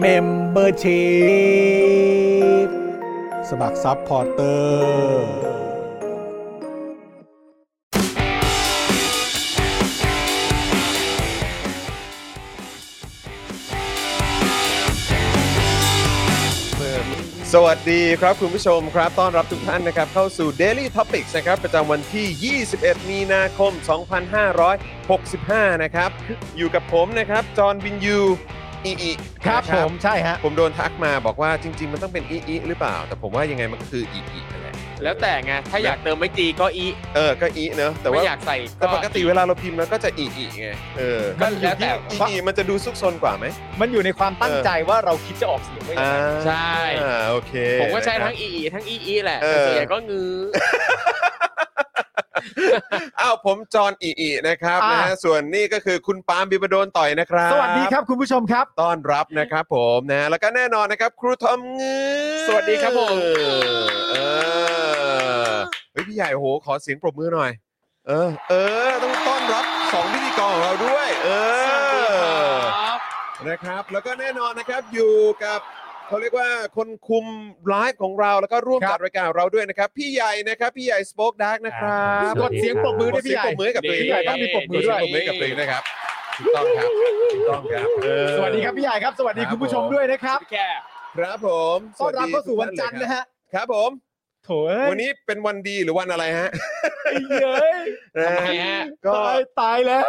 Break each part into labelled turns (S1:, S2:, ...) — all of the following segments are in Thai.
S1: เมมเบอร์ชีพสมัครซัพพอร์เตอร์
S2: สวัสดีครับคุณผู้ชมครับ ต้อนรับทุกท่านนะครับ เข้าสู่ Daily Topics นะครับ ประจำวันที่ 21 มีนาคม 2565 นะครับ อยู่กับผมนะครับ จอห์นวินยูอีอี
S3: ครับ
S2: นะ
S3: ผมใช่ฮะ
S2: ผมโดนทักมาบอกว่าจริง ๆ มันต้องเป็นอีอีหรือเปล่า แต่ผมว่ายังไงมันก็คืออีอีนั่นแหละ
S4: แล้วแต่ไง ถ้าอยากเติมไม่จีก็อี
S2: เออ ก็อีเนอะแต่
S4: ไม่
S2: ว่า
S4: อยากใส่
S2: แต่ปกติเวลาเราพิมพ์เราก็จะอีอีไงเออ
S4: ก็แล้วแต่
S2: อีอีมันจะดูซุกซนกว่าไหม
S3: มันอยู่ในความตั้ง
S2: เออ
S3: ใจว่าเราคิดจะออกเสียงไว้ยัง
S2: อ่า
S3: ไง
S4: ใช่
S2: อ่าโอเค
S4: ผมก็ใช้
S2: นะครับ
S4: ทั้งอีอีทั้งอีอีแหละ
S2: เอ
S4: แต่
S2: อ
S4: ส่วนใหญ่ก็งื้อ
S2: อ้าวผมจอห์นอิอินะครับนะฮะส่วนนี่ก็คือคุณปาล์มบิบดลต่อยนะครับ
S3: สวัสดีครับคุณผู้ชมครับ
S2: ต้อนรับนะครับผมนะ แล้วก็แน่นอนนะครับ ครูทอมเงือ
S4: สวัสดีครับผม
S2: เออเฮ้ยพี่ใหญ่โอ้โหขอเสียงปรบมือหน่อย เออ เออ ต้องต้อนรับสองพิธีกรของเราด้วย เออ
S4: ครับ
S2: นะครับ แล้วก็แน่นอนนะครับอยู่กับเขาเรียกว่าคนคุมไลฟ์ของเราแล้วก็ร่วม
S3: ครับ
S2: จัดรายการของเราด้วยนะครับ พี่ใหญ่นะครับ พี่ใหญ่สป็อคดักนะครับ
S3: กดเสียงปรบมือด้วยพี่ใหญ่
S2: กดเสียงปรบมือให้กับตัวเอง
S3: พี่ใหญ่ต้องมีปรบมือด้วย
S2: กดเสียงปรบมือให้กับตัวเองนะครับถูกต้องครับถูกต้องครับเออ
S3: สวัสดีครับพี่ใหญ่ครับ สวัสดี
S2: ครับ
S3: คุณผู้ชมด้วยนะครับ
S4: แค่
S2: ครับผม
S3: ต้อนรับเข้าสู่วันจันทร์นะฮะ
S2: ครับผม
S3: โถ่เอ้ย
S2: วันนี้เป็นวันดีหรือวันอะไรฮะ
S3: ไอ้เย้ย
S2: นะ
S4: ทำไมฮะ
S2: ก็
S3: ตายตายแล้ว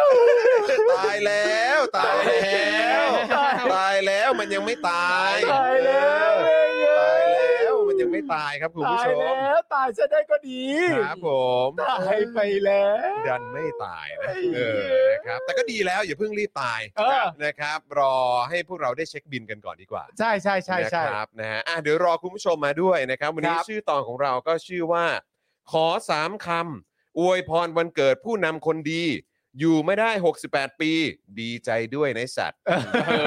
S2: ตายแล้วตายแล้ว
S3: ตาย
S2: ตายแล้วมันยังไม่ตาย
S3: ตายแล้วเอ้ยเย้
S2: ตาย
S3: ย
S2: แล้วมันยังไม่ตายครับคุณผู้
S3: ตาย
S2: ชม
S3: แล้วตายซะได้ก็ดี
S2: ครับผม
S3: ตายไปแล้ว
S2: ดันไม่ตายนะ
S3: เอ้
S2: เอยอนะครับแต่ก็ดีแล้วอย่าเพิ่งรีบตาย
S3: เออ
S2: นะครับ รอให้พวกเราได้เช็คบินกันก่อนดีกว่า
S3: ใช่ใช่ใช่ใช่
S2: นะครับนะฮะอ่ะเดี๋ยวรอคุณผู้ชมมาด้วยนะครับ วันนี้
S3: ครับ
S2: ชื่อตอนของเราก็ชื่อว่า ขอสามคำอวยพรวันเกิดผู้นำคนดี อยู่ไม่ได้ 68 ปี ดีใจด้วยนะสัตว์
S4: อ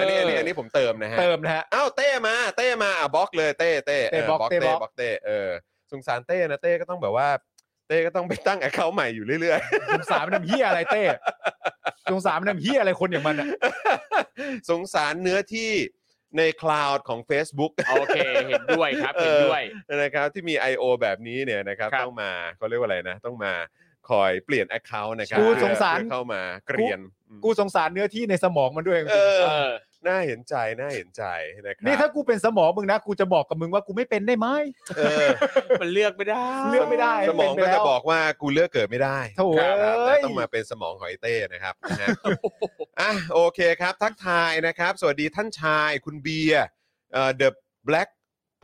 S4: อั
S2: นนี้อันนี้อันนี้ผมเติมนะฮะ
S3: เติมนะฮะ
S2: อ้าวเต้มาเต้มาอ่ะบล็อกเลยเต้เต้
S3: เต้บล็อก
S2: เ
S3: เต้บล็อก
S2: บล็อกเต้เออสงสารเต้นะเต้ก็ต้องแบบว่า เต้ก็ต้องไปตั้งแอคเคาท์ใหม่อยู่เรื่อย
S3: สงสารมันนำเฮียอะไรเต้สงสารมันนำเฮียอะไรคนอย่างมันอะ
S2: ๆ สงสารเนื้อที่ในคลาวด์ของ Facebook
S4: โอเค เห็นด้วยครับ เห็นด้วย
S2: นะครับที่มี I.O. แบบนี้เนี่ยนะครับ
S4: ครับ
S2: ต้องมาเขาเรียกว่าอะไรนะ ต้องมาคอยเปลี่ยนแอคเคาท์นะครับ
S3: กู
S2: เพื่อ
S3: สงสาร
S2: เพื่อเข้ามาเกรียนอืม
S3: กูสงสารเนื้อที่ในสมองมันด้วยจริง
S2: เอ
S3: ๆ
S2: อ
S4: เออ
S2: น่าเห็นใจน่าเห็นใจนะครับ
S3: นี่ถ้ากูเป็นสมองมึงนะ กูจะบอกกับมึงว่ากูไม่เป็นได้ไหม
S2: เออ
S4: มันเลือกไม่ได้
S3: เลือกไม่ได้
S2: สมอง
S3: เป็
S2: ก็
S3: นไปแล้ว
S2: จะบอกว่ากูเลือกเกิดไม่ได้
S3: โถ่
S2: ครับ
S3: เอ้
S2: นะ
S3: ย
S2: ต้องมาเป็นสมองหอยเต้นะครับนะฮะอ่ะโอเคครับ ทักทายนะครับ สวัสดีท่านชายคุณเบียร์เอ่อ The Black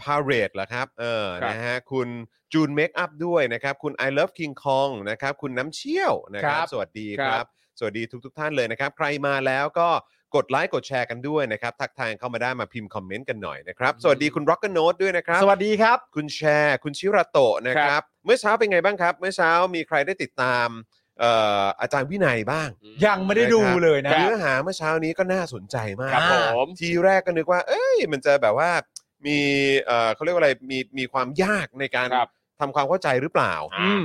S2: Parade เหรอครับเออ
S4: ครับ
S2: นะฮะคุณจูนเมคอัพด้วยนะครับ คุณ I Love King Kong นะครับ คุณน้ำเชี่ยวนะครั
S3: ครับ บ
S2: สวัสดีครับ สวัสดีทุกทท่านเลยนะครับ ใครมาแล้วก็กดไลค์กดแชร์กันด้วยนะครับ ทักทายเข้ามาได้มาพิมพ์คอมเมนต์กันหน่อยนะครับ สวัสดีคุณ Rock n o t e ด้วยนะครับ
S3: สวัสดีครับ
S2: คุณแชร์ คุณชิราโตะนะครับ เมื่อเช้าเป็นไงบ้างครับ เมื่อเช้ามีใครได้ติดตามเอ่ออาจารย์วินัยบ้าง
S3: ยังไม่ได้ดูเลยนะ
S2: เนื้อหาเมื่อเช้านี้ก็น่าสนใจมาก
S4: ครับผม
S2: ทีแรกก็นึกว่า เอ้ย มันจะแบบว่ามีเอ่อเขาเรียกว่าอะไร มีมีความยากในการ
S4: ครับ
S2: ทำความเข้าใจหรือเปล่า
S4: อืม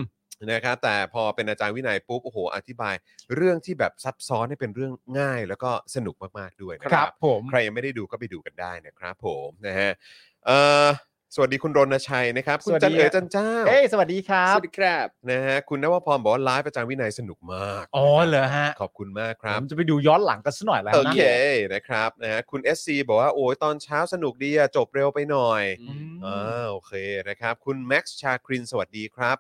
S2: นะครับ แต่พอเป็นอาจารย์วินัยปุ๊บ โอ้โห อธิบาย เรื่องที่แบบซับซ้อนให้เป็นเรื่องง่าย แล้วก็สนุกมากๆด้วยนะ
S3: ค
S2: ค
S3: รั
S2: รั
S3: บบ ผม
S2: ใครยังไม่ได้ดูก็ไปดูกันได้นะครับผมนะฮะเอ่อ สวัสดีคุณรณชัยนะครับ คุณ
S3: สวัสดี
S2: จันเอ๋อจันเจ้า
S3: เอ้ยสวัสดีครั
S4: ส
S3: บ
S4: วัสดีครับ
S2: นะฮะคุณนวพรบอกว่าไลฟ์อาจารย์วินัยสนุกมาก
S3: อ๋อเหรอฮะ
S2: ขอบคุณมากครับ
S3: ผมจะไปดูย้อนหลังกันสักหน่อยแล้ว
S2: โอ
S3: นะ
S2: เคนะครับนะฮะคุณ SC บอกว่า โอ้ยตอนเช้าสนุกดีอะจบเร็วไปหน่อย
S4: อื
S3: อื
S4: ม
S3: ม
S2: อ่าโอเคนะครับ คุณแม็กซ์ชาครินสวัสดีครับ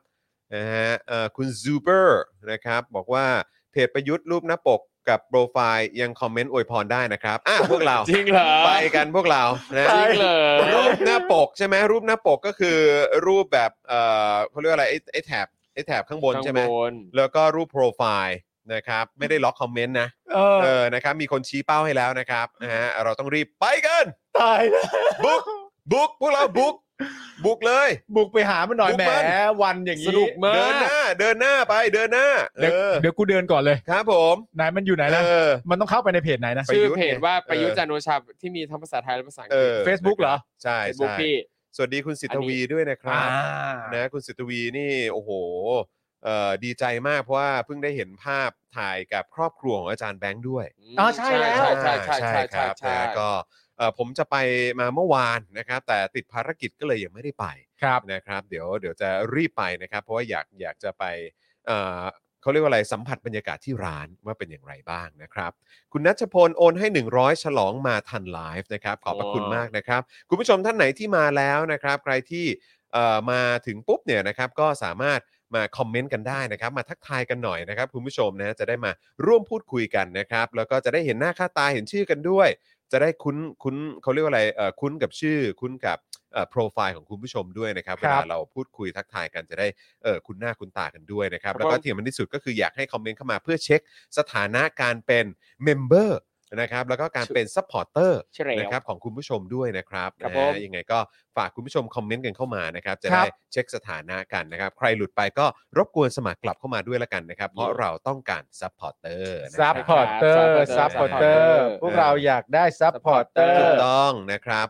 S2: นะฮะเอ่อคุณซูเปอร์นะครับบอกว่าเพจประยุทธ์รูปหน้าปกกับโปรไฟล์ยังคอมเมนต์อวยพรได้นะครับอ่ะพวกเรา
S4: จริงเหรอ
S2: ไปกันพวกเรานะ
S4: จริงเหรอ
S2: รูปหน้าปกใช่ไหมรูปหน้าปกก็คือรูปแบบเอ่อเขาเรียกว่าอะไรไอ้ไอ้แถบไอ้แถบข้างบนใช่ไหม
S4: ข้างบน
S2: แล้วก็รูปโปรไฟล์นะครับไม่ได้ล็อกคอมเมนต์นะ
S3: เออ
S2: เออ นะครับ มีคนชี้เป้าให้แล้วนะครับ นะฮะ เราต้องรีบไปกัน
S3: ตายแล้ว
S2: บุก บุก พวกเราบุ ก บุกเลย
S3: บุกไปหามันหน่อย
S2: บุก
S3: แหม
S2: มัน
S3: วันอย่าง
S4: สนุกมา
S2: เดิน
S4: ก
S2: หน้า เดินหน้าไป เดินหน้า เอ
S3: เดี๋ยว
S2: อ
S3: เดี๋ยวกูเดินก่อนเลย
S2: ครับผม
S3: ไหนมันอยู่ไหน
S2: เอ
S3: นะ
S2: อ
S3: มันต้องเข้าไปในเพจไหนนะ
S2: ไป
S4: ชื่อ
S2: ประยุทธ์
S4: เพจว่าประยุทธ์จันทร์โอชาที่มีทั้งภาษาไทยและภาษาอัง
S2: เอก
S4: ฤษ
S2: อ
S3: Facebook เหรอ
S2: ใช่
S4: เฟซบุ๊ก
S2: ใช่
S4: พี่
S2: สวัสดีคุณสิทธวีด้วยนะครั
S3: อ่า
S2: บ นะ คุณสิทธวีนี่ โอ้โห เอ่อ ดีใจมากเพราะว่าเพิ่งได้เห็นภาพถ่ายกับครอบครัวของอาจารย์แบงค์ด้วย
S3: อ๋อใช่แล้ว
S4: ใช่ใช่ใช่
S2: ครั
S4: ใช่
S2: บ
S4: ใช่
S2: นะก็เอ่อผมจะไปมาเมื่อวานนะครับ แต่ติดภารกิจก็เลยยังไม่ได้ไป
S3: ครับ
S2: นะครับเดี๋ยวเดี๋ยวจะรีบไปนะครับ เพราะว่าอยากอยากจะไปเอ่อเขาเรียกว่าอะไรสัมผัสบรรยากาศที่ร้านว่าเป็นอย่างไรบ้างนะครับ คุณนัชพลโอนให้ 100 ฉลองมาทันไลฟ์นะครับ ขอบพระคุณ
S4: โอ้
S2: มากนะครับ คุณผู้ชมท่านไหนที่มาแล้วนะครับ ใครที่เอ่อมาถึงปุ๊บเนี่ยนะครับก็สามารถมาคอมเมนต์กันได้นะครับ มาทักทายกันหน่อยนะครับ คุณผู้ชมนะจะได้มาร่วมพูดคุยกันนะครับ แล้วก็จะได้เห็นหน้าค่าตาเห็นชื่อกันด้วย จะได้คุ้นคุ้นเขาเรียกว่าอะไรเอ่อคุ้นกับชื่อ คุ้นกับโปรไฟล์ของคุณผู้ชมด้วยนะครับ
S3: ค
S2: เว
S3: รับ
S2: ลาเราพูดคุยทักทายกันจะได้เออคุ้นหน้าคุ้นตากันด้วยนะครับ
S4: ครับ
S2: แล้วก็
S4: ผม
S2: ที่มันที่สุดก็คืออยากให้คอมเมนต์เข้ามาเพื่อเช็คสถานะการเป็นเมมเบอร์นะครับแล้วก็การเป็นซัพพอร์เตอร์
S4: ใช่แล้ว
S2: นะครับของคุณผู้ชมด้วยนะครับ
S4: ครับ
S2: นะฮะ
S4: ผม
S2: ยังไงก็ฝากคุณผู้ชมคอมเมนต์กันเข้ามานะครับ จะ
S3: ครั
S2: ได้
S3: บ
S2: เช็คสถานะกันนะครับ ใครหลุดไปก็รบกวนสมัครกลับเข้ามาด้วยละกันนะครับ เพราะเราต้องการซัพพอร์เตอร์นะค
S3: ซั
S2: รั
S3: พ
S2: บ
S3: พอร์เตอร์ ซัพพอร์เตอร์ พวกเราอยากได้ซัพพอร์เตอ
S2: ถู
S3: ร์
S2: กต้องนะครับ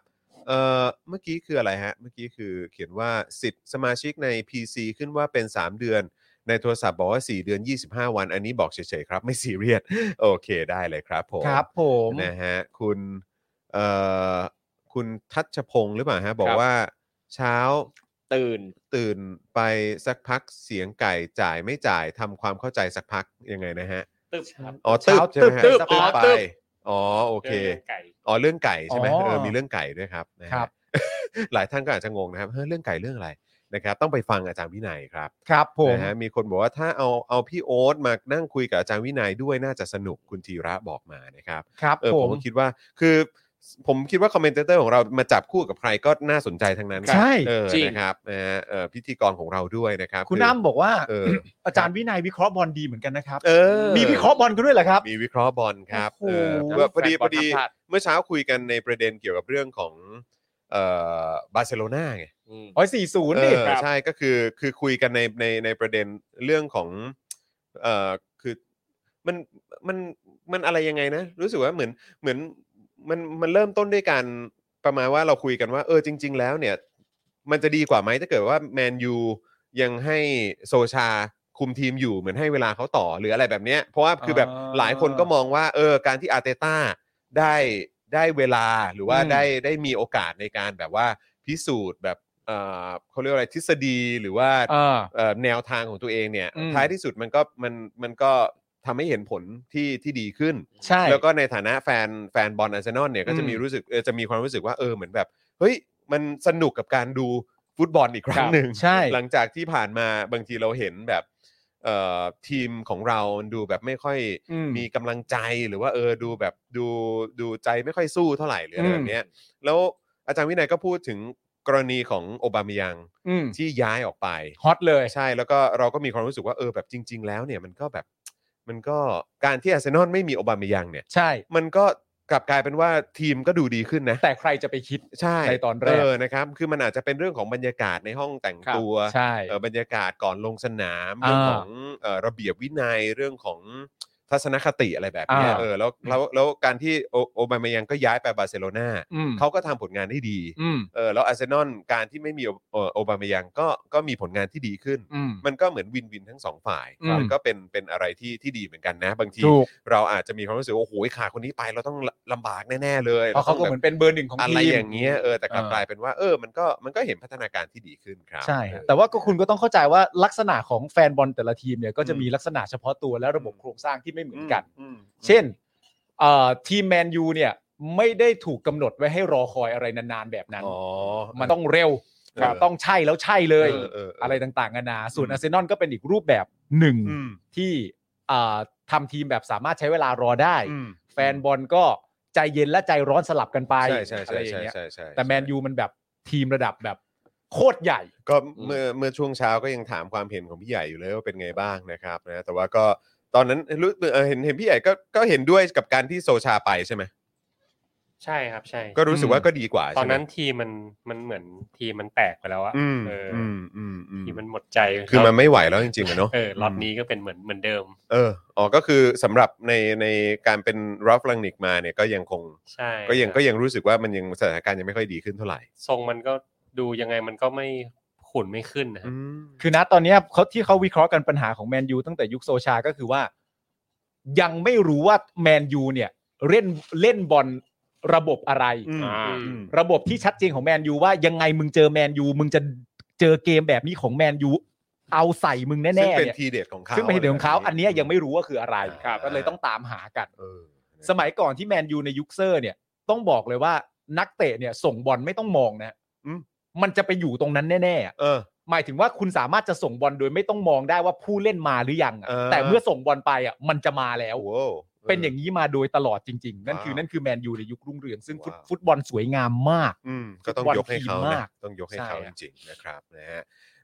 S2: เอ่อเมื่อกี้คืออะไรฮะ เมื่อกี้คือเขียนว่าสิทธิ์สมาชิกใน PC ขึ้นว่าเป็น 3 เดือน ในโทรศัพท์บอกว่า 4 เดือน 25 วัน อันนี้บอกเฉยๆครับ ไม่ซีเรียสโอเคได้เลยครับผม
S3: ครับผม
S2: นะฮะคุณเอ่อคุณทัชพงศ์หรือเปล่าฮะ บอ
S4: ค
S2: ก
S4: รับ
S2: ว่าเช้า
S4: ตื่น
S2: ตื่นไปสักพักเสียงไก่จ่ายไม่จ่ายทำความเข้าใจสักพักยังไงนะฮะ
S4: ตึบครับ
S2: อ๋อ
S3: เช้า
S2: ตึบใช่ไหมฮะ
S4: ตึบ
S2: สัก
S4: อ๋อ
S2: พักไป
S4: ตึบ
S2: อ๋อโอเค
S4: ดินไก่
S2: อ๋อเรื่องไก่ใช่ไหม
S3: อ๋อ
S2: เออมีเรื่องไก่ด้วยครับนะฮะ
S3: ครับ
S2: หลายท่านก็อาจจะงงนะครับเฮ้ยเรื่องไก่เรื่องอะไรนะครับ ต้องไปฟังอาจารย์วินัยครับ
S3: ครับผม
S2: นะฮะมีคนบอกว่าถ้าเอาเอาพี่โอ๊ตมานั่งคุยกับอาจารย์วินัยด้วยน่าจะสนุกคุณธีระบอกมานะครับ
S3: ครับ
S2: เออ
S3: ผ
S2: ผม
S3: ม
S2: ก็คิดว่าคือผมคิดว่าคอมเมนเตอร์ของเรามาจับคู่กับใครก็น่าสนใจทั้งนั้น
S3: ใช่
S2: เออ
S4: จริง
S2: นะครับนะฮะเออพิธีกรของเราด้วยนะครับ
S3: คุณ
S2: อ
S3: น้ำบอกว่า
S2: เออ
S3: อาจารย์วินัยวิเคราะห์บอลดีเหมือนกันนะครับ
S2: เออ
S3: มีวิเคราะห์บอลกันด้วยเหรอครับ
S2: มีวิเคราะห์บอลครับ
S3: โอ้
S2: เอ
S3: โห
S2: อว่าพอดี
S4: แฟ
S2: พ
S4: นบอ
S2: อ
S4: ล
S2: ดี
S4: ห้ามพลาด
S2: เมื่อเช้าคุยกันในประเด็นเกี่ยวกับเรื่องของเอ่อบาร์เซโลนาไง
S4: อืม
S3: อ๋อสี่ศูนย์ดิ
S2: เออ
S4: ครับ
S2: ใช่ก็คือคือคุยกันในในในประเด็นเรื่องของเอ่อคือมันมันมันอะไรยังไงนะ รู้สึกว่าเหมือนเหมือนมันมันเริ่มต้นด้วยการ ประมาณว่าเราคุยกันว่าเออจริง ๆ แล้วเนี่ย มันจะดีกว่าไหมถ้าเกิดว่าแมนยูยังให้โซชาคุมทีมอยู่เหมือนให้เวลาเขาต่อหรืออะไรแบบเนี้ยเพราะว่าคือแบบ
S3: อ่า
S2: หลายคนก็มองว่าเออการที่อาร์เตต้าได้ได้เวลาหรือว่า
S3: อืม
S2: ได้ได้มีโอกาสในการแบบว่าพิสูจน์แบบเออเขาเรียกว่าอะไรทฤษฎีหรือว่าเอ่อแนวทางของตัวเองเนี่ย
S3: อืม
S2: ท้ายที่สุดมันก็มันมันก็ทำให้เห็นผลที่ที่ดีขึ้น
S3: ใช่
S2: แล้วก็ในฐานะแฟนแฟนบอลอาร์เซนอลเนี่ยก็จะ
S3: อืม
S2: มีรู้สึกเออจะมีความรู้สึกว่าเออเหมือนแบบ เฮ้ย มันสนุกกับการดูฟุตบอลอีกครั้งหนึ่ง
S3: ใช่
S2: หลังจากที่ผ่านมาบางทีเราเห็นแบบเอ่อทีมของเรามันดูแบบไม่ค่อย
S3: อืม
S2: มีกำลังใจหรือว่าเออดูแบบดูดูใจไม่ค่อยสู้เท่าไหร่หรืออะไร
S3: อืม
S2: แบบเนี้ยแล้วอาจารย์วินัยก็พูดถึงกรณีของโอบามิยัง
S3: อืม
S2: ที่ย้ายออกไป
S3: ฮอตเลย
S2: ใช่แล้วก็เราก็มีความรู้สึกว่าเออแบบจริง ๆ แล้วเนี่ยมันก็แบบมันก็การที่อาร์เซนอลไม่มีโอบาเมยังเนี่ย
S3: ใช่
S2: มันก็กลับกลายเป็นว่าทีมก็ดูดีขึ้นนะ
S3: แต่ใครจะไปคิด
S2: ใช่
S3: ในตอนแรก
S2: เออนะครับคือมันอาจจะเป็นเรื่องของบรรยากาศในห้องแต่ง
S4: ครับ
S2: ตัว
S3: ใช่
S2: เออบรรยากาศก่อนลงสนาม เรื่องของเอ่อระเบียบวินัยเรื่องของ ทัศนคติอะไรแบบเนี้ย
S3: อ่า
S2: เออแล้วแล้วแล้วการที่โอโอบามายังก็ย้ายไปบาร์เซโลนา
S3: อืม
S2: เขาก็ทำผลงานได้ดี
S3: อืม
S2: เออแล้วอาร์เซนอลการที่ไม่มีโอเอ่อโอบามายังก็ก็มีผลงานที่ดีขึ้น
S3: อืม
S2: มันก็เหมือนวินวินทั้งสองฝ่าย
S3: อืม
S2: มันก็เป็นเป็นอะไรที่ที่ดีเหมือนกันนะ บางที
S3: ถูก
S2: เราอาจจะมีความรู้สึกว่าโอ้โหขาดคนนี้ไปเราต้องลำบากแน่ๆเลย
S3: เพราะเขาก็
S2: ต้ง
S3: เหมือน
S2: แบบ
S3: เป็นเบอร์หนึ่งของที
S2: อะ
S3: ม
S2: ไรอย่างเงี้ยเออแต่กลับ
S3: เออ
S2: กลายเป็นว่า เออมันก็มันก็เห็นพัฒนาการที่ดีขึ้นครับ
S3: ใช่ฮะ
S2: เออ
S3: แต่ว่าก็คุณก็ต้องเข้าใจว่าลักษณะของแฟนบอลแต่ละทีมเนี่ยก็จะ
S2: อืม
S3: มีลักษณะเฉพาะตัวและระบบโครงสร้างที่ไม่เหมือนกัน
S2: ม
S3: เช่นเอ่อทีมแมนยูเนี่ยไม่ได้ถูกกำหนดไว้ให้รอคอยอะไรนานๆแบบนั้น
S2: อ๋อ
S3: มันต้องเร็ว
S2: เออ
S3: มันต้องใช่แล้วใช่เลย
S2: เออเออ
S3: อะ
S2: อะไร
S3: ต่างๆนานา ส่วนอาร์เซนอลก็เป็นอีกรูปแบบหนึ่ง
S2: อืม
S3: ที่เอ่อทำทีมแบบสามารถใช้เวลารอได้
S2: อืม
S3: แฟนบอลก็ใจเย็นและใจร้อนสลับกันไป
S2: ใช่ใช่
S3: อะไร
S2: ใช่ใช่
S3: อย่างเงี้ย
S2: ใช่ใช่
S3: แต่แมนยูมันแบบทีมระดับแบบโคตรใหญ่
S2: ก็เมื่อเมื่อช่วงเช้าก็ยังถามความเห็นของพี่ใหญ่อยู่เลยว่าเป็นไงบ้างนะครับนะแต่ว่าก็ตอนนั้นรู้เออเห็นเห็นพี่ใหญ่ก็ก็เห็นด้วยกับการที่โซชาไปใช่ไหม
S5: ใช่ครับใช่
S2: ก็รู้สึกว่าก็ดีกว่า
S5: ต
S2: ใช่ไหม
S5: อนนั้นทีมมันมันเหมือนทีมมันแตกไปแล้วอะ
S2: อืม
S5: เอออ
S2: อืมอืมอืม
S5: ทีมมันหมดใจ
S2: คือมันไม่ไหวแล้วจริงๆอะเนาะ
S5: เออล็อตนี้ก็เป็นเหมือนเหมือนเดิม
S2: เออ อ๋อ ก็คือสำหรับในในการเป็นรอฟลังนิกมาเนี่ยก็ยังคง
S5: ใช่
S2: ก็ยัง
S5: ครับ
S2: ก็ยังรู้สึกว่ามันยังสถานการณ์ยังไม่ค่อยดีขึ้นเท่าไหร่
S5: ทรงมันก็ดูยังไงมันก็ไม่ขุนไม่ขึ้นนะฮะ
S3: คือนะตอนเนี้ยเขาที่เขาวิเคราะห์กันปัญหาของแมนยูตั้งแต่ยุคโซชาก็คือว่า ยังไม่รู้ว่าแมนยูเนี่ยเล่นเล่นบอลระบบอะไร
S2: อืม
S5: อ่า
S2: อืม
S3: ระบบที่ชัดเจนของแมนยูว่ายังไงมึงเจอแมนยูมึงจะเจอเกมแบบนี้ของแมนยูเอาใส่มึงแน่ๆ
S2: ซึ่งเป็น
S3: เนี่ย
S2: ทีเด็ดของเขา
S3: ซึ่งเป็นเหตุของเขา
S2: ะไรแบบ
S3: อันเนี้ยยังไม่รู้ว่าคืออะไร
S2: อ่า
S3: ก็เลยต้องตามหากัน
S2: เออ
S3: สมัยก่อนที่แมนยูในยุคเซอร์เนี่ยต้องบอกเลยว่านักเตะเนี่ยส่งบอลไม่ต้องมองนะมันจะไปอยู่ตรงนั้นแน่ๆอะ
S2: เออ
S3: หมายถึงว่าคุณสามารถจะส่งบอลโดยไม่ต้องมองได้ว่าผู้เล่นมาหรือยังอะ
S2: เออ
S3: แต่เมื่อส่งบอลไปอ่ะมันจะมาแล้ว
S2: โอ้โห
S3: เป็นอย่างนี้มาโดยตลอดจริง ๆ นั่นคือ
S2: ว้าว
S3: นั่นคือแมนยูในยุครุ่งเรือง ซึ่งฟุต
S2: ว้าว
S3: ฟุตบอลสวยงามมาก
S2: อืมก็ต้อง
S3: ฟุตบอล
S2: ยกให้เขา
S3: ทีม
S2: นะ
S3: มาก
S2: ต้องยกให้
S3: ใช่
S2: เขาจ
S3: อะ
S2: ริงๆนะครับนะฮะ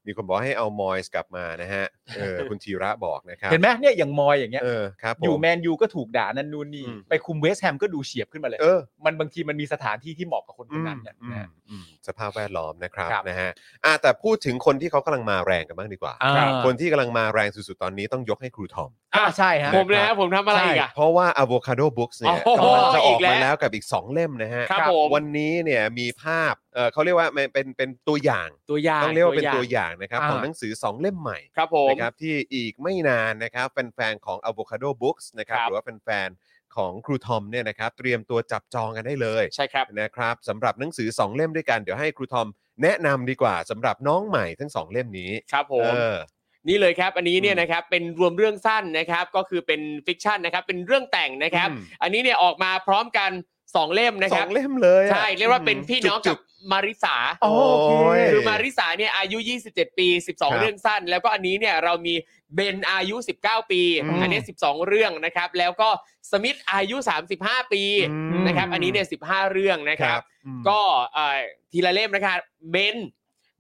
S2: มีคนบอกให้เอามอยส์กลับมานะฮะเออคุณธีระบอกนะครับ
S3: เห็นไหมเนี่ยอย่างมอยอย่างเงี้ย
S2: เออครับผม
S3: อยู่แมนยูก็ถูกด่านั่นนู่นนี่
S2: อืม
S3: ไปคุมเวสต์แฮมก็ดูเฉียบขึ้นมาเลย
S2: เออ
S3: มันบางทีมันมีสถานที่ที่เหมาะกับคนคนนั้นเนี่ย
S2: อืม
S3: นะฮะ
S2: อืมสภาพแวดล้อมนะครับ
S3: ครับ
S2: นะฮะอ่ะแต่พูดถึงคนที่เขากำลังมาแรงกันบ้างดีกว่า
S3: อ่าครับ
S2: คนที่กำลังมาแรงสุดๆ ตอนนี้ต้องยกให้ครูทอม
S3: อ่าใช่ฮะ
S4: ผมเลยฮะผมทำอะไรอีกอะ
S2: เพราะว่า Avocado Books เนี่ย
S4: โอ้โห
S2: กำลังจะออก
S4: อีกแล้
S2: มาว แล้วกับอีก 2 เล่มนะฮะ
S4: ครับผม
S2: วันนี้เนี่ยมีภาพเออเขาเรียกว่ามันเป็นเป็นตัวอย่าง
S4: ตัวอย่าง
S2: ต้องเรียกว่าเป็นตัวอย่างนะครับ
S3: อ่า
S2: ของหนังสือ 2 เล่มใหม่
S4: ครับผม
S2: นะครับที่อีกไม่นานนะครับแฟนๆของ Avocado Books นะครับ
S4: ครั
S2: ห
S4: บ
S2: รือว่าแฟนๆของครูทอมเนี่ยนะครับเตรียมตัวจับจองกันได้เลย
S4: ใช่ครับ
S2: นะครับสำหรับหนังสือ 2 เล่มด้วยกันเดี๋ยวให้ครูทอมแนะนำดีกว่าสำหรับน้องใหม่ทั้ง 2 เล่มนี้
S4: ครับผม
S2: เออ
S4: นี่เลยครับ อันนี้เนี่
S2: อื
S4: ย
S2: ม
S4: นะครับเป็นรวมเรื่องสั้นนะครับ ก็คือเป็นฟิกชันนะครับ เป็นเรื่องแต่งนะครับ
S2: อืม
S4: อันนี้เนี่ยออกมาพร้อมกันสองเล่มนะ
S2: ส
S4: ค
S2: อ
S4: รับ
S2: งเล่มเลยอะ
S4: ใช่เรียกว่าเป็นพี่น้อง
S2: จุ
S4: กั
S2: ก
S4: บมาริสา
S2: ๆโอ้
S3: โอเค
S2: ย
S4: คือมาริสาเนี่ยอายุ 27 ปี
S2: ครั
S4: 12
S2: บ
S4: เรื่องสั้น แล้วก็อันนี้เนี่ยเรามีเบนอายุ 19 ปี
S2: อืม
S4: อันนี้ 12 เรื่องนะครับ แล้วก็สมิธอายุ 35 ปี
S2: อืม
S4: นะครับอันนี้เนี่ย15 เรื่องนะค
S2: ค
S4: รั
S2: รับ บอืม
S4: ก็เอ่อทีละเล่มนะครับเบน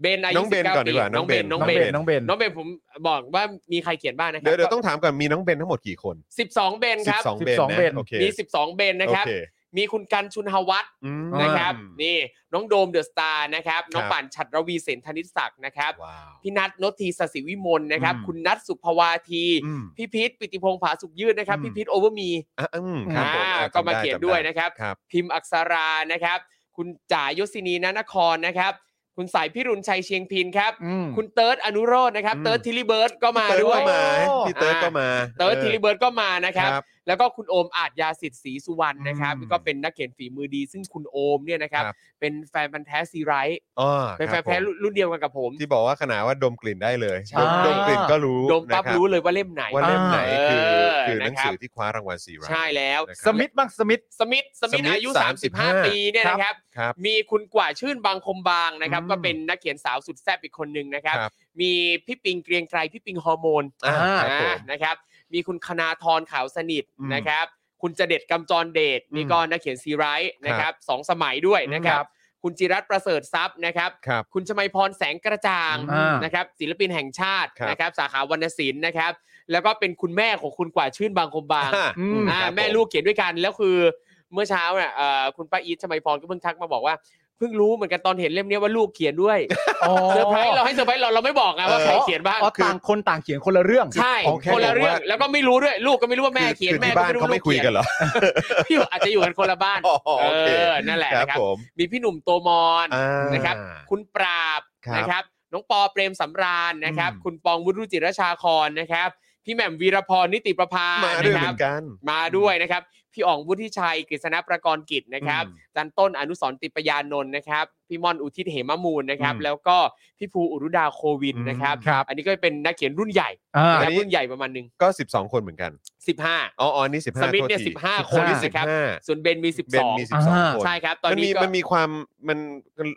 S4: เบนอา
S2: น้
S4: ยุ
S2: องเบนก่อน
S4: 19
S2: ดี
S4: ปี
S2: กว่าน้
S4: น้
S2: อ
S4: อง ง
S2: เบ
S4: เบ
S2: น
S4: นน้อง
S3: เบ
S4: เบ
S3: น
S4: น
S3: น้องเบน
S4: น้องเบนผมบอกว่ามีใครเขียนบ้างนะครั
S2: เดี๋ยวเดี๋ยวต้องถามก่อนมีน้องเบนทั้งหมดกี่คน
S4: 12 เบนครับ
S2: 12เบน
S3: 12
S2: นะ
S3: เบน
S2: โอเค
S4: มี 12 เบนนะครับ
S2: โอเ
S4: มีคุณกันชุนหวัต
S2: อืม
S4: นะครับนี่น้องโดมเดอะสตาร์นะครับน้อง
S2: ครับ
S4: ป่านฉัตรวีเสนธนิตศักดิ์นะครับ
S2: ว้าว
S4: พี่นัทนทีสศิวิมลนะครับ
S2: อืม
S4: คุณนัทสุภวาที
S2: อืม
S4: พี่พิษปิติพงษ์ผาสุกยืดนะครับ
S2: อืม
S4: พี่พิษโอเวอร์มี
S2: อ่ะอืมครับผ
S4: อ่า
S2: มอ่ะ
S4: ก็
S2: จำ
S4: มา
S2: ไ
S4: เขียน
S2: จำไ
S4: ด้วยนะครับ
S2: ครับ
S4: พิมพ์อักษรานะครับ คุณจ่ายศินีนานครนะครับ คุณสายพิรุณชัยเชียงพินครับ
S3: อืม
S4: คุณเติร์ดอนุโรจน์นะครับ
S2: อืม
S4: เติร์ดทิลิเบิร์ดก็มา
S2: เติร์ด
S4: ด้ว
S2: ก็
S4: ย
S2: มา
S3: โอ้
S2: พี่เติร์ดก็มา
S4: เติร์ด
S2: ออ
S4: ทิลิเบิร์ดก็มานะครับ
S2: ครับ
S4: แล้วก็คุณโอมอาจยาสิทธิ์ศรีสุวรรณนะครับ
S2: อืม
S4: ก็เป็นนักเขียนฝีมือดี ซึ่งคุณโอมเนี่ยนะครับ
S2: ครับ
S4: เป็นแฟนพันธ์แท้ซีไรท์
S2: อ๋อ
S4: เป็น
S2: ค
S4: แฟ
S2: รับ
S4: นแท้
S2: ผม
S4: รุ่นเดียวกันกับผม
S2: ที่บอกว่าขนาดว่าดมกลิ่นได้เลย
S4: ใช่
S2: ดมดมกลิ่นก็รู้
S4: ดมปั๊บ
S2: นะคบ
S4: รู้เลยว่าเล่มไหน
S2: ว่าเล่มไหนคือ
S4: เออ
S2: คือหนัง
S4: นะครับ
S2: สือที่คว้ารางวัลสีรา
S4: ใช่แล้ว
S2: นะครับ
S3: สมิธบ้างสมิธ
S4: สมิธสมิ
S2: ส
S4: ธ
S2: มิธ
S4: อายุ
S2: 35
S4: 35 ปีเนี่ยนะครับ
S2: ครับ
S4: มีคุณกว่าชื่นบางคมบางนะครับ
S2: อืม
S4: ก็เป็นนักเขียนสาวสุดแซ่บอีกคนหนึ่งนะครับ
S2: ครับ
S4: มีพี่ปิงเกรียงไกรพี่ปิงฮอร์โมน
S2: อ่า
S3: อ่า
S2: ครับผม
S4: นะครับ มีคุณคณาธรขาวสนิท
S2: อืม
S4: นะครับ คุณจเด็ดกำจรเดช
S2: อืม
S4: นี่ก็นักเขียนซีไรท์นะครับสองสมัยด้วยนะครับ คุณจิรัตน์ประเสริฐทรัพย์นะครับ
S2: ครับ
S4: คุณชมัยพรแสงกระจ่าง
S3: อ่าน
S4: นะครับ ศิลปินแห่งชาติ
S2: ครับ
S4: นะครับ สาขาวรรณศิลป์นะครับ แล้วก็เป็นคุณแม่ของคุณกว่าชื่นบางคมบาง
S2: อ่า
S3: อืม
S4: อ่า
S2: ครับ
S4: แม่
S2: ผ
S4: ลูกเขียนด้วยกันแล้วคือเมื่อเช้าเนี่ยเอ่อคุณป้าอีทชมัยพรก็เพิ่งทักมาบอกว่า เพิ่งรู้เหมือนกันตอนเห็นเล่มเนี้ยว่าลูกเขียนด้วยเซอร์ไพรส์เราให้เซอร์ไพรส์เราเราไม่บอกไงว่า
S2: เออ
S4: ใครเขียนบ้าง
S3: อ๋อต่างคนต่างเขียนคนละเรื่อง
S4: ใช่
S3: อ๋อแ
S4: คนละเรื่อ
S3: บ
S4: ง
S3: อกว่า
S4: แล้วก็ไม่รู้ด้วย ลูกก็ไม่รู้ว่าแม่เขียน
S2: คือ
S4: แม่
S2: ที่
S4: ก็
S2: บ้าน
S4: ไม่รู้
S2: เขาไม่คุยกันเหรอ
S4: พี่อาจจะอยู่กันคนละบ้าน
S2: อ๋อโอ
S4: เอ
S2: เค
S4: อนั่นแหละ
S2: ครับ
S4: นะครับ
S2: ผม
S4: มีพี่หนุ่มโตมอน
S2: อ่า
S4: นะครับ คุณปราบ
S2: ครับ
S4: นะครับ น้องปอเปรมสำราญนะครับ
S3: อืม
S4: คุณปองวุฒิรุจิรชาครนะครับ พี่แหม่มวีรพรนิติประภา
S2: มาด้วย
S4: นะค
S2: เหมื
S4: รับ
S2: อนกัน
S4: มาด้วยนะครับ พี่อ่องวุฒิชัยกฤษณประกรณ์กิจนะครับ
S2: อืม
S4: จันต้นอนุสรณ์ติปยานนท์นะครับ พี่ม่อนอุทิศเหมมูลนะครับ
S2: อืม
S4: แล้วก็พี่ภูอุรุดาโควิน
S2: อืม
S4: นะครับ
S3: ครับ
S4: อันนี้ก็เป็นนักเขียนรุ่นใหญ่
S3: อ่า
S4: นะครับรุ่นใหญ่ประมาณหนึ่ง
S2: ก็ 12 คนเหมือนกัน
S4: 15
S2: อ๋ออ๋อนี่15
S4: สมิธเนี่ย
S2: โทษที
S4: สิบห้า
S2: คน
S3: คน
S2: นี่
S4: นะครับ
S2: 15
S4: ส่วนเบนมี
S2: เบนมี
S4: 12
S2: 12 คน
S4: ใช่ครับ ตอน
S2: มัน
S4: นี้
S2: มี
S4: ก็
S2: มันมีความมัน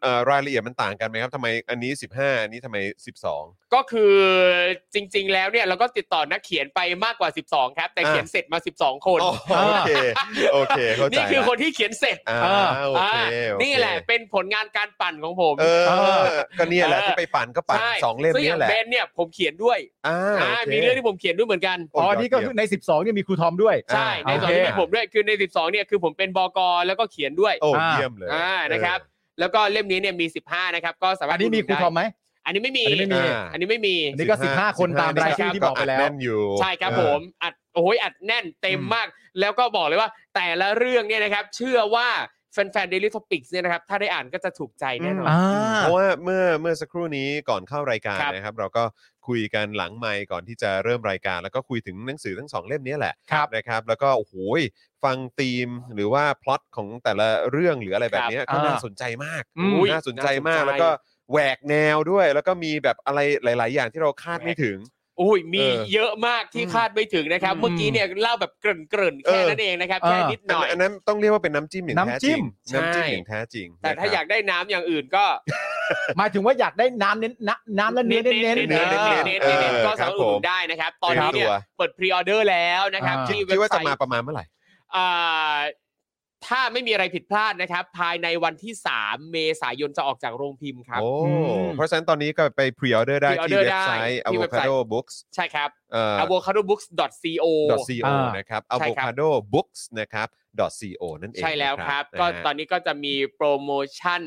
S2: เอ่อรายละเอียดมันต่างกันไหมครับ ทำไมอันนี้ 15 อันนี้ทำไม 12
S4: ก็คือจริง ๆ แล้วเนี่ยเราก็ติดต่อนักเขียนไปมากกว่า 12 ครับ แต่
S2: อ่า
S4: เขียนเสร็จมา 12 คน
S2: อ๋อโอเค โอเค เข้าใจ
S4: นี่คือ
S2: ละ
S4: คนที่เขียนเสร็จ
S2: อ่าโอ
S4: อ่า
S2: เคโอเค
S4: นี่แหละเป็นผลงานการปั่นของผม
S2: เออ
S3: เออ
S2: ก็เนี่ยแหละ
S4: เออ
S2: ที่ไปปั่นก็ปั่น
S4: ใช่
S2: สองเล่ม
S4: ซึ่งอ
S2: เนี่
S4: ย่าย ง
S2: แหละ
S4: เบนเนี่ยผมเขียนด้วย
S2: อ่า
S4: อ่า
S2: โอเค
S4: มีเรื่องที่ผมเขียนด้วยเหมือนกัน
S2: โ
S3: อ๋อนี่ก็คือใน 12เนี่ยมีครูทอมด้วย
S4: ใช่
S2: อ่
S4: ใน
S2: โอ
S4: สอ
S2: เค
S4: งที่เป็นผมด้วยคือใน 12 เนี่ยคือผมเป็นบกแล้วก็เขียนด้วย
S2: โอ้
S3: อ่า
S2: เยี่ยมเลย
S4: อ่านะครับ แล้วก็เล่มนี้เนี่ยมี 15 นะครับ ก็สามาร
S3: อัน
S4: ถ
S3: นี้มีครูทอมไหม
S4: อันนี้ไม่มี
S3: อันนี้ไม่มี
S2: า
S4: อันนี้ไม่มี
S3: อันนี้ก็15คนตามรายชื่อที่บอกไปแล้ว
S2: ดน่นอยู่
S4: ใช่ครับ
S2: เอ
S4: ผ
S2: อ
S4: มอัดโอ้ยอัดแน่นเต็มมาก แล้วก็บอกเลยว่า แต่ละเรื่องเนี่ยนะครับ เชื่อว่าแฟนๆ Daily Topics เนี่ยนะครับ ถ้าได้อ่านก็จะถูกใจแน่นอน
S2: อ่
S3: อ่า
S2: เพราะว่าเมื่อเมื่อสักครู่นี้ก่อนเข้ารายการ
S4: ครับ
S2: นะครับ เราก็คุยกันหลังไมค์ก่อนที่จะเริ่มรายการ แล้วก็คุยถึงหนังสือทั้งสองเล่มนี้แหละ
S3: ครับ
S2: นะครับ แล้วก็โอ้โหยฟังธีมหรือว่าพล็อตของแต่ละเรื่องหรืออะไรแบบเนี้ย
S3: ครับ
S2: ก็น่า
S3: อ่า
S2: สนใจมาก
S4: อืม
S2: โอ้โหน่าสนใจมาก
S4: น่าสนใจ
S2: แล้วก็แหวกแนวด้วย แล้วก็มีแบบอะไรหลาย ๆ อย่างที่เราคาดไม่ถึง
S4: โอ้ยมี
S2: เออ
S4: เยอะมากที่
S2: อืม
S4: คาดไม่ถึงนะครับ
S3: อืม
S4: เมื่อกี้เนี่ยเล่าแบบเกริ่นๆ แค่
S2: เออ
S4: นั้นเองนะครับ
S3: เออ
S4: แค่นิดหน่อย
S2: อันนั้นต้องเรียกว่าเป็นน้ำจิ้มอย่างแท้
S3: น้ำ
S2: จ
S3: จิ้
S2: ริง
S3: ม
S2: น้ำจิ้ม
S4: ใช่
S2: อย่างแท้จริง
S4: แต่ถ้า
S2: นะครับ
S4: อยากได้น้ำอย่างอื่นก็
S3: หมายถึงว่าอยากได้น้ำเน้นน้ำน้ำและเนื้อเน้นเน้น
S4: เน้น
S2: เน้นๆ
S4: เน้น
S2: เออ
S4: เน้นก็
S2: ครับ
S4: สามารถอุด
S2: ผ
S4: หนุ
S2: ม
S4: นได้นะครับ ตอนนี้เนี่ย
S2: ตัว
S4: เปิดพรีออเดอร์แล้วนะครับ
S3: อ่า
S4: ที่
S2: คิ
S4: เว็
S2: ด
S4: บ
S2: ว่า
S4: ไซ
S2: จะมา
S4: ต์
S2: ประมาณเมื่อไหร่
S4: อ่าถ้าไม่มีอะไรผิดพลาดนะครับ ภายในวันที่ 3 เมษายนจะออกจากโรงพิมพ์ครับ
S2: โอ้
S3: อืม
S2: เพราะฉะนั้นตอนนี้ก็ไปพรีออเดอร์ได้ที่
S4: pre-order
S2: เว็บไซต์
S4: ได้ที่เว็บไซต์
S2: avocado books
S4: ใช่ครับ
S2: เอ่อ
S4: avocadobooks.co
S2: .co
S3: อ่า
S2: นะครับ
S4: ใช่ครับ
S2: avocado books นะครับ .co นั่นเอง
S4: ใช่แล้วครับ
S2: นะฮะ
S4: ก็ตอนนี้ก็จะมีโปรโมชั่น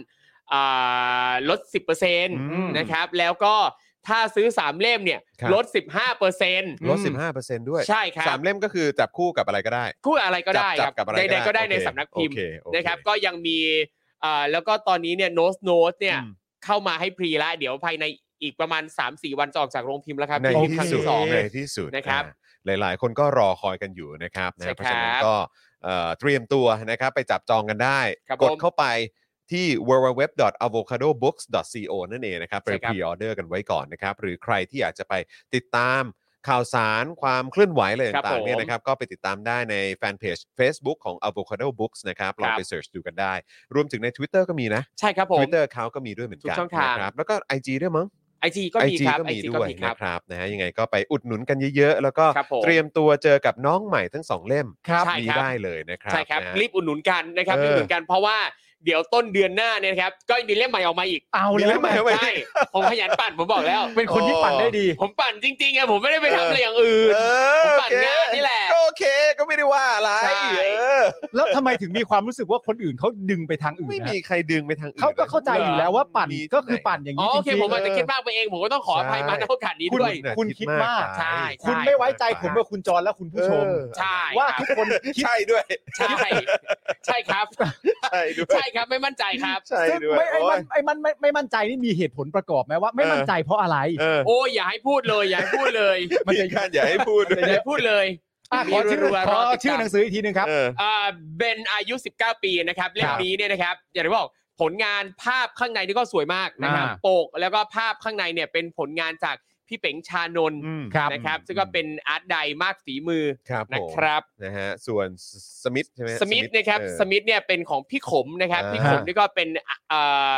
S4: อ่าลด 10%
S2: ม
S4: นะครับ แล้วก็ถ้าซื้อ 3 เล่มเนี่ย
S2: ครับ
S4: ลด 15%
S2: ลด 15%ด้วย
S4: ใช่ครับ
S2: สามเล่มก็คือจับคู่กับอะไรก็ได้
S4: คู่อะไรก็ได้
S2: จั
S4: ครับ
S2: จักับอะไร
S4: ใดๆก็ได้ใน
S2: โอเค
S4: สำนักพิม
S2: โอ
S4: พ์
S2: เคโอเ
S4: นะครับ ก็ยังมีอ่าแล้วก็ตอนนี้เนี่ยโน้ตโน้ตเนี่ย
S2: อืม
S4: เข้ามาให้พรีละเดี๋ยวภายในอีกประมาณ 3-4 วันจะออกจากโรงพิมพ์แล้วครับ
S2: ใน
S4: พิมพ์
S2: ที่
S4: ครั้ง
S2: สุด
S4: ที่สอง
S2: ในที่สุด
S4: นะครับ
S2: อ่าหลาย ๆ คนก็รอคอยกันอยู่นะครับ
S4: ใช่
S2: นะเพ
S4: ครั
S2: ราะ
S4: บ
S2: ฉะนั้นก็เอ่อเตรียมตัวนะครับไปจับจองกันได้
S4: ครับ
S2: กด
S4: ผม
S2: เข้าไปที่ www.avocadobooks.co นั่นเองนะครับไป
S4: ใช่
S2: พ
S4: ครับ
S2: รีออเดอร์กันไว้ก่อนนะครับ หรือใครที่อยากจะไปติดตามข่าวสารความเคลื่อนไหวอะไร
S4: ครับ
S2: ต่างๆเนี่ย
S4: ผม
S2: นะครับก็ไปติดตามได้ในแฟนเพจ Facebook ของ Avocado Books นะครับลอง
S4: ครับ
S2: ไปเสิร์ชดูกันได้ รวมถึงใน Twitter ก็มีนะ
S4: ใช่ครับผม
S2: Twitter เขาก็มีด้วยเหมือนกัน
S4: ทุกช่องทาง
S2: นะครับแล้วก็ IG ด้วยมั้ง
S4: ไอจีก็มีครับไอจีก็
S2: ด้วย
S4: มีครั
S2: นะ
S4: บ
S2: ครับนะฮะยังไงก็ไปอุดหนุนกันเยอะๆ แล้วก็
S4: ครับผม
S2: เตรียมตัวเจอกับน้องใหม่ทั้งสองเล่ม
S4: ครับ
S2: นี้
S4: ใช่ครับ
S2: ได้เลยนะครับ
S4: ใช่ครับ
S2: นะฮะ
S4: รีบอุดหนุนกันนะครับ
S2: เออ
S4: รีบอุดหนุนกันเพราะว่าเดี๋ยวต้นเดือนหน้าเนี่ยนะครับ ก็มีเล่มใหม่ออกมาอีก
S3: เอา
S2: มี
S3: แล้
S2: เรื่อง
S3: ว
S2: ใหม่ไหม
S4: ใช่ผมขยันปั่นผมบอกแล้ว
S3: เป็นคนที่ปั่นได้ดี
S4: ผมปั่นจริงๆไงผมไม่ได้ไปทำอะไรอย่างอื่น
S2: เออ
S4: ผมปั่นงานนี่แหละ
S2: ก็โอเคก็ไม่ได้ว่าอะไร
S4: ใช่
S2: เออ
S3: แล้วทำไมถึงมีความรู้สึกว่าคนอื่นเขาดึงไปทางอื่น
S2: ไม่
S3: นะ
S2: มีใครดึงไปทางอื่น
S3: เขาก็เข้าใจอยู่แล้วว่าปั่น
S2: มีที่
S3: ก็คือ
S2: ไหน
S3: ปั่นอย่าง
S4: อ๋อ
S3: นี้จ
S4: โอเค
S3: ริง
S4: ผมอาจจะคิดมากไปเองผมก็ต้องขออภัยมาในโอกาสนี้
S3: ๆคุณ
S4: ด้วย
S2: น่ะ
S3: คุณ
S2: คิ
S3: คิ
S2: ด
S3: ด
S2: มาก
S3: มาก
S2: ใช่
S3: คุณไม่ไว้ใจผมกับคุณจรและคุณผู้ชม
S2: เออ
S4: ใช่
S3: ว่า
S4: ค
S3: ทุ
S4: รับ
S3: กคนคิด
S2: ใช่ด้วย
S4: ใช่ใช่ครับ
S2: ใช่ด้วย
S4: ใช่ครับไม่มั่นใจครับ
S2: ใช่
S3: ซึ่ง
S2: ด้วย
S3: ไม่ไอ้มัน
S2: โย
S3: ไอ้มันไม่ไม่มั่นใจนี่มีเหตุผลประกอบไหมว่าไม่
S2: เออ
S3: มั่นใจเพราะอะไร
S2: เออ
S4: โอ้ยอย่าให้พูดเลยอย่าให้พูดเลย
S2: มันจะการอย่าให้พูด
S4: อย่าให้พูดเลย
S3: อ่ะขอชื่อ
S4: รัวๆ
S3: ขอ
S4: รติดตาม
S3: ชื่อหนังสืออีกทีหนึ่งครับ
S2: เออ
S4: อ่าเบนอายุ 19 ปีนะครับเล่
S3: ค
S4: ม
S3: รับ
S4: นี้เนี่ยนะครับอย่างที่บอกผลงานภาพข้างในนี่ก็สวยมากนะครับ
S3: อ่า
S4: โปกแล้วก็ภาพข้างในเนี่ยเป็นผลงานจากพี่เป๋งชานนท์
S2: อืม
S3: ครับ
S4: นะครับ ซึ่งก็เป็นอาร์ตไดมากฝีมือ
S2: ครับ
S4: นะ
S2: ผม
S4: ครับ
S2: นะฮะส่วนสมิธใช่ไหม
S4: สมิธนะครับ
S2: เออ
S4: สมิธเนี่ยเป็นของพี่ขมนะครับ
S2: อ่า
S4: พี่ขมนี่ก็เป็นอ่ะเอ่อ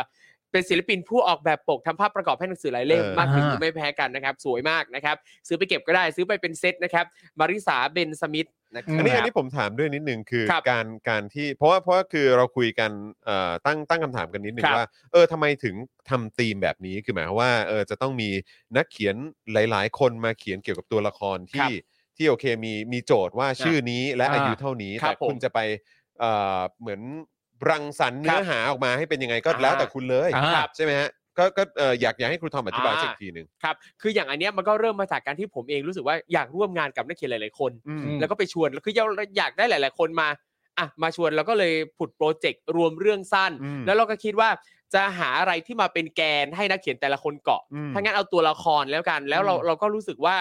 S4: เป็นศิลปินผู้ออกแบบปกทำภาพประกอบให้หนังสือหลายเล่ม
S2: เออ
S4: มากถึง
S3: อ่า
S4: ไม่แพ้กันนะครับ สวยมากนะครับ ซื้อไปเก็บก็ได้ซื้อไปเป็นเซตนะครับ มาริสาเบนสมิธนะค
S2: อันนี้อัน
S4: รับ
S2: นี้ผมถามด้วยนิดนึงคือ
S4: ครับ
S2: การการที่เพราะว่าเพราะว่าคือเราคุยกันเอ่อตั้งตั้งคำถามกันนิดนึง
S4: ครับ
S2: ว่าเออทำไมถึงทำธีมแบบนี้คือหมายความว่าเออจะต้องมีนักเขียนหลาย ๆ คนมาเขียนเกี่ยวกับตัวละครที่ที่โอเคมีมีโจทย์ว่าชื่อนี้และอายุเท่านี้
S4: ครั
S2: แต่
S4: บผม
S2: คุณจะไปเอ่อเหมือน รังสรรค์
S4: ครั
S2: เนื้
S4: บ
S2: อหาออกมาให้เป็นยังไงก็แล้วแต่คุณเลย
S3: อ่า
S2: ครับใช่ไหมฮะก็ก็เอ่ออยากอยากให้ครูทอมอธิบาย
S4: อ่า
S2: สักทีหนึ่ง
S4: ครับ คืออย่างอันเนี้ยมันก็เริ่มมาจากการที่ผมเองรู้สึกว่าอยากร่วมงานกับนักเขียนหลาย ๆ คน
S2: อืม
S3: อืม
S4: แล้วก็ไปชวนแล้วคืออยากได้หลาย ๆ คนมาอ่ะมาชวนแล้วก็เลยผุดโปรเจกต์รวมเรื่องสั้น
S2: อืม
S4: แล้วเราก็คิดว่าจะหาอะไรที่มาเป็นแกนให้นักเขียนแต่ละคนเกาะ
S2: อืม
S4: ถ้างั้นเอาตัวละครแล้วกัน แล้วเรา
S2: อืม
S4: เราก็รู้สึกว่า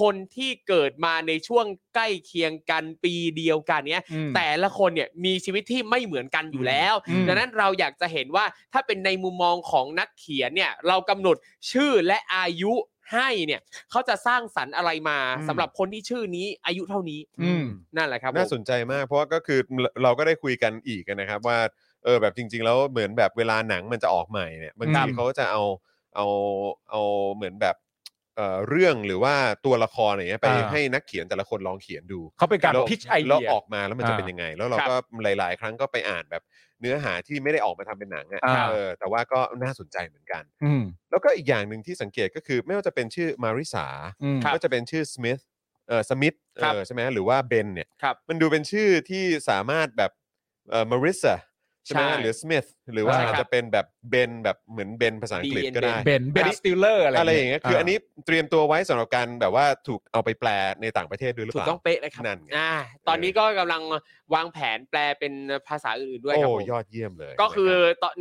S4: คนที่เกิดมาในช่วงใกล้เคียงกันปีเดียวกันเนี้ย
S3: อืม
S4: แต่ละคนเนี่ยมีชีวิตที่ไม่เหมือนกันอยู่แล้ว
S3: อืม
S4: ดังนั้นเราอยากจะเห็นว่าถ้าเป็นในมุมมองของนักเขียนเนี่ยเรากำหนดชื่อและอายุให้เนี่ยเขาจะสร้างสรรค์อะไรมา
S2: อืม
S4: สำหรับคนที่ชื่อนี้อายุเท่านี้
S3: อืม
S4: นั่นแหละครับผม
S2: น่าสนใจมาก เพราะว่าก็คือเราก็ได้คุยกันอีกนะครับ ว่าเออแบบจริง ๆ แล้วเหมือนแบบเวลาหนังมันจะออกใหม่เนี่ยบาง
S3: ครั
S2: ที
S3: บ
S2: เขาจะเอาเอาเอาเหมือนแบบเอ่อเรื่องหรือว่าตัวละครอะไรเงี้ยไป
S3: อ่า
S2: ให้นักเขียนแต่ละคนลองเขียนดู
S3: เขาเป็นการ
S2: แล้ว
S3: พิชไอเดี
S2: แล้ว
S3: ย
S2: ออกมาแล้วมันจะเป็นยังไง แล้วเรา
S4: ครับ
S2: ก็หลาย ๆ ครั้งก็ไปอ่านแบบเนื้อหาที่ไม่ได้ออกมาทำเป็นหนังอ่ะ
S3: อ่า
S2: เออแต่ว่าก็น่าสนใจเหมือนกัน
S3: อืม
S2: แล้วก็อีกอย่างหนึ่งที่สังเกตก็คือไม่ว่าจะเป็นชื่อมาริสา
S3: อืม
S2: ก็จะเป็นชื่อสมิธเออสมิธเอ
S4: ครับ
S2: อใช่ไหมหรือว่าเบนเนี่ย
S4: ครับ
S2: มันดูเป็นชื่อที่สามารถแบบเออมาริสาใช่ไหม
S4: ใช่
S2: หรือสมิธหรือว่า
S4: ใช่
S2: อาจ
S4: ครับ
S2: จะเป็นแบบเบนแบบเหมือนเบนภาษาอังกฤษ
S4: Ben
S2: ก็ได้
S3: เบนเบน
S2: ครับ
S3: สติลเลอร์อะไร
S2: อะไรอย่างเงี้ยคืออันนี้เตรียมตัวไว้สำหรับการแบบว่าถูกเอาไปแปลในต่างประเทศด้วยหรือเป
S4: ถูก
S2: ล่า
S4: ต้องเป๊ะเลยครับ
S2: นั่นไง
S4: อ่าตอนนี้ก็กำลังวางแผนแปลเป็นภาษาอื่นๆด้วยครับ
S2: โอ้
S4: ผม
S2: ยอดเยี่ยมเลย
S4: ก็คือ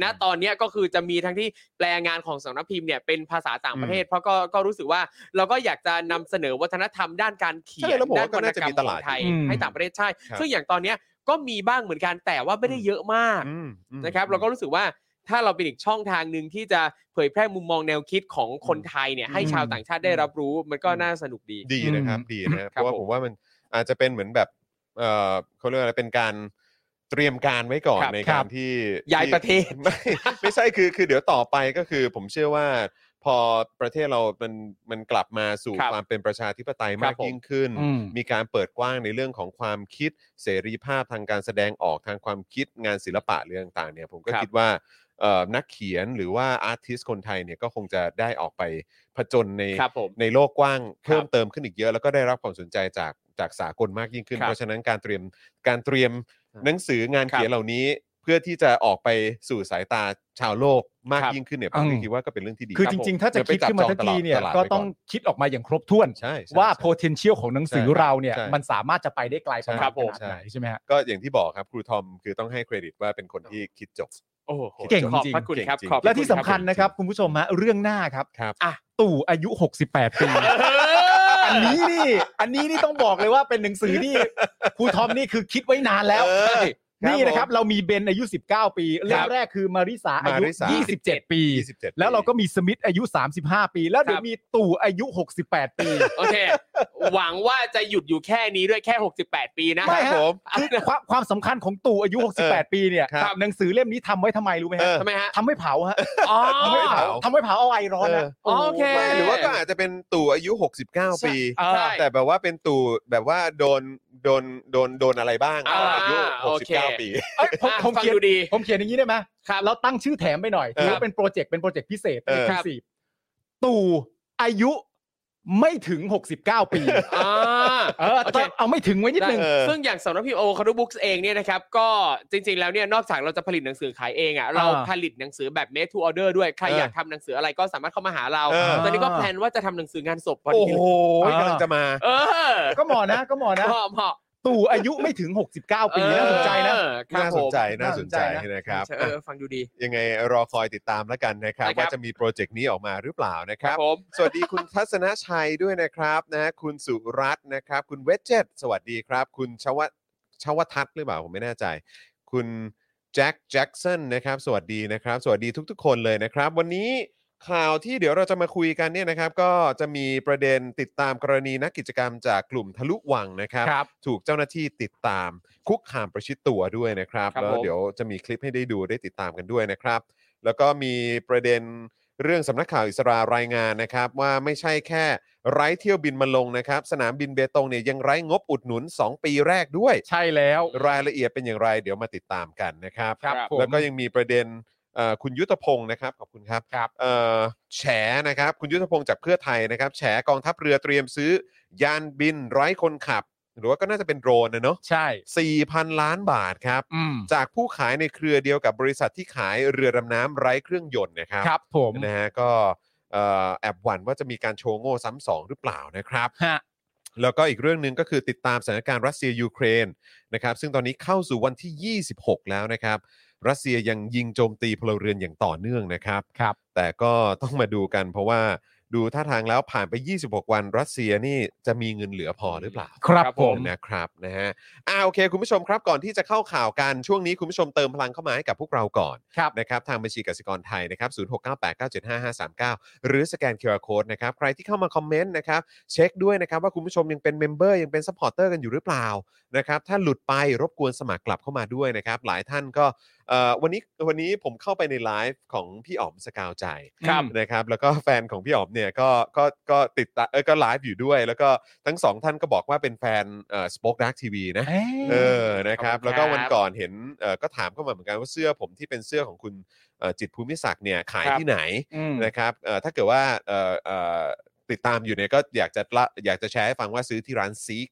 S2: นะรับ
S4: ตอนณตอนเนี้ยก็คือจะมีทั้งที่แปลงานของสำนักพิมพ์เนี่ยเป็นภาษาต่างประเทศ เพราะก็ก็รู้สึกว่าเราก็อยากจะนำเสนอวัฒนธรรมด้านการเขีย
S2: ใช่
S4: น
S2: แล้วผม
S4: ด้า
S2: ว่าน ก็
S4: วรรณ
S2: น่าจะ
S4: กรร
S2: มี
S4: ม
S2: ต
S4: ข
S2: ลา
S4: อ
S2: ด
S4: งไทย
S3: อยู่
S4: ให้ต่างประเทศใช่
S2: ครับ
S4: ซึ่งอย่างตอนเนี้ยก็มีบ้างเหมือนกันแต่ว่าไม่ได้เยอะมาก
S2: อืมอืม
S4: นะครับเราก็รู้สึกว่าถ้าเราเป็นอีกช่องทางหนึ่งที่จะเผยแพร่มุมมองแนวคิดของคนไทยเนี่ยให้
S3: อืม
S4: ชาวต่างชาติได้รับรู้มันก็น่าสนุกดี
S2: ดี
S3: อืม
S2: นะครับดีนะครับเพ
S4: ครับ
S2: ราะว่า
S4: ผม
S2: ผมว่ามันอาจจะเป็นเหมือนแบบเออเขาเรียกว่าอะไรเป็นการเตรียมการไว้ก่อน
S4: ครับ
S2: ใน
S3: ครั
S2: การ
S3: บ
S2: ที่
S4: ย้ายประเทศ
S2: ไม่ ไม่ใช่คือคือเดี๋ยวต่อไปก็คือ ผมเชื่อว่าพอประเทศเรามันมันกลับมาสู่
S4: ครับ
S2: ความเป็นประชาธิปไตย
S4: ครั
S2: มาก
S4: บผม
S2: ยิ่งขึ้น
S3: อืม
S2: มีการเปิดกว้างในเรื่องของความคิดเสรีภาพทางการแสดงออกทางความคิดงานศิลปะเรื่องต่างๆเนี่ยผมก็
S4: ครับ
S2: คิดว่าเอ่อนักเขียนหรือว่าอาร์ติสคนไทยเนี่ยก็คงจะได้ออกไปผจญใน
S4: ครับผม
S2: ในโลกกว้างเพิ่มเติมขึ้นอีกเยอะ แล้วก็ได้รับความสนใจจากจากสากลมากยิ่งขึ้น
S4: ครับ
S2: เพราะฉะนั้นการเตรียมการเตรียมหนังสืองาน
S4: ครับ
S2: เขียนเหล่านี้ เพื่อที่จะออกไปสู่สายตาชาวโลกมาก
S4: ครับ
S2: ยิ่งขึ้นเนี่ยผม
S3: อื
S2: ก็
S3: ม
S2: คิดว่าก็เป็นเรื่องที่ดี
S3: คือ
S2: รับ
S3: จริง
S2: ผม
S3: ๆ ถ้าจะ
S2: เดี๋ยวไป
S3: คิดขึ้นมา
S2: จับ
S3: ทั
S2: จ
S3: นทีเนี่ย
S2: ตลาด
S3: ก็
S2: ไว้
S3: ต้องคิดออกมาอย่างครบถ้วน
S2: ใช่ใช่
S3: ว่า
S2: ใช่
S3: potential ของหนังสือ
S2: ใช่
S3: เราเนี่ย
S2: ใช่
S3: มันสามารถจะไปได้ไกลประมาณ
S2: ครับผม
S3: ขนาดไหนใช่ไหมฮะ
S2: ก็อย่างที่บอกครับครูทอมคือต้องให้เครดิตว่าเป็นคนที่คิดจบ
S4: โอ้โห
S3: เก่ง
S4: ขอบ
S3: จริง
S4: พระคุณครับ
S2: เก่งจริง
S4: ขอบพร
S3: และที่สำคัญ
S4: ณ
S3: นะครับ คุณผู้ชมฮะเรื่องหน้าครับ
S2: ครับ
S3: ตู่อายุ 68 ปี
S4: รับ
S3: อันนี้นี่ อันนี้นี่ต้องบอกเลยว่าเป็นหนังสือที่ ครูทอมนี่คือคิดไว้นานแล้ว
S2: เออ
S3: ใช่นี่
S2: ครับ
S3: นะครับ เรามีเบนอายุ 19 ปีเรื่องแรกคือมาริสาอายุ
S2: มาริสา
S3: 27 ปี
S2: 27
S3: แล้วเราก็มีสมิธอายุ 35 ปี แล้วเดี๋ยวมีตู่อายุ 68 ปี
S4: โอเค หวังว่าจะหยุดอยู่แค่นี้ด้วยแค่ 68 ปีนะ
S2: ค
S3: ไม่
S2: รับผม
S3: คือความความสำคัญของตู่อายุ 68 ปีเนี่ย
S2: ครับ
S3: หนังสือเล่มนี้ทำไว้ทำไมรู้ไหม
S2: เออ
S3: ฮะ
S4: ทำไมฮะ
S3: ทำให้เผาฮะ
S4: อ๋อ
S2: ทำไมเผา
S3: ทำให้เผาเอาไอร้อนนะ
S4: เออโอเค
S2: ไม่หรือว่าก็อาจจะเป็นตู่อายุ 69 ปี
S4: ใช่ใช่
S2: แต่แบบว่าเป็นตู่แบบว่าโดนโดนโดนโดนอะไรบ้าง
S4: อ่า
S2: อายุ
S4: โอเค
S2: 69 ปี
S3: เอ้ยผม
S4: อ่ะ
S3: ผม
S4: ฟัง
S3: เขียน
S4: ดูดี
S3: ผมเขียนอย่างนี้ได้ไหม
S4: ครับ
S3: เราตั้งชื่อแถมไปหน่อย
S2: เออ
S3: ถือว่าเป็นโปรเจกต์เป็นโปรเจกต์พิเศษ
S2: เออ
S3: เป็น exclusive ตู่อายุไม่ถึง 69 ปี
S4: อ่า
S3: เออ
S4: โอเค
S3: ต้องเอาไม่ถึงไว้นิดนึง
S2: เออ
S4: ซึ่งอย่างสำนักพิมพ์โอคารุบุ๊กเองเนี่ยนะครับ ก็จริงๆแล้วเนี่ยนอกจากเราจะผลิตหนังสือขายเองอ่ะเราผลิตหนังสือแบบ made to order ด้วย ใคร
S2: เอออย
S4: อากทำหนังสืออะไรก็สามารถเข้ามาหาเรา
S2: เออ
S4: ตอนนี้ก็แพลนว่าจะทำหนังสืองานศพพอ
S2: โอ้
S4: ดี
S2: โห
S4: เลย
S3: อ่าก
S2: กำลังจะมา
S4: เออ
S3: ก็เหมอนะก็เหมอนะ
S4: เหมาะเหมาะ
S3: ตู่อายุไม่ถึง 69 ปีน่าสนใจนะ
S4: เออครับ
S2: น่าสนใจ
S4: ผม
S2: น่าสนใจ
S3: น่าสนใจนะ
S2: นะครับ
S4: เออ
S2: อ่ะ
S4: ฟังดูดี
S2: ยังไงรอคอยติดตามแล้วกันนะครับ
S4: นะครับ
S2: ว่าจะมีโปรเจกต์นี้ออกมาหรือเปล่านะค
S4: ครั
S2: รั
S4: บบ ผม
S2: สวัสดีคุณ ทัศนชัยด้วยนะครับนะคุณสุรัตน์นะครับ คุณเวจเจตสวัสดีครับ คุณชวะชวทัศน์หรือเปล่าผมไม่แน่ใจ คุณแจ็คแจ็คสันนะครับสวัสดีนะครับ สวัสดีทุกๆ คนเลยนะครับ วันนี้ข่าวที่เดี๋ยวเราจะมาคุยกันเนี่ยนะครับ ก็จะมีประเด็นติดตามกรณีนักกิจกรรมจากกลุ่มทะลุวังนะครับ
S3: ครับ
S2: ถูกเจ้าหน้าที่ติดตามคุกคามประชิดตัวด้วยนะครับ
S4: ครับ
S2: แล้ว
S4: ผม
S2: เดี๋ยวจะมีคลิปให้ได้ดูได้ติดตามกันด้วยนะครับ แล้วก็มีประเด็นเรื่องสำนักข่าวอิสรารายงานนะครับ ว่าไม่ใช่แค่ไร้เที่ยวบินมาลงนะครับ สนามบินเบตงเนี่ยยังไร้งบอุดหนุน 2 ปีแรกด้วย
S3: ใช่แล้ว
S2: รายละเอียดเป็นอย่างไร เดี๋ยวมาติดตามกันนะครับ
S3: ครับผม
S2: แล้วก็ยังมีประเด็นเอ่อคุณยุทธพงศ์นะครับขอบคุณครับ
S3: ครับ
S2: เอ่อแฉนะครับคุณยุทธพงศ์จากเพื่อไทยนะครับ แฉกองทัพเรือเตรียมซื้อ ยานบินไร้คนขับ หรือว่าก็น่าจะเป็นโดรนนะเนาะ
S3: ใช่
S2: 4,000 ล้านบาทครับ
S3: อืม
S2: จากผู้ขายในเครือเดียวกับบริษัทที่ขายเรือดำน้ำไร้เครื่องยนต์นะครับ
S3: ครับผม
S2: นะฮะก็เอ่อแอบหวั่นว่าจะมีการโชว์โง่ซ้ำสองหรือเปล่านะครับ
S3: ฮะ
S2: แล้วก็อีกเรื่องหนึ่งก็คือติดตามสถานการณ์รัสเซียยูเครนนะครับซึ่งตอนนี้เข้าสู่วันที่ 26 แล้วนะครับ รัสเซียยังยิงโจมตีพลเรือนอย่างต่อเนื่องนะครับ
S3: ครับ
S2: แต่ก็ต้องมาดูกันเพราะว่าดูท่าทางแล้วผ่านไป 26 วัน รัสเซียนี่จะมีเงินเหลือพอหรือเปล่า
S3: ครับผม
S2: นะครับนะฮะอ่าโอเค คุณผู้ชมครับก่อนที่จะเข้าข่าวกันช่วงนี้คุณผู้ชมเติมพลังเข้ามาให้กับพวกเราก่อน
S3: ครับ
S2: นะครับทางบัญชีกสิกรไทยนะครับศูนย์หกเหรือสแกน QR Code นะครับใครที่เข้ามาคอมเมนต์นะครับเช็คด้วยนะครับว่าคุณผู้ชมยังเป็นเมมเบอร์ยังเป็นซัพพอร์เตอร์กันอยู่หรือเปล่านะครับถ้าหลุดไปรบกวนสมัครกลับเข้ามาด้วยนะครับหลายท่านก็เอ่อวันนี้วันนี้ผมเข้าไปในไลฟ์ของพี่อ๋อมสกาวใจ
S3: ครับ
S2: นะครับแล้วก็แฟนของพี่อ๋อมเนี่ยก็ก็ก็ติดตาเออก็ไลฟ์อยู่ด้วย แล้วก็ทั้งสองท่านก็บอกว่าเป็นแฟนเอ่อสป็อคดักทีวีนะ
S3: เอ๊
S2: เอะ อนะครับ
S4: ขอบคุณครับ
S2: แล้วก็วันก่อนเห็นเอ่อก็ถามเข้ามาเหมือนกันว่าเสื้อผมที่เป็นเสื้อของคุณเอ่อจิตรภูมิศักดิ์เนี่ยขาย
S5: ครับ
S2: ที่ไหนนะครับเอ่อถ้าเกิดว่าเอ่อเอ่อติดตามอยู่เนี่ยก็อยากจะละอยากจะแชร์ให้ฟังว่าซื้อที่ร้านซีก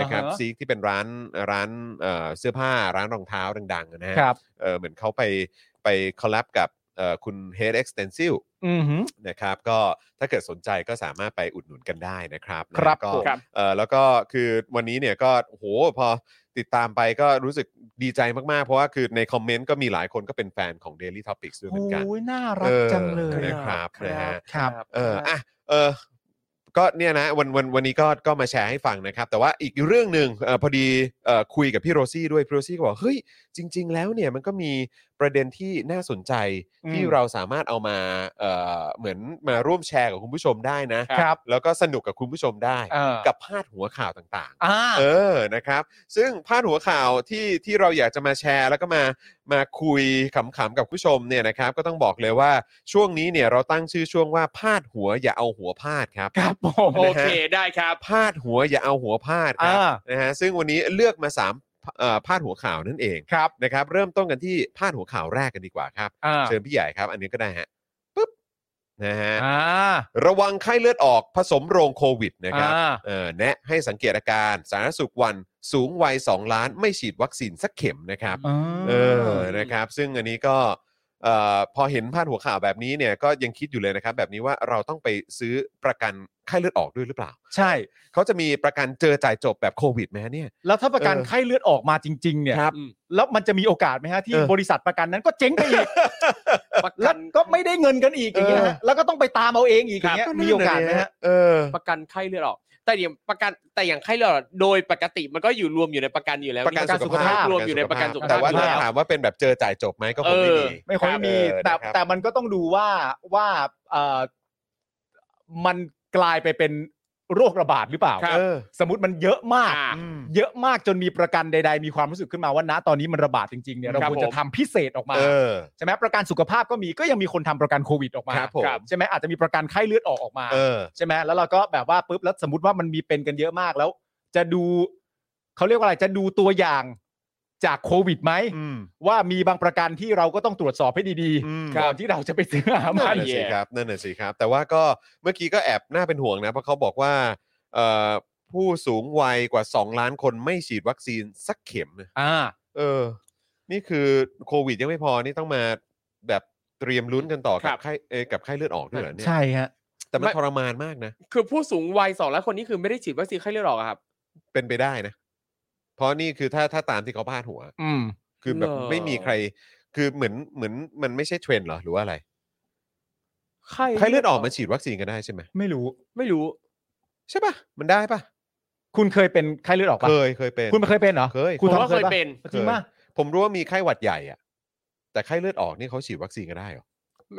S2: นะครับซีกที่เป็นร้านร้านเอ่อเสื้อผ้าร้านรองเท้าดังๆนะฮะ
S3: ครับ
S2: เออเหมือนเขาไปไปคอลแลบกับเอ่อคุณ Head Extensive
S3: อืมฮึ
S2: นะครับก็ถ้าเกิดสนใจก็สามารถไปอุดหนุนกันได้นะครับ
S3: ครับ
S2: นะก็
S3: ผม
S2: เอ่อแล้วก็คือวันนี้เนี่ยก็โอ้โหพอติดตามไปก็รู้สึกดีใจมาก ๆ เพราะว่าคือในคอมเมนต์ก็มีหลายคนก็เป็นแฟนของ Daily Topics ด้วยเหมือนกัน
S3: โอ้ยน่ารักจังเลย
S2: เออนะ
S3: อะ
S2: ครับนะฮะ
S3: ครับ
S2: เอออ่ะเออก็เนี่ยนะวันวันวันนี้ก็ก็มาแชร์ให้ฟังนะครับ แต่ว่าอีกเรื่องหนึ่งเออพอดีเออคุยกับพี่โรซี่ด้วยพี่โรซี่ก็บอกเฮ้ยจริง ๆ แล้วเนี่ยมันก็มีประเด็นที่น่าสนใจที่
S3: อืม
S2: เราสามารถเอามาเออเหมือนมาร่วมแชร์กับคุณผู้ชมได้นะ
S3: ครับ
S2: แล้วก็สนุกกับคุณผู้ชมได้
S3: เออ
S2: กับพาดหัวข่าวต่าง
S3: อ่า
S2: ๆ เออนะครับ ซึ่งพาดหัวข่าวที่ที่เราอยากจะมาแชร์ แล้วก็มามาคุยขำๆกับผู้ชมเนี่ยนะครับ ก็ต้องบอกเลยว่าช่วงนี้เนี่ยเราตั้งชื่อช่วงว่าพาดหัวอย่าเอาหัวพาดครับ
S3: ครับผม
S4: โอเคได้ครับ
S2: พาดหัวอย่าเอาหัวพาดครั
S3: อ่า
S2: บนะฮะซึ่งวันนี้เลือกมา3เอ่อพาดหัวข่าวนั่นเอง
S3: ครับ
S2: นะครับ เริ่มต้นกันที่พาดหัวข่าวแรกกันดีกว่าครับ
S3: อ่า
S2: เชิญพี่ใหญ่ครับ อันนี้ก็ได้ฮะปุ๊บนะฮะ
S3: อ่า
S2: ระวังไข้เลือดออกผสมโรงโควิดนะครับ
S3: อ่า
S2: เออแนะให้สังเกตอาการสาธารณสุขวันสูงวัย 2 ล้านไม่ฉีดวัคซีนสักเข็มนะครับ
S3: อ่า
S2: เออนะครับ ซึ่งอันนี้ก็เอ่อพอเห็นพาดหัวข่าวแบบนี้เนี่ยก็ยังคิดอยู่เลยนะครับ แบบนี้ว่าเราต้องไปซื้อประกันไข้เลือดออกด้วยหรือเปล่า
S3: ใช่
S2: เขาจะมีประกันเจอจ่ายจบแบบโควิดไหมฮะเนี่ย
S3: แล้วถ้าประกัน
S2: เออ
S3: ไข้เลือดออกมาจริง ๆ เนี่ย
S2: ครับ
S3: แล้วมันจะมีโอกาสไหมฮะที่
S2: เออ
S3: บริษัทประกันนั้นก็เจ๊งไปอีก
S4: ประ
S3: แล้
S4: กั
S3: วน ก็ไม่ได้เงินกันอีกอย่างเงี้ยฮะแล้วก็ต้องไปตามเอาเองอีกอ
S4: ครับ
S3: ย่างเงี้ยมีโอกาสไหมฮะ
S2: เออ
S4: ประกันไข้เลือดออก แต่อย่างประกันแต่อย่างไข้เลือดออกโดยปกติมันก็อยู่รวมอยู่ในประกันอยู่แล้ว
S2: ประกัน
S4: มี
S2: สุขภาพ
S4: รวมอยู่ในประกันสุขภาพ
S2: แต่ว่า
S4: อยู่
S2: ถ้า
S4: ล้
S2: ถามว่าเป็นแบบเจอจ่ายจบไหมก็คงไม่มี
S4: เออ
S3: ไม่ค่อยมี
S2: ครับเออนะค
S3: แต่
S2: รับ
S3: แต่มันก็ต้องดูว่าว่าเอ่อมันกลายไปเป็นโรคระบาดหรือเปล่า
S4: ครับ
S2: เออ
S3: สมมติมันเยอะมาก
S4: อ่า
S2: อืม
S3: เยอะมากจนมีประกันใด ๆ มีความรู้สึกขึ้นมาว่าณตอนนี้มันระบาดจริงๆเนี่ยเรา
S4: ครับ
S3: ควรจะ
S4: ผม
S3: ทำพิเศษออกมา
S2: เออ
S3: ใช่ไหมประกันสุขภาพก็มีก็ยังมีคนทำประกันโควิดออกมา
S2: ครับผม
S3: ใช่ไหมอาจจะมีประกันไข้เลือดออกออกมา
S2: เออ
S3: ใช่ไหมแล้วเราก็แบบว่าปุ๊บแล้วสมมติว่ามันมีเป็นกันเยอะมากแล้ว จะดูเขาเรียกว่าอะไรจะดูตัวอย่างจากโควิดไหม
S2: อืม
S3: ว่ามีบางประกันที่เราก็ต้องตรวจสอบให้ดี
S2: อืม
S3: ก่อนที่เราจะไปซื้อหา
S2: นั่
S3: มาน
S2: น่ะ
S3: อีก
S2: สิครับนั่นน่ะสิครับ แต่ว่าก็เมื่อกี้ก็แอบน่าเป็นห่วงนะ เพราะเขาบอกว่าเอ่อผู้สูงวัยกว่า 2 ล้านคนไม่ฉีดวัคซีนสักเข็มนะ
S3: อ่า
S2: เออ นี่คือโควิดยังไม่พอนี่ต้องมาแบบเตรียมลุ้นกันต่อ
S4: ค
S2: กั
S4: รั
S2: บบ ไข้เอ่อกับไข้เลือดออกด้วยเหรอเนี่ย
S3: ใช่ฮะ
S2: แต่มันทรมานมากนะ
S4: คือผู้สูงวัยสองและคนนี้คือไม่ได้ฉีดวัคซีนไข้เลือดออกอะครับ
S2: เป็นไปได้นะ เพราะนี่คือถ้าถ้าตามที่เขาพาดหัว
S3: อืม
S2: คือแบบ
S4: เหรอ
S2: ไม่มีใคร คือเหมือนเหมือนมันไม่ใช่เทรนด์เหรอหรือว่าอะไร
S4: ไข้
S2: ไข้เลือดออกมันฉีดวัคซีนกันได้ใช่ไหม
S3: ไม่รู้
S4: ไม่รู้
S2: ใช่ปะมันได้ปะ
S3: คุณเคยเป็นไข้เลือดออกปะ
S2: เคยเคยเป็น
S3: คุณเคยเป็นเหรอ
S2: เคย
S3: คุณ
S4: ผม
S3: ทอม
S4: ว่าเคย
S3: ปะ
S4: เป็น
S3: จริงป่ะ
S2: ผมรู้ว่ามีไข้หวัดใหญ่อะแต่ไข้เลือดออกนี่เขาฉีดวัคซีนก็ได้เหรอ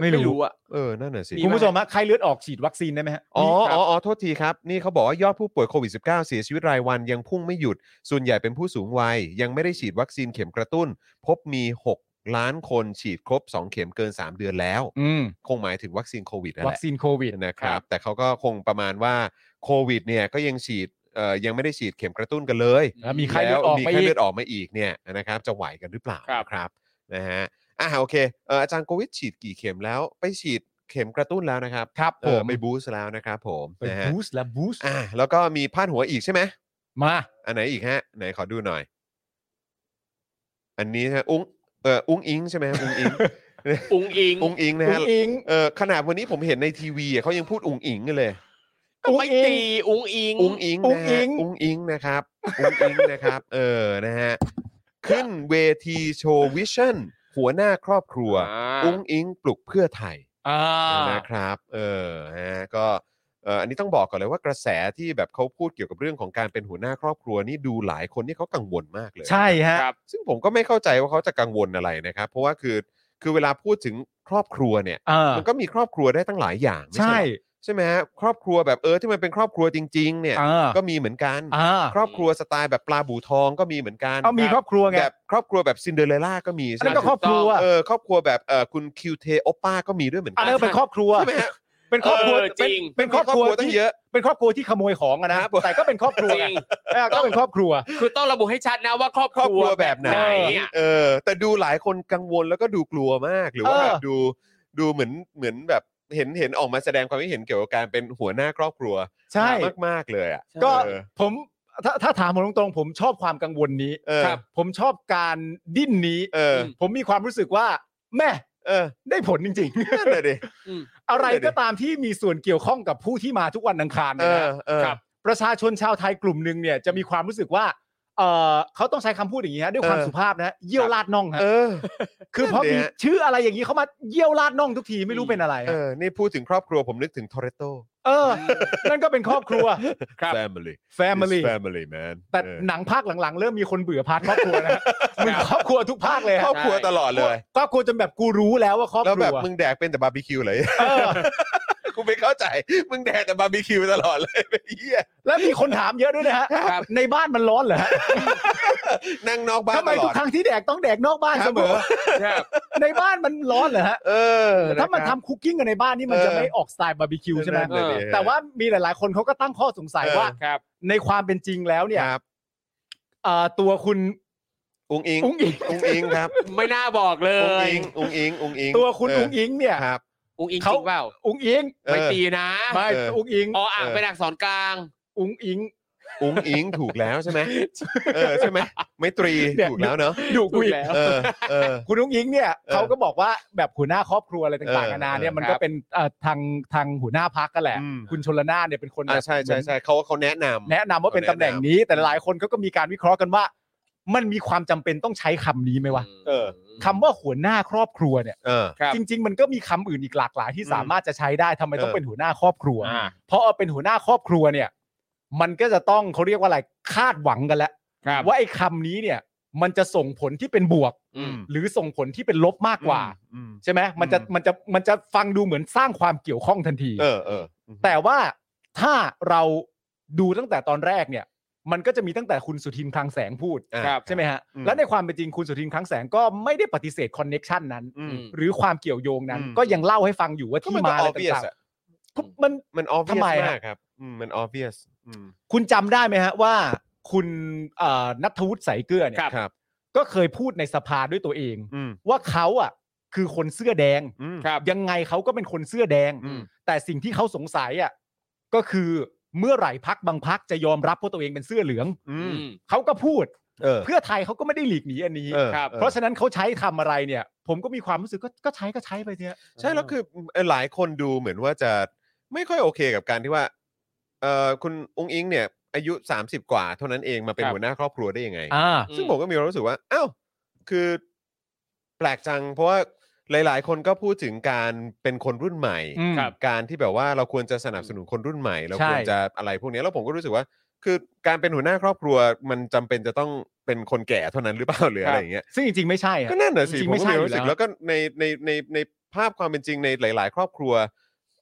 S3: ไม่รู้
S4: ไม่รู้อะ
S2: เออ นั่นน่ะสิ
S4: มี
S3: คุณผู้ชมฮะไข้เลือดออกฉีดวัคซีนได้ไหมฮะ
S2: อ๋อ
S3: มีครับ
S2: อ๋ออ๋อโทษทีครับ นี่เขาบอกว่ายอดผู้ป่วยโควิด -19 เสียชีวิตรายวันยังพุ่งไม่หยุด ส่วนใหญ่เป็นผู้สูงวัย ยังไม่ได้ฉีดวัคซีนเข็มกระตุ้น พบมี 6 ล้านคนฉีดครบ 2 เข็มเกิน 3 เดือนแล้ว
S3: อืม
S2: คงหมายถึงวัคซีนโควิดนั่นแห
S3: วั
S2: ละ
S3: คซีนโควิด
S2: นะครับ แต่เขาก็คงประมาณว่าโควิดเนี่ยก็ยังฉีดเอ่อยังไม่ได้ฉีดเข็มกระตุ้นกันเลย
S3: แล้วมีไข้เลือดออก
S2: มี
S3: มาอีก
S2: ไข้เลือดออกมาอีกเนี่ยนะครับจะไหวกันหรือเปล่า
S4: ครับ
S2: นะครับนะฮะอ่ะโอเคเอ่ออาจารย์โควิดฉีดกี่เข็มแล้วไปฉีดเข็มกระตุ้นแล้วนะครับ
S3: ครับ
S2: เอ
S3: ผ
S2: อ
S3: ม
S2: ไปบูสต์แล้วนะครับผม
S3: ไป
S2: นะฮะ
S3: บูสต์และบูสต์
S2: อ่ะแล้วก็มีพาดหัวอีกใช่ไหม
S3: มา
S2: อันไหนอีกฮะ ไหนขอดูหน่อย อันนี้ฮะอุ้งเอ่ออุ้งอิงใช่ไหมฮะอุ้งอิง
S4: อุงอิง
S2: อุ้งอิงนะ
S1: อุ้
S2: ฮะ
S1: งอิง
S2: เออขนาดวันนี้ผมเห็นในทีวีอะเขายังพูดอุ้งอิงกันเลย
S1: อุ้ง
S4: ไม่
S1: อิง
S4: ตีอุงอิง
S2: อุ้งอิง
S1: อุ๊
S2: นะ
S1: งอิ๊
S2: ฮะ
S1: ง
S2: อุ้งอิงนะครับอุ้งอิงนะครับ เออนะฮะขึ้นเวทีโชว์วิชั่นหัวหน้าครอบครัว
S4: อ่า
S2: อุ้งอิงปลุกเพื่อไทย
S3: อ่า
S2: นะครับ เออฮะก็เอ่ออันนี้ต้องบอกก่อนเลยว่ากระแสที่แบบเขาพูดเกี่ยวกับเรื่องของการเป็นหัวหน้าครอบครัวนี่ดูหลายคนนี่เขากังวลมากเลย
S3: ใช่ฮะ
S4: ครับ
S2: ซึ่งผมก็ไม่เข้าใจว่าเขาจะกังวลอะไรนะครับ เพราะว่าคือคือเวลาพูดถึงครอบครัวเนี่ย
S3: เออ
S2: มันก็มีครอบครัวได้ตั้งหลายอย่างไม่
S3: ใช่
S2: เหรอใช่ไหมฮะครอบครัวแบบเออที่มันเป็นครอบครัวจริง ๆ เนี่ย
S3: เออ
S2: ก็มีเหมือนกัน
S3: อ่า
S2: ครอบครัวสไตล์แบบปลาบูทองก็มีเหมือนกัน
S3: เอามีครอบครัวไง
S2: แบบครอบครัวแบบซินเดอเรลล่าก็มี
S3: อัน
S2: ใช่
S3: นั้น
S2: ไหม
S3: ก็ครอบครัว
S2: เออครอบครัวแบบเออคุณคิวเทโอป้าก็มีด้วยเหมือน
S3: อั
S2: กัน น
S3: นั้นก็เป็นครอบครัว
S2: ใช่ไหมฮะ
S3: เป็นครอบครัว
S4: เออจริง
S3: เป็นเป็นครอบครัว
S2: ตั้ง
S3: ที่
S2: เยอะ
S3: เป็นครอบครัวที่ขโมยของอะนะครับ แต่ก็เป็นครอบครัว
S4: จ
S3: ไง
S4: ริง
S3: เออก็เป็นครอบครัว
S4: คือต้องระบุให้ชัดนะว่าครอบ
S2: ครอบครัวแบบไหน
S4: อะ
S2: เออ แต่ดูหลายคนกังวลแล้วก็ดูกลัวมากหรือว่า
S3: เออ
S2: แบบดูดูเหมือนเหมือนแบบเห็นเห็นออกมาแสดงความคิดเห็นเกี่ยวกับการเป็นหัวหน้าครอบครัว
S3: ใช่
S2: มากมากๆเลยอ่ะ
S3: ก็
S2: เออ
S3: ผมถ้าถ้าถามผมตรงๆผมชอบความกังวลนี้
S2: เออ
S3: ครับ ผมชอบการดิ้นนี้
S2: เออ
S4: ม
S3: ผมมีความรู้สึกว่า แม่
S2: เออ
S3: ได้ผลจริง
S2: นั่นแหละดิ
S3: ๆ อะไร
S2: เออดิ
S3: ก็ตามที่มีส่วนเกี่ยวข้องกับผู้ที่มาทุกวันอังคาร
S2: เอ
S3: เนี่
S2: อ
S3: ยนะ
S2: เออ
S3: ครับประชาชนชาวไทยกลุ่มหนึ่งเนี่ยจะมีความรู้สึกว่าเออเขาต้องใช้คำพูดอย่างนี้ฮะด้วยความ
S2: เออ
S3: สุภาพนะฮะเยี่ยวลาดน่องฮะ
S2: เออ
S3: คือเพราะมี
S2: เนี่ย
S3: ชื่ออะไรอย่างนี้เขามาเยี่ยวลาดน่องทุกทีไม่รู้เป็นอะไร
S2: เอ
S3: ฮะ
S2: อ นี่พูดถึงครอบครัวผมนึกถึงทอร์เรโต
S3: เออ นั่นก็เป็นครอบครัว ครับ
S2: family
S3: Family
S2: It's family man
S3: แต่
S2: เออ
S3: หนังภาคหลังๆ เริ่มมีคนเบื่อพาร์ทครอบครัวนะฮะมึงครอบครัวทุกภาคเลย
S2: ค
S3: ฮะ
S2: รอบครัวตลอดเลย
S3: ครอบครัวจนแบบกูรู้แล้วว่าครอบ
S2: แล้ว
S3: ครั
S2: แบบ
S3: ว
S2: มึงแดกเป็นแต่บาร์บีคิวเลย
S3: เออ
S2: กูไม่เข้าใจ มึงแดกแต่บาร์บีคิวตลอดเลยไอ้เหี้ย
S3: แล้วมีคนถามเยอะด้วยนะฮะ
S4: ครับ
S3: ในบ้านมันร้อนเหรอฮะ
S2: นั่งนอกบ้าน
S3: ทำไม
S2: ตล
S3: ทุ
S2: อก ด
S3: ครั้งที่แดกต้องแดกนอกบ้าน
S2: ครับ
S3: เสม
S2: ผ
S3: อ
S2: ม
S4: ครับ
S3: ในบ้านมันร้อนเหรอฮะ
S2: เออ
S3: แต่ถ้ามัน
S2: นะครับ
S3: ทำคุกกิ้งกันในบ้านนี่มัน
S2: เออ
S3: จะไม่ออกสไตล์บาร์บีคิวใช่ไหม
S2: นั่นน่ะดิ
S3: แต่ว่ามีหลาย ๆ คนเขาก็ตั้งข้อสงสัย
S2: เออ
S3: ว่า
S4: ครับ
S3: ในความเป็นจริงแล้วเนี่ย
S2: ครับ
S3: เอ่อตัวคุณ
S2: อุ้งอิง
S3: อุ้งอิง
S2: อุ้งอิงครับ
S4: ไม่น่าบอกเล
S2: อุ้ง
S4: ย
S2: อิงอุ้งอิงอุ้งอิง
S3: ตัวคุณ
S2: เ
S3: อุ้งอิงเนี่ย
S2: ครับ
S4: อุงอิงจ
S3: เขา
S4: ริงเปล่า
S3: อุ้งอิง
S2: เออ
S4: ไม่ตีนะ
S3: ไม่
S2: เอออุ้
S3: อุ้งอิง
S4: ออ่าง
S2: เออ
S4: เป็นอักษรกลาง
S3: อุ้งอิง
S2: อุ้งอิงถูกแล้วใช่ไห มเออใช่ไหมไม่ตรีถูกแล้วเนอะ
S3: ดูกูอีก
S4: แล้ว
S2: เออเออ
S3: คุณอุ้งอิงเนี่ย
S2: เออ
S3: เขาก็บอกว่าแบบหัวหน้าครอบครัวอะไรต่าง
S2: เออ
S3: ๆนานาเนี่ย
S2: เออ
S3: มัน
S4: ค
S3: ก็
S4: รับ
S3: เป็นเอ่อทางทางหัวหน้าพักก็แหละ
S2: อืม
S3: คุณชนละนานเนี่ยเป็นคน
S2: อ่า
S3: แบบ
S2: ใช่
S3: เหมื
S2: ใช่
S3: อน
S2: ใช่เขาเขาแนะนำ
S3: แนะนำว่าเป็นตำแหน่งนี้ แต่หลายคนเขาก็มีการวิเคราะห์กันว่า มันมีความจำเป็นต้องใช้คำนี้ไหมวะ
S2: เออ
S3: คำว่าหัวหน้าครอบครัวเนี่ย
S2: เออ
S4: ครับ
S3: จริง ๆ มันก็มีคำอื่นอีกหลากหลายที่
S2: อืม
S3: สามารถจะใช้ได้ทำไมต้อง
S2: เออ
S3: เป็นหัวหน้าครอบครัว
S4: อ่า
S3: เพราะเอาเป็นหัวหน้าครอบครัวเนี่ย มันก็จะต้องเขาเรียกว่าอะไรคาดหวังกันแล้ว
S4: ครับ
S3: ว่าไอ้คำนี้เนี่ย มันจะส่งผลที่เป็นบวก
S4: อืม
S3: หรือส่งผลที่เป็นลบมากกว่า
S2: อืม
S3: ใช่ไหมมันจะ
S2: อืม
S3: มันจะมันจะฟังดูเหมือนสร้างความเกี่ยวข้องทันที
S2: เออเออ
S3: แต่ว่าถ้าเราดูตั้งแต่ตอนแรกเนี่ย มันก็จะมีตั้งแต่คุณสุทินคลังแสงพูด
S2: อ่า
S4: ครับ
S3: ใช่ไหมฮะ
S2: อืม
S3: และในความเป็นจริงคุณสุทินคลังแสงก็ไม่ได้ปฏิเสธคอนเน็ชันนั้น
S2: อืม
S4: อืม
S3: หรือความเกี่ยวโยงนั้น
S2: อืม
S3: ก็ยังเล่าให้ฟังอยู่ว่า
S2: ก็
S3: ที่
S2: มัน
S3: มา
S2: ก็
S3: อะไร
S2: obvious
S3: ต่าง
S2: อะ
S3: ๆก็มัน
S2: มัน obvious
S3: ทำไมอะ
S2: มากครับอืมมัน obvious อืม
S3: คุณจำได้ไหมฮะว่า คุณเอ่อนัทวุฒิใสายเกลือเนี่ย
S4: ครับ
S2: ครับ
S3: ก็เคยพูดในสภาด้วยตัวเอง
S2: อืม
S3: ว่าเขาอ่ะคือคนเสื้อแดง
S2: อืม
S4: ครับ
S3: ยังไงเขาก็เป็นคนเสื้อแดง
S2: อืม
S3: แต่สิ่งที่เขาสงสัยอ่ะก็คือเมื่อไหร่พักบางพักจะยอมรับว่าตัวเองเป็นเสื้อเหลือง
S2: อื
S4: อื
S2: ม
S4: ม
S3: เขาก็พูด
S2: เออ
S3: เพื่อไทยเขาก็ไม่ได้หลีกหนีอันนี้
S2: เออ
S4: ครับ
S2: ออ
S3: เพราะฉะนั้นเขาใช้ทำอะไรเนี่ย ผมก็มีความรู้สึกก็ก็ใช้ก็ใช้ไปเนี่ย
S2: ใช่แล้วคือเอ่อหลายคนดูเหมือนว่าจะไม่ค่อยโอเคกับการที่ว่าเอ่อคุณองค์อิงเนี่ย อายุ 30 กว่า เท่านั้นเองมาเป็น
S4: ครับ
S2: หัวหน้าครอบครัวได้ยังไง
S3: อ่า
S2: ซึ่งผมก็มีความรู้สึกว่าอ้าวคือแปลกจัง เพราะว่าหลาย ๆ คนก็พูดถึงการเป็นคนรุ่นใหม่
S3: อืมครับ
S2: การที่แบบว่าเราควรจะสนับสนุนคนรุ่นใหม่ เรา
S3: ใช่
S2: ควรจะอะไรพวกเนี้ยแล้วผมก็รู้สึกว่า คือการเป็นหัวหน้าครอบครัวมันจำเป็นจะต้องเป็นคนแก่เท่านั้นหรือเปล่า หรืออะไรอย่างเงี้ย
S3: ซึ่งจริงๆไม่ใช่อะ
S2: ก็นั่นแหะสิ
S3: จริ
S2: ผ
S3: ง
S2: ม
S3: ๆไม่
S2: ก็
S3: ใช่
S2: มี
S3: อยู่
S2: รู้สึก
S3: แล้ว
S2: แล้วก็ในในในในภาพความเป็นจริงในหลาย ๆ ครอบครัว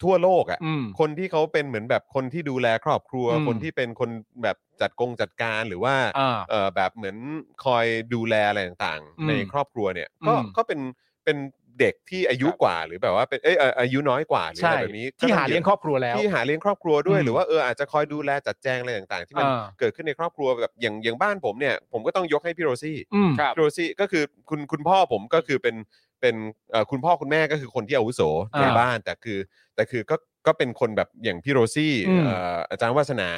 S2: ทั่วโลกอ่ะ
S3: อืม
S2: คนที่เขาเป็นเหมือนแบบคนที่ดูแลครอบครัว
S3: อืม
S2: คนที่เป็นคนแบบจัดกงจัดการหรือว่า
S3: อ่า
S2: เออแบบเหมือนคอยดูแลอะไรต่าง
S3: อื
S2: ๆ
S3: ม
S2: ในครอบครัวเนี่ยก็
S3: อืม
S2: ก็เป็นเป็นเด็กที่อายุกว่าหรือแบบว่าเป็นเอยเอ่ออายุน้อยกว่าหรืออะ
S3: ใช่
S2: ไรแบบนี้ก็
S3: ที่
S2: ต้
S3: หาเลี้ยงครอบครัวแล้ว
S2: ที่หาเลี้ยงครอบครัวด้วย
S3: อืม
S2: หรือว่าเอออาจจะคอยดูแลจัดแจงอะไรต่างๆ ที่มัน
S3: อ่า
S2: เกิดขึ้นในครอบครัวแบบอย่างอย่างบ้านผมเนี่ยผมก็ต้องยกให้พี่โรซี่
S3: อืม
S4: ครับ
S2: โรซี่ก็คือคุณคุณพ่อผมก็คือเป็นเป็นเอ่อคุณพ่อคุณแม่ก็คือคนที่อาวุโสใน
S3: อ่า
S2: บ้านแต่คือแต่คือก็ก็เป็นคนแบบอย่างพี่โรซี่
S3: อืม
S2: เอ่ออาจารย์วัฒนา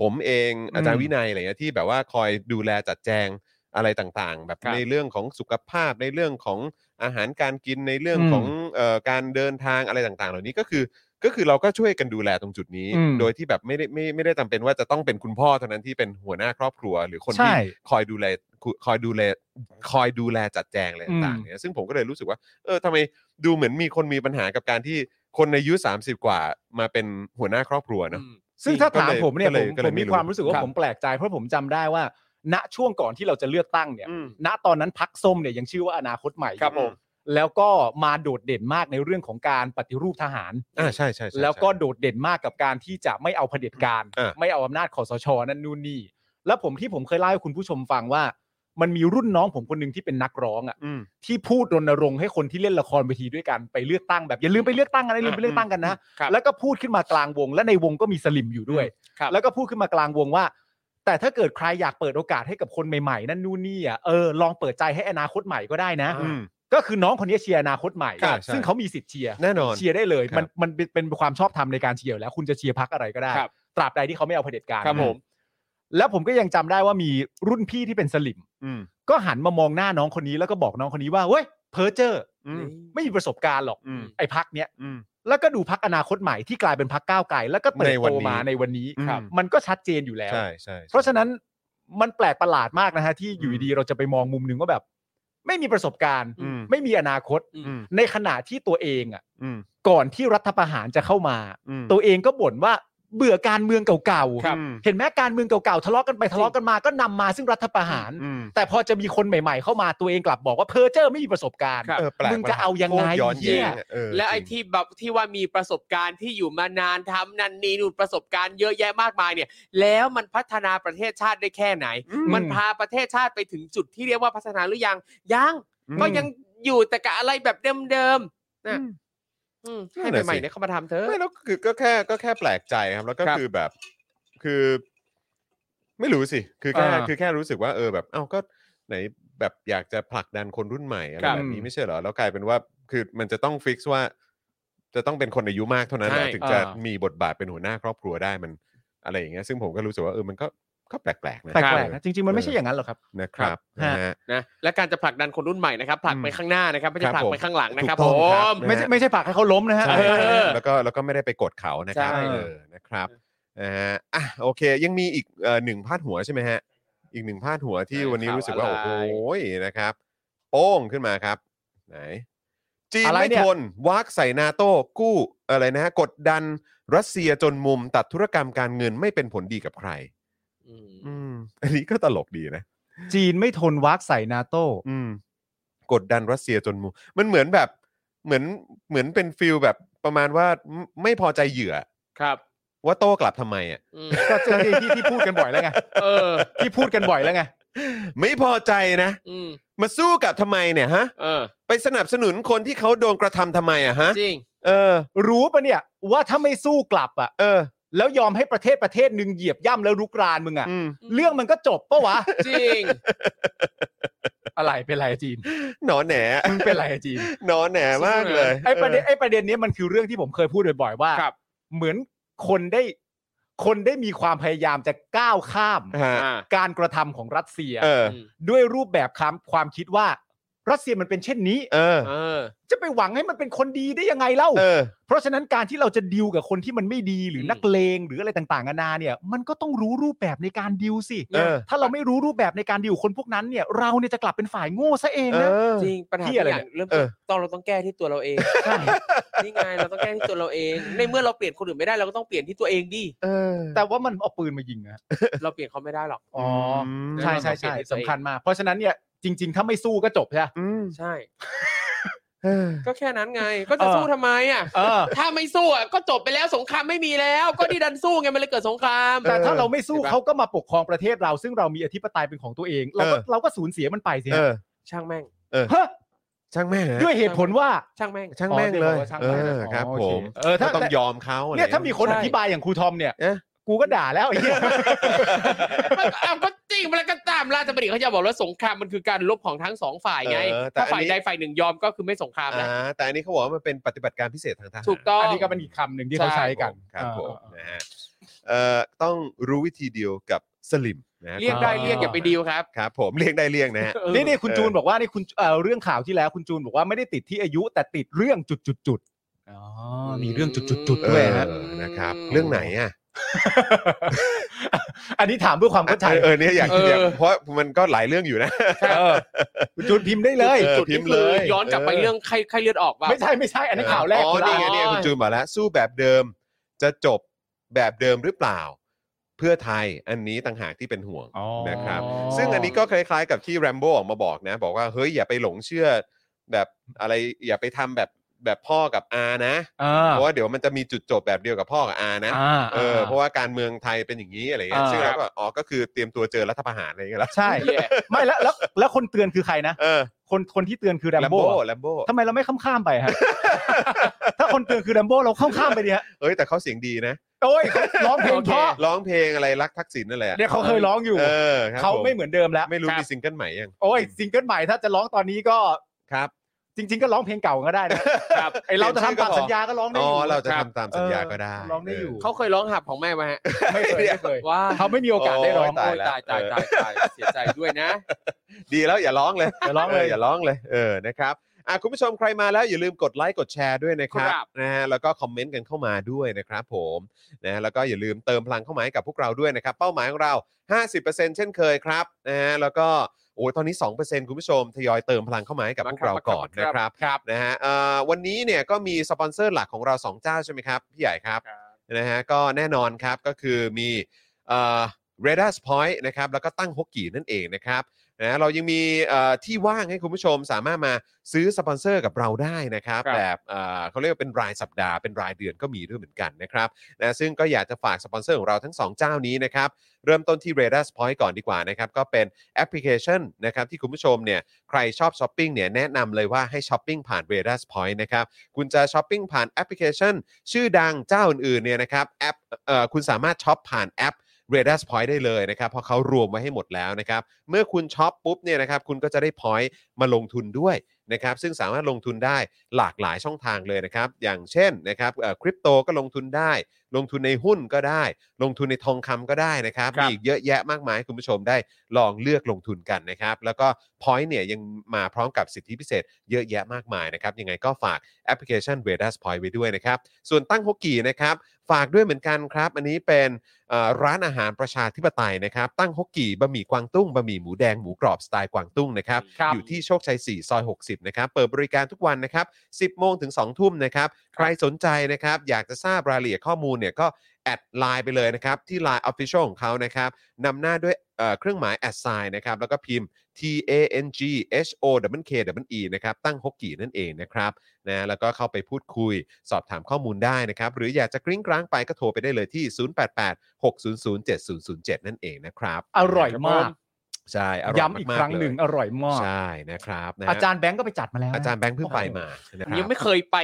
S2: ผมเอง
S3: อืม
S2: อาจารย์วินัยอะไรเงี้ยที่แบบว่าคอยดูแลจัดแจงอะไรต่างๆ แบบ
S5: ครับ
S2: ในเรื่องของสุขภาพในเรื่องของอาหารการกินในเรื่อง
S3: อืม
S2: ของเออการเดินทางอะไรต่างๆ เหล่านี้ก็คือก็คือเราก็ช่วยกันดูแลตรงจุดนี้
S3: อืม
S2: โดยที่แบบไม่ได้ไม่ไม่ได้จำเป็นว่าจะต้องเป็นคุณพ่อเท่านั้นที่เป็นหัวหน้าครอบครัว หรือคน
S3: ใช่
S2: ที่คอยดูแลคอยดูแลคอยดูแลจัดแจงอะไรต่าง
S3: อื
S2: ๆ
S3: ม
S2: เนี่ยซึ่งผมก็เลยรู้สึกว่า เออทำไมดูเหมือนมีคนมีปัญหากับการที่คนในอายุ 30 กว่ามาเป็นหัวหน้าครอบครัวเนอะ
S4: อืม
S3: ซึ่งถ้าถา
S2: ก็
S3: ม
S2: เลย
S3: ผมเนี่ย
S2: ก็เลย
S3: ผม
S2: ก็เล
S3: ผ
S2: ย
S3: ม
S2: ไม่
S3: มี
S2: รู้
S3: ความรู้สึกว่า
S4: ครับ
S3: ผมแปลกใจ เพราะผมจำได้ว่า ณช่วงก่อนที่เราจะเลือกตั้งเนี่ย
S2: อืม
S3: ณตอนนั้นพักส้มเนี่ยยังชื่อว่าอนาคตใหม่อยู่
S2: ครับผม
S3: แล้วก็มาโดดเด่นมากในเรื่องของการปฏิรูปทหาร
S2: อ่าใช่ใช่ใช่
S3: แล้วก็โดดเด่นมากกับการที่จะไม่เอาเผด็จการ
S2: อ่ะ
S3: ไม่เอาอำนาจขอสชนั่นนู่นนี่ แล้วผมที่ผมเคยเล่าให้คุณผู้ชมฟังว่า มันมีรุ่นน้องผมคนหนึ่งที่เป็นนักร้องอ่ะ
S2: อืม
S3: ที่พูดรณรงค์ให้คนที่เล่นละครเวทีด้วยกันไปเลือกตั้งแบบอย่าลืมไปเลือกตั้งกันนะอย่าลืมไปเลือกตั้งกันนะ
S4: ครับ
S3: แล้วก็พูดขึ้นมากลางวง และในวงก็มีสลิมอยู่ด้วย
S4: ครับ
S3: แล้วก็พูดขึ้นมากลางวงว่า แต่ถ้าเกิดใครอยากเปิดโอกาสให้กับคนใหม่ๆ นั่นนู่นนี่อ่ะเออลองเปิดใจให้อนาคตใหม่ก็ได้นะ
S2: อืม
S3: ก็คือน้องคนนี้เชียร์อนาคตใหม่
S2: ครับใช่
S3: ซึ่งเขามีสิทธิ์เชียร์
S2: แน่นอน
S3: เชียร์ได้เลย
S2: ครับ
S3: มันมันเป็นเป็นความชอบธรรมในการเชียร์อยู่แล้ว คุณจะเชียร์พักอะไรก็ได้
S4: ครับ
S3: ตราบใดที่เขาไม่เอาเผด็จการ
S4: ครับผม
S3: แล้วผมก็ยังจำได้ว่ามีรุ่นพี่ที่เป็นสลิม
S2: อืม
S3: ก็หันมามองหน้าน้องคนนี้แล้วก็บอกน้องคนนี้ว่าเฮ้ยเพอเจอร์
S2: อืม
S3: ไม่มีประสบการณ์หรอก
S2: อืม
S3: ไอ้พักเนี้ย
S2: อืม
S3: แล้วก็ดูพักอนาคตใหม่ที่กลายเป็นพักก้าวไกลแล้วก็เติบ
S2: ในวั
S3: โต
S2: นนี้
S3: มาในวันนี้
S2: อืม
S3: ครับ มันก็ชัดเจนอยู่แล้ว
S2: ใช่ใช่ใช่
S3: เพราะฉะนั้นมันแปลกประหลาดมากนะฮะที่อยู่ดีๆเราจะไปมองมุมหนึ่งว่าแบบ ไม่มีประสบการณ์
S2: อืม
S3: ไม่มีอนาคต
S2: อืม
S3: ในขณะที่ตัวเองอ่ะ
S2: อืม
S3: ก่อนที่รัฐประหารจะเข้ามา
S2: อืม
S3: ตัวเองก็บ่นว่าเบื่อการเมืองเก่า
S2: ครับ
S3: ๆ เห็นไหมการเมืองเก่าๆทะเลาะกันไปทะเลาะกันมาก็นำมาซึ่งรัฐประหาร
S2: อืม
S3: แต่พอจะมีคนใหม่ๆเข้ามาตัวเองกลับบอกว่าเพอเจอร์ไม่มีประสบการณ์
S4: ครับ
S2: เออแปลก
S3: มึงจะเอายังไง
S2: โคตรย้อนแย้
S3: เหี้ย
S2: งเออ
S4: แล้วไอ้
S2: จริง
S4: ที่แบบที่ว่ามีประสบการณ์ที่อยู่มานานทำนันนี่นู่นประสบการณ์เยอะแยะมากมายเนี่ย แล้วมันพัฒนาประเทศชาติได้แค่ไหน
S2: อืม
S4: มันพาประเทศชาติไปถึงจุดที่เรียกว่าพัฒนาหรือยังยัง
S2: อืม
S4: ก็ยังอยู่แต่กับอะไรแบบเดิมๆนะ
S2: อืมนั่
S4: อืมให้
S2: นน่ะ
S4: ใหม่
S2: สิ
S4: ๆเนี่ยเข้ามาทำเถ
S2: ไม่
S4: อะ
S2: แล้วคือก็แค่ก็แค่แปลกใจครับ แล้วก็
S4: ครับ
S2: คือแบบ คือ ไม่รู้สิคือแค่
S3: อ่า
S2: คือแค่รู้สึกว่า เออแบบเอ้าก็ไหนแบบอยากจะผลักดันคนรุ่นใหม่อะไร
S4: ครับ
S2: แบบนี้ไม่ใช่เหรอแล้วกลายเป็นว่าคือมันจะต้องฟิกซ์ว่า จะต้องเป็นคนอายุมากเท่านั้นเหรอ
S4: ใช่
S2: ถึงจะ
S3: อ่า
S2: มี
S3: มี
S2: บทบาทเป็นหัวหน้าครอบครัวได้มันอะไรอย่างเงี้ยซึ่งผมก็รู้สึกว่าเออมันก็ก็แปลกๆนะ
S3: แปลกๆนะจริงๆมันไม่ใช่อย่างนั้นหรอกครับ
S2: นะครับ
S3: ครับ
S2: นะฮะ
S4: นะและการจะผลักดันคนรุ่นใหม่นะครับผลักไปข้างหน้านะครับไม่ใช่
S2: ครับ
S4: ผลัก
S2: ผม
S4: ไปข้างหลังนะครับ
S2: ถู
S4: ผ
S2: กต้องครับนะฮะ
S4: ม
S3: ไม่ใช่ไม่ใช่ผลักให้เขาล้มนะฮะ
S2: ใช่
S4: เออ
S2: แล้วก็แล้วก็ไม่ได้ไปกดเขานะครับ
S4: ใช่
S2: เออนะครับนะฮะอ่ะโอเค ยังมีอีกเอ่อหนึ่งพาดหัวใช่ไหมฮะ อีกหนึ่งพาดหัวที่วันนี้รู้สึกว่า โอ้โหนะครับ โป้งขึ้นมาครับ ไหน จีน
S3: อะไร
S2: ไม่
S3: เนี่ย
S2: ทนวักใส่นาโต้กู้อะไรนะฮะกดดันรัสเซียจนมุมตัดธุรกรรมการเงินไม่เป็นผลดีกับใคร
S4: อืม
S2: อืม อันนี้ก็ตลกดีนะ
S3: จีนไม่ทนวักใส่นาโต้
S2: อืมกดดันรัสเซียจนมุมมันเหมือนแบบเหมือนเหมือนเป็นฟิลแบบประมาณว่าไม่ไม่พอใจเหยื่อ
S4: ครับ
S2: ว่าโต้กลับทำไมอ่ะ
S4: อืม
S3: ก็เจอที่ที่ที่พูดกันบ่อยแล้วไง
S4: เออ
S3: ที่พูดกันบ่อยแล้วไง
S2: ไม่พอใจนะ
S4: อืม
S2: มาสู้กลับทำไมเนี่ยฮะ
S4: เออ
S2: ไปสนับสนุนคนที่เขาโดนกระทำทำไมอ่ะฮะ
S4: จริง
S2: เออ
S3: รู้ปะเนี่ยว่าถ้าไม่สู้กลับอ่ะ
S2: เออ
S3: แล้วยอมให้ประเทศประเทศหนึ่งเหยียบย่ำแล้วรุกรานมึงอ่ะ
S2: อืม
S4: ม
S3: เรื่องมันก็จบปะวะ
S4: จริง
S3: อะไรเป็นไรจีน
S2: หนอแหน
S3: มึงเป็นไรจีน
S2: หนอแหนมากเลย
S3: ไอประเด็นไอประเด็นเนี้ยมันคือเรื่องที่ผมเคยพูดบ่อยๆว่า
S4: ครับ
S3: เหมือนคนได้คนได้มีความพยายามจะก้าวข้าม
S2: เออฮะ
S4: อ่า
S3: การกระทำของรัสเซีย
S2: เออ
S4: อืม
S3: ด้วยรูปแบบความความคิดว่ารัสเซียมันเป็นเช่นนี้
S2: เออ
S4: เออ
S3: จะไปหวังให้มันเป็นคนดีได้ยังไงเล่า
S2: เออ
S3: เพราะฉะนั้นการที่เราจะดิวกับคนที่มันไม่ดีหรืออ
S4: ม
S3: นักเลงหรืออะไรต่างๆนานาเนี่ย มันก็ต้องรู้รูปแบบในการดิวสิ
S2: เออ
S3: ถ้าเราไม่รู้รูปแบบในการดิวคนพวกนั้นเนี่ย เราเนี่ยจะกลับเป็นฝ่ายโง่ซะเอง
S2: เอ
S3: นะ
S2: อ
S4: จริงปัญหา
S3: ที่
S4: ทุก
S3: อะไร
S4: อย่างเริ่มต้
S2: เอน อ
S4: ตอนเราต้องแก้ที่ตัวเราเองนี่ไงเราต้องแก้ที่ตัวเราเอง ในเมื่อเราเปลี่ยนคนอื่นไม่ได้เราก็ต้องเปลี่ยนที่ตัวเอง ดิ
S2: เออ
S3: แต่ว่ามันเอาปืนมายิงนะ
S4: เราเปลี่ยนเขาไม่ได้หรอก
S3: อ๋อ
S2: ม
S3: ใช่ใช่ใช่สำคัญมากเพราะฉะนั้นเนี่ยจริง ๆ ถ้าไม่สู้ก็จบใช่ไหม
S2: อืม
S4: ใช่
S2: เออ
S4: ก็แค่นั้นไง ก็จะสู้ทำไมอ่ะ
S3: เออ
S4: ถ้าไม่สู้อ่ะก็จบไปแล้วสงครามไม่มีแล้ว ก็ที่ดันสู้ไงมันเลยเกิดสงคราม
S3: แต่ถ้าเราไม่สู้
S4: เห็นปะ
S3: เขาก็มาปกครองประเทศเราซึ่งเรามีอธิปไตยเป็นของตัวเอง เราก็
S2: เออ
S3: เราก็สูญเสียมันไปสิ
S2: เอ
S3: ฮะ
S2: อ
S4: ช่างแม่ง
S2: อ
S3: ฮะ
S2: ช่างแม่งฮะ
S3: ด้วยเหตุผลว่า
S4: ช่างแม่ง
S2: ช่างแม่งเลย
S3: อ๋อดี๋วบอกว่าช่าง
S2: เอ
S3: แม่ง
S2: อครับ
S3: อ๋อ
S2: ผ
S3: โอเ
S2: ม
S3: เออถ้า
S2: ก็ต้องยอมเขาอะไร
S3: เนี่ยถ้ามีคน
S4: ใช่
S3: อธิบายอย่างครูทอมเนี่ย
S2: เอ๊ะ
S3: กูก็ด่าแล้วไอ้เหี้ย
S4: มันอ้าวก็จริงมันก็ตามราชบัณฑิตเขาจะบอกว่าสงครามมันคือการลบของทั้งสองฝ่ายไง
S2: เออแต่
S4: ถ้า
S2: อัน
S4: ฝ่าย
S2: นี้
S4: ใดฝ่ายหนึ่งยอมก็คือไม่สงครามแล้ว
S2: อ่าแต่อันนี้เขาบอกว่ามันเป็นปฏิบัติการพิเศษทางทหาร
S4: ถูกต้อง
S3: อันนี้ก็เป็นอีกคำหนึ่งที่เขาใช้กัน
S2: ครับผมนะฮะ เอ่อต้องรู้วิธีเดียวกับสลิมนะฮะ
S4: เรียกได้เรียกอย่าไปดีลครับ
S2: ครับ ผมเรียกได้เรียกนะฮะ
S4: เออ
S3: นี่นี่คุณ
S2: เออ
S3: จูนบอกว่านี่คุณเอ่อเรื่องข่าวที่แล้วคุณจูนบอกว่าไม่ได้ติดที่อายุแต่ติดเรื่องจุดจุดจุดอ๋อ มีเรื่องจุดจุดจุด
S2: เอ
S3: ด้วย
S2: อ
S3: ฮะ
S2: นะครับ เรื่องไหนอ่ะ
S3: อันนี้ถามเพื่อความเข้าใจ
S2: เออเออเนี่ยอยากอยากเพราะมันก็หลายเรื่องอยู่นะ
S3: เออคุณจูนพิมพ์ได้เลย
S2: ออ
S4: จุด
S2: พิ
S4: นี้
S2: มพ์
S4: คือ
S2: เลย
S4: ย้อนกลับไป
S2: เออ
S4: เรื่องไข้ไข้เลือดออกว่า
S3: ไม่ใช่ไม่ใช่ อันนี้นข่าวแรก
S2: อ๋อ
S3: คุณ
S2: นี่
S3: ลา
S2: ไงเนี่ยคุณจูนบอกแล้ว สู้แบบเดิมจะจบแบบเดิมหรือเปล่า เพื่อไทยอันนี้ต่างหากที่เป็นห่วง
S3: อ๋อ
S2: นะครับ ซึ่งอันนี้ก็คล้ายๆกับที่แรมโบ้ออกมาบอกนะ บอกว่าเฮ้ยอย่าไปหลงเชื่อ แบบอะไรอย่าไปทำแบบแบบพ่อกับอานะ
S3: อ่า
S2: เพราะว่าเดี๋ยวมันจะมีจุดจบแบบเดียวกับพ่อกับอานะ
S3: อ่า
S2: เออเพราะว่าการเมืองไทยเป็นอย่างนี้อะไรเงี้ย
S3: อ่า
S2: ซึ่งเราก็อ๋อก็คือเตรียมตัวเจอรัฐประหารอะไรเงี้ยแล้ว
S3: ใช่
S4: แย่
S3: ไม่แล้วแล้วแล้วคนเตือนคือใครนะ
S2: เออ
S3: คนคนที่เตือนคือแรม
S2: แรม
S3: โบ้
S2: โบ้แรมโบ้
S3: ทำไมเราไม่ข้ามข้ามๆไปฮะ ถ้าคนเตือนคือแรมโบ้เราข้ามข้ามๆไปดีฮะ
S2: เอ้ยแต่เขาเสียงดีนะ
S3: โอ้ยเขาร้องเพลงเพราะ
S2: ร้องเพลงอะไรรักทักษิณนั่นแหละ
S3: เนี่ยเขาเคยร้องอยู่
S2: เออครับ
S3: เขา
S2: ผ
S3: ไม่เหมือนเดิมแล้ว
S2: ไม่รู้
S3: ค
S2: มี
S3: บ
S2: ซิงเกิลใหม่ยัง
S3: โอ้ยซิงเกิลใหม่ถ้าจะร้องตอนนี้ก็
S2: ครับ
S3: จริง ๆ ก็ร้องเพลงเก่าก็ได้นะไอเราจะทำตามสัญญาก็ร้องได้
S2: อ๋อ
S3: อยู่
S2: เราจะทำตามสัญญาก็ได้
S3: เออร้องได้อยู่
S4: เขาเคยร้องหับของแม่ไหมาฮะ
S3: ไม่เคยไม่เคย
S4: ว่า
S3: เขาไม่มีโอกาสได้ร้อง
S4: โอ้ยตายตายตายตายเสียใจด้วยนะ
S2: ดีแล้วอย่าร้องเลย
S3: จะร้องเลย
S2: อย่าร้องเลย เออ นะครับอ่ะคุณผู้ชมใครมาแล้วอย่าลืมกดไลค์กดแชร์ด้วยนะครับ
S4: ครับ
S2: นะฮะ แล้วก็คอมเมนต์กันเข้ามาด้วยนะครับผมนะฮะแล้วก็อย่าลืมเติมพลังเข้ามาให้กับพวกเราด้วยนะครับ เป้าหมายของเรา 50%เช่นเคยครับนะฮะ แล้วก็โอ้ยตอนนี้ 2%คุณผู้ชมทยอยเติมพลังเข้ามาให้กับพวกเราก่อนนะครับ
S4: ครับ
S2: นะฮะเอ่อวันนี้เนี่ยก็มีสปอนเซอร์หลักของเรา 2 เจ้าใช่ไหมครับ พี่ใหญ่ครับ
S5: ครับ
S2: นะฮะก็แน่นอนครับก็คือมีเอ่อ r a d a r Point นะครับแล้วก็ตั้งฮกกี้นั่นเองนะครับนะเรายังมีเอ่อที่ว่างให้คุณผู้ชมสามารถมาซื้อสปอนเซอร์กับเราได้นะครับ
S5: ครับ
S2: แบบเอ่อเขาเรียกว่าเป็นรายสัปดาห์เป็นรายเดือนก็มีด้วยเหมือนกันนะครับนะซึ่งก็อยากจะฝากสปอนเซอร์ของเราทั้ง 2 เจ้านี้นะครับ เริ่มต้นที่ r a d a r Point ก่อนดีกว่านะครับก็เป็นแอปพลิเคชันนะครับที่คุณผู้ชมเนี่ยใครชอบช้อปปิ้งเนี่ยแนะนำเลยว่าให้ช้อปปิ้งผ่าน r a d a r Point นะครับคุณจะช้อปปิ้งผ่านแอปพลิเคชัน ชื่อดังเจ้าอื่นๆเนี่ยนะครับแอปเอ่อคุณสามารถช้อปผ่านแอป r a d a r Point ได้เลยนะครับเพราะเขารวมไว้ให้หมดแล้วนะครับเมื่อคุณช้อปปุ๊บเนี่ยนะครับคุณก็จะได้ point มาลงทุนด้วยนะครับซึ่งสามารถลงทุนได้หลากหลายช่องทางเลยนะครับอย่างเช่นนะครับคริปโตก็ลงทุนได้ ลงทุนในหุ้นก็ได้ ลงทุนในทองคำก็ได้นะครับ
S5: ค
S2: มี
S5: รับ
S2: อีกเยอะแยะมากมายให้คุณผู้ชมได้ลองเลือกลงทุนกันนะครับ แล้วก็ Point เนี่ยยังมาพร้อมกับสิทธิพิเศษ เยอะแยะมากมายนะครับ ยังไงก็ฝากแอปพลิเคชัน r a d a r Point ไว้ด้วยนะครับ ส่วนตั้งฮกกี่นะครับ ฝากด้วยเหมือนกันครับ อันนี้เป็นเอ่อร้านอาหารประชาธิปไตยนะครับ ตั้งฮกกี่บะหมี่กวางตุ้งบะหมี่หมูแดงหมูกรอบสไตล์กวางตุ้งนะครับ
S4: ครับ
S2: อยู่ที่โชคชัย 4 ซอย 60 นะครับ เปิดบริการทุกวันนะครับ 10 โมงถึง 2 ทุ่มนะครับ ใครสนใจนะครับ อยากจะทราบรายละเอียดข้อมูลเนี่ยก็แอดไลน์ไปเลยนะครับ ที่ Line Official ของเขานะครับนำหน้าด้วยเอ่อเครื่องหมายแอดไซน์นะครับ แล้วก็พิมพ์ T A N G H O W K W E นะครับ ตั้งฮกกี่นั่นเองนะครับ นะแล้วก็เข้าไปพูดคุยสอบถามข้อมูลได้นะครับ หรืออยากจะกริ้งกร้างไปก็โทรไปได้เลยที่ 0886007007 นั่นเองนะครับ
S3: อร่อยมาก
S2: ใช่อร่อย
S3: ย้ำอีกครั้งหนึ่งอร่อยมาก
S2: ใช่นะครับนะฮะ
S3: อาจารย์แบงก์ก็ไปจัดมาแล้วนะ
S2: อาจารย์แบงค์เพิ่งไปมานะครับ
S4: ยังไม่เคยไป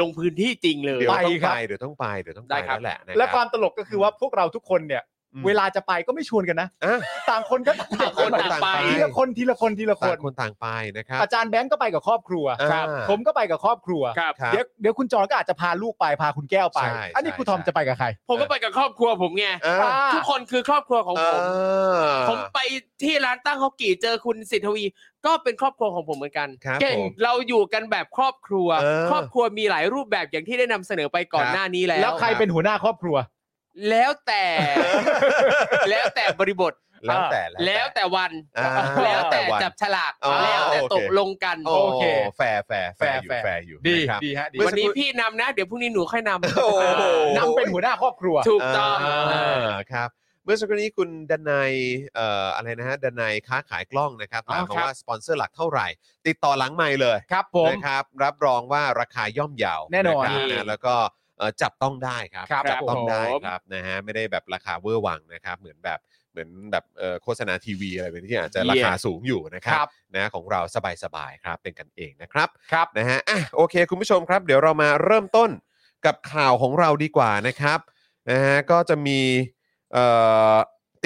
S4: ลงพื้นที่จริงเลย
S2: เดี๋ยวต้อง
S3: ไปครั
S2: ไป
S3: บ
S2: เดี๋ยวต้องไปเดี๋ยวต้องไป
S4: ได้ครับ
S2: แล้วแหละนะ
S3: และ
S2: ค
S3: ควา
S2: รับ
S3: มตลกก็คือว่าพวกเราทุกคนเนี่ย
S2: อืม
S3: เวลาจะไปก็ไม่ชวนกันนะ
S2: อ่ะ
S3: ต่างคนก็
S4: ต่างคนต่างไป
S3: ทีละคนทีละคนทีละค
S2: ต่าง
S3: น
S2: คนต่างไปนะครับ
S3: อาจารย์แบงก์ก็ไปกับครอบครัว
S2: อ่า
S3: ผมก็ไปกับครอบครัว
S4: ครับ
S2: ครับ
S3: เดี๋ยวเดี๋ยวคุณจอนก็อาจจะพาลูกไปพาคุณแก้วไป
S2: ใช่
S3: อันนี้คุณทอม
S2: ใช่
S3: จะไปกับใคร
S4: ผมก็ไปกับครอบครัวผมไง
S2: อ่ะ
S3: อ่า
S4: ทุกคนคือครอบครัวของผม
S2: อ่า
S4: ผมไปที่ร้านตั้งฮอกกี้เจอคุณสิทธวี ก็เป็นครอบครัวของผมเหมือนกัน
S2: ครับ
S4: เก่ง
S2: ผม
S4: เราอยู่กันแบบครอบครัว
S2: เออ
S4: ครอบครัวมีหลายรูปแบบอย่างที่ได้นำเสนอไปก่อน
S2: ครับ
S4: หน้านี้แล้ว
S3: แล้วใครเป็นหัวหน้าครอบครัว
S4: แล้วแต่ แล้วแต่บริบท
S2: แล้วแต่
S4: แล้วแต่วัน
S2: อ่า
S4: แล้วแต่
S2: น
S4: จับฉลาก
S2: อ๋อ
S4: แล้วแต่
S2: โอเค
S4: ตกลงกัน
S2: โอเคแฟร์แฟร์แฟร์อยู่
S3: แฟร์
S2: แฟร์อยู่
S3: ดี
S2: นะครับ
S3: ดีฮะดี
S2: เมื่อ
S4: วันนี้พี่นำนะ เดี๋ยวพรุ่งนี้หนูค่อยน
S2: โอ้โห
S4: ำ
S3: นำเป็นหัวหน้าครอบครัว
S4: ถูกต้อง
S2: าครับเมื่อสักครู่นี้คุณดนัยเอ่ออะไรนะฮะดนัยค้าขายกล้องนะครับถาม
S4: อ๋อ
S2: มา
S4: ครับ
S2: ว่าสปอนเซอร์หลักเท่าไหร่ ติดต่อหลังไม่เลย
S3: ครับผม
S2: นะครับรับรองว่าราคาย่อมเยาว
S3: แน่นอน
S2: นะครับะแล้วก็เอ่อจับต้องได้ครับ
S3: ครับ
S2: จับต้องได้
S4: ผม
S2: ครับนะฮะไม่ได้แบบราคาเวอร์วังนะครับเหมือนแบบเหมือนแบบเอ่อโฆษณาทีวีอะไรแบบนี้ที่อาจจะราคาสูงอยู่นะครับ
S3: ครับ
S2: นะของเราสบายๆครับเป็นกันเองนะครับ
S3: ครับ
S2: นะฮะอ่ะโอเค คุณผู้ชมครับ เดี๋ยวเรามาเริ่มต้นกับข่าวของเราดีกว่านะครับนะฮะก็จะมีเอ่อ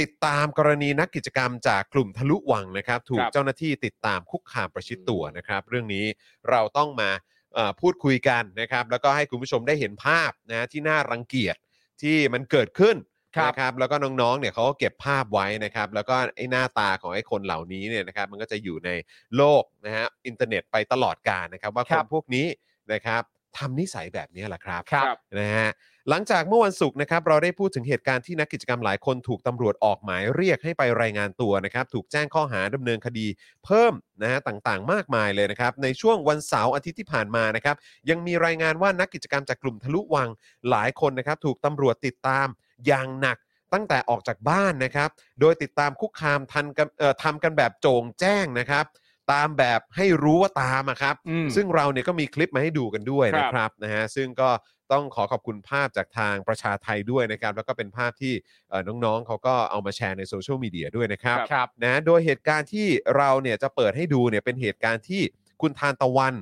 S2: ติดตามกรณีนักกิจกรรมจากกลุ่มทะลุวังนะครับ ถูก
S5: ครับ
S2: เจ้าหน้าที่ติดตามคุกคามประชิดตัวนะครับ เรื่องนี้เราต้องมาเอ่อพูดคุยกันนะครับ แล้วก็ให้คุณผู้ชมได้เห็นภาพนะที่น่ารังเกียจที่มันเกิดขึ้น
S3: ครับ
S2: นะครับแล้วก็น้องๆเนี่ยเขาก็เก็บภาพไว้นะครับ แล้วก็ไอ้หน้าตาของไอ้คนเหล่านี้เนี่ยนะครับ มันก็จะอยู่ในโลกนะฮะอินเทอร์เน็ตไปตลอดกาลนะครับ ว่าค
S3: ครั
S2: น
S3: บ
S2: พวกนี้นะครับทำนิสัยแบบนี้แหละครับ
S3: ครับ
S2: นะฮะหลังจากเมื่อวันศุกร์นะครับเราได้พูดถึงเหตุการณ์ที่นักกิจกรรมหลายคนถูกตำรวจออกหมายเรียกให้ไปรายงานตัวนะครับถูกแจ้งข้อหาดำเนินคดีเพิ่มนะฮะต่างๆ มากมายเลยนะครับในช่วงวันเสาร์อาทิตย์ที่ผ่านมานะครับยังมีรายงานว่านักกิจกรรมจากกลุ่มทะลุวังหลายคนนะครับถูกตำรวจติดตามอย่างหนักตั้งแต่ออกจากบ้านนะครับโดยติดตามคุกคามทันกันเอ่อทำกันแบบโจงแจ้งนะครับตามแบบให้รู้ว่าตามอะครับ
S5: อืม
S2: ซึ่งเราเนี่ยก็มีคลิปมาให้ดูกันด้วย
S5: ครับ
S2: นะครับนะฮะซึ่งก็ต้องขอขอบคุณภาพจากทางประชาไทยด้วยนะครับ แล้วก็เป็นภาพที่เอ่อน้องๆ เขาก็เอามาแชร์ในโซเชียลมีเดียด้วยนะครับ
S3: ครับ
S2: นะโดยเหตุการณ์ที่เราเนี่ยจะเปิดให้ดูเนี่ยเป็นเหตุการณ์ที่คุณทานตะวัน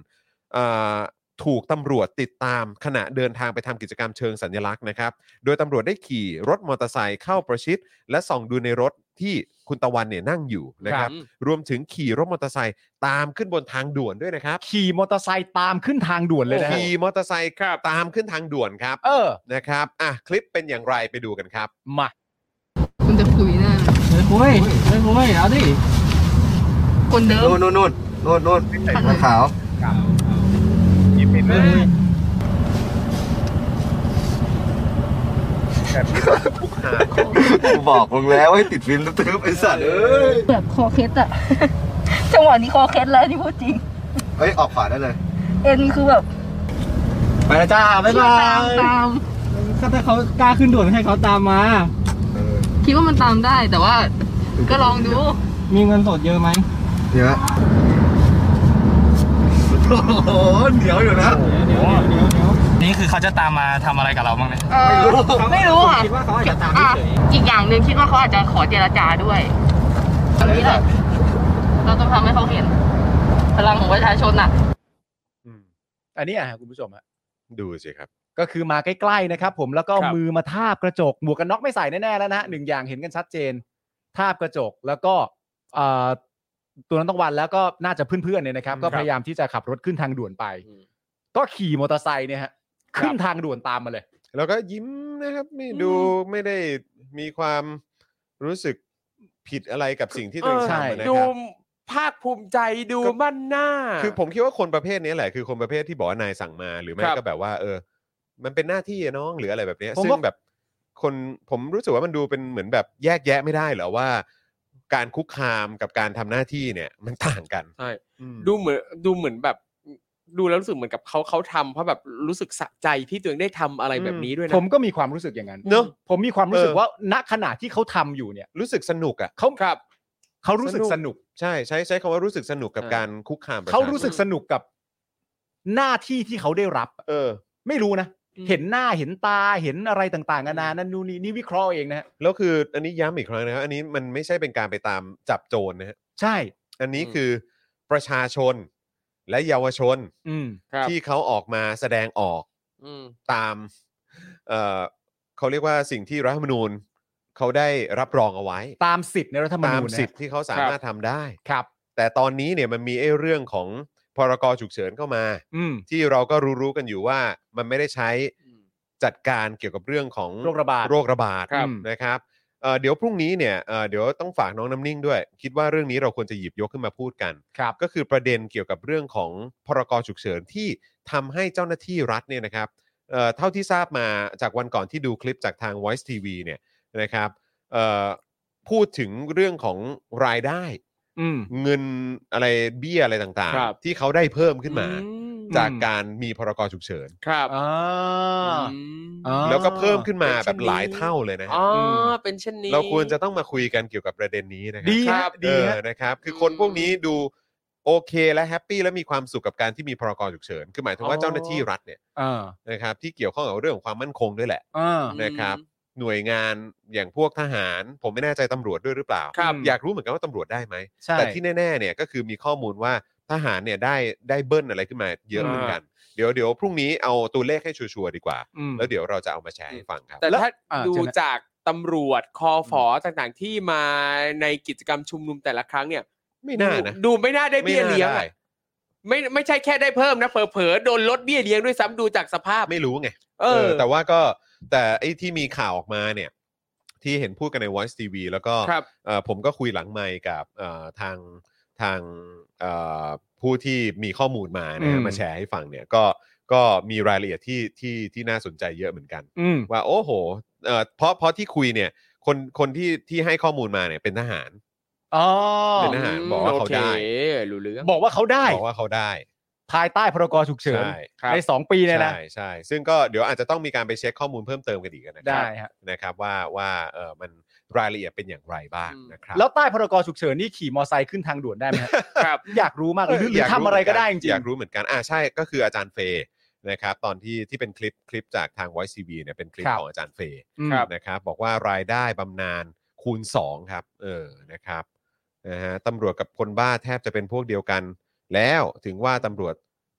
S2: เอ่อถูกตำรวจติดตามขณะเดินทางไปทำกิจกรรมเชิงสัญลักษณ์นะครับ โดยตำรวจได้ขี่รถมอเตอร์ไซค์เข้าประชิด และส่องดูในรถที่คุณตะวันเนี่ยนั่งอยู่นะครับ
S4: ครับ
S2: รวมถึงขี่รถมอเตอร์ไซค์ตามขึ้นบนทางด่วนด้วยนะครับ
S3: ขี่มอเตอร์ไซค์ตามขึ้นทางด่วนเลยนะฮะ
S2: ขี่มอเตอร์ไซค์ตามขึ้นทางด่วนครับ
S3: เออ
S2: นะครับอ่ะคลิปเป็นอย่างไรไปดูกันครับ
S3: มา
S6: คุณจะคุยหน้าเลย
S7: เฮ้ยเฮ้ยเฮ้ยเอาดิ
S6: คนเดิม
S8: นู่นนู่นนู่นนู่นนู่นมาขาว กูบอกมึงแล้วให้ติดฟิล์มทึบๆไอ้สัตว์เอ้ย
S6: แบบคอเคสอะ จังหวะนี้คอเคสแล้วนี่พูดจริง
S8: เอ้ย ออกขวาได้เลย
S6: เอ็นคือแบบ
S7: ไปแล้วจ้าบ๊ายบา
S6: ตาม
S7: ย
S6: ตาม
S7: ก็ถ้าเขากล้าขึ้นด่วนให้เขาตามมา
S6: คิดว่ามันตามได้แต่ว่า
S8: เออ
S6: ก็ลองดู
S7: มีเงินสดเยอะไหม
S8: เดี๋ยวโอ้โหเหนียวอยู่นะ
S7: เดี๋ยวเดี๋ยวเดี๋ยว
S5: นี่คือเขาจะตามมาทำอะไรกับเราบ้างเนี่ย
S6: เออไม่รู้ค่ะ
S7: คิดว่าเขาอาจจะตาม
S6: อ่ะ
S7: เฉย
S6: อีกอย่างหนึ่งคิดว่าเขาอาจจะขอเจรจาด้วยอันนี้แหละเราต้องทำให้เขาเห็น พลังของประชาชนอะ
S3: อันนี้อ่ะคุณผู้ชมฮะ
S2: ดูสิครับ
S3: ก็คือมาใกล้ๆนะครับผมแล้วก็
S4: ครับ
S3: มือมาทาบกระจกหมวกกันน็อกไม่ใส่แน่ๆแล้วนะฮะหนึ่งอย่างเห็นกันชัดเจน ทาบกระจกแล้วก็เอ่อตัวนั้นต้องวันแล้วก็น่าจะเพื่อนๆเนี่ยนะครับ ก็พยายามที่จะขับรถขึ้นทางด่วนไป ก็ขี่มอเตอร์ไซค์เนี่ยฮะขึ้นทางด่วนตามมาเลย
S2: แล้วก็ยิ้มนะครับไม่ดูไม่ได้มีความรู้สึกผิดอะไรกับสิ่งที่ตัวเอง
S4: เออ
S2: ทำอะนะ
S4: ดู
S2: ครับ
S4: ภาคภูมิใจดู
S2: ก็
S4: มั่นหน้า
S2: คือผมคิดว่าคนประเภทนี้แหละคือคนประเภทที่บอกว่านายสั่งมาหรือไม่
S4: ครับ
S2: ก็แบบว่า เออ มันเป็นหน้าที่อะน้องหรืออะไรแบบเนี้ย
S3: ผม
S2: ซึ่ง
S3: ว่า
S2: แบบคนผมรู้สึกว่ามันดูเป็นเหมือนแบบแยกแยะไม่ได้เหรอว่า การคุกคามกับการทำหน้าที่เนี่ยมันต่างกัน
S4: ใช่
S2: อืม
S4: ดูเหมือนดูเหมือนแบบดูแล้วรู้สึกเหมือนกับเขาเขาทำเพราะแบบรู้สึกสะใจที่ตัวเองได้ทำอะไรแบบนี้ด้วยนะ
S3: ผมก็มีความรู้สึกอย่างนั้น
S2: เนอะ
S3: ผมมีความรู้สึก
S2: เออ
S3: ว่าณขณะที่เขาทำอยู่เนี่ย
S2: รู้สึกสนุกอ่ะ
S3: เขา
S4: ครับ
S3: เขารู้สึก
S2: สนุก
S3: สนุก
S2: ใช่ใช้ใช้คำว่ารู้สึกสนุกกับ
S4: เออ
S2: การคุกคามปะชชน
S3: เขารู้สึกสนุกกับหน้าที่ที่เขาได้รับอะ
S2: เออ
S3: ไม่รู้นะ
S4: อืม
S3: เห็นหน้าเห็นตาเห็นอะไรต่างๆนานานั่นนู่นนี่นี่วิเคราะห์เองนะฮะ
S2: แล้วคืออันนี้ย้ำอีกครั้งนะครับอันนี้มันไม่ใช่เป็นการไปตามจับโจรนะฮะ
S3: ใช่
S2: อันนี้
S4: อืม
S2: คือประชาชนและเยาวชน
S3: อืม
S4: ครับ
S2: ที่เขาออกมาแสดงออก
S4: อืม
S2: ตามเอ่อเขาเรียกว่าสิ่งที่รัฐธรรมนูญเขาได้รับรองเอาไว้
S3: ตามสิทธิ์ในรัฐธรรม
S2: ตาม
S3: นูญนะฮะ
S2: สิทธิ์ที่เขาสามารถทำได้
S3: ครับ
S2: แต่ตอนนี้เนี่ยมันมีไอ้เรื่องของพรกฉุกเฉินเข้ามา
S3: อืม
S2: ที่เราก็รู้ๆกันอยู่ว่ามันไม่ได้ใช้จัดการเกี่ยวกับเรื่องของ
S3: โรคระบาด
S2: โรคระบาด
S3: ครับ
S2: นะครับเอ่อเดี๋ยวพรุ่งนี้เนี่ยเอ่อเดี๋ยวต้องฝากน้องน้ำนิ่งด้วย คิดว่าเรื่องนี้เราควรจะหยิบยกขึ้นมาพูดกัน
S3: ครับ
S2: ก็คือประเด็นเกี่ยวกับเรื่องของพรกฉุกเฉินที่ทำให้เจ้าหน้าที่รัฐเนี่ยนะครับเอ่อเท่าที่ทราบมาจากวันก่อนที่ดูคลิปจากทาง Voice TV เนี่ยนะครับเอ่อพูดถึงเรื่องของรายได้
S3: อืม
S2: เงินอะไรเบี้ยอะไรต่าง
S4: ครับ
S2: ๆ ที่เขาได้เพิ่มขึ้นมา
S4: อื
S2: จาก
S3: อืม
S2: การมีพรกฉุกเฉิน
S4: ครับ
S3: อ่า
S4: อืม
S3: อ่า
S2: แล้วก็เพิ่มขึ้นมา
S4: เป็
S2: แบบ
S4: นเช่นนี้
S2: หลายเท่าเลยนะฮะ
S4: อ๋ออ
S3: ม
S4: เป็นเช่นนี้
S2: เราควรจะต้องมาคุยกันเกี่ยวกับประเด็นนี้นะครั
S3: ดี
S4: ครั
S3: ฮะ
S4: บ
S2: เอ
S3: ดี
S2: อ
S3: ฮะ
S2: นะครับคือคนพวกนี้ดูโอเคและแฮปปี้และมีความสุขกับการที่มีพรกฉุกเฉินคือหมายถึงว่าเจ้าหน้าที่รัฐเนี่ย
S3: อ่า
S2: นะครับที่เกี่ยวข้องกับเรื่องของความมั่นคงด้วยแหละ
S3: อ่า
S2: นะครับ
S4: อืม
S2: หน่วยงานอย่างพวกทหาร ผมไม่แน่ใจตำรวจด้วยหรือเปล่า
S3: ครับ
S2: อยากรู้เหมือนกันว่าตำรวจได้ไหม
S3: ใช่
S2: แต่ที่แน่ๆเนี่ยก็คือมีข้อมูลว่าทหารเนี่ยได้ได้เบิ้ลอะไรขึ้นมาเยอะเหมือนกัน เดี๋ยวเดี๋ยวพรุ่งนี้เอาตัวเลขให้ชัวร์ๆดีกว่า
S3: อืม
S2: แล้วเดี๋ยวเราจะเอามาแชร์ให้ฟังครับ
S4: แต่
S3: แล้ว
S4: ถ้า
S3: อ่า
S4: ดู
S3: เชิญนะ
S4: จากตำรวจคอฟอต่างๆ ที่มาในกิจกรรมชุมนุมแต่ละครั้งเนี่ย
S2: ไม่น่านะ
S4: ดูดูไม่น่าได้เบี้ยเลี้ยง
S2: ไม่น่าได้
S4: อะไม่ไม่ใช่แค่ได้เพิ่มนะเผลอๆโดนลดเบี้ยเลี้ยงด้วยซ้ำดูจากสภาพ
S2: ไม่รู้ไง
S4: เออ
S2: แต่ว่าก็แต่ไอ้ที่มีข่าวออกมาเนี่ย ที่เห็นพูดกันใน Voice TV แล้วก็
S4: ครับ
S2: เอ่อผมก็คุยหลังไมค์กับเอ่อทางทางเอ่อผู้ที่มีข้อมูลมานะฮะ
S3: อืม
S2: มาแชร์ให้ฟังเนี่ยก็ก็มีรายละเอียดที่ที่ที่น่าสนใจเยอะเหมือนกัน
S3: อืม
S2: ว่าโอ้โหเอ่อเพราะเพราะที่คุยเนี่ยคนคนที่ที่ให้ข้อมูลมาเนี่ยเป็นทหาร
S3: อ๋อ
S2: เป็นทหารบอกว่าเขาได้
S4: โอครู้เรื่อง
S3: บอกว่าเขาได้
S2: บอกว่าเขาได้
S3: ภายใต้พรกฉุกเฉิน
S2: ใช่ครับ
S3: ในสองปีเนี่ยนะ
S2: ใช่ใช่ซึ่งก็เดี๋ยวอาจจะต้องมีการไปเช็คข้อมูลเพิ่มเติมกันอีกนะครั
S3: ได้ฮะ
S2: นะครับว่าว่าเออมันรายละเอียดเป็นอย่างไรบ้าง
S4: อืม
S2: นะครับ
S3: แล้วใต้พรกฉุกเฉินนี่ขี่มอไซค์ขึ้นทางด่วนได้ไหม ฮะ
S4: ครับ
S3: อยากรู้มากเลยหรือหรื
S2: ย
S3: อทำอะไรก็ได้จริ
S2: อง ยากรู้เหมือนกัน อ่าใช่ ก็คืออาจารย์เฟย์นะครับตอนที่ที่เป็นคลิปคลิปจากทาง Voice TV เนี่ยเป็นคลิป
S3: ครับ
S2: ของอาจารย์เฟย์
S3: อืม
S4: ครับ
S2: นะครับบอกว่ารายได้บำนาญคูณ 2 ครับ เออนะครับนะฮะตำรวจกับคนบ้าแทบจะเป็นพวกเดียวกัน แล้วถึงว่าตำรวจ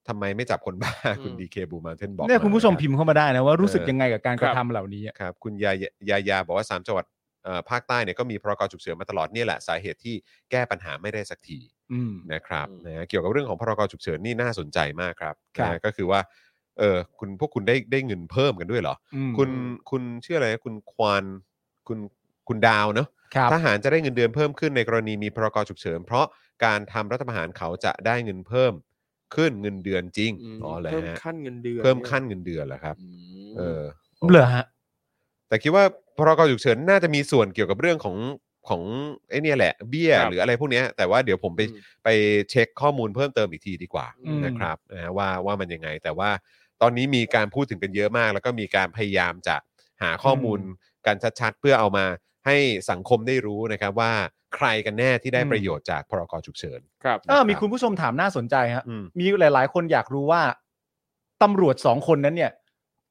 S2: ทำไมไม่จับคนบ้า คุณ
S4: อืม
S2: ดีเคบูมาเทนบอก
S3: เนี่ยคุณผู้ชม
S2: า
S3: พิ
S2: นะ
S3: มพ์เข้ามาได้นะว่ารู้สึกยังไงกับการกระทำเหล่านี้
S2: ครั
S3: อะ
S2: บครับ คุณยายายายาบอกว่า 3 จังหวัดเอ่อภาคใต้เนี่ยก็มีพรกฉุกเฉินมาตลอดเนี่ยแหละสาเหตุที่แก้ปัญหาไม่ได้สักที
S3: อืม
S2: นะครับ
S4: อืม
S2: นะฮะเกี่ยวกับเรื่องของพรกฉุกเฉินนี่น่าสนใจมากครับ
S3: ครับ
S2: นะฮะก็คือว่าเออคุณพวกคุณได้ได้เงินเพิ่มกันด้วยเหรอ
S3: อื
S2: อ
S3: ม
S2: คุณคุณชื่ออะไรนะคุณควานคุณคุณดาวเนาะ
S3: ครับ
S2: ทหารจะได้เงินเดือนเพิ่มขึ้นในกรณีมีพรกฉุกเฉินเพราะการทำรัฐประหารเขาจะได้เงินเพิ่มขึ้นเงินเดือนจริง
S4: ม
S2: อ๋อเหรอ
S4: เพิ่ม
S2: ฮะ
S4: ขั้นเงินเดือน
S2: เพิ่มขั้นเงินเดือนเหรอครับ
S4: อืม
S2: เออ
S3: เหลือฮะ
S2: แต่คิดว่าพรกฉุกเฉินน่าจะมีส่วนเกี่ยวกับเรื่องของของไอ้เนี่ยแหละ เบี้ย
S4: ครับ
S2: หรืออะไรพวกเนี้ยแต่ว่าเดี๋ยวผมไป
S4: อืม
S2: ไปเช็คข้อมูลเพิ่มเติมอีกทีดีกว่า
S3: อืม
S2: นะครับนะฮะว่าว่ามันยังไง แต่ว่าตอนนี้มีการพูดถึงกันเยอะมาก แล้วก็มีการพยายามจะหาข้อมูลกันชัดๆ เพื่อเอามาให้สังคมได้รู้นะครับว่าใครกันแน่ที่ได้ประโยชน์จากพรกฉุกเฉิน
S4: ครับ
S3: เออมีคุณผู้ชมถามน่าสนใจฮะ
S2: อืม
S3: มีหลาย ๆ คนอยากรู้ว่าตำรวจสองคนนั้นเนี่ย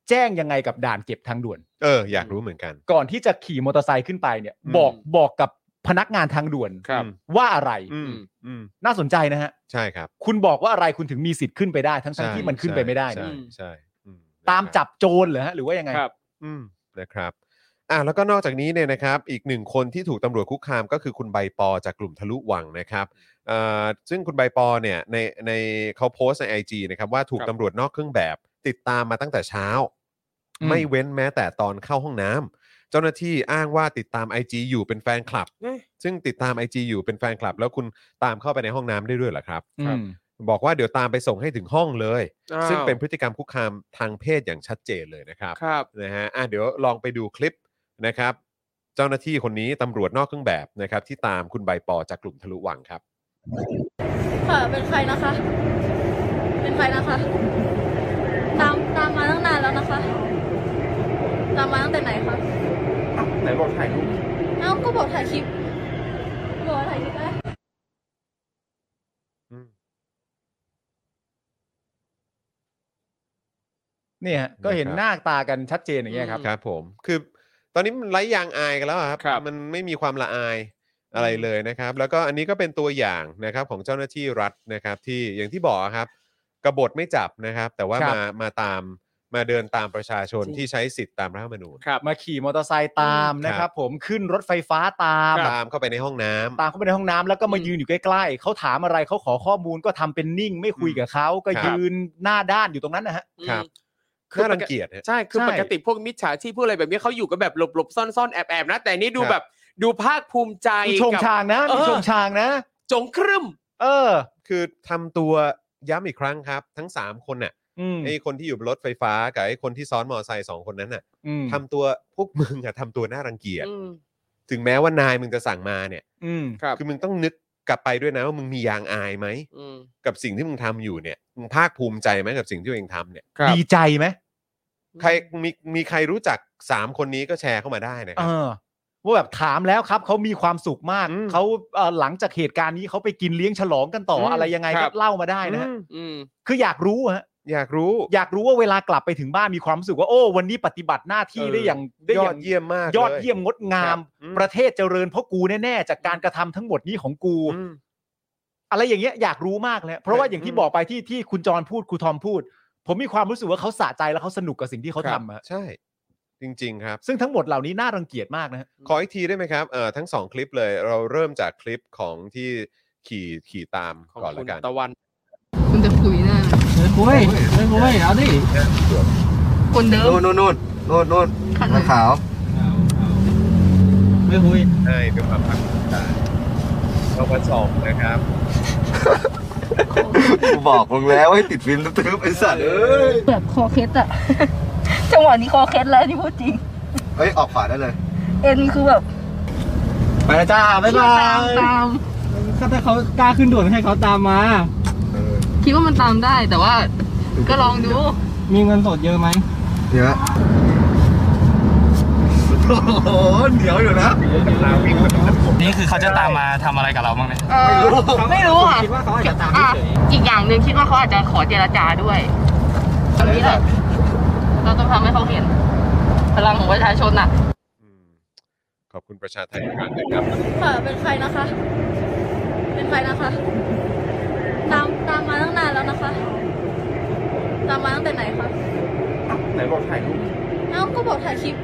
S3: แจ้งยังไงกับด่านเก็บทางด่วน
S2: เออ อยากรู้เหมือนกัน
S3: ก่อนที่จะขี่มอเตอร์ไซค์ขึ้นไปเนี่ย
S2: อืม
S3: บอกบอกกับพนักงานทางด่วน
S4: ครับ
S3: ว่าอะไร
S2: อืมอืม
S3: น่าสนใจนะฮะ
S2: ใช่ครับ
S3: คุณบอกว่าอะไรคุณถึงมีสิทธิ์ขึ้นไปได้ ทั้งๆ
S2: ใช่
S3: ที่มันขึ้นไปไม่ได้
S2: ใช่
S3: นะ
S2: ใช่อืม
S3: ตามจับโจรเหรอฮะหรือว่ายังไง
S4: ครับ
S2: อืมนะครับอ่ะแล้วก็นอกจากนี้เนี่ยนะครับ อีกหนึ่งคนที่ถูกตำรวจคุกคามก็คือคุณใบปอจากกลุ่มทะลุวังนะครับเอ่อซึ่งคุณใบปอเนี่ยในในเขาโพสต์ใน IG นะครับว่าถูก
S4: ครับ
S2: ตำรวจนอกเครื่องแบบ ติดตามมาตั้งแต่เช้า
S3: อืม
S2: ไม่เว้นแม้แต่ตอนเข้าห้องน้ำเจ้าหน้าที่อ้างว่าติดตาม IG อยู่เป็นแฟนคลับ ซึ่งติดตาม IG อยู่เป็นแฟนคลับ แล้วคุณตามเข้าไปในห้องน้ำได้ด้วยเหรอครับ
S3: อืม
S2: บอกว่าเดี๋ยวตามไปส่งให้ถึงห้องเลย
S4: อ้าว
S2: ซึ่งเป็นพฤติกรรมคุกคามทางเพศอย่างชัดเจนเลยนะครับ
S4: ครับ
S2: นะฮะอ่ะเดี๋ยวลองไปดูคลิปนะครับ เจ้าหน้าที่คนนี้ตำรวจนอกเครื่องแบบนะครับ ที่ตามคุณใบปอจากกลุ่มทะลุวังครับ
S9: ค่ะเป็นใครนะคะ เป็นใครนะคะ ตามตามมาตั้งนานแล้วนะคะ ตามมาตั้งแต่ไหนคะ
S8: ไหนบอกถ่ายรูป
S9: เอ้าก็บอกถ่ายคลิปบอกว่าถ่ายคลิปได้
S3: เนี่ยฮะก็เห็น
S2: นะครับ
S3: หน้าตากันชัดเจนอย่างเงี้ยครับ
S2: ครับผมคือตอนนี้มันไร้ยางอายกันแล้วอะครับ
S4: ครับ
S2: มันไม่มีความละอายอะไรเลยนะครับ แล้วก็อันนี้ก็เป็นตัวอย่างนะครับของเจ้าหน้าที่รัฐนะครับ ที่อย่างที่บอกอะครับกบฏไม่จับนะครับ แต่ว่า
S3: ครับ
S2: มามาตามมาเดินตามประชาชน
S4: จริง
S2: ที่ใช้สิทธิ์ตามรัฐธรรมนูญ
S4: ครับ
S3: มาขี่มอเตอร์ไซค์ตามนะค
S2: ครั
S3: รับ บ ผมขึ้นรถไฟฟ้าตาม
S2: ตามเข้าไปในห้องน้ำ
S3: ตามเข้าไปในห้องน้ำแล้วก็มายืนอยู่ใกล้ๆเขาถามอะไรเขาขอข้อมูลก็ทำเป็นนิ่ง ไม่คุยกับเขาก็
S2: ครับ
S3: ยืนหน้าด้านอยู่ตรงนั้นนะฮะ
S2: ครับ
S4: คือ
S2: น่ารังเกียจฮะ
S4: ใช่ คือ
S3: ใช่
S4: ปกติพวกมิจฉาชีพพวกอะไรแบบนี้เขาอยู่กันแบบหลบหลบๆซ่อนซ่อนๆแอบแอบๆนะ แต่นี่ดู
S2: ครับ
S4: แบบดูภาคภูมิใจ
S3: มีชง
S4: กับ
S3: ชางนะ
S4: เออ
S3: มีชงชางนะ
S4: จงครึ่ม
S3: เออ
S2: คือทำตัวย้ำอีกครั้งครับ ทั้งสามคนน่ะ
S3: อืม
S2: ไอ้คนที่อยู่บนรถไฟฟ้ากับไอ้คนที่ซ้อนมอเตอร์ไซค์สองคนนั้นน่ะ
S3: อืม
S2: ทำตัวพวกมึงอะทำตัวน่ารังเกียจถึงแม้ว่านายมึงจะสั่งมาเนี่ย
S3: อืม
S4: ครับ
S2: อมึงต้องนึกกลับไปด้วยนะว่ามึงมียางอายไหม
S4: อืม
S2: กับสิ่งที่มึงทำอยู่เนี่ยมึงภาคภูมิใจไหมกับสิ่งที่ตัวเองทำเนี่ย
S4: ครับ
S3: ดีใจไหม
S2: ใครมีมีใครรู้จักสามคนนี้ก็แชร์เข้ามาได้นะค
S3: เอ
S2: รับ
S3: อว่าแบบถามแล้วครับเขามีความสุขมาก
S2: อืม
S3: เขาเอ่อหลังจากเหตุการณ์นี้เขาไปกินเลี้ยงฉลองกันต่อ
S2: ม
S3: อะไรยังไง
S2: ครั
S3: ก็
S2: บ
S3: เล่ามาได้นะฮะ
S2: อืม
S4: อืม
S3: คืออยากรู้ฮะ
S2: อยากรู้
S3: อยากรู้ว่าเวลากลับไปถึงบ้านมีความรู้สึกว่าโอ้วันนี้ปฏิบัติหน้าที่
S4: เออ
S3: ได้อย่างได้
S2: ย
S3: อ
S2: อด
S3: ย่าง
S2: เยี่ยมมาก
S3: ยอด
S2: ล
S3: เยี่ยมงดงาม
S2: อืม
S3: ประเทศเจริญเพราะกูแน่ๆจากการกระทำทั้งหมดนี้ของกู
S2: อืม
S3: อะไรอย่างเงี้ยอยากรู้มากเลยเพราะว่าอย่างที่
S2: อืม
S3: บอกไปที่ที่คุณจรพูดครูทอมพูด ผมมีความรู้สึกว่าเขาสะใจแล้วเขาสนุกกับสิ่งที่เขาทำอะ
S2: ใช่ จริง ๆ ครับ
S3: ซึ่งทั้งหมดเหล่านี้น่ารังเกียจมากนะฮะ
S2: ขออีกทีได้ไหมครับเอ่อทั้งสองคลิปเลยเราเริ่มจากคลิปของที่ขี่ขี่ตาม
S4: ของ
S2: ก่อน
S4: คุ
S2: ละ
S4: ณ
S2: กัน
S4: ตะวัน
S6: คุณจะคุยหน้า
S7: เฮ้ยคุยเฮ้ยคุยเอาดิ
S6: คนเดิม
S8: นู่นนู่นนู่นนู่นนู่น
S6: คันไหน
S8: คันขาว
S7: ไม่คุย
S2: ให้ด้วยความภาคภูมิใจเราประสบนะครับ
S10: บอกมึงแล้วให้ติดฟิล์มทึบๆไอ้สัตว์เอ้ย
S6: แบบคอเคสอะ จังหวะนี้คอเคสแล้วนี่พูดจริง
S10: เอ้ยออกขวาได้เลย
S6: เอ็นคือแบบ
S7: ไปแล้วจ้าบ๊ายบา
S6: ตาม
S7: ย
S6: ตาม
S7: ก็ถ้าเขากล้าขึ้นด่วนให้เขาตามมา
S10: เออ
S6: คิดว่ามันตามได้แต่ว่าก็ลองดู
S7: มีเงินสดเยอะไหม
S10: เดี๋ยวโอ้โหเหนียวอยู่นะ
S5: นี่คือเขาจะตามมาทำอะไรกับเราบ้างเนี่ย
S6: เออไม่รู้ค่ะ
S7: คิดว่าเขาอาจจะตาม
S6: อ่ะ
S7: เฉย
S6: อีกอย่างหนึ่งคิดว่าเขาอาจจะขอเจรจาด้วยอันนี้แหละเราต้องทำให้เขาเห็น พลังของประชาชนอ่ะ
S2: อืมขอบคุณประชาไทยอีกครั้งนะครับ
S9: ค่ะเป็นใครนะคะ เป็นใครนะคะ ตามตามมาตั้งนานแล้วนะคะ ตามมาตั้งแต่ไหนคะ
S8: ไหนบอกถ่ายรูป
S9: เอ้าก็บอกถ่ายคลิป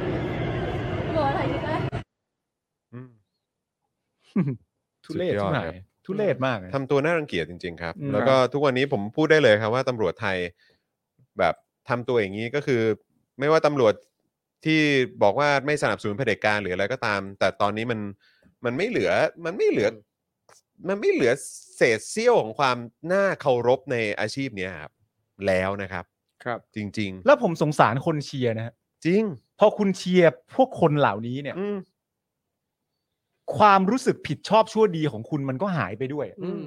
S9: บอกว่าถ่ายคลิปได้
S2: อืม
S3: ทุเรศ
S2: สุดยอด
S3: ที่ไหน
S2: ครับ
S3: ทุเรศมากเลย
S2: ทำตัวน่ารังเกียจจริงๆครับ
S3: อืม
S2: แล้วก็ทุกวันนี้ผมพูดได้เลยครับว่าตำรวจไทยแบบทำตัวอย่างนี้ก็คือ ไม่ว่าตำรวจที่บอกว่าไม่สนับสนุนเผด็จการหรืออะไรก็ตาม แต่ตอนนี้มันมันไม่เหลือมันไม่เหลือ มันไม่เหลือเศษเสี้ยวของความน่าเคารพในอาชีพเนี้ยครับแล้วนะครับ
S5: ครับ
S2: จริง
S3: แล้วผมสงสารคนเชียร์นะฮะ
S2: ๆ จริง
S3: พอคุณเชียร์พวกคนเหล่านี้เนี่ย
S2: อืม
S3: ความรู้สึกผิดชอบชั่วดีของคุณมันก็หายไปด้วย
S4: อืม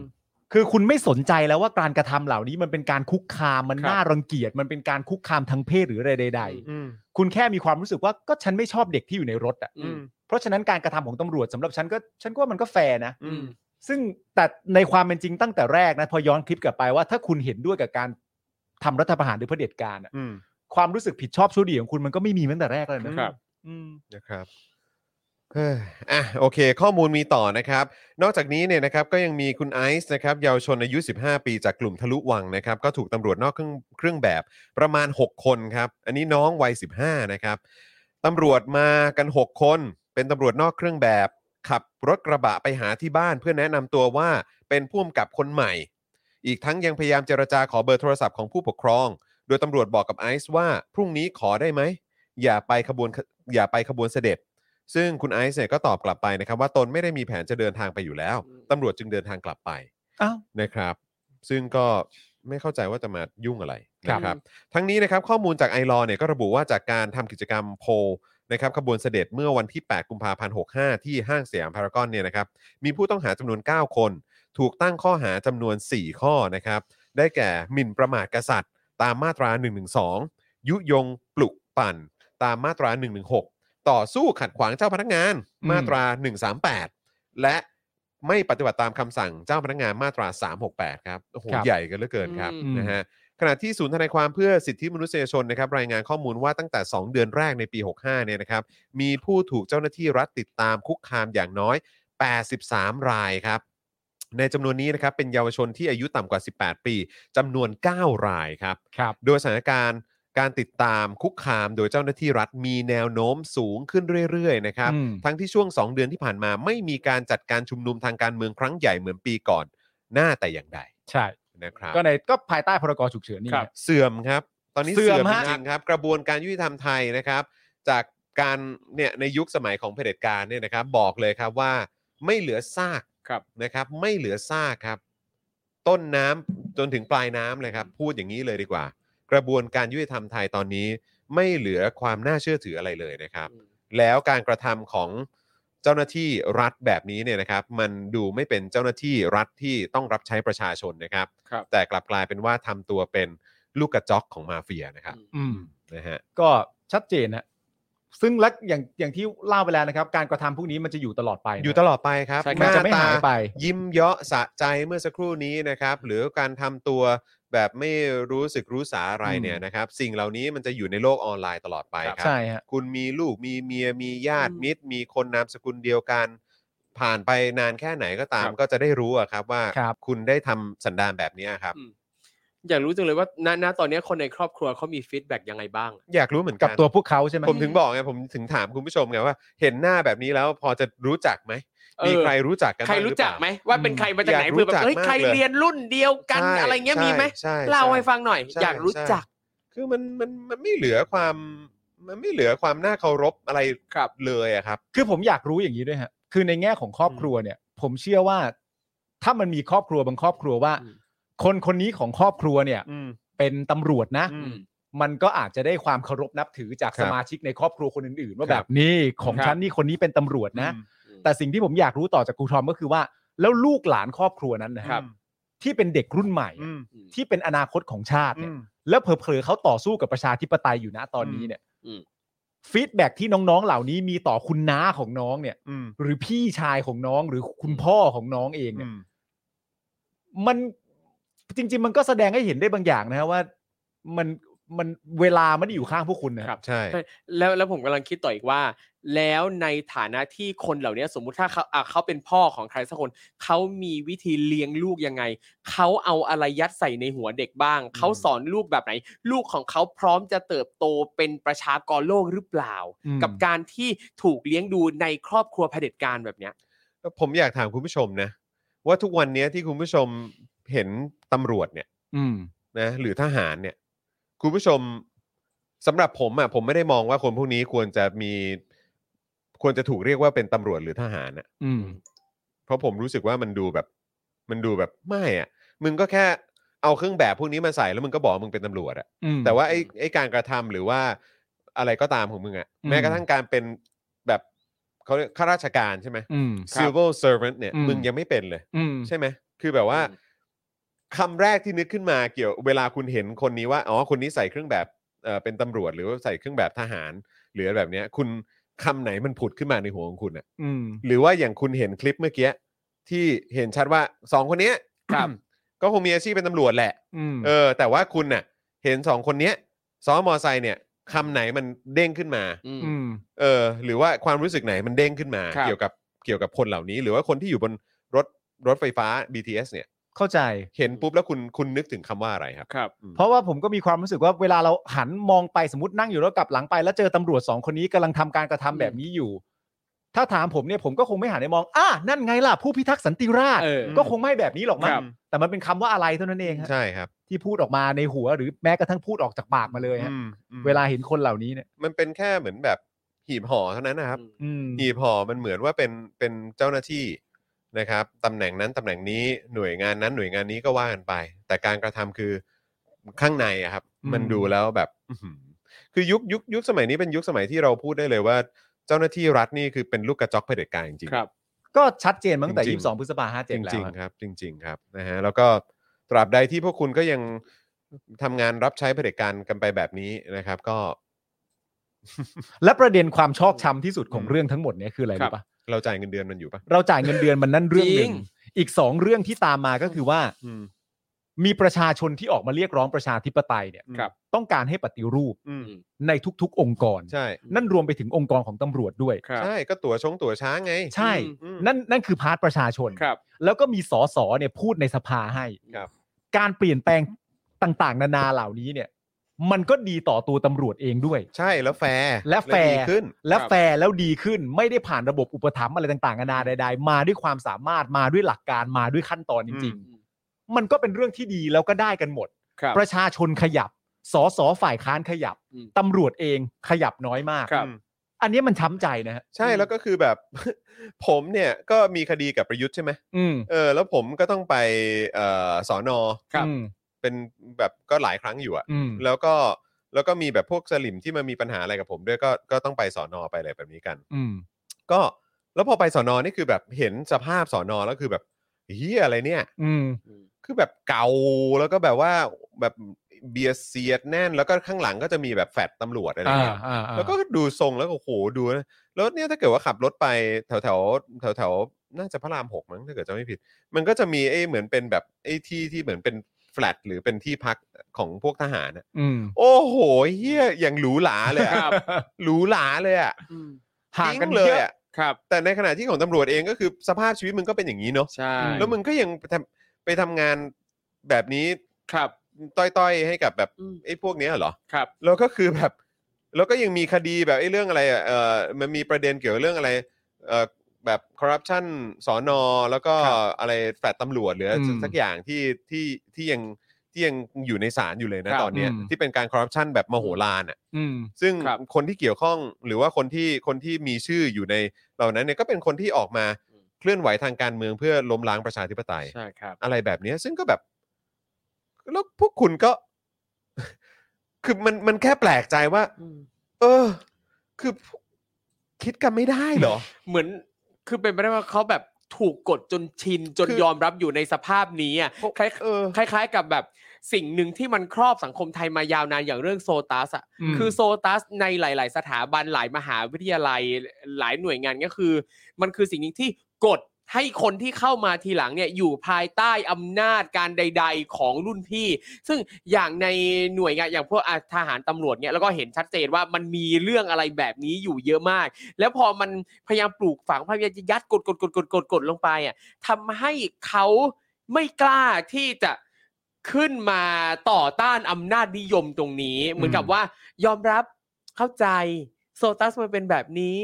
S3: คือคุณไม่สนใจแล้วว่าการกระทำเหล่านี้มันเป็นการคุกคามมัน
S5: ครับ
S3: น่ารังเกียจมันเป็นการคุกคามทางเพศหรืออะไรใด
S2: อืม
S3: ๆ คุณแค่มีความรู้สึกว่าก็ฉันไม่ชอบเด็กที่อยู่ในรถอ่ะ
S4: อืม
S2: Hum,
S3: เพราะฉะนั้นการกระทำของตำรวจสำหรับฉันก็ฉันก็ว่ามันก็แฟร์นะ
S4: Hum,
S2: อืม
S3: ซึ่งแต่ในความเป็นจริงตั้งแต่แรกนะพอย้อนคลิปกลับไปว่าถ้าคุณเห็นด้วยกับการทำรัฐประหารหรือเผด็จการอะ
S2: อืม
S3: ความรู้สึกผิดชอบชั่วดีของคุณมันก็ไม่มีตั้งแต่แรกเลยนะครับ อืม
S2: นะครับเอ้ยอ่ะโอเค ข้อมูลมีต่อนะครับ นอกจากนี้เนี่ยนะครับก็ยังมีคุณไอซ์นะครับเยาวชนอายุ 15 ปีจากกลุ่มทะลุวังนะครับ ก็ถูกตำรวจนอกเครื่องเครื่องแบบประมาณ 6 คนครับ อันนี้น้องวัย 15 นะครับตำรวจมากัน 6 คน เป็นตำรวจนอกเครื่องแบบ ขับรถกระบะไปหาที่บ้าน เพื่อแนะนำตัวว่าเป็นผู้กำกับคนใหม่ อีกทั้งยังพยายามเจรจาขอเบอร์โทรศัพท์ของผู้ปกครอง โดยตำรวจบอกกับไอซ์ว่าพรุ่งนี้ขอได้ไหม อย่าไปขบวนอย่าไปขบวนเสด็จ ซึ่งคุณไอซ์เนี่ยก็ตอบกลับไปนะครับ ว่าตนไม่ได้มีแผนจะเดินทางไปอยู่แล้วตำรวจจึงเดินทางกลับไป
S3: อ้าว
S2: นะครับ ซึ่งก็ไม่เข้าใจว่าจะมายุ่งอะไร
S4: ครับ
S2: นะครับ ทั้งนี้นะครับข้อมูลจากไอรอเนี่ยก็ระบุว่าจากการทำกิจกรรมโพลนะครับขบวนเสด็จเมื่อวันที่ 8 กุมภาพันธ์ 65 ที่ห้างสยามพารากอนเนี่ยนะครับมีผู้ต้องหาจำนวน 9 คน ถูกตั้งข้อหาจำนวน 4 ข้อนะครับ ได้แก่หมิ่นประมาทกษัตริย์ ตามมาตรา 112 ยุยงปลุกปั่น ตามมาตรา 116 ต่อสู้ขัดขวางเจ้าพนักงาน
S3: อืม
S2: มาตรา 138 และไม่ปฏิบัติตามคำสั่งเจ้าพนักงานมาตรา 368 ครับโอ้โห
S3: ครับ
S2: ใหญ่กันเหลือเกินครับ
S4: อืม
S2: นะฮะ ขณะที่ศูนย์ทนายความเพื่อสิทธิมนุษยชนนะครับรายงานข้อมูลว่าตั้งแต่ 2 เดือนแรกในปี 65 เนี่ยนะครับมีผู้ถูกเจ้าหน้าที่รัฐติดตามคุกคามอย่างน้อย 83 รายครับ ในจำนวนนี้นะครับเป็นเยาวชนที่อายุต่ำกว่า 18 ปีจำนวน 9 รายครับ
S3: ครับ
S2: โดยสถานการณ์การติดตามคุกคามโดยเจ้าหน้าที่รัฐมีแนวโน้มสูงขึ้นเรื่อยๆนะครับ
S3: อืม
S2: ทั้งที่ช่วง 2 เดือนที่ผ่านมาไม่มีการจัดการชุมนุมทางการเมืองครั้งใหญ่เหมือนปีก่อนหน้าแต่อย่างใด
S3: ใช่
S2: นะครับ
S3: ก็ในก็ภายใต้พรกฉุกเฉินนี่
S5: ครับ
S3: นะ
S2: เสื่อมครับ ตอนนี้
S3: เสื่
S2: เสื่อ
S3: อม
S2: ม
S3: ฮะ
S2: จริงๆครับ กระบวนการยุติธรรมไทยนะครับ จากการเนี่ยในยุคสมัยของเผด็จการเนี่ยนะครับ บอกเลยครับว่าไม่เหลือซาก
S5: ครับ
S2: นะครับ ไม่เหลือซากครับ ต้นน้ำจนถึงปลายน้ำเลยครับ พูดอย่างนี้เลยดีกว่า กระบวนการยุติธรรมไทยตอนนี้ ไม่เหลือความน่าเชื่อถืออะไรเลยนะครับ แล้วการกระทำของเจ้าหน้าที่รัฐแบบนี้เนี่ยนะครับ มันดูไม่เป็นเจ้าหน้าที่รัฐที่ต้องรับใช้ประชาชนนะครับ
S5: ครับ
S2: แต่กลับกลายเป็นว่าทำตัวเป็นลูกกระจอกของมาเฟียนะครับ
S3: อืม
S2: นะฮะ
S3: ก็ชัดเจนฮะซึ่งและอย่างอย่างที่เล่าไปแล้วนะครับ การกระทำพวกนี้มันจะอยู่ตลอดไปนะ
S2: อยู่ตลอดไปครับ
S5: ใช่ครับ
S3: มันจะ
S2: น้
S3: ไม่
S2: ต
S3: หายไป
S2: ยิ้มเยาะสะใจเมื่อสักครู่นี้นะครับ หรือการทำตัวแบบไม่รู้สึกรู้สาอะไร
S3: อืม
S2: เนี่ยนะครับ สิ่งเหล่านี้มันจะอยู่ในโลกออนไลน์ตลอดไปครับ
S3: ใช่ฮะ
S2: คุณมีลูกมีเมียมีญาติมิตร มีคนนามสกุลเดียวกัน ผ่านไปนานแค่ไหนก็ตาม
S5: ครับ
S2: ก็จะได้รู้อะครับว่า
S3: ครับ
S2: คุณได้ทำสันดานแบบนี้ครับ
S4: อยากรู้จังเลยว่าณณตอนนี้คนในครอบครัวเขามีฟีดแบ็กยังไงบ้าง
S2: อยากรู้เหมือน
S3: กับ
S2: กัน
S3: ตัวพวกเขาใช่ไหม
S2: ผมถึงบอกไงผมถึงถามคุณผู้ชมไงว่า เห็นหน้าแบบนี้แล้วพอจะรู้จักไหม
S4: เออ
S2: มีใครรู้จักกัน
S4: ใคร
S2: บ้าง
S4: รู้
S2: เป
S4: จั
S2: ล่า
S4: กไหมว่าเป็นใครมาจากไหน
S2: อยากรู้
S4: เพื่อแบ
S2: จัก
S4: บเอ้ย
S2: มาก
S4: ใคร
S2: เลย
S4: เรียนรุ่นเดียวกัน
S2: ใช่
S4: อะไรเงี้ย
S2: ใช่
S4: มีไหม
S2: ใช่
S4: เล่า
S2: ช่
S4: ให้ฟังหน่อย
S2: ใช่
S4: อยากรู้
S2: ใช่
S4: จัก
S2: คือมันมันมันไม่เหลือความ มันไม่เหลือความน่าเคารพอะไรเลยอะครับ
S3: คือผมอยากรู้อย่างนี้ด้วยฮะ คือในแง่ของครอบครัวเนี่ย ผมเชื่อว่า ถ้ามันมีครอบครัวบางครอบครัวว่า คนคนนี้ของครอบครัวเนี่ย
S2: อืม
S3: เป็นตำรวจนะ
S2: อืม
S3: มันก็อาจจะได้ความเคารพนับถือจาก
S2: ครับ
S3: สมาชิกในครอบครัวคนอื่นๆ ว่า
S2: ครับ
S3: แบบนี้ของ
S2: ครับ
S3: ฉันนี่คนนี้เป็นตำรวจนะ แต่สิ่งที่ผมอยากรู้ต่อจากครูทอมก็คือว่า แล้วลูกหลานครอบครัวนั้นนะค
S2: ครั
S3: รับ
S2: บ
S3: ที่เป็นเด็กรุ่นใหม่อะ
S2: อืม
S3: ที่เป็นอนาคตของชาติเนี่ย
S2: อืม
S3: แล้วเผลอๆเขาต่อสู้กับประชาธิปไตยอยู่นะตอนนี้เนี่ย
S4: อืม
S3: ฟีดแบ็กที่น้องๆเหล่านี้มีต่อคุณน้าของน้องเนี่ย
S2: อืม
S3: หรือพี่ชายของน้องหรือคุณพ่อของน้องเอง
S2: อื
S3: เนี่ย
S2: ม
S3: มันจริง ๆ มันก็แสดงให้เห็นได้บางอย่างนะฮะว่ามันมันเวลามันอยู่ข้างพวกคุณนะ
S2: ใช่
S4: แล้วแล้วผมกำลังคิดต่ออีกว่า แล้วในฐานะที่คนเหล่านี้สมมุติถ้าเขาอ่ะเขาเป็นพ่อของใครสักคนเขามีวิธีเลี้ยงลูกยังไงเขาเอาอะไรยัดใส่ในหัวเด็กบ้างเขาสอนลูกแบบไหน ลูกของเขาพร้อมจะเติบโตเป็นประชากรโลกหรือเปล่า
S3: อืม
S4: กับการที่ถูกเลี้ยงดูในครอบครัวเผด็จการแบบเนี้ย
S2: ผมอยากถามคุณผู้ชมนะ ว่าทุกวันเนี้ยที่คุณผู้ชมเห็นตำรวจเนี่ย
S3: อืม
S2: นะหรือทหารเนี่ย คุณผู้ชมสำหรับผมอ่ะผมไม่ได้มองว่าคนพวกนี้ควรจะมี ควรจะถูกเรียกว่าเป็นตำรวจหรือทหารนะ
S3: อืม
S2: เพราะผมรู้สึกว่ามันดูแบบ มันดูแบบไม่อะมึงก็แค่เอาเครื่องแบบพวกนี้มาใส่แล้วมึงก็บอกว่ามึงเป็นตำรวจอะ
S3: อืม
S2: แต่ว่าไอ้ไอ้การกระทำหรือว่าอะไรก็ตามของมึงอะ
S3: อืม
S2: แม้กระทั่งการเป็นแบบเขาเรียกข้าราชการใช่ไหม
S3: อืม
S2: civil servant เนี่ย
S3: อืม
S2: มึงยังไม่เป็นเลย
S3: อืม
S2: ใช่ไหมคือแบบว่า
S4: อืม
S2: คำแรกที่นึกขึ้นมาเกี่ยว เวลาคุณเห็นคนนี้ว่าอ๋อคนนี้ใส่เครื่องแบบเอ่อเป็นตำรวจ หรือว่าใส่เครื่องแบบทหารหรืออะไรแบบเนี้ย คุณคำไหนมันผุดขึ้นมาในหัวของคุณอะ
S3: อืม
S2: หรือว่าอย่างคุณเห็นคลิปเมื่อกี้ที่เห็นชัดว่าสองคนเนี้ย ก็คงมีอาชีพเป็นตำรวจแหละ
S3: อืม
S2: เออ แต่ว่าคุณน่ะ เห็นสองคนเนี้ยซ้อนมอไซค์เนี่ยคำไหนมันเด้งขึ้นมา
S4: อืม
S3: อืม
S2: เออ หรือว่าความรู้สึกไหนมันเด้งขึ้นมา
S4: ครับ
S2: เกี่ยวกับเกี่ยวกับคนเหล่านี้ หรือว่าคนที่อยู่บนรถรถไฟฟ้า BTS เนี่ย
S3: เข้าใจ
S2: เห็นปุ๊บแล้วคุณคุณนึกถึงคำว่าอะไรครับ
S4: ครับ
S3: เพราะว่าผมก็มีความรู้สึกว่าเวลาเราหันมองไปสมมตินั่งอยู่แล้วกลับหลังไป แล้วเจอตำรวจสองคนนี้กำลังทำการกระทำแบบนี้อยู่ ถ้าถามผมเนี่ยผมก็คงไม่หันไปมองอ่ะนั่นไงล่ะ ผู้พิทักษ์สันติราษฎร์
S4: เออ
S3: ก็คงไม่แบบนี้หรอกมั้ง
S4: ครับ
S3: แต่มันเป็นคำว่าอะไรเท่านั้นเองฮะ
S2: ใช่ครับ
S3: ที่พูดออกมาในหัวหรือแม้กระทั่งพูดออกจากปากมาเลยฮะ
S2: อืมอืม
S3: เวลาเห็นคนเหล่านี้เนี่ย
S2: มันเป็นแค่เหมือนแบบหีบห่อเท่านั้นนะครับ
S3: อืม
S2: หีบห่อมันเหมือนว่าเป็นเป็นเจ้าหน้าที่นะครับตำแหน่งนั้นตำแหน่งนี้หน่วยงานนั้นหน่วยงานนี้ก็ว่ากันไป แต่การกระทำคือข้างในอะครับ
S3: อืม
S2: มันดูแล้วแบบอื้อหือคือยุคยุคยุคสมัยนี้เป็นยุคสมัยที่เราพูดได้เลยว่า เจ้าหน้าที่รัฐนี่คือเป็นลูกกระจอกเผด็จการจริงๆ
S4: ครับ
S3: ก็ชัดเจนมาตั้งแต่
S2: จริ
S3: ยี่
S2: งๆ
S3: สิบสองพฤษภาห้าเจ็ดแล้ว
S2: จริง
S3: ฮะ
S2: ๆครับ จริง ๆ ครับนะฮะแล้วก็ตราบใดที่พวกคุณก็ยังทำงานรับใช้เผด็จการกันไปแบบนี้นะครับ ก็
S3: และประเด็นความชอกช้ำที่สุดของเรื่องทั้งหมดเนี่ยคืออะไร
S4: ครั
S3: รู้
S4: บ
S3: ปะ
S2: เราจ่ายเงินเดือนมันอยู่ปะ
S3: เราจ่ายเงินเดือนมันนั่นเรื่องหนึ่ง
S4: จริง
S3: อีกสองเรื่องที่ตามมาก็คือว่า
S2: อืม
S3: มีประชาชนที่ออกมาเรียกร้องประชาธิปไตยเนี่ย
S4: ครับ
S3: ต้องการให้ปฏิรูป
S2: อืม
S3: ในทุกๆ องค์กร
S2: ใช่
S3: นั่นรวมไปถึงองค์กรของตำรวจด้วย
S4: ครับ
S2: ใช่ก็ตั๋วชงตั๋วช้างไง
S3: ใช่
S2: อืม
S3: นั่นนั่นคือพาร์ทประชาชน
S4: ครับ
S3: แล้วก็มีสอสอเนี่ยพูดในสภาให้
S2: ครับ
S3: การเปลี่ยนแปลงต่างๆ นานาเหล่านี้เนี่ย มันก็ดีต่อตัวตำรวจเองด้วย
S2: ใช่แล้วแฟร์
S3: และแฟ
S2: ดี
S3: ร์
S2: ขึ้น
S3: และ
S4: ครับ
S3: แฟร์แล้วดีขึ้นไม่ได้ผ่านระบบอุปถัมภ์อะไรต่างๆนานาใด ๆ มาด้วยความสามารถมาด้วยหลักการมาด้วยขั้นตอนจริง ๆ มันก็เป็นเรื่องที่ดีแล้วก็ได้กันหมด
S4: ครับ
S3: ประชาชนขยับ สสฝ่ายค้านขยับ
S4: อืม
S3: ตำรวจเองขยับน้อยมาก
S4: ครับ
S3: อันนี้มันช้ำใจนะฮะ
S2: ใช่แล้วก็คือแบบ ผมเนี่ยก็มีคดีกับประยุทธ์ใช่ไหม
S3: อืม
S2: เออแล้วผมก็ต้องไปเอ่อสอนอ
S4: ครับ
S3: อืม
S2: เป็นแบบก็หลายครั้งอยู่อะ
S3: อืม
S2: แล้วก็แล้วก็มีแบบพวกสลิมที่มันมีปัญหาอะไรกับผมด้วยก็ก็ต้องไปสอนอไปอะไรแบบนี้กัน
S3: อืม
S2: ก็แล้วพอไปสอนอนี่คือแบบเห็นสภาพสอนอแล้วคือแบบเฮียอะไรเนี่ย
S3: อืม
S2: คือแบบเก่าแล้วก็แบบว่าแบบเบียดเสียดแน่น แล้วก็ข้างหลังก็จะมีแบบแฟดตำรวจอะไรอย่าง
S3: อ่า
S2: เงี้ย
S3: อ่าอ่า
S2: แล้วก็ดูทรงแล้วก็โอ้โหดูนะแล้วเนี่ยถ้าเกิดว่าขับรถไปแถวแถวแถวแถวๆน่าจะพระรามหกมั้งถ้าเกิดจะไม่ผิด มันก็จะมีไอ้เหมือนเป็นแบบไอ้ที่ที่เหมือนเป็นแฟลตหรือเป็นที่พักของพวกทหารน่ะ
S3: อืม
S2: โอ้โหเฮียอย่างหรูหราเลยอะหรูหราเลยอะ
S3: ห่างกัน
S2: ทิ้เล
S3: เย
S2: ย
S3: อะ
S2: อะ
S4: ครับ
S2: แต่ในขณะที่ของตำรวจเองก็คือสภาพชีวิตมึงก็เป็นอย่างนี้เนาะ
S4: ใช่
S2: แล้วมึงก็ยังไปทำไปทำงานแบบนี้
S4: ครับ
S2: ต้อยๆ ให้กับแบบ
S4: อืม
S2: ไอ้พวกเนี้ยเหรอ
S4: ครับ
S2: แล้วก็คือแบบ แล้วก็ยังมีคดีแบบไอ้เรื่องอะไรอ่ะเออมันมีประเด็นเกี่ยวกับเรื่องอะไรเออแบบคอร์รัปชันสอนอแล้วก็อะไรแฟดตำรวจหรือ
S3: อืม
S2: สักอย่างที่ที่ที่ยัง ที่ยังอยู่ในศาลอยู่เลยนะครับ ตอนเนี้ย
S3: อืม
S2: ที่เป็นการคอร์รัปชันแบบมโหฬารอ่ะ
S3: อืม
S2: ซึ่ง
S4: ครับ
S2: คนที่เกี่ยวข้องหรือว่าคนที่คนที่มีชื่ออยู่ในเหล่านั้นเนี่ยก็เป็นคนที่ออกมาเคลื่อนไหวทางการเมืองเพื่อล้มล้างประชาธิปไตย
S4: ใช่ครับ
S2: อะไรแบบเนี้ยซึ่งก็แบบ แล้วพวกคุณก็ คือมันมันแค่แปลกใจว่า เออ คือคิดกันไม่ได้เหรอ
S4: เหมือนคือเป็นไปได้ว่าเขาแบบถูกกดจนชินจน
S2: คือย
S4: อมรับอยู่ในสภาพนี้อ่ะคล้าย
S2: เออ
S4: คล้าย ๆ กับแบบสิ่งหนึ่งที่มันครอบสังคมไทยมายาวนานอย่างเรื่องโซตัสอ่ะ
S3: อืม
S4: คือโซตัสในหลาย ๆ สถาบันหลายมหาวิทยาลัยหลายหน่วยงานก็คือ มันคือสิ่งหนึ่งที่กดให้คนที่เข้ามาทีหลังเนี่ยอยู่ภายใต้อำนาจการใด ๆ ของรุ่นพี่ ซึ่งอย่างในหน่วยงานอย่างพวกอ่ะทหารตำรวจเนี่ยแล้วก็เห็นชัดเจนว่ามันมีเรื่องอะไรแบบนี้อยู่เยอะมาก แล้วพอมันพยายามปลูกฝังพยายามจะยัดกดกดกดกดกดกดลงไปอ่ะทำให้เขาไม่กล้าที่จะขึ้นมาต่อต้านอำนาจนิยมตรงนี้ เหมือนกับว่ายอมรับเข้าใจโซตัสมันเป็นแบบนี้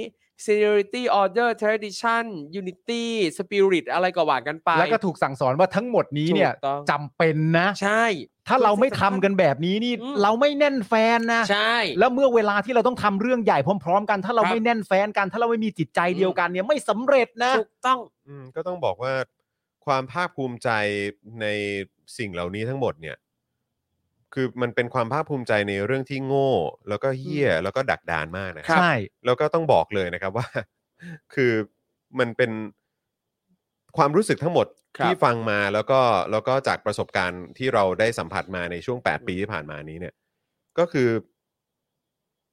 S4: seniority order tradition unity spirit อะไรก็ว่ากันไป
S3: แล้วก็ถูกสั่งสอนว่าทั้งหมดนี้เนี่ย
S4: ถูกต้อง
S3: จำเป็นนะ
S4: ใช่
S3: ถ้าเราไม่ทำกันแบบนี้นี่
S4: อืม
S3: เราไม่แน่นแฟนนะ
S4: ใช่
S3: แล้วเมื่อเวลาที่เราต้องทำเรื่องใหญ่พร้อม ๆ กัน ถ้าเรา
S4: ครับ
S3: ไม่แน่นแฟนกัน ถ้าเราไม่มีจิตใจเดียวกันเนี่ยไม่สำเร็จนะ
S4: ถูกต้อง
S2: อืมก็ต้องบอกว่าความภาคภูมิใจในสิ่งเหล่านี้ทั้งหมดเนี่ย คือมันเป็นความภาคภูมิใจในเรื่องที่โง่ แล้วก็เหี้ยแล้วก็ดักดานมากนะ
S4: ค รับ
S3: ใช่
S2: แล้วก็ต้องบอกเลยนะครับ ว่า คือมันเป็นความรู้สึกทั้งหมด
S4: ครับ
S2: ที่ฟังมาแล้วก็แล้วก็จากประสบการณ์ที่เราได้สัมผัสมาในช่วง 8 ปีที่ผ่านมานี้เนี่ย ก็คือ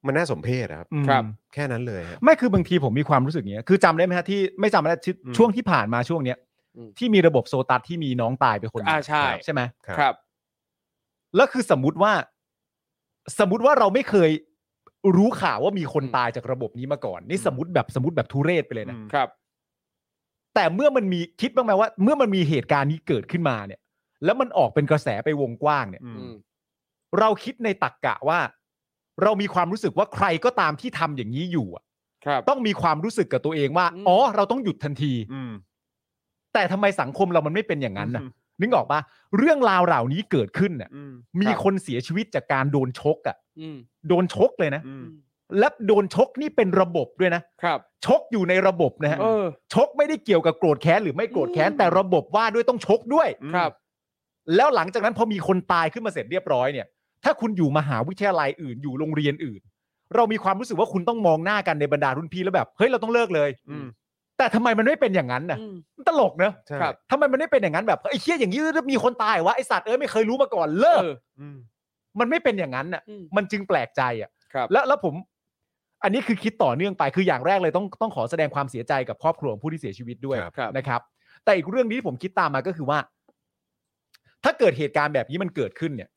S2: มันน่าสมเพชนะครับ
S3: อืม
S4: ครับ
S2: แค่นั้นเลยฮะ
S3: ไม่คือบางทีผมมีความรู้สึกอย่างเงี้ยคือจำได้ไหมฮะที่ไม่จำได้ที่
S2: อืม
S3: ช่วงที่ผ่านมาช่วงเนี้ย
S4: อืม
S3: ที่มีระบบโซตัสที่มีน้องตายไปคนหนึ่ง
S4: อ่าใช่
S3: ใช่ไหม
S2: ครับ
S4: ครับ
S3: แล้วคือสมมติว่า สมมติว่าเราไม่เคยรู้ข่าวว่ามีคน
S4: อืม
S3: ตายจากระบบนี้มาก่อนนี่สมมติแบบสมมติแบบทุเรศไปเลยนะ
S2: อืม
S4: ครับ
S3: แต่เมื่อมันมีคิดบ้างไหมว่า เมื่อมันมีเหตุการณ์นี้เกิดขึ้นมาเนี่ย แล้วมันออกเป็นกระแสไปวงกว้างเนี่ย
S2: อืม
S4: อืม
S3: เราคิดในตรกกะว่า เรามีความรู้สึกว่าใครก็ตามที่ทำอย่างนี้อยู่อะ
S4: ครับ
S3: ต้องมีความรู้สึกกับตัวเองว่า
S4: อืม
S3: อ๋อ เราต้องหยุดทันที
S2: อืม
S3: แต่ทำไมสังคมเรามันไม่เป็นอย่างนั้นนะ
S2: อืม
S3: นึกออกปะเรื่องราวเหล่านี้เกิดขึ้นน่ะ
S2: อืม
S3: มีคนเสียชีวิตจากการโดนชกอ่ะ
S4: อืม
S3: โดนชกเลยนะ
S2: อืม
S3: และโดนชกนี่เป็นระบบด้วยนะ
S4: ครับ
S3: ชกอยู่ในระบบนะฮะ
S4: เออ
S3: ชกไม่ได้เกี่ยวกับโกรธแค้นหรือไม่โกรธแค้น
S4: อืม
S3: แต่ระบบว่าด้วยต้องชกด้วย
S4: ครับ
S3: แล้วหลังจากนั้นพอมีคนตายขึ้นมาเสร็จเรียบร้อยเนี่ย ถ้าคุณอยู่มหาวิทยาลัยอื่นอยู่โรงเรียนอื่น เรามีความรู้สึกว่าคุณต้องมองหน้ากันในบรรดารุ่นพี่แล้วแบบเฮ้ยเราต้องเลิกเลย
S2: อืม
S3: แต่ทำไมมันไม่เป็นอย่างนั้นน่ะ
S4: อืม
S3: มันตลกเนอะ
S2: ใช่
S4: ครับ
S3: ทำไมมันไม่เป็นอย่างนั้นแบบไอ้เชี่ยอย่างนี้มีคนตายวะไอสัตว์เอ้ยไม่เคยรู้มาก่อนเลิก
S4: เออ
S2: อืม
S3: มันไม่เป็นอย่างนั้นน่ะ
S4: อืม
S3: มันจึงแปลกใจอ่ะ
S4: ครับ
S3: แล้วแล้วผม อันนี้คือคิดต่อเนื่องไปคืออย่างแรกเลยต้องต้องขอแสดงความเสียใจกับครอบครัวของผู้ที่เสียชีวิตด้วย
S2: ครับ
S4: ครับ
S3: นะครับ แต่อีกเรื่องนี้ที่ผมคิดตามมาก็คือว่า ถ้าเกิดเหตุการณ์แบบนี้มันเกิดขึ้นเนี่ย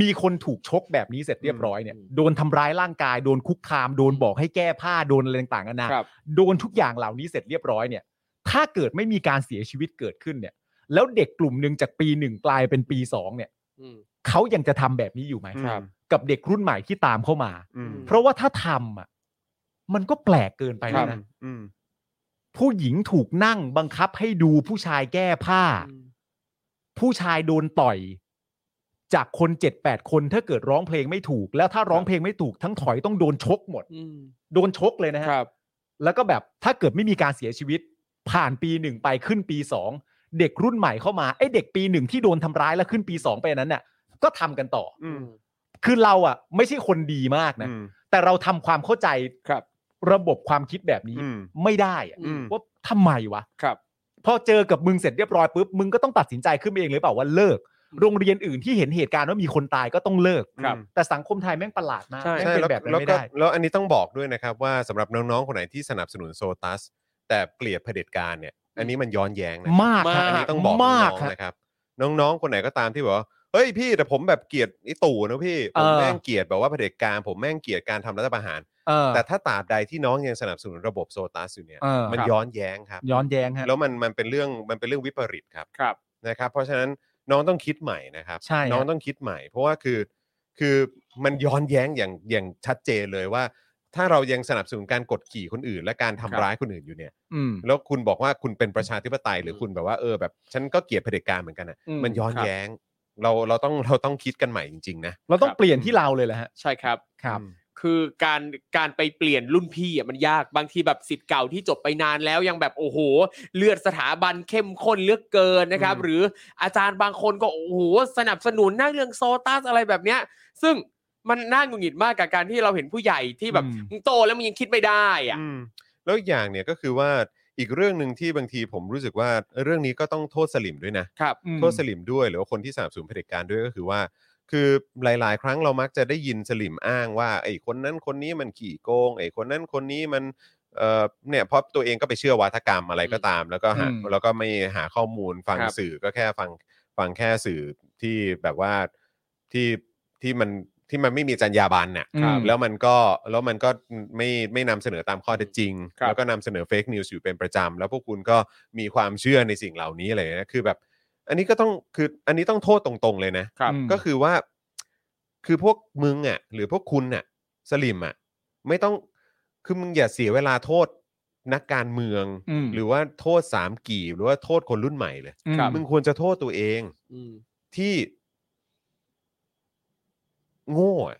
S3: มีคนถูกชกแบบนี้เสร็จเรียบร้อยเนี่ยโดนทำร้ายร่างกายโดนคุกคาม โดนบอกให้แก้ผ้าโดนอะไรต่างๆกันานา
S4: ครับ
S3: โดนทุกอย่างเหล่านี้เสร็จเรียบร้อยเนี่ย ถ้าเกิดไม่มีการเสียชีวิตเกิดขึ้นเนี่ย แล้วเด็กกลุ่มหนึ่งจากปีหนึ่งกลายเป็นปีสองเนี่ย
S4: อืม
S3: เขายังจะทำแบบนี้อยู่ไหม
S2: ครับ
S3: กับเด็กรุ่นใหม่ที่ตามเข้ามา
S2: อืม
S3: เพราะว่าถ้าทำอ่ะมันก็แปลกเกินไปแล้ว
S4: ครั
S3: นะ
S4: บ
S2: อืม
S3: ผู้หญิงถูกนั่งบังคับให้ดูผู้ชายแก้ผ้า
S4: อืม
S3: ผู้ชายโดนต่อย จากคนเจ็ดแปดคนถ้าเกิดร้องเพลงไม่ถูก แล้วถ้าร้องเพลงไม่ถูกทั้งถอยต้องโดนชกหมด
S4: อืม
S3: โดนชกเลยนะฮะ
S4: ครับ
S3: แล้วก็แบบถ้าเกิดไม่มีการเสียชีวิต ผ่านปีหนึ่งไปขึ้นปีสองเด็กรุ่นใหม่เข้ามาไอ้เด็กปีหนึ่งที่โดนทำร้ายแล้วขึ้นปีสองไปอันนั้นเนี่ยก็ทำกันต่ออ
S2: อืม
S3: คือเราอ่ะ ไม่ใช่คนดีมากนะ
S2: อืม
S3: แต่เราทำความเข้าใจ
S4: ครับ
S3: ระบบความคิดแบบนี้
S2: อืม
S3: ไม่ได้อะ
S2: อืม
S3: ว่าทำไมวะ
S4: ครับ
S3: พอเจอกับมึงเสร็จเรียบร้อยปุ๊บมึงก็ต้องตัดสินใจขึ้นมาเองเลยเปล่าว่าเลิก
S4: อืม
S3: โรงเรียนอื่นที่เห็นเหตุการณ์ว่ามีคนตายก็ต้องเลิก
S4: ครับ
S3: แต่สังคมไทยแม่งประหลาดมาก
S4: ใช่
S3: แม่ง
S2: ใช่แล้ว
S3: เป็นแบบนั้น
S2: แล้ว
S3: ไม่
S2: ก็
S3: ได้
S2: แล้วอันนี้ต้องบอกด้วยนะครับว่าสำหรับน้องๆ คนไหนที่สนับสนุนโซตัส แต่เกลียดเผด็จการเนี่ย อันนี้มันย้อนแย้งนะ
S3: มากค
S4: มาก
S3: รั
S2: อันนี้
S3: บ
S2: ต้องบอกน้
S3: มาก
S2: อง
S3: ครั
S2: ๆ
S3: บ
S2: นะครับ น้องๆ คนไหนก็ตามที่บอกว่าเฮ้ยพี่แต่ผมแบบเกลียดไอ้ตู่นะพี่ผ
S3: เอ
S2: ม
S3: อ
S2: แม่งเกลียดแบบว่าเผด็จการ ผมแม่งเกลียดการทำรัฐประหาร
S3: เออ
S2: แต่ถ้าตราบใดที่น้องยังสนับสนุนระบบโซตัสอยู่เนี่ย
S3: เออ
S2: มัน
S3: ครับ
S2: ย้อนแย้งครับ
S3: ย้อนแย้งฮะ
S2: แล้วมันมันเป็นเรื่องมันเป็นเรื่องวิปริตครับ
S4: ครับ
S2: นะครับ เพราะฉะนั้นน้องต้องคิดใหม่นะครับ
S3: ใช่ฮะ
S2: น้องต้องคิดใหม่ เพราะว่าคือคือมันย้อนแย้งอย่างอย่างชัดเจนเลยว่า ถ้าเรายังสนับสนุนการกดขี่คนอื่น และการทำ
S4: ครับ
S2: ร้ายคนอื่นอยู่เนี่ย
S3: อืม
S2: แล้วคุณบอกว่าคุณเป็นประชาธิปไตยหรือคุณแบบว่าเออแบบ ฉันก็เกลียดเผด็จการเหมือนกันอ่ะ
S3: อืม
S2: มันย้อนแย้ง เราเราต้องเราต้องคิดกันใหม่จริงๆนะ
S3: เราต้องเปลี่ยนที่เราเลยแหละฮะ
S4: ใช่ครับ
S3: ครับ
S4: คือการการไปเปลี่ยนรุ่นพี่อ่ะมันยากบางทีแบบสิทธิ์เก่าที่จบไปนานแล้วยังแบบโอ้โห เลือดสถาบันเข้มข้นเหลือกเกินนะครับ หรืออาจารย์บางคนก็โอ้โหสนับสนุนหน้าเรื่องโซตัสอะไรแบบเนี้ย ซึ่งมันน่าหงุดหงิดมากกับการที่เราเห็นผู้ใหญ่ที่แบบ
S3: อืม
S4: มึงโตแล้วมึงยังคิดไม่ได้อ่ะ
S2: อืมแล้วอีกอย่างเนี่ยก็คือว่าอีกเรื่องหนึ่งที่บางทีผมรู้สึกว่าเรื่องนี้ก็ต้องโทษสลิมด้วยนะ
S4: ครับ
S3: อืม
S2: โทษสลิมด้วยหรือว่าคนที่สามสูนเผด็จการด้วยก็คือว่า คือหลาย ๆ ครั้งเรามักจะได้ยินสลิมอ้างว่าไอ้คนนั้นคนนี้มันขี่โกงไอ้คนนั้นคนนี้มันเอ่อเนี่ยเพราะตัวเองก็ไปเชื่อวาทกรรมอะไรก็ตาม แล้วก็หา
S3: อืม
S2: แล้วก็ไม่หาข้อมูลฟัง
S4: ครับ
S2: สื่อก็แค่ฟังฟังแค่สื่อที่แบบว่าที่ที่มันที่มันไม่มีจรรยาบรรณน่ะ
S3: ครับ
S2: แล้วมันก็แล้วมันก็ไม่ไม่นำเสนอตามข้อเท็จจริง
S4: ครับ
S2: แล้วก็นำเสนอเฟกนิวส์อยู่เป็นประจำแล้วพวกคุณก็มีความเชื่อในสิ่งเหล่านี้อะไรนะคือแบบ อันนี้ก็ต้องคืออันนี้ต้องโทษตรงๆเลยนะ
S4: ครับ
S3: อืม
S2: ก็คือว่า คือพวกมึงอ่ะ หรือพวกคุณอ่ะ สลิมอ่ะ ไม่ต้องคือมึงอย่าเสียเวลาโทษนักการเมือง
S3: อืม
S2: หรือว่าโทษสามกีบหรือว่าโทษคนรุ่นใหม่เลย
S3: อืม
S4: ครับ
S2: มึงควรจะโทษตัวเอง
S4: อืม
S2: ที่โง่อะ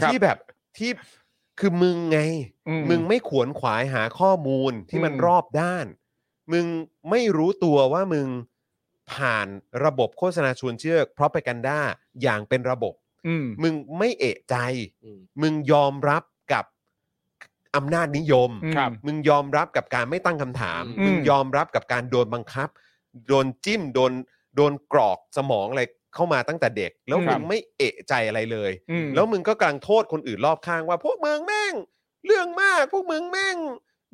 S4: ครับ
S2: ที่แบบที่คือมึงไง
S3: อืม
S2: มึงไม่ขวนขวายหาข้อมูลที่มัน
S3: อืม
S2: รอบด้าน มึงไม่รู้ตัวว่ามึงผ่านระบบโฆษณาชวนเชื่อเพราะไปกันด้าอย่างเป็นระบบ
S3: อืม
S2: มึงไม่เอะใจ
S4: อืม
S2: มึงยอมรับกับอำนาจนิยม
S3: ครับ
S2: มึงยอมรับกับการไม่ตั้งคำถาม
S3: อืม
S2: มึงยอมรับกับการโดนบังคับ โดนจิ้ม โดน โดนกรอกสมองอะไรเข้ามาตั้งแต่เด็ก แล้วมึงไม่เอะใจอะไรเลย
S3: อืม
S2: แล้วมึงก็กำลังโทษคนอื่นรอบข้างว่า พวกมึงแม่ง เรื่องมาก พวกมึงแม่ง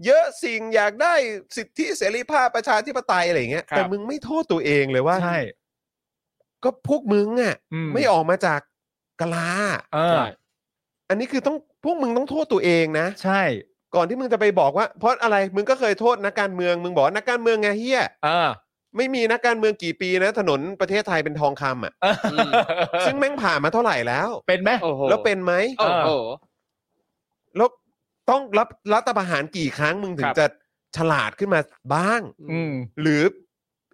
S2: เยอะสิ่งอยากได้สิทธิเสรีภาพประชาธิปไตยอะไรอย่างเงี้ย
S4: ครับ
S2: แต่มึงไม่โทษตัวเองเลยว่า
S3: ใช่
S2: ก็พวกมึงอ่ะ
S3: อื
S2: ไม่ออกมาจากกะลา
S3: เออ
S4: ใช่
S2: อันนี้คือต้องพวกมึงต้องโทษตัวเองนะ
S3: ใช่
S2: ก่อนที่มึงจะไปบอกว่า เพราะอะไรมึงก็เคยโทษนักการเมือง มึงบอกว่านักการเมืองไงเฮีย
S3: เออ
S2: ไม่มีนักการเมืองกี่ปีนะ ถนนประเทศไทยเป็นทองคำอ่ะ
S3: เออ
S4: ม
S2: ซึ่งแม่งผ่านมาเท่าไหร่แล้ว
S3: เป็นไหม
S4: โอ้โห
S2: แล้วเป็นไหม
S4: โอ้โห
S2: แล้วต้องรับรัฐประหารกี่ครั้งมึงถึ
S4: ค
S2: ง
S4: รับ
S2: จะฉลาดขึ้นมาบ้าง
S3: อืม
S2: หรือ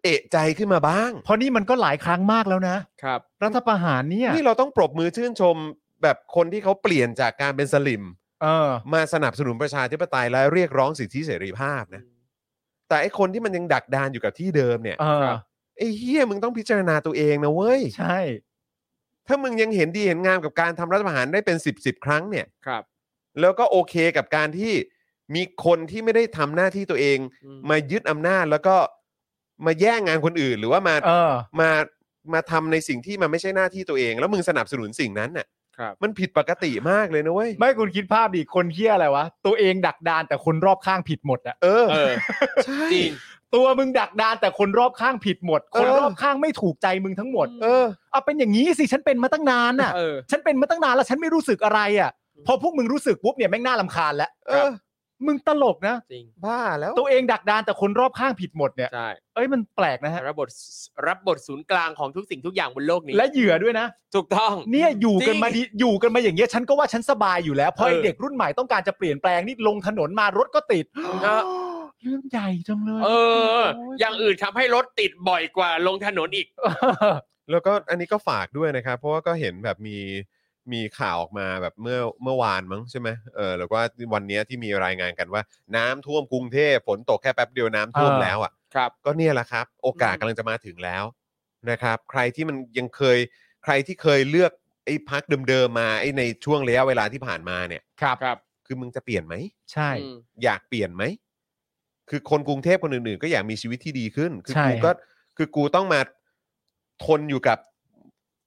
S2: เอะใจขึ้นมาบ้าง
S3: เพราะนี่มันก็หลายครั้งมากแล้วนะครับ รัฐประหารเนี่ย
S2: นี่เราต้องปรบมือชื่นชมแบบคนที่เขาเปลี่ยนจากการเป็นสลิม
S3: เออ
S2: มาสนับสนุนประชาธิปไตยและเรียกร้องสิทธิเสรีภาพนะ แต่ไอคนที่มันยังดักดานอยู่กับที่เดิมเนี่ย
S3: เออ
S2: ไอ้เฮียมึงต้องพิจารณาตัวเองนะเว้ย
S3: ใช่
S2: ถ้ามึงยังเห็นดีเห็นงามกับการทำรัฐประหารได้เป็น 10บสครั้งเนี่ย
S4: ครับ
S2: แล้วก็โอเคกับการที่มีคนที่ไม่ได้ทำหน้าที่ตัวเอง
S4: อืม
S2: มายึดอำนาจแล้วก็มาแย่งงานคนอื่น หรือว่ามา
S3: เออ
S2: มามาทำในสิ่งที่มันไม่ใช่หน้าที่ตัวเอง แล้วมึงสนับสนุนสิ่งนั้นน่ะ
S4: ครับ
S2: มันผิดปกติมากเลยนะเว้ย
S3: ไม่คุณคิดภาพดิคนเฮี้ยอะไรวะ ตัวเองดักดานแต่คนรอบข้างผิดหมดอะ
S2: เออ
S4: เออ
S2: ใช่
S4: จริง
S3: ตัวมึงดักดานแต่คนรอบข้างผิดหมด คน
S2: เออ
S3: รอบข้างไม่ถูกใจมึงทั้งหมด
S4: เออ
S3: เอาเป็นอย่างนี้สิฉันเป็นมาตั้งนานน่ะ
S4: เออ
S3: ฉันเป็นมาตั้งนานแล้วฉันไม่รู้สึกอะไรอ่ะ พอพวกมึงรู้สึกปุ๊บเนี่ยแม่งน่าลำคาญแล้ว
S2: เออ
S3: มึงตลกนะ
S4: จริง
S2: บ้าแล้ว
S3: ตัวเองดักดานแต่คนรอบข้างผิดหมดเนี่ย
S4: ใช่
S3: เอ้ยมันแปลกนะฮะ
S4: รับบทรับบทศูนย์กลางของทุกสิ่งทุกอย่างบนโลกนี้
S3: และเหยื่อด้วยนะ
S4: ถูกต้อง
S3: เนี่ยอยู่กันมา
S4: จริง
S3: ดีอยู่กันมาอย่างเงี้ยฉันก็ว่าฉันสบายอยู่แล้วเพราะไอ้
S4: เออ
S3: เด็กรุ่นใหม่ต้องการจะเปลี่ยนแปลงนี่ลงถนนมารถก็ติด
S4: เออ
S3: เรื่องใหญ่จังเลย
S4: เออ อย่างอื่นทำให้รถติดบ่อยกว่าลงถนนอีก
S2: แล้วก็อันนี้ก็ฝากด้วยนะครับ เพราะว่าก็เห็นแบบมีมีข่าวออกมาแบบเมื่อเมื่อวานมั้งใช่ไหมเออแล้วก็วันเนี้ยที่มีรายงานกันว่า น้ำท่วมกรุงเทพฝนตกแค่แป๊บเดียวน้ำท่วมแล้วอ่ะ
S4: ครับ
S2: ก็เนี่ยแหละครับ โอกาสกำลังจะมาถึงแล้วนะครับ ใครที่มันยังเคยใครที่เคยเลือกไอ้พักเดิมๆมาไอ้ในช่วงระยะเวลาที่ผ่านมาเนี่ย
S3: ครับ
S4: ครับ
S2: คือมึงจะเปลี่ยนไหม
S3: ใช่
S4: อืม
S2: อยากเปลี่ยนไหม คือคนกรุงเทพคนอื่นๆ ก็อยากมีชีวิตที่ดีขึ้น คือ
S3: ใช่
S2: กูก็ คือกูต้องมาทนอยู่กับ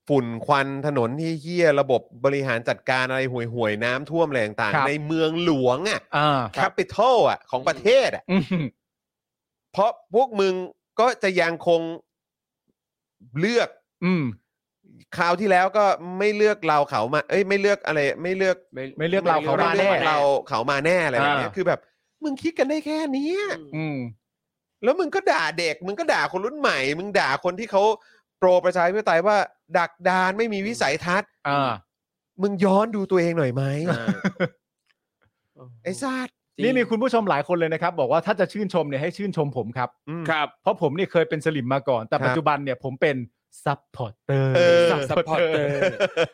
S2: ฝุ่นควันถนนที่เฮี้ยระบบบริหารจัดการอะไรห่วยๆ น้ำท่วมอะไรต่าง
S3: ครับ
S2: ๆ ในเมืองหลวงอ่ะ
S3: อ่า
S2: แคปิตอลอ่ะ ของประเทศอ่ะ
S3: อืม
S2: เพราะพวกมึงก็จะยังคงเลือก
S3: อืม
S2: คราวที่แล้วก็ไม่เลือกเราเขามา เอ้ยไม่เลือกอะไร ไม่เลือก
S3: ไม่เลือกเราเขามาแน่
S2: ไเลือกเราเขามาแน่อะไรแบบเนี้ย
S3: อ่า
S2: คือแบบ มึงคิดกันได้แค่เนี้ย
S3: อืม
S2: แล้วมึงก็ด่าเด็ก มึงก็ด่าคนรุ่นใหม่ มึงด่าคนที่เขาโปรประชาธิปไตยว่า ดักดานไม่มีวิสัยทัศน์
S3: อ่า
S2: มึงย้อนดูตัวเองหน่อยไหมไอ้ซาด
S4: จริง
S3: นี่มีคุณผู้ชมหลายคนเลยนะครับ บอกว่าถ้าจะชื่นชมเนี่ยให้ชื่นชมผมครับ
S2: อืม
S4: ครับ
S3: เพราะผมเนี่ยเคยเป็นสลิมมาก่อน แต่
S2: ครับ
S3: ปัจจุบันเนี่ยผมเป็น ซัพพอร์เตอร์
S2: เออ
S4: ซัพพอร์เตอร์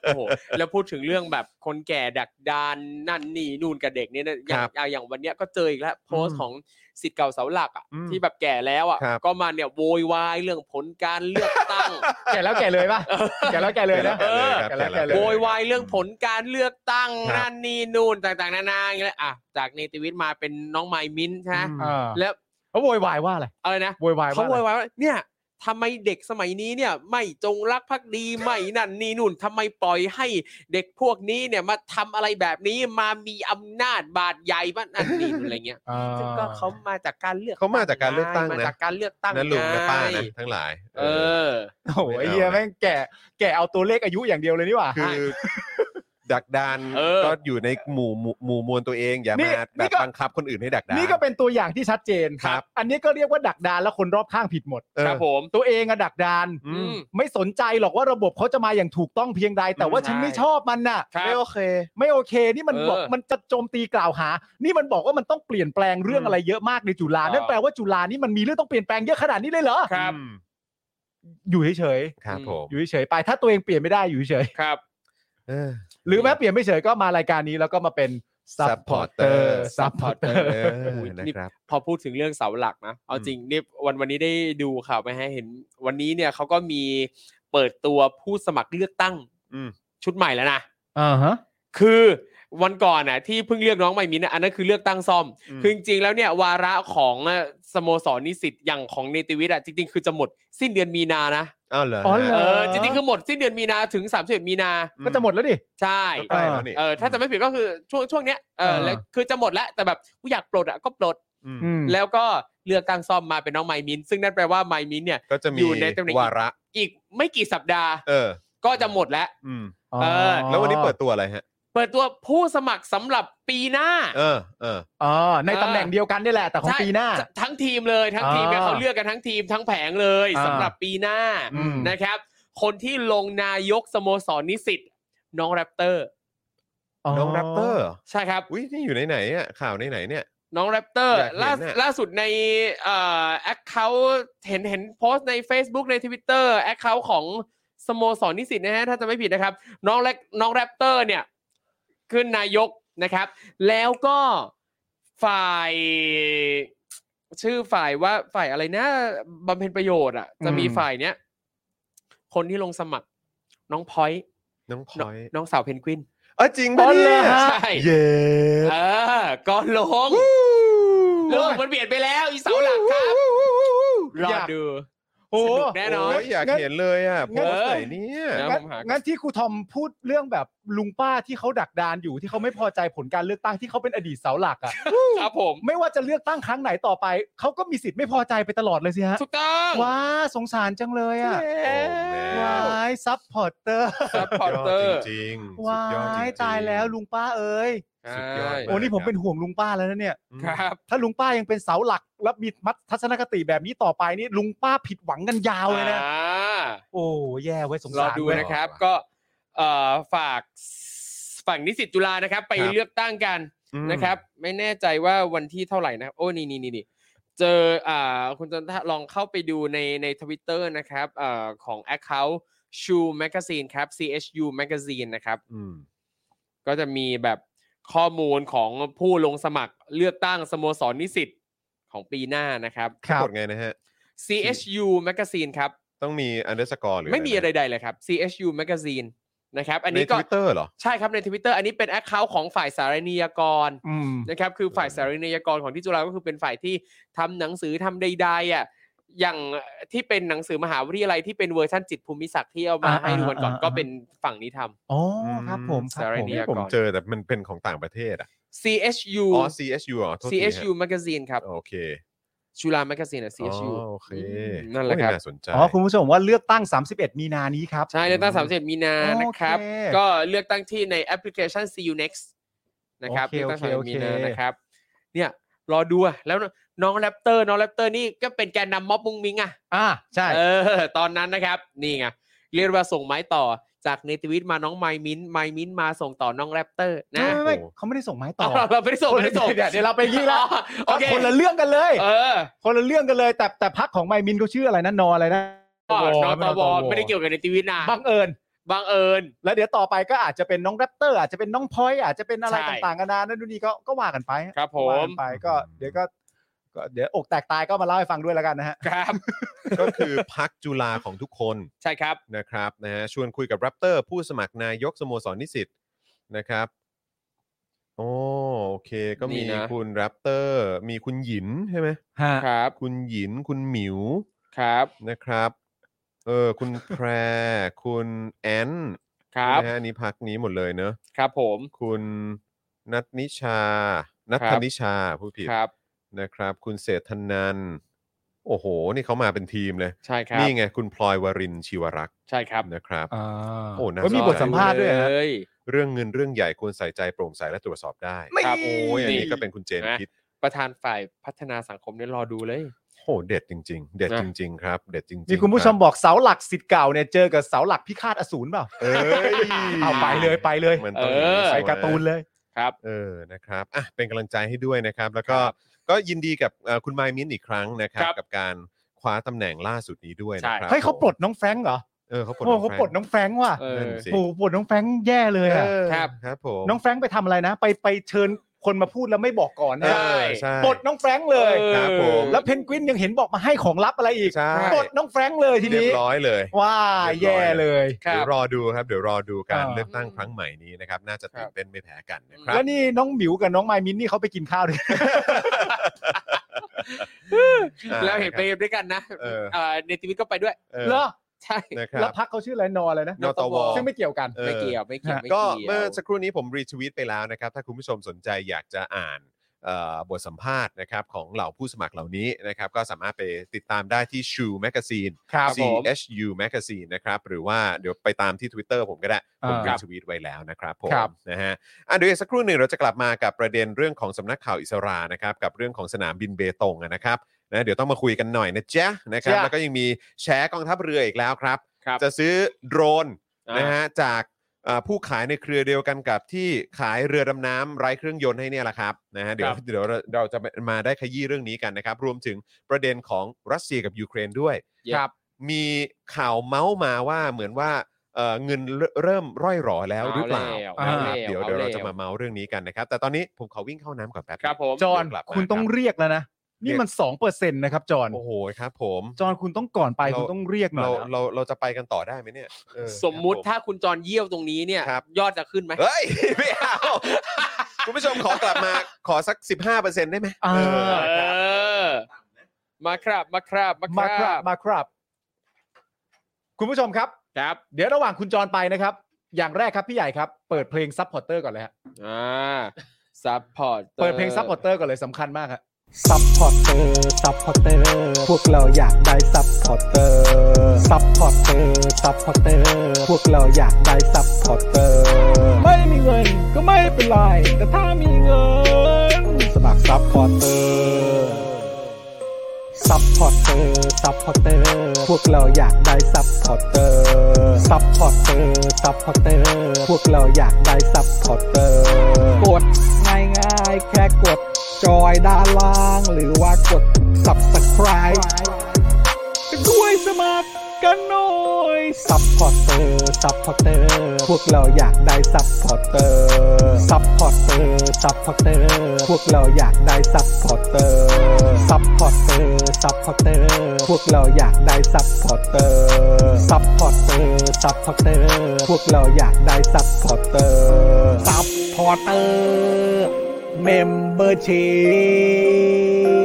S4: โอ้โหแล้วพูดถึงเรื่องแบบคนแก่ดักดานนั่นนี่นู่นกับเด็กเนี่ยนะอย่าง
S2: ครับ
S4: อ่ะอย่างวันเนี้ยก็เจออีกแล้วโพส
S2: อื
S4: ต์
S2: ม
S4: ของสิทธิ์เก่าเสาหลักอ่ะ
S2: อืม
S4: ที่แบบแก่แล้วอ่ะ
S2: ครับ
S4: ก็มาเนี่ยโวยวายเรื่องผลการเลือกตั้ ง
S3: แก่แล้วแก่เลยป่ะ แก่แล้วแก่เลยนะ
S2: แก่แล้วแก่เลยครับแก่แล้วแก่เล
S4: โวยวายเรื่องผลการเลือกตั้ง
S2: ครับ
S4: นั่นนี่นู่นต่างๆนานาอย่างเงี้ยแหละอ่ะจากเนติวิทย์มาเป็นน้องไมมินท์ใช่ไหม
S3: เออ
S4: แล้ว
S3: เขาโวยวายว่าอะไร
S4: อะไรนะ
S3: โวยวาย
S4: เขา
S3: ว่าอะไร
S4: โวยวายว่าเนี่ยทำไมเด็กสมัยนี้เนี่ย ไม่จงรักภักดี ไม่นั่นนี่นู่นทำไมปล่อยให้เด็กพวกนี้เนี่ยมาทำอะไรแบบนี้มามีอำนาจบาดใหญ่บ้านนั่นนี่นู่นอะไรเงี้ย
S3: เออ
S4: ซึ่งก็เขามาจากการเลือก
S2: เขามาจากการเลือกตั้งนะ
S4: มาจากการเลือกตั้ง
S2: นะลุงนะป้า
S4: ไง
S2: นะทั้งหลาย
S4: เออ
S3: โอ้โหไอ้เหี้ยแม่งแก่แก่เอาตัวเลขอายุอย่างเดียวเลยนี่หว่า
S2: คือดักดาน
S4: เออ
S2: ก็อยู่ในหมู่หมู่หมู่มวลตัวเองอย่า
S3: นี่
S2: มาแบ
S3: นี่
S2: บ
S3: ก็
S2: บังคับคนอื่นให้ดักดาน
S3: นี่ก็เป็นตัวอย่างที่ชัดเจน
S2: ครับ
S3: อันนี้ก็เรียกว่าดักดานแล้วคนรอบข้างผิดหมด
S2: เออ
S4: ครับผม
S3: ตัวเองอะดักดาน
S2: อืม
S3: ไม่สนใจหรอกว่าระบบเขาจะมาอย่างถูกต้องเพียงใด แต่ว่า
S4: อืม
S3: ฉันไม่
S4: ใช่
S3: ชอบมันน่ะ
S4: ครับ
S3: ไม่โอเค ไม่โอเค นี่มัน
S4: เออ
S3: บอกมันจะโจมตีกล่าวหา นี่มันบอกว่ามันต้องเปลี่ยนแปลงเรื่อง
S4: อืม
S3: อะไรเยอะมากในจุฬา
S4: ครับ
S3: นั่นแปลว่าจุฬานี่มันมีเรื่องต้องเปลี่ยนแปลงเยอะขนาดนี้เลยเหรอ
S4: ครับ
S2: อืม
S3: อยู่เฉย
S2: ครับผม
S3: ๆอยู่เฉยๆไป ถ้าตัวเองเปลี่ยนไม่ได้อยู่เฉย
S4: ครับ
S2: เออ
S3: ๆหรือแม้เปลี่ยนไม่เฉยก็มารายการนี้แล้วก็มาเป็น
S2: Supporter
S3: supporter
S2: เออนะครับ
S4: พอพูดถึงเรื่องเสาหลักนะ เอา
S2: อืม
S4: จริงนี่วันวันนี้ได้ดูข่าวไหมฮะเห็น วันนี้เนี่ยเขาก็มีเปิดตัวผู้สมัครเลือกตั้ง
S2: อืม
S4: ชุดใหม่แล้วนะ
S3: อ่าฮะ
S4: คือวันก่อนน่ะที่เพิ่งเลือกน้องไมมินท์น่ะอันนั้นคือเลือกตั้งซ่อม
S2: อืม
S4: คือจริงๆแล้วเนี่ยวาระของเอ่อสโมสรนิสิตอย่างของเนติวิทย์อ่ะจริงๆคือจะหมดสิ้นเดือนมีนานะ
S2: อ้าวเหรอ
S3: อ๋อ
S2: ฮะ
S3: เหร
S4: เออจริงๆคือหมดสิ้นเดือนมีนาถึง3 1มีนา
S3: ก็จะหมดแล้วดิ
S4: ใช่
S2: ก็ใกล้แล้วนี่
S4: เออถ้าจะไม่ผิดก็คือช่วงช่วงเนี้ยเออ
S3: เออ
S4: แล้วคือจะหมดแล้วแต่แบบกูอยากปลดอ่ะก็ปลด
S2: ม
S3: อืม
S4: แล้วก็เลือกตั้งซ่อมมาเป็นน้องไมมินท์ซึ่งนั่นแปลว่าไมมินท์เนี่ย
S2: ก็จะมี
S4: อยู่ในตำแหน่ง
S2: วาระ
S4: อีกไม่กี่สัปดาห์
S2: เออ
S4: ก็จะหมดแล้ว
S2: อืม
S4: เออ
S2: แล้ววันนี้เปิดตัวอะไรฮะ
S4: เปิดตัวผู้สมัครสำหรับปีหน้า
S2: เออ เออ
S3: อ๋อในตำแหน่งเดียวกันนี่แหละ แต่ของ
S4: ใช่
S3: ปีหน้า
S4: ทั้งทีมเลยทั้งทีมเนี่ย
S3: อ่า
S4: เขาเลือกกันทั้งทีมทั้งแผงเลย
S3: อ่า
S4: สำหรับปีหน้า
S3: อืม
S4: นะครับ คนที่ลงนายกสโมสรนิสิตน้องแรปเตอร์
S2: น้องแรปเตอร์เหรอ
S4: ใช่ครับ
S2: อุ้ยนี่อยู่ในไหนๆอ่ะ ข่าวในไหนๆเนี่ย
S4: น้องแรปเตอร์
S2: อยากเห็น
S4: ล่า
S2: น่ะ
S4: ล่าสุดในเอ่อแอคเคาเห็นเห็นโพสต์ใน Facebook ใน Twitter แอคเคาของสโมสรนิสิตนะฮะถ้าจะไม่ผิดนะครับ น้องแรกน้องแรปเตอร์เนี่ย ขึ้นนายกนะครับ แล้วก็ฝ่าย ชื่อฝ่ายว่าฝ่ายอะไรนะบำเพ็ญประโยชน์อ่ะจะมี
S3: อืม
S4: ฝ่ายเนี้ยคนที่ลงสมัครน้องพอยต์
S2: น้องพ
S4: น้อง
S2: อยต์
S4: น้องสาวเพนกวิน
S2: เออจริงปะเนี่ย
S4: อ๋อเหรอฮะ
S2: เย้
S4: เออก็ลงลงมันเบียดไปแล้วอีเสาหลักครับรอดู
S3: โอ้
S4: สนุกแน่นอน
S2: โยอยากเห็นเลยอ่ะโพสต์ไหนเนี่ย
S4: นะ
S3: งั้
S4: ผ
S3: น
S4: มหา
S3: งั้นที่ครูทอมพูดเรื่องแบบลุงป้าที่เขาดักดานอยู่ที่เขาไม่พอใจผลการเลือกตั้งที่เขาเป็นอดีตเสาหลักอ่ะ
S4: ครับผม
S3: ไม่ว่าจะเลือกตั้งครั้งไหนต่อไป เขาก็มีสิทธิ์ไม่พอใจไปตลอดเลยสิฮะ
S4: ถูกต้อง
S3: ว้าสงสารจังเลยอ่ะ
S2: โอ้แม่
S3: ว้ายซับพอร์เตอร์
S4: ซัพพอร์เตอร์
S2: จริงๆสุ
S3: ว้า
S2: ดอดจริงๆ
S3: ยตายแล้วลุงป้าเอ้ย
S2: สุดยอด
S4: ใช่
S3: โอ้นี่ผมเป็นห่วงลุงป้าแล้วนะเนี่ย
S2: อืม
S4: ครับ
S3: ถ้าลุงป้ายังเป็นเสาหลักและมีทัศนคติแบบนี้ต่อไปนี่ลุงป้าผิดหวังกันยาวเลยนะ
S4: อ่า
S3: โอ้แย่ไว้ยสง
S4: รอ
S3: สาร
S4: ดู
S3: เว้ย
S4: นะครับ ก็เอ่อฝากฝั่งนิสิตจุฬานะครับ ไป
S2: ครับ
S4: เลือกตั้งกัน
S2: อืม
S4: นะครับ ไม่แน่ใจว่าวันที่เท่าไหร่นะครับ โอ้นี่นี่นี่นี่เจออ่าคุณจันทะลองเข้าไปดูในในทวิตเตอร์นะครับเอ่อของ Account Shoe Magazine ครับ CHU Magazine นะครับ
S2: อืม
S4: ก็จะมีแบบข้อมูลของผู้ลงสมัครเลือกตั้งสโมสรนิสิตของปีหน้านะครับ
S2: กดไงนะฮะ
S4: CHU Magazine ครับ
S2: ต้องมี underscore หรือ
S4: ไม่มีอะไรใดเลยครับ CHU Magazine นะครับ อัน
S2: ใน
S4: นี้
S2: ท
S4: ก็
S2: วิตเตอร์เหรอ
S4: ใช่ครับในทวิตเตอร์อันนี้เป็นแอคเคาท์ของฝ่ายสารนิยากร
S3: อืม
S4: นะครับคือฝ่ายสารนิยากรของที่จุฬาก็คือเป็นฝ่ายที่ทำหนังสือทำใดๆอ่ะอย่างที่เป็นหนังสือมหาวิทยาลัยที่เป็นเวอร์ชันจิตภูมิศักดิ์ที่เอามา
S3: อ่า
S4: ให้ดูวันก่อน
S3: อ่า
S4: ก็เป็นฝั่งนี้ทำ
S3: อ๋อครับผมค
S4: สา
S3: รับ
S4: ร
S3: ผม
S4: นิ
S2: นี่ผมเจอแต่มันเป็นของต่างประเทศอ่ะ
S4: CHU
S2: อ๋อ CSU อ๋อโทษทีฮะ
S4: CHU Magazine ครับ
S2: โอเค
S4: จุฬามกสินอะ CSU
S2: อ๋อโอเค
S4: อืมนั่นแหละครับ
S2: โอ้ยาสนใจ
S3: อ๋อคุณผู้ชมว่าเลือกตั้ง 31 มีนานี้ครับ
S4: ใช่เลือกตั้ง 31 มีนา
S3: โอเค
S4: นะครับ ก็เลือกตั้งที่ในแอปพลิเคชัน See You Next นะครับ
S3: โอเค
S4: เลือกตั้ง
S3: โอเคโอเค
S4: 31มีนานะครับ เนี่ยรอดูอะแล้วน้องแรปเตอร์น้องแรปเตอร์นี่ก็เป็นแกนนำม็อบมุงมิงอ่ะ
S3: อ่าใช่
S4: เออ ตอนนั้นนะครับ นี่ไงเรียกว่าส่งไม้ต่อจากเนติวิทย์มาน้องไมมินไมมินมาส่งต่อน้องแรปเตอร์นะ
S3: ไม่ไม่ไม่
S2: โอ้
S3: เขาไม่ได้ส่งไม้ต่
S4: เอา
S3: อ
S4: เราเราไม่ได้ส่งไม่ได้ส่ง
S3: เดี๋ยวเดี๋ยวเราไปยี่ละ
S4: อ๋อโอเค
S3: คนละเรื่องกันเลย
S4: เออ
S3: คนละเรื่องกันเลย แต่แต่พักของไมมินเขาชื่ออะไรนะนออะไรนะ
S4: ก็นอ
S3: ไม่
S4: ต
S3: เอา
S4: ว
S3: ตว
S4: ไม่ได้เกี่ยวกับในทีวิตนะ
S3: บังเอิญ
S4: บังเอิญ
S3: แล้วเดี๋ยวต่อไปก็อาจจะเป็นน้องแรปเตอร์อาจจะเป็นน้องพลอยอาจจะเป็นอะไร
S4: ใช่
S3: ต่างๆกันานานั่นนู่นนี่ก็ก็ว่ากันไปฮะ
S4: ครับผ
S3: ว่าม กันไปก็เดี๋ยวก็ก็เดี๋ยวอกแตกตายก็มาเล่าให้ฟังด้วยแล้วกันนะฮะ
S4: ครับ
S2: ก็คือพักจุฬาของทุกคน
S4: ใช่ครับ
S2: นะครับนะฮะชวนคุยกับแรปเตอร์ผู้สมัครนายกสโมสรนิสิตนะครับโอ้โอเค ก็
S4: นี่
S2: มี
S4: นะ
S2: คุณแรปเตอร์มีคุณหยินใช่ไหม
S4: ครับ
S2: คุณหยินคุณหมิว
S4: ครับ
S2: นะครับเออคุณแพร คุณแอน
S4: ครับ
S2: นะฮะอันนี้พักนี้หมดเลยเนอะ
S4: ครับผม
S2: คุณนัทนิชา นัท
S4: ครับ
S2: นิชาผู้ผิด
S4: ครับ
S2: นะครับ คุณเศรษฐนันท์โอ้โห นี่เขามาเป็นทีมเลย
S4: ใช่ครับ
S2: นี่ไง คุณพลอยวรินทร์ชีวรักษ์
S4: ใช่ครับ
S2: นะครับ
S3: อ่า
S2: โอ้น่า
S3: เฮ้ยมีบทสัมภาษณ์ด้วยฮะ
S4: เลย
S2: เรื่องเงินเรื่องใหญ่ควรใส่ใจโปร่งใสและตรวจสอบได้
S4: ครับ
S2: โอ้ยอัน
S4: นี่
S2: นี้ก็เป็นคุณเจนคิด
S4: ประธานฝ่ายพัฒนาสังคมเนี่ยรอดูเลย
S2: โอ้เด็ดจริง ๆ เด็ด
S4: นะ
S2: จริง ๆ ครับ เด็ดจริงๆ
S3: มีคุณผู้ชม
S2: รับ
S3: บอกเสาหลักสิทธิ์เก่าเนี่ยเจอกับเสาหลักพิฆาตอสูรเปล่า
S2: เอ้ย
S3: เอาไปเลยไปเลย
S2: มันต้องย่างนี้
S4: เออ
S3: ไป
S2: สิวะ
S3: การ์ตูนเลย
S4: ครับ
S2: เออ นะครับ อ่ะ เป็นกำลังใจให้ด้วยนะครับ แล้วก็ ก็ยินดีกับเอ่อคุณไมายมิ้นท์อีกครั้งนะครับ
S4: ครับ
S2: กับการคว้าตำแหน่งล่าสุดนี้ด้วยนะ
S4: ใช่
S2: ครับ
S3: เฮ้ยเขาปลดน้องแฟรงค์เหรอ
S2: เออเขาปลด
S3: โอ้เขาปลดน้องแฟรงค์ว่ะ
S4: เออ
S2: นั่นสิ
S3: โอ้ปลดน้องแฟรงค์แย่เลยอะ
S2: เออ
S4: ครับ
S2: ครับผม
S3: น้องแฟรงค์ไปทำอะไรนะ ไปไปเชิญคนมาพูดแล้วไม่บอกก่อน
S2: เอ
S3: นะ
S2: อใช่
S3: ปลดน้องแฟรงค์เลย
S4: เออ
S2: ครับผม
S3: แล้วเพนกวินยังเห็นบอกมาให้ของลับอะไรอีก
S2: ใช่
S3: ปลดน้องแฟรงค์เลยที
S2: เรีย
S3: นี้
S2: บร้อยเลย
S3: ว้ายแย่เลย
S4: ครับ
S2: เดี๋ยวรอดูครับ เดี๋ยวรอดูการ
S3: อ่า
S2: เลือกตั้งครั้งใหม่นี้นะครับ น่าจะตื่นเต้นไม่แพ้กันนะครั
S3: แล้
S2: บ
S3: วนี่น้องหมิวกับน้องไมายมินนี่เขาไปกินข้าวด้วย
S4: แล้วเห็นไปด้วยกันนะ
S2: เออ
S4: เอ่อในทีวิตก็ไปด้วย
S2: เออ
S3: เหรอ
S4: ใช่
S2: นะค
S3: แล้ว
S2: รับ
S3: พักเขาชื่ออะไรนออะไรนะ
S2: นตว
S3: ซึ่งไม่เกี่ยวกัน
S2: เออ
S4: ไม่เกี่ยวไม่เกี่ยวไม่
S2: ก็
S4: เกี่ยว
S2: เมื่อสักครู่นี้ผมรีทวีตไปแล้วนะครับ ถ้าคุณผู้ชมสนใจอยากจะอ่านเอ่อบทสัมภาษณ์นะครับของเหล่าผู้สมัครเหล่านี้นะครับ ก็สามารถไปติดตามได้ที่ Shoe Magazine
S4: ครับผม
S2: CHU Magazine นะครับ หรือว่าเดี๋ยวไปตามที่ Twitter ผมก็ได้ ผม
S3: อ่า
S2: รีทวีตไว้แล้วนะครับผม
S3: ครับ
S2: นะฮะอ่ะเดี๋ยวอีกสักครู่หนึ่งเราจะกลับมากับประเด็นเรื่องของสำนักข่าวอิสรานะครับ กับเรื่องของสนามบินเบตงนะครับนะเดี๋ยวต้องมาคุยกันหน่อยนะจ๊ะนะครับแล้วก็ยังมีแชร์กองทัพเรืออีกแล้วครับ
S4: ครับ
S2: จะซื้อโดรน นะ
S4: อ่า
S2: ฮะจากเอ่อผู้ขายในเครือเดียวกันกับที่ขายเรือดำน้ำไร้เครื่องยนต์ให้เนี่ยแหละครับนะฮะเดี๋ยว
S4: ครับ
S2: เดี๋ยวเราเราจะมาได้ขยี้เรื่องนี้กันนะครับ รวมถึงประเด็นของรัสเซียกับยูเครนด้วย
S4: ครับ
S2: มีข่าวเมาส์มาว่าเหมือนว่าเอ่อเงินเริ่มเริ่มร่อยหรอแล้วหรือเปล่า
S4: เอาแล้ว
S2: นะครับ
S4: เอาแล้ว
S2: เดี๋ยวเดี๋ยวเรา
S4: เอาแล้ว
S2: จะมาเมาส์เรื่องนี้กันนะครับ แต่ตอนนี้ผมขอวิ่งเข้าน้ำก่อนแป๊บ
S4: ครับผม
S3: จอห์น
S2: เดี๋ยวกลับมา
S3: คุณต้อง
S2: รับ
S3: เรียกแล้วนะ นี่มันสองเปอร์เซ็นต์นะครับจอห์น
S2: โอ้โหครับผม
S3: จอห์นคุณต้องก่อนไป
S2: เรา
S3: คุณต้องเรียกหน่อ
S2: เรา
S3: ยนะ
S2: เราเราจะไปกันต่อได้ไหมเนี่ยเออ
S4: สมมุติ
S2: ครับผ
S4: ถ้าคุณจรเยี่ยวตรงนี้เนี่ย
S2: ครับ
S4: ยอดจะขึ้นไหม
S2: เฮ้ย ไม่เอา คุณผู้ชมขอกลับมาขอสัก 15%ได้ไหม
S3: อ่า
S2: เออ
S4: เออ มาครับ มาครับ
S3: มา
S4: มา
S3: ค
S4: ค
S3: รั
S4: รั
S3: บบ มาครับ คุณผู้ชมครับ
S4: ครับ
S3: เดี๋ยวระหว่างคุณจอห์นไปนะครับ อย่างแรกครับพี่ใหญ่ครับ เปิดเพลงซั p พอร์เตอร์ก่อนเลยฮะ
S4: อ่าซัพพอร์ต
S3: เปิดเพลงซั p พอร์เตอร์ก่อนเลยสำคัญมากฮะ
S1: ซัพพอร์เตอร์ ซัพพอร์เตอร์ พวกเราอยากได้ซัพพอร์เตอร์ ซัพพอร์เตอร์ ซัพพอร์เตอร์ พวกเราอยากได้ซัพพอร์เตอร์ ไม่มีเงินก็ไม่เป็นไร แต่ถ้ามีเงิน สมัครซัพพอร์เตอร์ ซัพพอร์เตอร์ ซัพพอร์เตอร์ พวกเราอยากได้ซัพพอร์เตอร์ ซัพพอร์เตอร์ ซัพพอร์เตอร์ พวกเราอยากได้ซัพพอร์เตอร์ กดง่ายง่ายๆแค่กด จอยด้านล่าง หรือว่ากด subscribe กันด้วยสมัครกันหน่อย ซัพพอร์เตอร์ ซัพพอร์เตอร์ พวกเราอยากได้ซัพพอร์เตอร์ ซัพพอร์เตอร์ ซัพพอร์เตอร์ พวกเราอยากได้ซัพพอร์เตอร์ ซัพพอร์เตอร์ ซัพพอร์เตอร์ พวกเราอยากได้ซัพพอร์เตอร์ ซัพพอร์เตอร์ ซัพพอร์เตอร์ พวกเราอยากได้ซัพพอร์เตอร์ ซัพพอร์เตอร์ เมมเบอร์ชี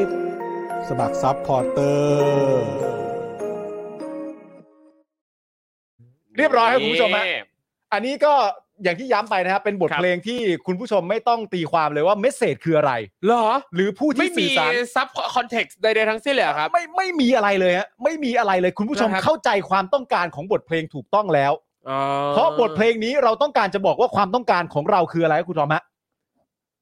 S1: พสมัครซัพพอร์เตอร์
S3: เรียบร้อยครับคุณผู้ชมฮะอันนี้ก็อย่างที่ย้ำไปนะครับเป็นบท
S4: ครับ
S3: เพลงที่คุณผู้ชมไม่ต้องตีความเลยว่าเมสเซจคืออะไร
S4: เหรอ
S3: หรือผู้
S4: ไม่
S3: ที่
S4: มี
S3: สื่อสาร
S4: ซับคอนเท็กซ์ใดๆทั้งสิ้นเลยเหรอครับ
S3: ไม่ไม่มีอะไรเลยฮะไม่มีอะไรเลยคุณผู้ชม
S4: นะครับ
S3: เข้าใจความต้องการของบทเพลงถูกต้องแล้ว
S4: อ๋อ
S3: เพราะบทเพลงนี้เราต้องการจะบอกว่าความต้องการของเราคืออะไรครับคุณทอมฮะ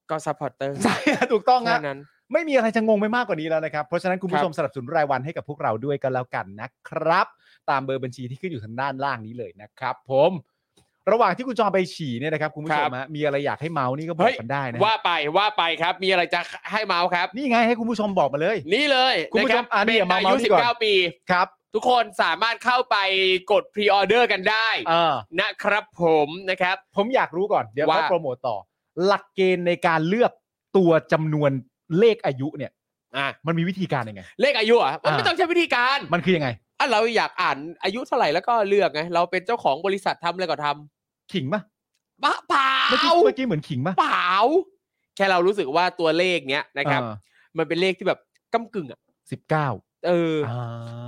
S4: ก็ซัพพอร์เตอร์
S3: ใช่ฮะถูกต้อง
S4: แค่
S3: ฮะ
S4: นั้น
S3: ไม่มีอะไรจะงงไปมากกว่านี้แล้วนะครับเพราะฉะนั้นคุณผู้ชมสนับสนุนรายวันให้กับพวกเราด้วยกันแล้วกันนะครับ ตามเบอร์บัญชีที่ขึ้นอยู่ทางด้านล่างนี้เลยนะครับ ผม ระหว่างที่คุณจอมไปฉี่เนี่ยนะครับคุณผู้ชมฮะมีอะไรอยากให้เมาส์นี่ก็บอ
S4: เฮ้
S3: ก
S4: ย
S3: กันได้นะ
S4: ว่าไปว่าไปครับ มีอะไรจะให้เมาส์ครับ
S3: นี่ไงให้คุณผู้ชมบอกมาเลย
S4: นี่เลย
S3: คุณผู้ชม
S4: นะรับ
S3: อ่ะนี่
S4: เป็น
S3: อย่ามา
S4: อา
S3: เมา
S4: ยุ
S3: ส์นี่ก่อน
S4: 19 ปี
S3: ครับ
S4: ทุกคนสามารถเข้าไปกดพรีออเดอร์กันได้
S3: เออ
S4: นะครับผมนะครับ
S3: ผมอยากรู้ก่อน เดี๋ยว
S4: ว่า
S3: เขาโปรโมตต่อ หลักเกณฑ์ในการเลือกตัวจำนวนเลขอายุเนี่ย
S4: อ่ะ
S3: มันมีวิธีการยังไง
S4: เลขอายุเหรอ่ะมันไม่
S3: อ่า
S4: ต้องใช้วิธีการ
S3: มันคือยังไง
S4: อ่ะเราอยากอ่านอายุเท่าไหร่แล้วก็เลือกไงเราเป็นเจ้าของบริษัททำอะไรก็ท
S3: ขิงปะ
S4: ำบ้าเปล่า
S3: เมื่อกี้เมื่อกี้เหมือนขิงปะ
S4: เปล่า แค่เรารู้สึกว่าตัวเลขเนี้ยนะครับ มันเป็นเลขที่แบบก้ากึ่งอ่ะ
S3: สิบเก้า
S4: เอออ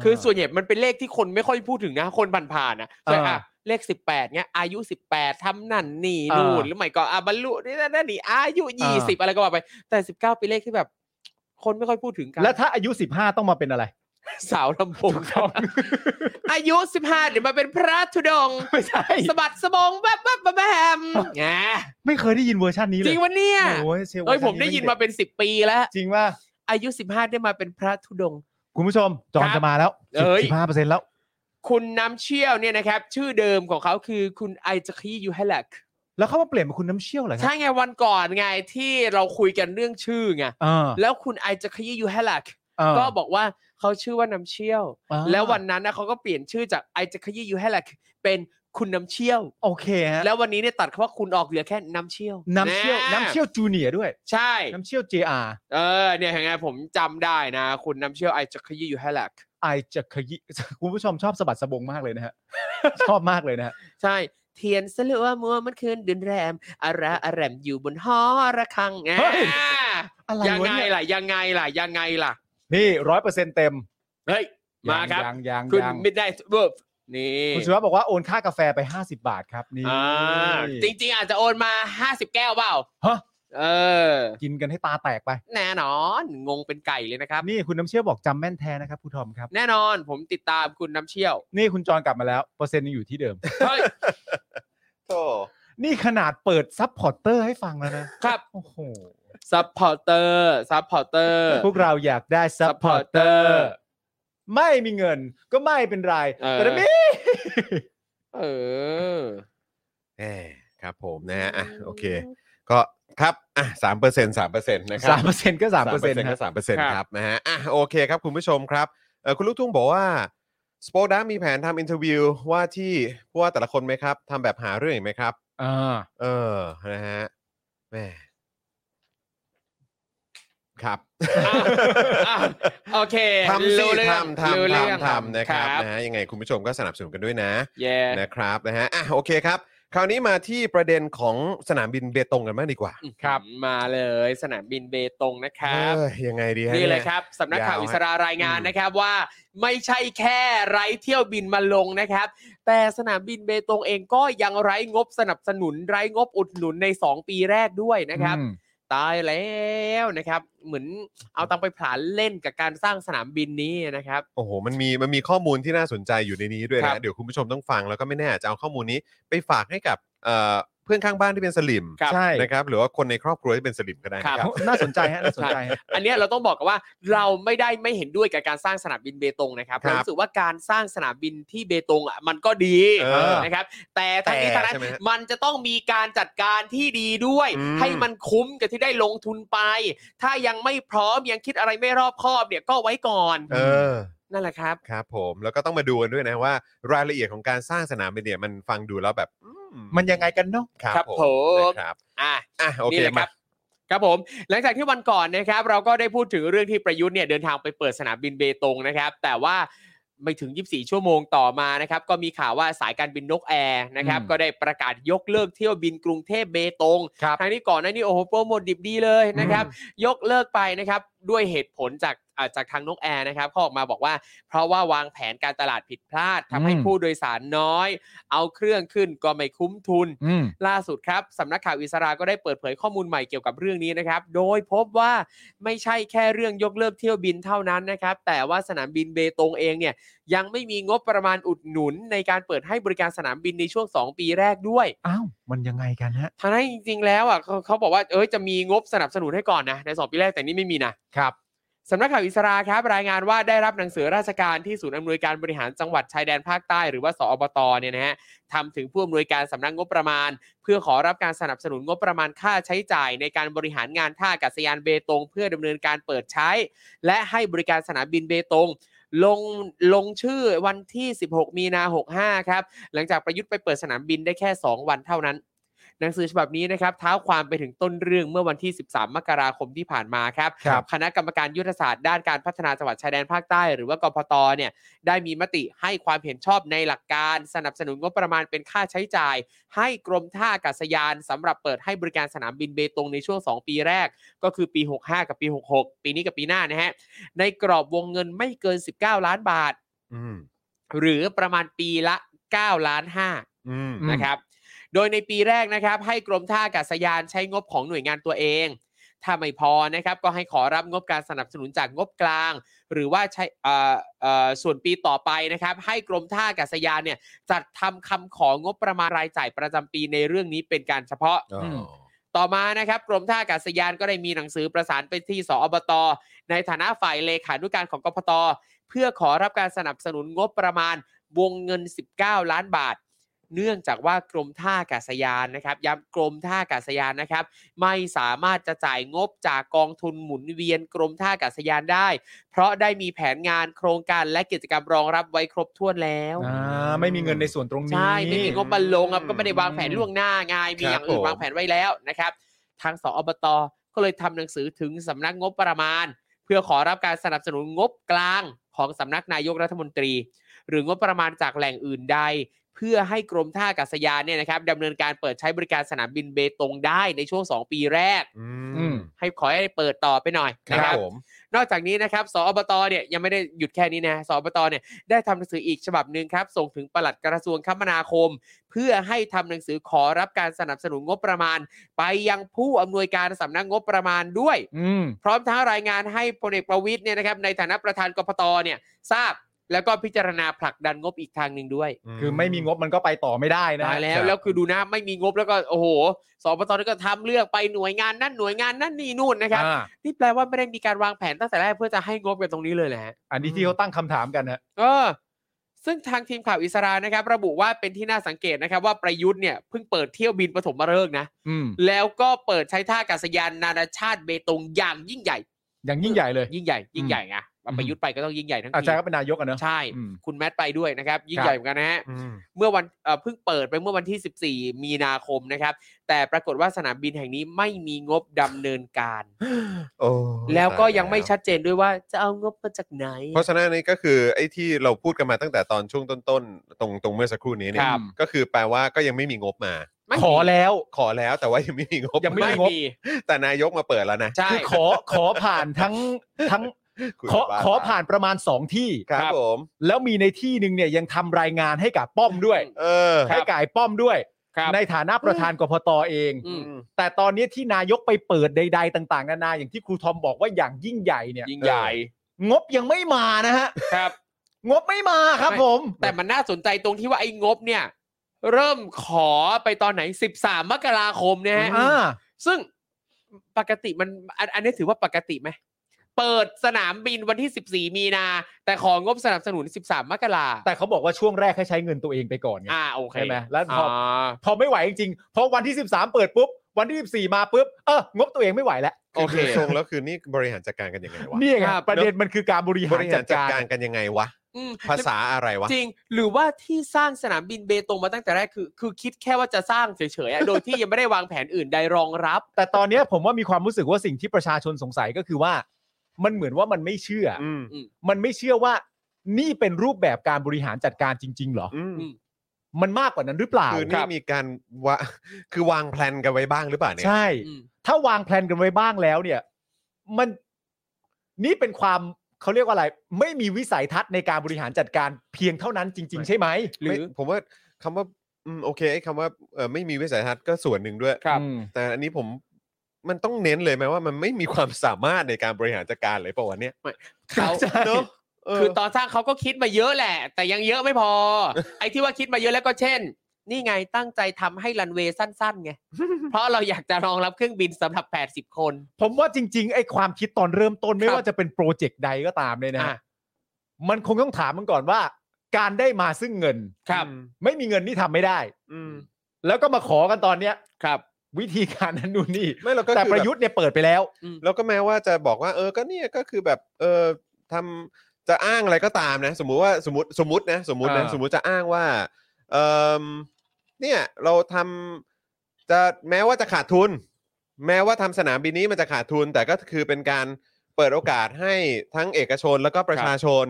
S4: คือส่วนใหญ่มันเป็นเลขที่คนไม่ค่อยพูดถึงนะ คนผ่านๆนะ
S3: อ่า
S4: ใช่วนอ่ะเลขสิบแปดเนี้ยอายุสิบแปดทำนั่นนี่
S3: อ่านู่
S4: นู่นหรือไม่ก็อ่ะบรรลุนี่นั่นนี่อายุ
S3: อ่
S4: ยี่สิบ
S3: า
S4: อะไรก็ว่าไป แต่สิบเก้าเป็นเลขที่แบบ คนไม่ค่อยพูดถึงกัน
S3: แล้วถ้าอายุสิบห้าต้องมาเป็น อะไร
S4: สาวลำโพง
S3: ถูกต้อง
S4: อายุสิบห้าเดี๋ยวมาเป็นพระธุดงค์
S3: ไม่ใช่
S4: สะบัดสะบงแวบแวบแบมแหม
S3: ไม่เคยได้ยินเวอร์ชันนี้เลย
S4: จริงวะเนี่ย
S3: โอ้ยเชื่อว่า
S4: เอ้ยผมได้ยินมาเป็นสิบปีแล้ว
S3: จริงว่า
S4: อายุสิบห้าได้มาเป็นพระธุดงค์
S3: คุณผู้ชม จอห์น
S4: ครับ
S3: จะมาแล้ว
S4: เอ้ย
S3: สิบห้าเปอร์เซ็นต์แล้ว
S4: คุณน้ำเชี่ยวเนี่ยนะครับ ชื่อเดิมของเขาคือคุณไอจักรียูเฮลัก
S3: แล้วเขามาเปลี่ยนเป็นคุณน้ำเชี่ยวเหรอค
S4: ใช่
S3: รับ
S4: ไงวันก่อนไงที่เราคุยกันเรื่องชื่อไง
S3: เออ
S4: แล้วคุณไอจักรียูเฮลัก
S3: เออ
S4: ก็บอกว่าเขาชื่อว่าน้ำเชี่ยว
S3: อ่า
S4: แล้ววันนั้นนะเขาก็เปลี่ยนชื่อจากไอจักรียูเฮลักเป็นคุณน้ำเชี่ยว
S3: โอเคฮะ
S4: แล้ววันนี้เนี่ยตัดคำว่าคุณออกเหลือแค่น้ำเชี่ยว
S3: น้ำเชี่ยว
S4: ะ
S3: น้ำเชี่ยวจูเนียร์ด้วย
S4: ใช่
S3: น้ำเชี่ยว JR
S4: เออเนี่ยเห็นไงผมจำได้นะ คุณน้ำเชี่ยวไอจักรียูเฮลัก
S3: ไอจะขยี้ คุณผู้ชมชอบสะบัดสะบงมากเลยนะฮะ ชอบมากเลยนะฮะ
S4: ใช่เทียนสลัวมัวมันคืนเดือนแรมอาระอาแรมอยู่บนหอระฆังไง
S3: เฮ้ย อะไร
S4: ยัง
S3: วะ
S4: ไง
S3: เนี่ย
S4: ล่ะยังไงล่ะยังไงล่ะ
S3: นี่ร้อยเปอร์เซ็นต์เต็ม
S4: เฮ้ย มาครับ
S3: ยังยัง
S4: คุณ
S3: ยัง
S4: มิดไ i เวิร์บนี่
S3: คุณสุวัสดิ์บอกว่าโอนค่ากาแฟไป 50 บาทครับนี่
S4: อ่าจริง ๆ อาจจะโอนมา 50 แก้วเปล่า
S3: ฮะ
S4: เออ
S3: กินกันให้ตาแตกไป
S4: แน่นอน งงเป็นไก่เลยนะครับ
S3: นี่คุณน้ำเชี่ยวบอกจำแม่นแท้นะครับผู้ทอมครับ
S4: แน่นอนผมติดตามคุณน้ำเชี่ยว
S3: นี่คุณจอนกลับมาแล้ว เปอร์เซ็นต์ยังอยู่ที่เดิม
S4: เฮ้ย
S2: โธ่
S3: นี่ขนาดเปิดซับพอร์เตอร์ให้ฟังแล้วนะครับ โอ้โห
S4: ซัพพอร์เตอร์ซัพพอร์เตอร์
S3: พวกเราอยากได้ซับพอร์เตอ
S4: Supporter
S3: ร์ไม่มีเงินก็ไม่เป็นไร
S4: เออ
S3: แต่ถ้ามี
S4: เออ
S2: แหมครับผมนะฮะอ่ะโอเค ก็ครับอ่ะสามเปอร์เซ็นต์สามเปอร์เซ็นต์นะครั
S3: สามเปอร์เซ็นต์ก็สามเปอร์เซ็นต์
S2: ก็
S3: นะ
S2: สามเปอร์เซ็นต์
S4: ครับ
S2: ครับนะฮะอ่ะโอเคครับ คุณผู้ชมครับเอ่อคุณลูกทุ่งบอกว่าสปอดัมมีแผนทำอินเทอร์วิวว่าที่ผู้ว่าแต่ละคนไหมครับทำแบบหาเรื่องอีกไหมครับ
S3: อ่า
S2: เออนะฮะแหม่ครับ
S4: อ่ะโอเค
S2: ทำสิ
S4: รู้เรื่อง
S2: ทำทำ
S4: รู้เรื่อง
S2: ทำทำนะครับนะฮะยังไงคุณผู้ชมก็สนับสนุนกันด้วยนะ
S4: เย้
S2: นะครับนะฮะอ่ะโอเคครับ คราวนี้มาที่ประเด็นของสนามบินเบตงกันบ้างดีกว่า
S4: ครับมาเลยสนามบินเบตงนะครับ
S2: เอ้ยยังไงดีฮะ
S4: นี่เลย
S2: ย
S4: ครับสำนักข่าวย
S2: าว
S4: อิ
S2: ฮะ
S4: สารารายงาน
S2: อืม
S4: นะครับว่าไม่ใช่แค่ไร้เที่ยวบินมาลงนะครับ แต่สนามบินเบตงเองก็ยังไร้งบสนับสนุน ไร้งบอุดหนุนใน 2 ปีแรกด้วยนะครับ
S3: อืม
S4: ตายแล้วนะครับ เหมือนเอาตังค์ไปผลานเล่นกับการสร้างสนามบินนี้นะครับ
S2: โอ้โห มันมีมันมีข้อมูลที่น่าสนใจอยู่ในนี้ด้วย
S4: ครั
S2: นะ
S4: บ
S2: เดี๋ยวคุณผู้ชมต้องฟังแล้วก็ไม่แน่อาจจะเอาข้อมูลนี้ไปฝากให้กับเอ่อเพื่อนข้างบ้านที่เป็นสลิม
S4: ครับ
S3: ใช่
S2: นะครับ หรือว่าคนในครอบครัวที่เป็นสลิมก็ได้นะค
S4: ครั
S2: รับ บ
S3: น่าสนใจฮะน่าสนใจฮะ
S4: อันเนี้ยเราต้องบอกกันว่าเราไม่ได้ไม่เห็นด้วยกับการสร้างสนามบินเบตงนะครับ
S2: ครับ
S4: เรารู้สึกว่าการสร้างสนามบินที่เบตงอ่ะมันก็ดี
S2: เออ
S4: นะครับ แต่ทั้งนี้ทั้งนั้น
S2: แต่ใช่ไหมฮะ
S4: มันจะต้องมีการจัดการที่ดีด้วย
S2: อืม
S4: ให้มันคุ้มกับที่ได้ลงทุนไป ถ้ายังไม่พร้อมยังคิดอะไรไม่รอบคอบเนี่ยก็ไว้ก่อน
S2: เออ
S4: นั่นแหละครับ
S2: ครับผมแล้วก็ต้องมาดูกันด้วยนะว่า รายละเอียดของการสร้างสนามบินเนี่ยมันฟังดูแล้วแบบอื
S3: มันยังไงกันเนาะ
S2: ครับ
S4: ครับ
S2: ผม
S4: ผม
S2: นะครับ
S4: อ่ะ
S2: อ่ะโอเค
S4: นี่แหละค
S2: มา
S4: รับครับผมหลังจากที่วันก่อนนะครับ เราก็ได้พูดถึงเรื่องที่ประยุทธ์เนี่ยเดินทางไปเปิดสนามบินเบตงนะครับ แต่ว่าไม่ถึง 24 ชั่วโมงต่อมานะครับ ก็มีข่าวว่าสายการบินนกแอร์นะครับ
S3: อืม
S4: ก็ได้ประกาศยกเลิกเที่ยวบินกรุงเทพเบตง
S3: ครับ
S4: ทางที่ก่อนหน้านี้โอ้โหโปรโมทดิบดีเลยนะครับ ยกเลิกไปนะครับ ด้วยเหตุผลจากอ่าจากทางนกแอร์นะครับเขาออกมาบอกว่า เพราะว่าวางแผนการตลาดผิดพลาดทำให้
S3: อืม
S4: ผู้โดยสารน้อย เอาเครื่องขึ้นก็ไม่คุ้มทุน
S3: อืม
S4: ล่าสุดครับสำนักข่าวอิสราก็ได้เปิดเผยข้อมูลใหม่เกี่ยวกับเรื่องนี้นะครับ โดยพบว่าไม่ใช่แค่เรื่องยกเลิกเที่ยวบินเท่านั้นนะครับ แต่ว่าสนามบินเบตงเองเนี่ยยังไม่มีงบประมาณอุดหนุนในการเปิดให้บริการสนามบินในช่วง 2 ปีแรกด้วย
S3: อ้าว มันยังไงกันฮะ
S4: ทั้งนั้นจริงๆแล้วอ่ะเขาเขาบอกว่าเอ้ยจะมีงบสนับสนุนให้ก่อนนะใน 2 ปีแรกแต่นี่ไม่มีนะ
S3: ครับ
S4: สำนักข่าวอิสราครับรายงานว่าได้รับหนังสือราชการที่ศูนย์อำนวยการบริหารจังหวัดชายแดนภาคใต้หรือว่าสอบตเนี่ยนะฮะทำถึงผู้อำนวยการสำนักงบประมาณ เพื่อขอรับการสนับสนุนงบประมาณค่าใช้จ่าย ในการบริหารงานท่าอากาศยานเบตง เพื่อดำเนินการเปิดใช้ และให้บริการสนามบินเบตง ลงลงชื่อวันที่ 16 มีนา 65 ครับ หลังจากประยุทธ์ไปเปิดสนามบินได้แค่ 2 วันเท่านั้น หนังสือฉบับนี้นะครับเท้าความไปถึงต้นเรื่องเมื่อวันที่ 13 มกราคมที่ผ่านมาครับ
S3: ครับ
S4: คณะกรรมการยุทธศาสตร์ด้านการพัฒนาจังหวัดชายแดนภาคใต้ หรือว่ากพตเนี่ยได้มีมติให้ความเห็นชอบในหลักการสนับสนุนงบประมาณเป็นค่าใช้จ่าย ให้กรมท่าอากาศยานสำหรับเปิดให้บริการสนามบินเบตงในช่วง 2 ปีแรก ก็คือปี 65 กับปี 66 ปีนี้กับปีหน้านะฮะในกรอบวงเงินไม่เกิน 19 ล้านบาท
S2: อืม
S4: หรือประมาณปีละ 9 ล้าน5
S2: อืม
S4: นะครับ โดยในปีแรกนะครับ ให้กรมท่าอากาศยานใช้งบของหน่วยงานตัวเอง ถ้าไม่พอนะครับ ก็ให้ขอรับงบการสนับสนุนจากงบกลาง หรือว่าใช้เอ่อเอ่อส่วนปีต่อไปนะครับ ให้กรมท่าอากาศยานเนี่ยจัดทำคำของงบประมาณรายจ่ายประจำปีในเรื่องนี้เป็นการเฉพาะ ต่อมานะครับกรมท่าอากาศยานก็ได้มีหนังสือประสานไปที่สอบต ในฐานะฝ่ายเลขานุการของกพตเพื่อขอรับการสนับสนุนงบประมาณวงเงิน 19 ล้านบาท เนื่องจากว่ากรมท่าอากาศยานนะครับย้ำกรมท่าอากาศยานนะครับ ไม่สามารถจะจ่ายงบจากกองทุนหมุนเวียนกรมท่าอากาศยานได้ เพราะได้มีแผนงานโครงการและกิจกรรมรองรับไว้ครบถ้วนแล้ว
S3: อ่าไม่มีเงินในส่วนตรงนี้
S4: ใช่ ไม่มีงบมาลงครับก็ไม่ได้วางแผนล่วงหน้าไงมี
S2: ครับ
S4: อย่างอื่น
S2: ผม
S4: วางแผนไว้แล้วนะครับ ทางสอบตก็เลยทำหนังสือถึงสำนักงบประมาณ เพื่อขอรับการสนับสนุนงบกลางของสำนักนายกรัฐมนตรี หรืองบประมาณจากแหล่งอื่นใด เพื่อให้กรมท่าอากาศยานเนี่ยนะครับดำเนินการเปิดใช้บริการสนามบินเบตงได้ในช่วง 2 ปีแรก
S2: อืม
S4: ให้ขอให้เปิดต่อไปหน่อย
S2: ค
S4: นะ
S2: รับ
S4: ครับ
S2: ผม
S4: นอกจากนี้นะครับ สอบตเนี่ยยังไม่ได้หยุดแค่นี้นะ สอบตเนี่ยได้ทำหนังสืออีกฉบับหนึ่งครับ ส่งถึงปลัดกระทรวงคมนาคม เพื่อให้ทำหนังสือขอรับการสนับสนุนงบประมาณ ไปยังผู้อำนวยการสำนักงบประมาณด้วย
S3: อืม
S4: พร้อมทั้งรายงานให้พลเอกประวิทย์เนี่ยนะครับในฐานะประธานกพตเนี่ยทราบแล้วก็พิจารณาผลักดันงบอีกทางหนึ่งด้วย
S3: คือไม่มีงบมันก็ไปต่อไม่ได้นะ
S4: ตายแล้วแล้วคือดูนะไม่มีงบแล้วก็โอ้โหสปตนี่ก็ทำเรื่องไปหน่วยงานนั่นหน่วยงานนั่นนี่นู่นนะครับ
S3: อ่า
S4: นี่แปลว่าไม่ได้มีการวางแผนตั้งแต่แรกเพื่อจะให้งบกันตรงนี้เลยแหละฮะ
S3: อันนี้ที่เขาตั้งคำถามกันฮะ
S4: เออซึ่งทางทีมข่าวอิสรานะครับ ระบุว่าเป็นที่น่าสังเกตนะครับ ว่าประยุทธ์เนี่ยเพิ่งเปิดเที่ยวบินปฐมฤกษ์นะ
S3: อืม
S4: แล้วก็เปิดใช้ท่าอากาศยานนานาชาติเบตงอย่างยิ่งใหญ่
S3: อย่างยิ่งใหญ่เลย
S4: ยิ่งใหญ่ ยิ่งใหญ่ไง
S3: อืม
S4: ประยุทธ์ไปก็ต้องยิ่งใหญ่ทั้ง
S3: อา
S4: ที
S3: จารย์ก็เป็นนายกอะเนอะ
S4: ใช่
S3: อืม
S4: คุณแมทไปด้วยนะครับ ยิ่งใหญ่เหมือนกันนะฮะ
S2: อืม
S4: เมื่อวันเอ่อเพิ่งเปิดไปเมื่อวันที่ 14 มีนาคมนะครับ แต่ปรากฏว่าสนามบินแห่งนี้ไม่มีงบดำเนินการ
S2: โอ้
S4: แล้วก็
S2: ตา
S4: ยังไม่ชัดเจนด้วยว่าจะเอางบมาจากไหน
S2: เพราะฉะนั้นนี่ก็คือไอ้ที่เราพูดกันมาตั้งแต่ตอนช่วงต้นๆ ตรงตรงเมื่อสักครู่นี้เนี่
S4: ค
S2: ย
S4: รับ
S2: ก็คือแปลว่าก็ยังไม่มีงบมา
S4: ไม่มี
S3: ขอแล้ว
S2: ขอแล้วแต่ว่ายังไม่มีงบ
S3: ยังไม่มี
S4: ไม่
S3: งบ
S4: มี
S2: แต่นายกมาเปิดแล้วนะ
S4: ใช่
S3: คือ ขอขอผ่านทั้งทั้ง
S2: คุณ
S3: ขอ
S2: บ้
S3: ขอผ่านประมาณสองที่
S2: ครับผม
S3: แล้วมีในที่หนึ่งเนี่ยยังทำรายงานให้กับป้อมด้วย
S2: เออ
S3: ให้กายป้อมด้วย
S4: ครับ
S3: ในฐานะประธานกพตเอง
S4: อืม
S3: แต่ตอนนี้ที่นายกไปเปิดใด ๆ ต่าง ๆ นานาอย่างที่ครูทอมบอกว่าอย่างยิ่งใหญ่เนี่ย
S4: ยิ่งใหญ่
S3: งบยังไม่มานะฮะ
S4: ครับ
S3: งบไม่มาครับผม
S4: แต่มันน่าสนใจตรงที่ว่าไอ้งบเนี่ย เริ่มขอไปตอนไหน 13 มกราคมเนี่ยฮะ
S3: อ่า
S4: ซึ่งปกติมันอันอันนี้ถือว่าปกติไหมเปิดสนามบินวันที่ 14 มีนา แต่ของงบสนับสนุน 13 มกรา
S3: แต่เขาบอกว่าช่วงแรกให้ใช้เงินตัวเองไปก่อนไง
S4: อ่าโอเค
S3: ใช่ไหมแล้วพอ
S4: า
S3: พอไม่ไหวจริงๆพอวันที่ 13 เปิดปุ๊บ วันที่ 14 มาปุ๊บ เอองบตัวเองไม่ไหวแล้ว
S2: โอเคทรงแล้วคือนี่บริหารจัดการกันยังไงวะ
S3: นี่ไง
S4: ครับ
S3: ประเด็นมันคือการบริหา
S2: บ
S3: ร
S2: ริหา
S3: จั
S2: ร
S3: ด
S2: จัด
S3: กา
S2: กา
S3: ร
S2: รกันยังไงวะ
S4: อืม
S2: ภาษาอะไรวะ
S4: จริงหรือว่าที่สร้างสนามบินเบตงมาตั้งแต่แรกคือคือคิดแค่ว่าจะสร้างเฉยๆอะโดยที่ยังไม่ได้วางแผนอื่นใดรองรับ
S3: แต่ตอนเนี้ยผมว่ามีความรู้สึกว่าสิ่งที่ประชาชนสงสัยก็คือว่า มันเหมือนว่ามันไม่เชื่ออ
S2: อืม
S3: มันไม่เชื่อว่า นี่เป็นรูปแบบการบริหารจัดการจริง ๆ เหรอ
S2: อืม
S4: อืม
S3: มันมากกว่านั้นหรือเปล่า
S2: คือ
S3: ค
S2: นี่
S3: รับ
S2: มีการวะคือวางแพลนกันไว้บ้างหรือเปล่าเนี่ย
S3: ใช่
S4: อืม
S3: ถ้าวางแผนกันไว้บ้างแล้วเนี่ย มันนี่เป็นความเขาเรียกว่าอะไร ไม่มีวิสัยทัศน์ในการบริหารจัดการเพียงเท่านั้นจริง ๆ ใช่ไหม
S4: หรือ
S2: ไม่ผมว่าคำว่าอืมโอเคไอ้คำว่าเอ่อไม่มีวิสัยทัศน์ก็ส่วนหนึ่งด้วย
S3: อืม
S2: แต่อันนี้ผมมันต้องเน้นเลยไหมว่ามันไม่มี ความสามารถในการบริหารจัดการเลยเปล่าวะเนี่ย
S4: เขา
S3: ใช่
S2: เนอะเ
S4: คือตอนสร้างเขาก็คิดมาเยอะแหละ แต่ยังเยอะไม่พอ ไอ้ที่ว่าคิดมาเยอะแล้วก็เช่น นี่ไงตั้งใจทำให้รันเวย์สั้นๆไง เพราะเราอยากจะรองรับเครื่องบินสำหรับ 80 คน
S3: ผมว่าจริง ๆ ไอ้ความคิดตอนเริ่มต้นไม่
S4: ครับ
S3: ว่าจะเป็นโปรเจกต์ใดก็ตามเลยนะฮะ
S4: อ่ะ
S3: มันคงต้องถามมันก่อนว่า การได้มาซึ่งเงิน
S4: ครับ
S3: ไม่มีเงินนี่ทำไม่ได้
S2: อืม
S3: แล้วก็มาขอกันตอนเนี้ย
S4: ครับ
S3: วิธีการนั้นนู่นนี่
S2: ไม่เราก็
S3: แต่
S2: คือ
S3: ประยุทธ์เนี่ยเปิดไปแล้ว
S2: แบบแล้วก็แม้ว่าจะบอกว่า เออก็เนี่ยก็คือแบบเออทำ จะอ้างอะไรก็ตามนะ สมมุติว่าสมมติสมมตินะสมมตินะ
S5: อ่า
S2: สมมติจะอ้างว่าเอมเนี่ยเราทำจะแม้ว่าจะขาดทุน แม้ว่าทำสนามบินนี้มันจะขาดทุน แต่ก็คือเป็นการเปิดโอกาสให้ทั้งเอกชนแล้วก็ประชาชน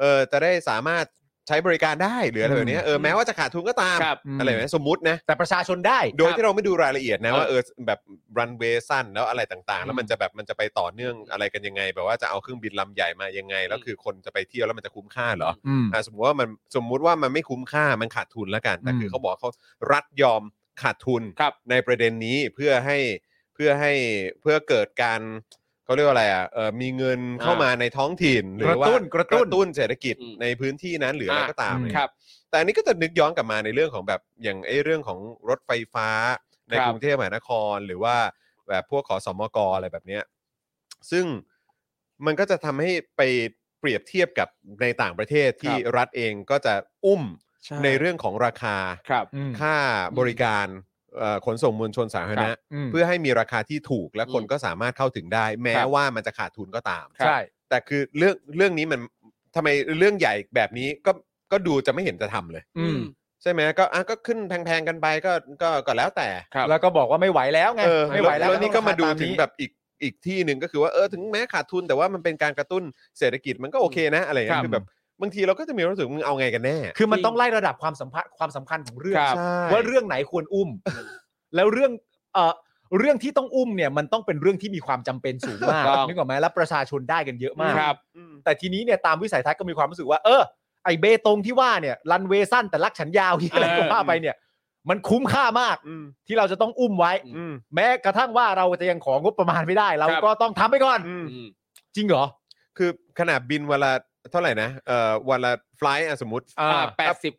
S2: เออจะได้สามารถใช้บริการได้หรืออะไรแบบเนี้ยเออแม้ว่าจะขาดทุนก็ตาม
S4: ครับ
S2: อะไรแบบเนี้ยสมมตินะ
S3: แต่ประชาชนได้
S2: โดยที่เราไม่ดูรายละเอียดนะ
S4: เออ
S2: ว่าเออแบบรันเวย์สั้นแล้วอะไรต่างๆ แล้วมันจะแบบมันจะไปต่อเนื่องอะไรกันยังไง แบบว่าจะเอาเครื่องบินลำใหญ่มายังไง แล้วคือคนจะไปเที่ยวแล้วมันจะคุ้มค่าเหรอ
S3: อืม
S2: อ่ะสมมติว่ามันสมมุติว่ามันไม่คุ้มค่ามันขาดทุนแล้วกันแต่คือ
S3: ม
S2: เขาบอกเขารัฐยอมขาดทุน
S4: ครับ
S2: ในประเด็นนี้เพื่อให้เพื่อให้เพื่อเกิดการเขาเรียกว่าอะไรอ่ะเออมีเงินเข้ามาในท้องถิ่นหรื
S3: ก
S2: อ
S3: ระ
S2: ว่า
S3: ตุ้นกระตุ้น
S2: เศรษฐกิจ
S4: อืม
S2: ในพื้นที่นั้นหรืออะไรก็ตาม
S3: อ่ะ
S2: เนี่ย
S4: ครับ
S2: แต่อันนี้ก็จะนึกย้อนกลับมาในเรื่องของแบบอย่างไอ้เรื่องของรถไฟฟ้าใน
S4: ครับ
S2: กรุงเทพมหานครหรือว่าแบบพวกขอสมกอะไรแบบเนี้ยซึ่งมันก็จะทำให้ไปเปรียบเทียบกับในต่างประเทศที่
S4: ครับ
S2: รัฐเองก็จะอุ้ม
S4: ใช่
S2: ในเรื่องของราคา
S4: ครับ
S3: อืม
S2: ค่าบริการเอ่อขนส่งมวลชนสาธารณะ
S3: ม
S2: เพื่อให้มีราคาที่ถูกและคน
S4: อืม
S2: ก็สามารถเข้าถึงได้ แม้
S4: ครับ
S2: ว่ามันจะขาดทุนก็ตาม
S3: ใช่
S2: แต่คือเรื่องเรื่องนี้มันทำไมเรื่องใหญ่แบบนี้ก็ก็ดูจะไม่เห็นจะทำเลย
S3: อืม
S2: ใช่ไหมก็อ่ะก็ขึ้นแพงๆกันไปก็ก็ก็แล้วแต่
S4: ครับ
S3: แล้วก็บอกว่าไม่ไหวแล้วไง
S2: เออ
S3: ไม่ไหวแล้ว
S2: นี่ก็มาดู
S3: ต้องรคต
S2: ถึงแบบอีกอีกที่หนึ่งก็คือว่าเออถึงแม้ขาดทุนแต่ว่ามันเป็นการกระตุ้นเศรษฐกิจมันก็โอเคนะอะไรอย่างเงี้
S4: ค
S2: ยคื
S4: รับ
S2: อแบบบางทีเราก็จะมีความรู้สึกมึงเอาไงกันแน่
S3: คือมันต้องไล่ระดับความสัมพันธ์ความสำคัญของเรื่อง
S4: ครับ
S2: ใช่
S3: ว่าเรื่องไหนควรอุ้ม แล้วเรื่องเอ่อเรื่องที่ต้องอุ้มเนี่ยมันต้องเป็นเรื่องที่มีความจำเป็นสูงมาก
S4: ถูกต้อง
S3: นึกออกไหมแล้วประชาชนได้กันเยอะมาก
S4: ครับ
S2: อืม
S3: แต่ทีนี้เนี่ยตามวิสัยทัศน์ก็มีความรู้สึกว่า เออไอเบตงที่ว่าเนี่ยรันเวย์สั้นแต่ลักฉันยาว ที่อะไร
S4: เออ
S3: ก็ว่าไปเนี่ย มันคุ้มค่ามาก
S2: อืม
S3: ที่เราจะต้องอุ้มไว้
S2: อืม
S3: แม้กระทั่งว่าเราจะยังของงบประมาณไม่ได้ เราก็ต้องทำไปก่อน
S2: อืม
S4: อืม
S3: จริงเหรอ
S2: คือขนาดบินเวนลาเท่าไหร่นะเอ่อวันละไฟล์อ่ะสมมติ
S3: อ่า
S4: อ่าแปดสิบ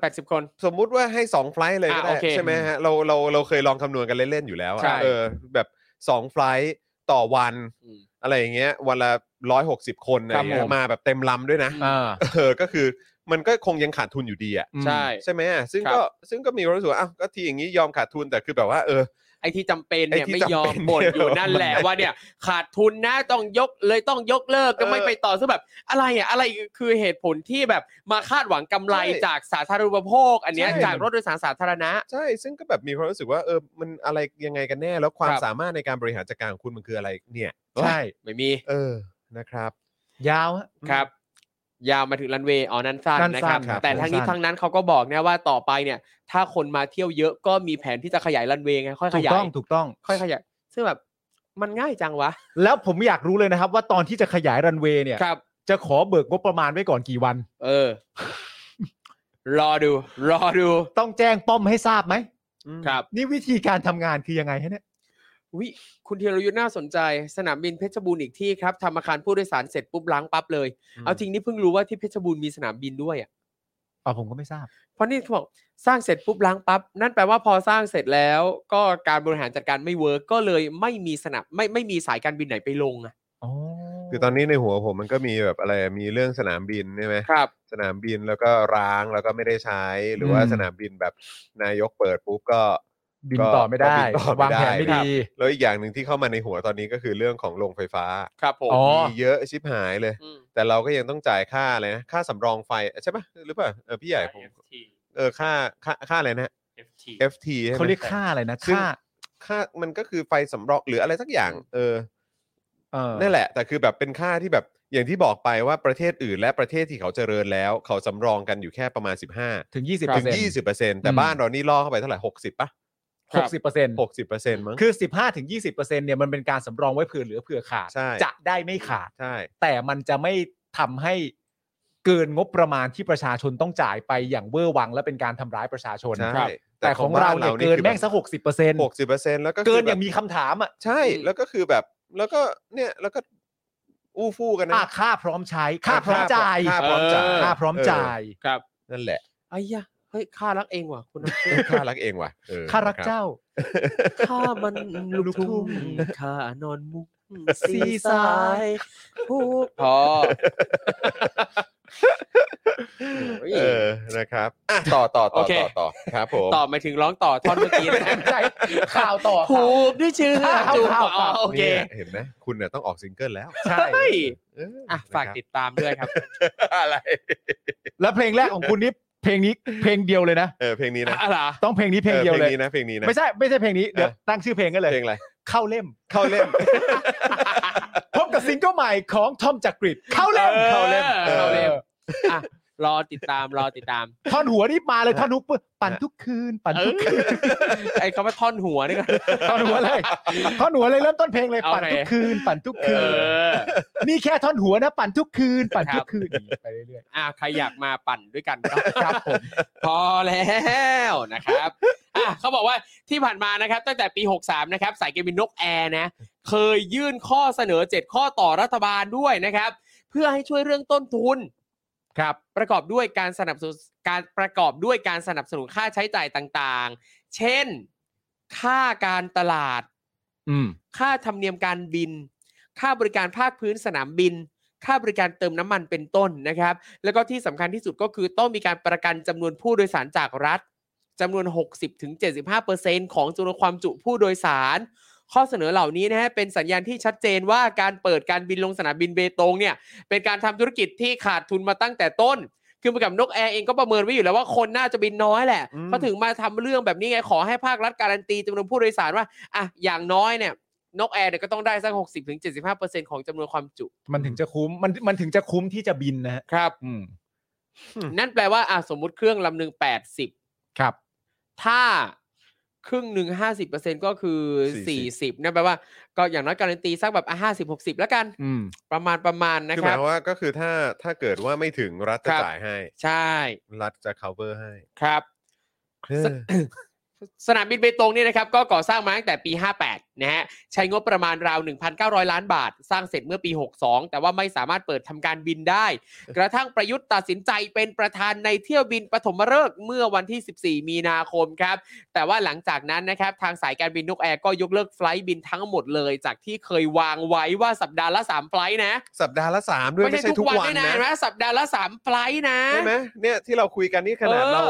S4: แปดสิบคน
S2: สมมุติว่าให้2ไฟล์เลยก็ได้
S4: อ่ะโอเค
S2: ใช่ไหมฮะเราเราเราเคยลองคำนวณกันเล่นๆอยู่แล้วอะ
S4: ใช่
S2: เออแบบ2ไฟล์ต่อวัน
S4: อืม
S2: อะไรอย่างเงี้ยวันละร้อยหกสิบคนอะไร
S4: ครับ
S2: เงี้ย
S4: ผม
S2: มาแบบเต็มลำด้วยนะ
S3: อ่า
S2: เออก็คือมันก็คงยังขาดทุนอยู่ดีอ่ะ
S4: ใช่
S2: ใช่ไหมอ่ะซึ่ง
S4: ครับ
S2: ก็ซึ่งก็มีความรู้สึกว่าอ้าวก็ทีอย่างนี้ยอมขาดทุนแต่คือแบบว่าเออ
S4: ไอ้ที่จำเป็นเนี่ย
S2: ไอ้ที่
S4: ไม่
S2: จำ
S4: ยอ
S2: เป็
S4: ม
S2: น
S4: บ่นอยู่
S2: เนี่ย
S4: นั่นแหละ
S2: มัน
S4: ว่าเนี่ย ขาดทุนนะต้องยกเลยต้องยกเลิกก็
S2: เออ
S4: ไม่ไปต่อซึ่งแบบอะไรอ่ะอะไรคือเหตุผลที่แบบมาคาดหวังกำไร
S2: ใช่
S4: จากสาธารณูปโภค อันเนี้ย
S2: ใช่
S4: จากรถโดยสารสาธารณะ
S2: ใช่ซึ่งก็แบบมีความรู้สึกว่าเออมันอะไรยังไงกันแน่แล้วความ
S4: ครับ
S2: สามารถในการบริหารจัดการของคุณมันคืออะไรเนี่ย
S3: ใช่
S4: ไม่มี
S2: เออนะครับ
S3: ยาวฮะ
S4: ครับ ยาวมาถึงรันเวย์อ๋อนั้นสั้น
S3: นั่นสั้น
S4: นะครับ
S3: ครับ
S4: แต่ทั้งนี้
S3: สั้น
S4: ทั้งนั้นเขาก็บอกนะว่าต่อไปเนี่ย ถ้าคนมาเที่ยวเยอะก็มีแผนที่จะขยายรันเวย์ไงค่อยข
S3: ถูก
S4: ยา
S3: ต้
S4: ย
S3: องถูกต้อง
S4: ค่อยขยายซึ่งแบบมันง่ายจังวะ
S3: แล้วผมอยากรู้เลยนะครับ ว่าตอนที่จะขยายรันเวย์เนี่ย
S4: ครับ
S3: จะขอเบิกงบประมาณไว้ก่อนกี่วัน
S4: เออ รอดู รอดู
S3: ต้องแจ้งป้อมให้ทราบไหม
S4: ครับ
S3: นี่วิธีการทำงานคือยังไงฮะเนี่ย
S4: วิคุณธีรยุทธ์น่าสนใจ สนามบินเพชรบูรณ์อีกที่ครับทำอาคารผู้โดยสารเสร็จปุ๊บล้างปั๊บเลย
S2: อืม
S4: เอาจริงนี่เพิ่งรู้ว่าที่เพชรบูรณ์มีสนามบินด้วยอ่ะ
S3: อ๋อผมก็ไม่ทราบ
S4: เพราะนี่เขาบอกสร้างเสร็จปุ๊บล้างปั๊บนั่นแปลว่าพอสร้างเสร็จแล้ว ก็การบริหารจัดการไม่เวิร์กก็เลยไม่มีสนามไม่ไม่มีสายการบินไหนไปลงอ่ะ
S3: อ๋อ
S2: คือตอนนี้ในหัวผมมันก็มีแบบอะไรมีเรื่องสนามบินใช่ไหม
S4: ครับ
S2: สนามบินแล้วก็ร้างแล้วก็ไม่ได้ใช้ หรือว่า
S3: อืม
S2: สนามบินแบบนายกเปิดปุ๊บก็
S3: บินต่อไม่ได้
S2: ก็บินต่อไม่ได้
S3: วางแผนไม่ดี
S2: แล้วอีกอย่างหนึ่งที่เข้ามาในหัวตอนนี้ก็คือเรื่องของโรงไฟฟ้า
S4: ครับผม
S3: อ๋อ
S2: มีเยอะชิบหายเลย
S4: ม
S2: แต่เราก็ยังต้องจ่ายค่าอะไรนะค่าสำรองไฟใช่ปะหรือเปล่าเออพี่ใหญ่ผม
S5: FT
S2: เออค่าค่าค่าอะไรนะ
S5: FT
S2: FT ใช่ไหม
S3: เขาเรียกค่าอะไรนะค่า
S2: ค่ามันก็คือไฟสำรองหรืออะไรสักอย่าง เออ
S3: เออ
S2: นั่นแหละแต่คือแบบเป็นค่าที่แบบอย่างที่บอกไปว่าประเทศอื่น และประเทศที่เขาเจริญแล้ว เขาสำรองกันอยู่แค่ประมาณ 15
S3: ถึง 20%
S2: ถึง20%แต่บ้านเรานี่ล่อเข้าไปเท่าไหร่60ปะ
S3: หกสิบเปอร์เซ็นต์
S2: 60%มั้ง
S3: คือ 15ถึง20%เนี่ยมันเป็นการสำรองไว้เผื่อเหลือเผื่อขาด
S2: ใช่
S3: จะได้ไม่ขาด
S2: ใช่
S3: แต่มันจะไม่ทำให้เกินงบประมาณที่ประชาชนต้องจ่ายไปอย่างเวอร์วังและเป็นการทำร้ายประชาชน
S2: ใช่
S3: ครับ
S2: แต่
S3: แต่ของเราเนี่
S2: ข
S3: ย
S2: องบ้านเรานี่
S3: เกิน
S2: คือ
S3: แม่งสักหกสิบเปอร์เซ็นต์
S2: หกสิบเปอร์เซ็นต์แล้วก็คื
S3: เกินอย่าง
S2: แบบ
S3: มีคำถามอ่ะ
S2: ใช่
S4: อืม
S2: แล้วก็คือแบบแล้วก็เนี่ยแล้วก็อู้ฟู่กัน
S3: อ่ะ
S2: นะ
S3: ค่าพร้อมใช้ ค่าพร้อมจ่าย
S2: ค่าพร้อมจ่าย
S3: ค่าพร้อมจ่าย
S4: ครับ
S2: นั่นแหละ
S4: ไอ้ยะเฮ้ยค่ารักเองว่ะคุณ
S2: ค่ารักเองว่ะเออ
S3: ค่ารักเจ้า
S4: ข้ามันลูกทุ่งข้านอนมุกสีสายผู้พอ
S2: เออนะครับอ่ะต่อต่อต่อต่อต่อครับผม
S4: ต่อหมายถึงร้องต่อท่อนเมื่อกี้นะ
S3: ใช่ข่าวต่อ
S4: ถูกด้วยชื่อ
S3: ข่าว
S4: จูบ
S3: ข่าว
S4: ต่อ
S3: ข่าว
S4: โอเค
S2: นี่ยเห็นไหมคุณเนี่ยต้องออกซิงเกิลแล้ว
S3: ใช่
S2: เออ
S4: อ่ะฝากติดตามด้วยครับ
S2: อะไร
S3: แล้วเพลงแรกของคุณนี่เพลงนี้เพลงเดียวเลยนะ
S2: เออเพลงนี้นะ
S4: อ่ะเหรอ
S3: ต้องเพลงนี้เพลงเดียว
S2: ออ
S3: เลย
S2: นี้นะเพลงนี้นะ
S3: ไม่ใช่ไม่ใช่เพลงนี้เดี๋ยว
S2: เออ
S3: ตั้งชื่อเพลงกันเลย
S2: เพลงอะไร
S3: เข้าเล่ม
S2: เข้าเล่ม
S3: พบกับซิงเกิลใหม่ของทอมจักริดเข้าเล่ม
S4: เออเข้าเล่ม
S3: ออ
S4: เข้าเล่ม อ่ะรอติดตามรอติดตาม
S3: ท่อนหัวนี่มาเลยท่อนฮุกปุ๊บปั่นทุกคืน ปั่นทุกคืน
S4: ไอ้คำว่าท่อนหัวนี่ก็
S3: ท่อนหัวเลยท่อนหัวเลยเริ่มต้นเพลงเลย
S4: เอา
S3: ปั่นทุก
S4: ไง
S3: คืน ปั่นทุก
S4: เอ
S3: คืน
S4: อ
S3: นี่แค่ท่อนหัวนะ ปั่นทุกคืนปั่นทุกคืนไปเรื่อย
S4: อ่ะใครอยากมาปั่นด้วยกันก็ ครับผมพอแล้วนะครับอ่ะเขาบอกว่าที่ผ่านมานะครับ ตั้งแต่ปี 63 นะครับสายการบินนกแอร์นะ เคยยื่นข้อเสนอ 7 ข้อต่อรัฐบาลด้วยนะครับ เพื่อให้ช่วยเรื่องต้นทุนครับประกอบด้วยการสนับสนุนการประกอบด้วยการสนับสนุนค่าใช้จ่ายต่างๆ เช่น ค่าการตลาด
S3: ๆ อืม
S4: ค่าธรรมเนียมการบิน ค่าบริการภาคพื้นสนามบิน ค่าบริการเติมน้ำมันเป็นต้นนะครับ แล้วก็ที่สำคัญที่สุดก็คือต้องมีการประกันจำนวนผู้โดยสารจากรัฐจำนวน 60-75%ของจำนวนความจุผู้โดยสาร ข้อเสนอเหล่านี้นะฮะเป็นสัญญาณที่ชัดเจนว่าการเปิดการบินลงสนามบินเบตงเนี่ยเป็นการทำธุรกิจที่ขาดทุนมาตั้งแต่ต้น คือเหมือนกับนกแอร์เองก็ประเมินไว้อยู่แล้วว่าคนน่าจะบินน้อยแหละ
S2: อืม
S4: เขาถึงมาทำเรื่องแบบนี้ไงขอให้ภาครัฐการันตีจำนวนผู้โดยสารว่าอ่ะอย่างน้อยเนี่ย นกแอร์เนี่ยก็ต้องได้สัก 60-75%ของจำนวนความจุ
S3: มันถึงจะคุ้มมันมันถึงจะคุ้มที่จะบินนะฮะ
S4: ครับ
S3: อืม
S4: นั่นแปลว่าอ่ะสมมุติเครื่องลำหนึ่ง80
S3: ครับ
S4: ถ้าครึ่งหนึ่ง50%ก็คือ 40 นั่นแปลว่า ก็อย่างน้อยการันตีสักแบบอ่ะ50-60 แล้วกัน
S3: อืม
S4: ประมาณประมาณนะ
S2: คือ
S4: ค
S2: หมา
S4: รั
S2: ย
S4: บ
S2: ความว่าก็คือถ้าถ้าเกิดว่าไม่ถึงรัฐจะ
S4: ครับ
S2: จ่ายให้
S4: ใช่
S2: รัฐจะ cover ให้
S4: ครับ
S2: เออ
S4: ส สนามบินเบตงเนี่ยนะครับก็ก่อสร้างมาตั้งแต่ปี 58 นะฮะใช้งบประมาณราว 1,900 ล้านบาท สร้างเสร็จเมื่อปี 62 แต่ว่าไม่สามารถเปิดทำการบินได้ กระทั่งประยุทธ์ตัดสินใจเป็นประธานในเที่ยวบินปฐมฤกษ์เมื่อวันที่ 14 มีนาคมครับ แต่ว่าหลังจากนั้นนะครับทางสายการบินนกแอร์ก็ยกเลิกไฟลท์บินทั้งหมดเลย จากที่เคยวางไว้ว่าสัปดาห์ละ 3 ไฟลท์นะ
S2: สัปดาห์ละสามด้วยไม่ใช่ทุกวัน
S4: ด้วย
S2: นะ
S4: นะเห็นไหมสัปดาห์ละ 3 ไฟลท์นะ
S2: ใช่ไหมเนี่ยที่เราคุยกันนี่ขนาด
S4: เออ
S2: เรา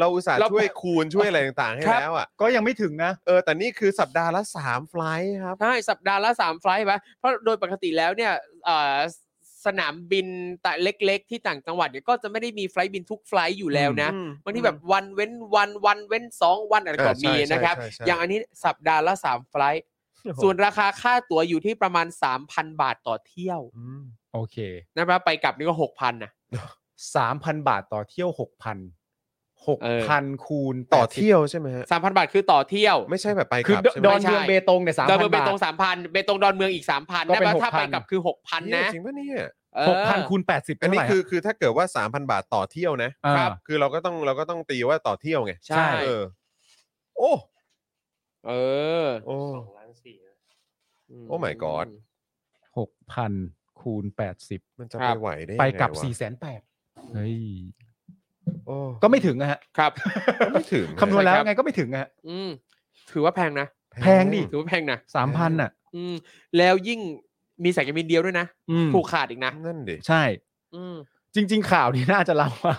S2: เราอุตส่าห์
S4: เรา
S2: ช่วยคูณช่วยอะไรต่างๆให้แล้วอ่ะ
S3: ก็ยังไม่ถึงนะ
S2: เออแต่นี่คือสัปดาห์ละสามไฟลท์ครับ
S4: ใช่สัปดาห์ละสามไฟลท์ปะเพราะโดยปกติแล้วเนี่ยเอ่อสนามบินแต่เล็ก ๆ ที่ต่างจังหวัดเนี่ยก็จะไม่ได้มีไฟลท์บินทุกไฟลท์อยู่แล้วนะบางทีแบบวันเว้นวันวันเว้นสองวันอะไรก็
S2: เออใช่
S4: มีนะครับ
S2: ใช่ใช่ใช่
S4: อย่างอันนี้สัปดาห์ละสามไฟลท์ส่วนราคาค่าตั๋วอยู่ที่ประมาณ 3,000 บาทต่อเที่ยว
S2: อืม
S3: โอเค
S4: นะครับไปกลับนี่ก็ 6,000นะ
S3: สามพันบาทต่อเที่ยวหกพันหก
S4: เออ
S3: พันคูณ
S2: ต่อ
S3: 80
S2: เที่ยวใช่ไหมฮะ
S4: 3,000 บาทคือต่อเที่ยว
S2: ไม่ใช่แบบไปก
S3: คือ
S2: ลับใช่ไหม
S3: ดอนเมืองเบตงเนี่ยสาม
S4: ดอน
S3: พัน
S4: เมืองเบบ
S3: าท
S4: ตง3,000เบตงดอนเมืองอีก 3,000
S3: ก็
S4: นะ
S3: เป็น
S4: ว่าถ้า
S3: 6,000
S4: ไปกลับคือ 6,000
S2: เย
S4: นะ
S2: จริงป่ะเนี่ย
S4: เออ
S3: หกพันคูณแปดสิบ
S2: อัน
S3: เท่า
S2: นี้
S3: ไหร่
S2: คือ
S3: อะ
S2: คือถ้าเกิดว่า 3,000 บาทต่อเที่ยวนะ
S3: อ่า
S2: คือเราก็ต้องเราก็ต้องตีว่าต่อเที่ยวไง
S4: ใช่
S2: เออ โอ้
S4: เออ
S2: โอ้
S5: สองล้านสี่นะ
S2: โอ้ my god
S3: หกพันคูณแปดสิบ
S2: มันจะ
S4: ค
S2: ไป
S4: รับ
S2: ไหวได้ยัง
S3: ไป
S2: ง
S3: กลับ
S2: วะ
S3: สี่แสนแปดเฮ้ย
S2: โอ้
S3: ก็ไม่ถึงอะฮะ
S4: ครับ
S2: ไม่ถึง
S3: คำนวณแล้ว
S4: ใช่ครับ
S3: ไงก็ไม่ถึงอะฮะ
S4: อืมถือว่าแพงนะ
S3: แพงดิ
S4: ถือว่าแพงนะ
S3: สามพันอ่ะ
S4: อืม แล้วยิ่งมีสายการบินเดียวด้วยนะ
S3: อืม
S4: ผูกขาดอีกนะ
S2: นั่นดิ
S3: ใช่
S4: อืม
S3: จริง ๆ ข่าวนี่น่าจะเล่าว่า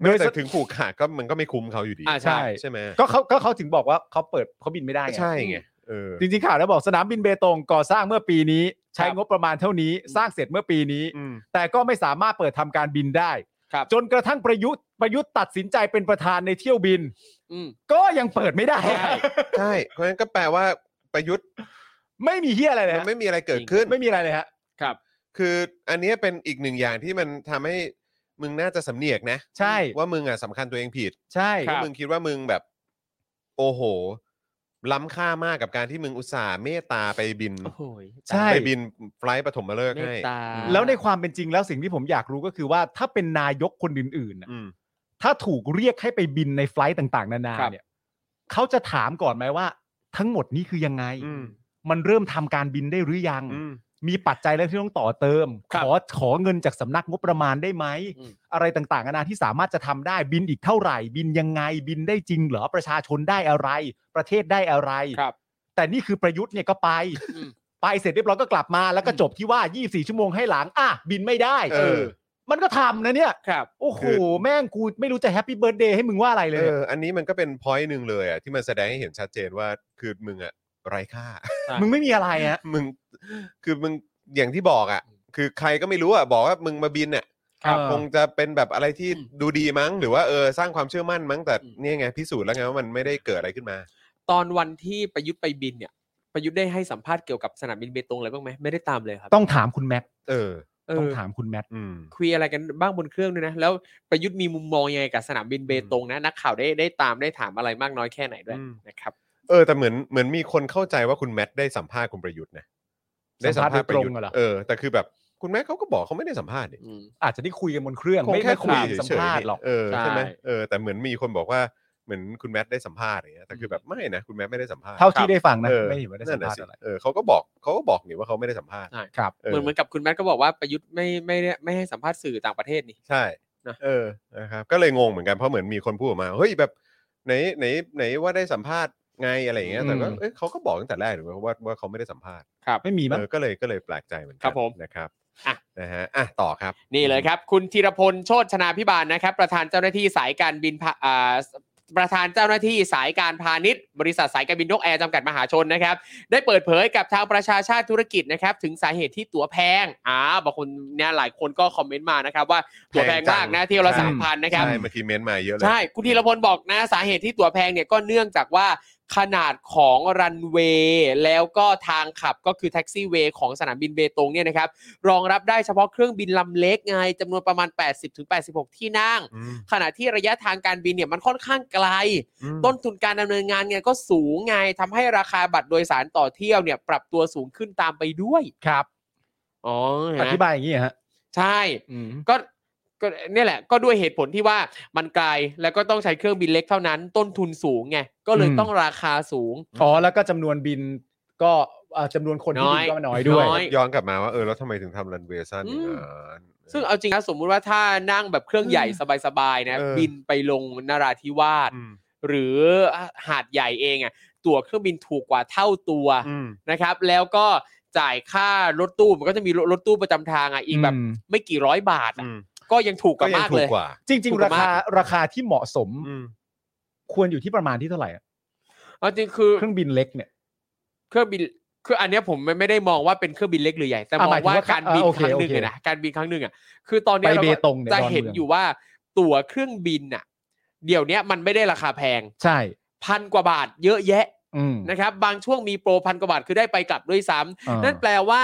S3: โดย
S2: แต่
S3: ส
S2: ถึงผูกขาดก็มันก็ไม่คุ้มเขาอยู่ดี
S4: อ่า
S3: ใช่
S2: ใช่ไหม
S3: ก็เขาก็เขาถึงบอกว่าเขาเปิดเขาบินไม่ได้ไง
S2: ใช่ไงเออ
S3: จริงๆข่าวแล้วบอกสนามบินเบตงก่อสร้างเมื่อปีนี้ ใช้
S4: ครับ
S3: งบประมาณเท่านี้ สร้างเสร็จเมื่อปีนี้
S2: อืม
S3: แต่ก็ไม่สามารถเปิดทำการบินได้
S4: ครับ
S3: จนกระทั่งประยุทธ์ประยุทธ์ตัดสินใจเป็นประธานในเที่ยวบิน
S4: อืม
S3: ก็ยังเปิดไม่ได้
S4: ใช่
S2: ใช่เพราะฉะนั้นก็แปลว่าประยุทธ์
S3: ไม่มีเฮียอะไรเลย
S2: มั
S3: ฮะ
S2: นไม่มีอะไรเกิดขึ้น
S3: ไม่มีอะไรเลยฮะ
S4: ครับ
S2: คืออันเนี้ยเป็นอีกหนึ่งอย่างที่มันทำให้มึงน่าจะสำเนียกนะ
S3: ใช่
S2: ว่ามึงอ่ะสำคัญตัวเองผิด
S3: ใช่
S2: ว่ามึงคิดว่ามึงแบบ โอ้โห ล้ำค่ามากกับการที่มึงอุตส่าห์เมตตาไปบิน
S4: โอ้โหย
S3: ใช่
S2: ไปบินไฟลท์ปฐมฤกษ์
S4: เม
S2: ให้
S4: ตตา
S3: แล้วในความเป็นจริงแล้วสิ่งที่ผมอยากรู้ก็คือว่าถ้าเป็นนายกคนอื่นๆน่ะ
S2: อืม
S3: ถ้าถูกเรียกให้ไปบินในไฟลท์ต่างๆ นานา
S4: ครับ
S3: เนี่ยเขาจะถามก่อนไหมว่า ทั้งหมดนี้คือยังไง
S2: อืม
S3: มันเริ่มทำการบินได้หรือยัง
S2: อืม
S3: มีปัจจัยอะไรที่ต้องต่อเติม
S4: ครั
S3: ข
S4: บ
S3: อขอเงินจากสำนักงบประมาณได้ไหม
S4: อืม
S3: อะไรต่างๆนานาที่สามารถจะทำได้บินอีกเท่าไหร่ บินยังไงบินได้จริงเหรอประชาชนได้อะไร ประเทศได้อะไร
S4: ครับ
S3: แต่นี่คือประยุทธ์เนี่ยก็ไป
S4: อืม
S3: ไปเสร็จเรียบร้อยก็กลับมาแล้วก็จบที่ว่า 24 ชั่วโมงให้หลังอ่ะบินไม่ได้
S2: เออ
S3: มันก็ทำนะเนี่ย
S4: ครับ
S3: โอ้โห
S2: คือ
S3: แม่งกูไม่รู้จะแฮปปี้เบิร์ดเดย์ให้มึงว่าอะไรเลย
S2: เอออันนี้มันก็เป็น point หนึ่งเลยอ่ะที่มันแสดงให้เห็นชัดเจนว่าคือมึงอ่ะไร้ค่า
S4: อ
S3: มึงไม่มีอะไรฮะ
S2: มึงคือมึงอย่างที่บอกอ่ะ คือใครก็ไม่รู้อ่ะบอกว่ามึงมาบินเนี่ย
S3: ครับ
S2: คงจะเป็นแบบอะไรที่ดูดีมั้ง หรือว่าเออสร้างความเชื่อมั่นมั้งแต่
S4: อืม
S2: เนี่ยไงพิสูจน์แล้วไงว่ามันไม่ได้เกิดอะไรขึ้นมา
S4: ตอนวันที่ประยุทธ์ไปบินเนี่ย ประยุทธ์ได้ให้สัมภาษณ์เกี่ยวกับสนามบินเบตงอะไรบ้างไหมไม่ได้ตามเลยครับ
S3: ต้องถามคุณแม็ก
S2: เออ
S4: เออ
S3: ต้องถามคุณแม็ก
S2: อืม
S4: คุยอะไรกันบ้างบนเครื่องด้วยนะ แล้วประยุทธ์มีมุมมองยังไงกับสนามบินเบตงนะนักข่าวได้ได้ตามได้ถามอะไรมากน้อยแค่ไหนด้วย
S2: อืม
S4: นะครับ
S2: เออแต่เหมือนเหมือนมีคนเข้าใจว่าคุณแมทได้สัมภาษณ์คุณประยุทธ์นะได้สัมภาษณ์ประยุท
S3: สัมภาษณ์โดยตรง
S2: ธ์
S3: อะเหรอ
S2: เออแต่คือแบบคุณแมทเขาก็บอกเขาไม่ได้สัมภาษณ์ดิ
S4: อืม
S3: อาจจะได้คุยกันบนเครื่อง
S2: คง
S3: ไม่
S2: แค่
S3: ไม่
S2: คุ
S3: คุ
S2: ย
S3: ย
S2: เฉยๆ
S3: สัมภาษณ์หรอก
S2: เออใช่ไหม
S4: ใช่
S2: เออแต่เหมือนมีคนบอกว่าเหมือนคุณแมทได้สัมภาษณ์อย่างเงี้ยแต่คือแบบไม่นะคุณแมทไม่ได้สัมภาษณ์
S3: เท่าที่ได้ฟังนะ
S2: เออ
S3: ไม่เห็นว่าได้สัมภาษณ์
S2: นั่น
S3: อะไร
S2: น่สิเออเขาก็บอกเขาก็บอกนี่ว่าเขาไม่ได้สัมภาษณ์
S3: ครับ
S2: เอ
S4: เห
S2: อ
S4: มือนเหมือนกับคุณแมทก็บอกว่าประยุทธ์ไม่ไม่ได้ไม่ให้สัมภาษณ์สื่อต่างประเทศนี่
S2: ใช่
S4: นะ
S2: เออนะครับก็เลยงงเหมือนกันเพราะเหมือนมีคนพูดออกมาเฮ้ยแบบไหนไหนไหนว่าได้สัมภาษณ์ไงอะไรอย่างเงี้ยแต่ว่า
S3: อืม
S2: เอ้ยเขาก็บอกตั้งแต่แรกหรือว่าว่าว่าเขาไม่ได้สัมภาษณ์
S4: ครับ
S3: ไม่มีมั้ง
S2: เออก็เลยก็เลยแปลกใจเหมือนกั
S4: ครับผม
S2: นะครับ
S4: อ่ะ
S2: นะฮะอ่ะต่อครับ
S4: นี่เลยครับ คุณธีรพลโชตชนาพิบาลนะครับ ประธานเจ้าหน้าที่สายการบินพาอ่าประธานเจ้าหน้าที่สายการพาณิชย์ บริษัทสายการบินนกแอร์จำกัดมหาชนนะครับ ได้เปิดเผยกับทางประชาชาติธุรกิจนะครับ ถึงสาเหตุที่ตั๋วแพงอ่าบางคนเนี่ยหลายคนก็คอมเมนต์มานะครับ ว่าตั๋วแพงมากนะเที่ยวละ
S2: ใช่
S4: สามพันนะครับ
S2: ใช่เมื่อกี้เม้นต์มาเยอะเลย
S4: ใช่ คุณธีรพลบอกนะ สาเหตุที่ตั๋วแพงเนี่ยก็เนื่องจากว่าขนาดของรันเวย์แล้วก็ทางขับก็คือแท็กซี่เวย์ของสนามบินเบตงเนี่ยนะครับ รองรับได้เฉพาะเครื่องบินลำเล็กไงจำนวนประมาณ 80-86 ที่นั่ง
S2: อืม
S4: ขณะที่ระยะทางการบินเนี่ยมันค่อนข้างไกล
S2: อืม
S4: ต้นทุนการดำเนินงานเนี่ยก็สูงไงทำให้ราคาบัตรโดยสารต่อเที่ยวเนี่ยปรับตัวสูงขึ้นตามไปด้วย
S3: ครับ
S4: อ๋อเห็น
S3: อ
S4: ไหม
S3: ธิบายอย่างนี้ฮะ
S4: ใช่ ก็ก็เนี่ยแหละก็ด้วยเหตุผลที่ว่ามันไกลแล้วก็ต้องใช้เครื่องบินเล็กเท่านั้น ต้นทุนสูงไงก็เลยต้องราคาสูง
S3: อ๋อแล้วก็จำนวนบินก็เอ่อจำนวนคนที่
S4: น้
S3: บิ
S4: อย
S3: นก็น้อยด้วย
S4: น้อย
S2: ย้อนกลับมาว่าเออแล้วทำไมถึงทำรันเวย์สั้นอย่างนั้น
S4: ซึ่งเอาจริงนะสมมุติว่าถ้านั่งแบบเครื่องใหญ่สบายๆนะ
S2: เออ
S4: บินไปลงนราธิวาส
S2: อืม
S4: หรือหาดใหญ่เองอ่ะตั๋วเครื่องบินถูกกว่าเท่าตัว
S2: อืม
S4: นะครับ แล้วก็จ่ายค่ารถตู้มันก็จะมีรถรถตู้ประจำทางอ่ะอีกแบบ
S3: อืม
S4: ไม่กี่ร้อยบาทอะ
S2: อืม
S4: ก็ยังถูกก
S2: ก็
S4: ว่า
S2: ยัง
S4: มาก
S2: ถู
S4: เล
S2: ก
S4: ย
S2: กว่า
S3: จริง
S4: ถู
S3: ๆ
S4: กก
S3: รา
S4: ว่ามา
S3: คา
S4: ก
S3: ราคาที่เหมาะสม
S2: อืม
S3: ควรอยู่ที่ประมาณที่เท่าไหร่อะ
S4: เอาจริงคือ
S3: เครื่องบินเล็กเนี่ย
S4: เครื่องบินคืออันเนี้ยผมไม่ไม่ได้มองว่าเป็นเครื่องบินเล็กหรือใหญ่แต่
S3: อ่ะ
S4: มอ
S3: หมาย
S4: ง
S3: ถึง
S4: ว่า
S3: ว่า
S4: การบิน
S3: อ่ะโอ
S4: ค
S3: เค
S4: รั้งหนึ่ง
S3: โอเค
S4: อะนะการบินครั้งหนึ่งอ่ะคือตอนเนี้ย
S3: ไป
S4: เรา
S3: เบ
S4: ก็
S3: ตงเนี่ยดอ
S4: จะ
S3: นเมือง
S4: เห็นอยู่ว่าตั๋วเครื่องบินน่ะ เดี๋ยวเนี้ยมันไม่ได้ราคาแพง
S3: ใช่
S4: พันกว่าบาทเยอะแยะ
S3: อืม
S4: นะครับ บางช่วงมีโปรพันกว่าบาทคือได้ไปกลับด้วยซ้ำ
S3: อ่า
S4: นั่นแปลว่า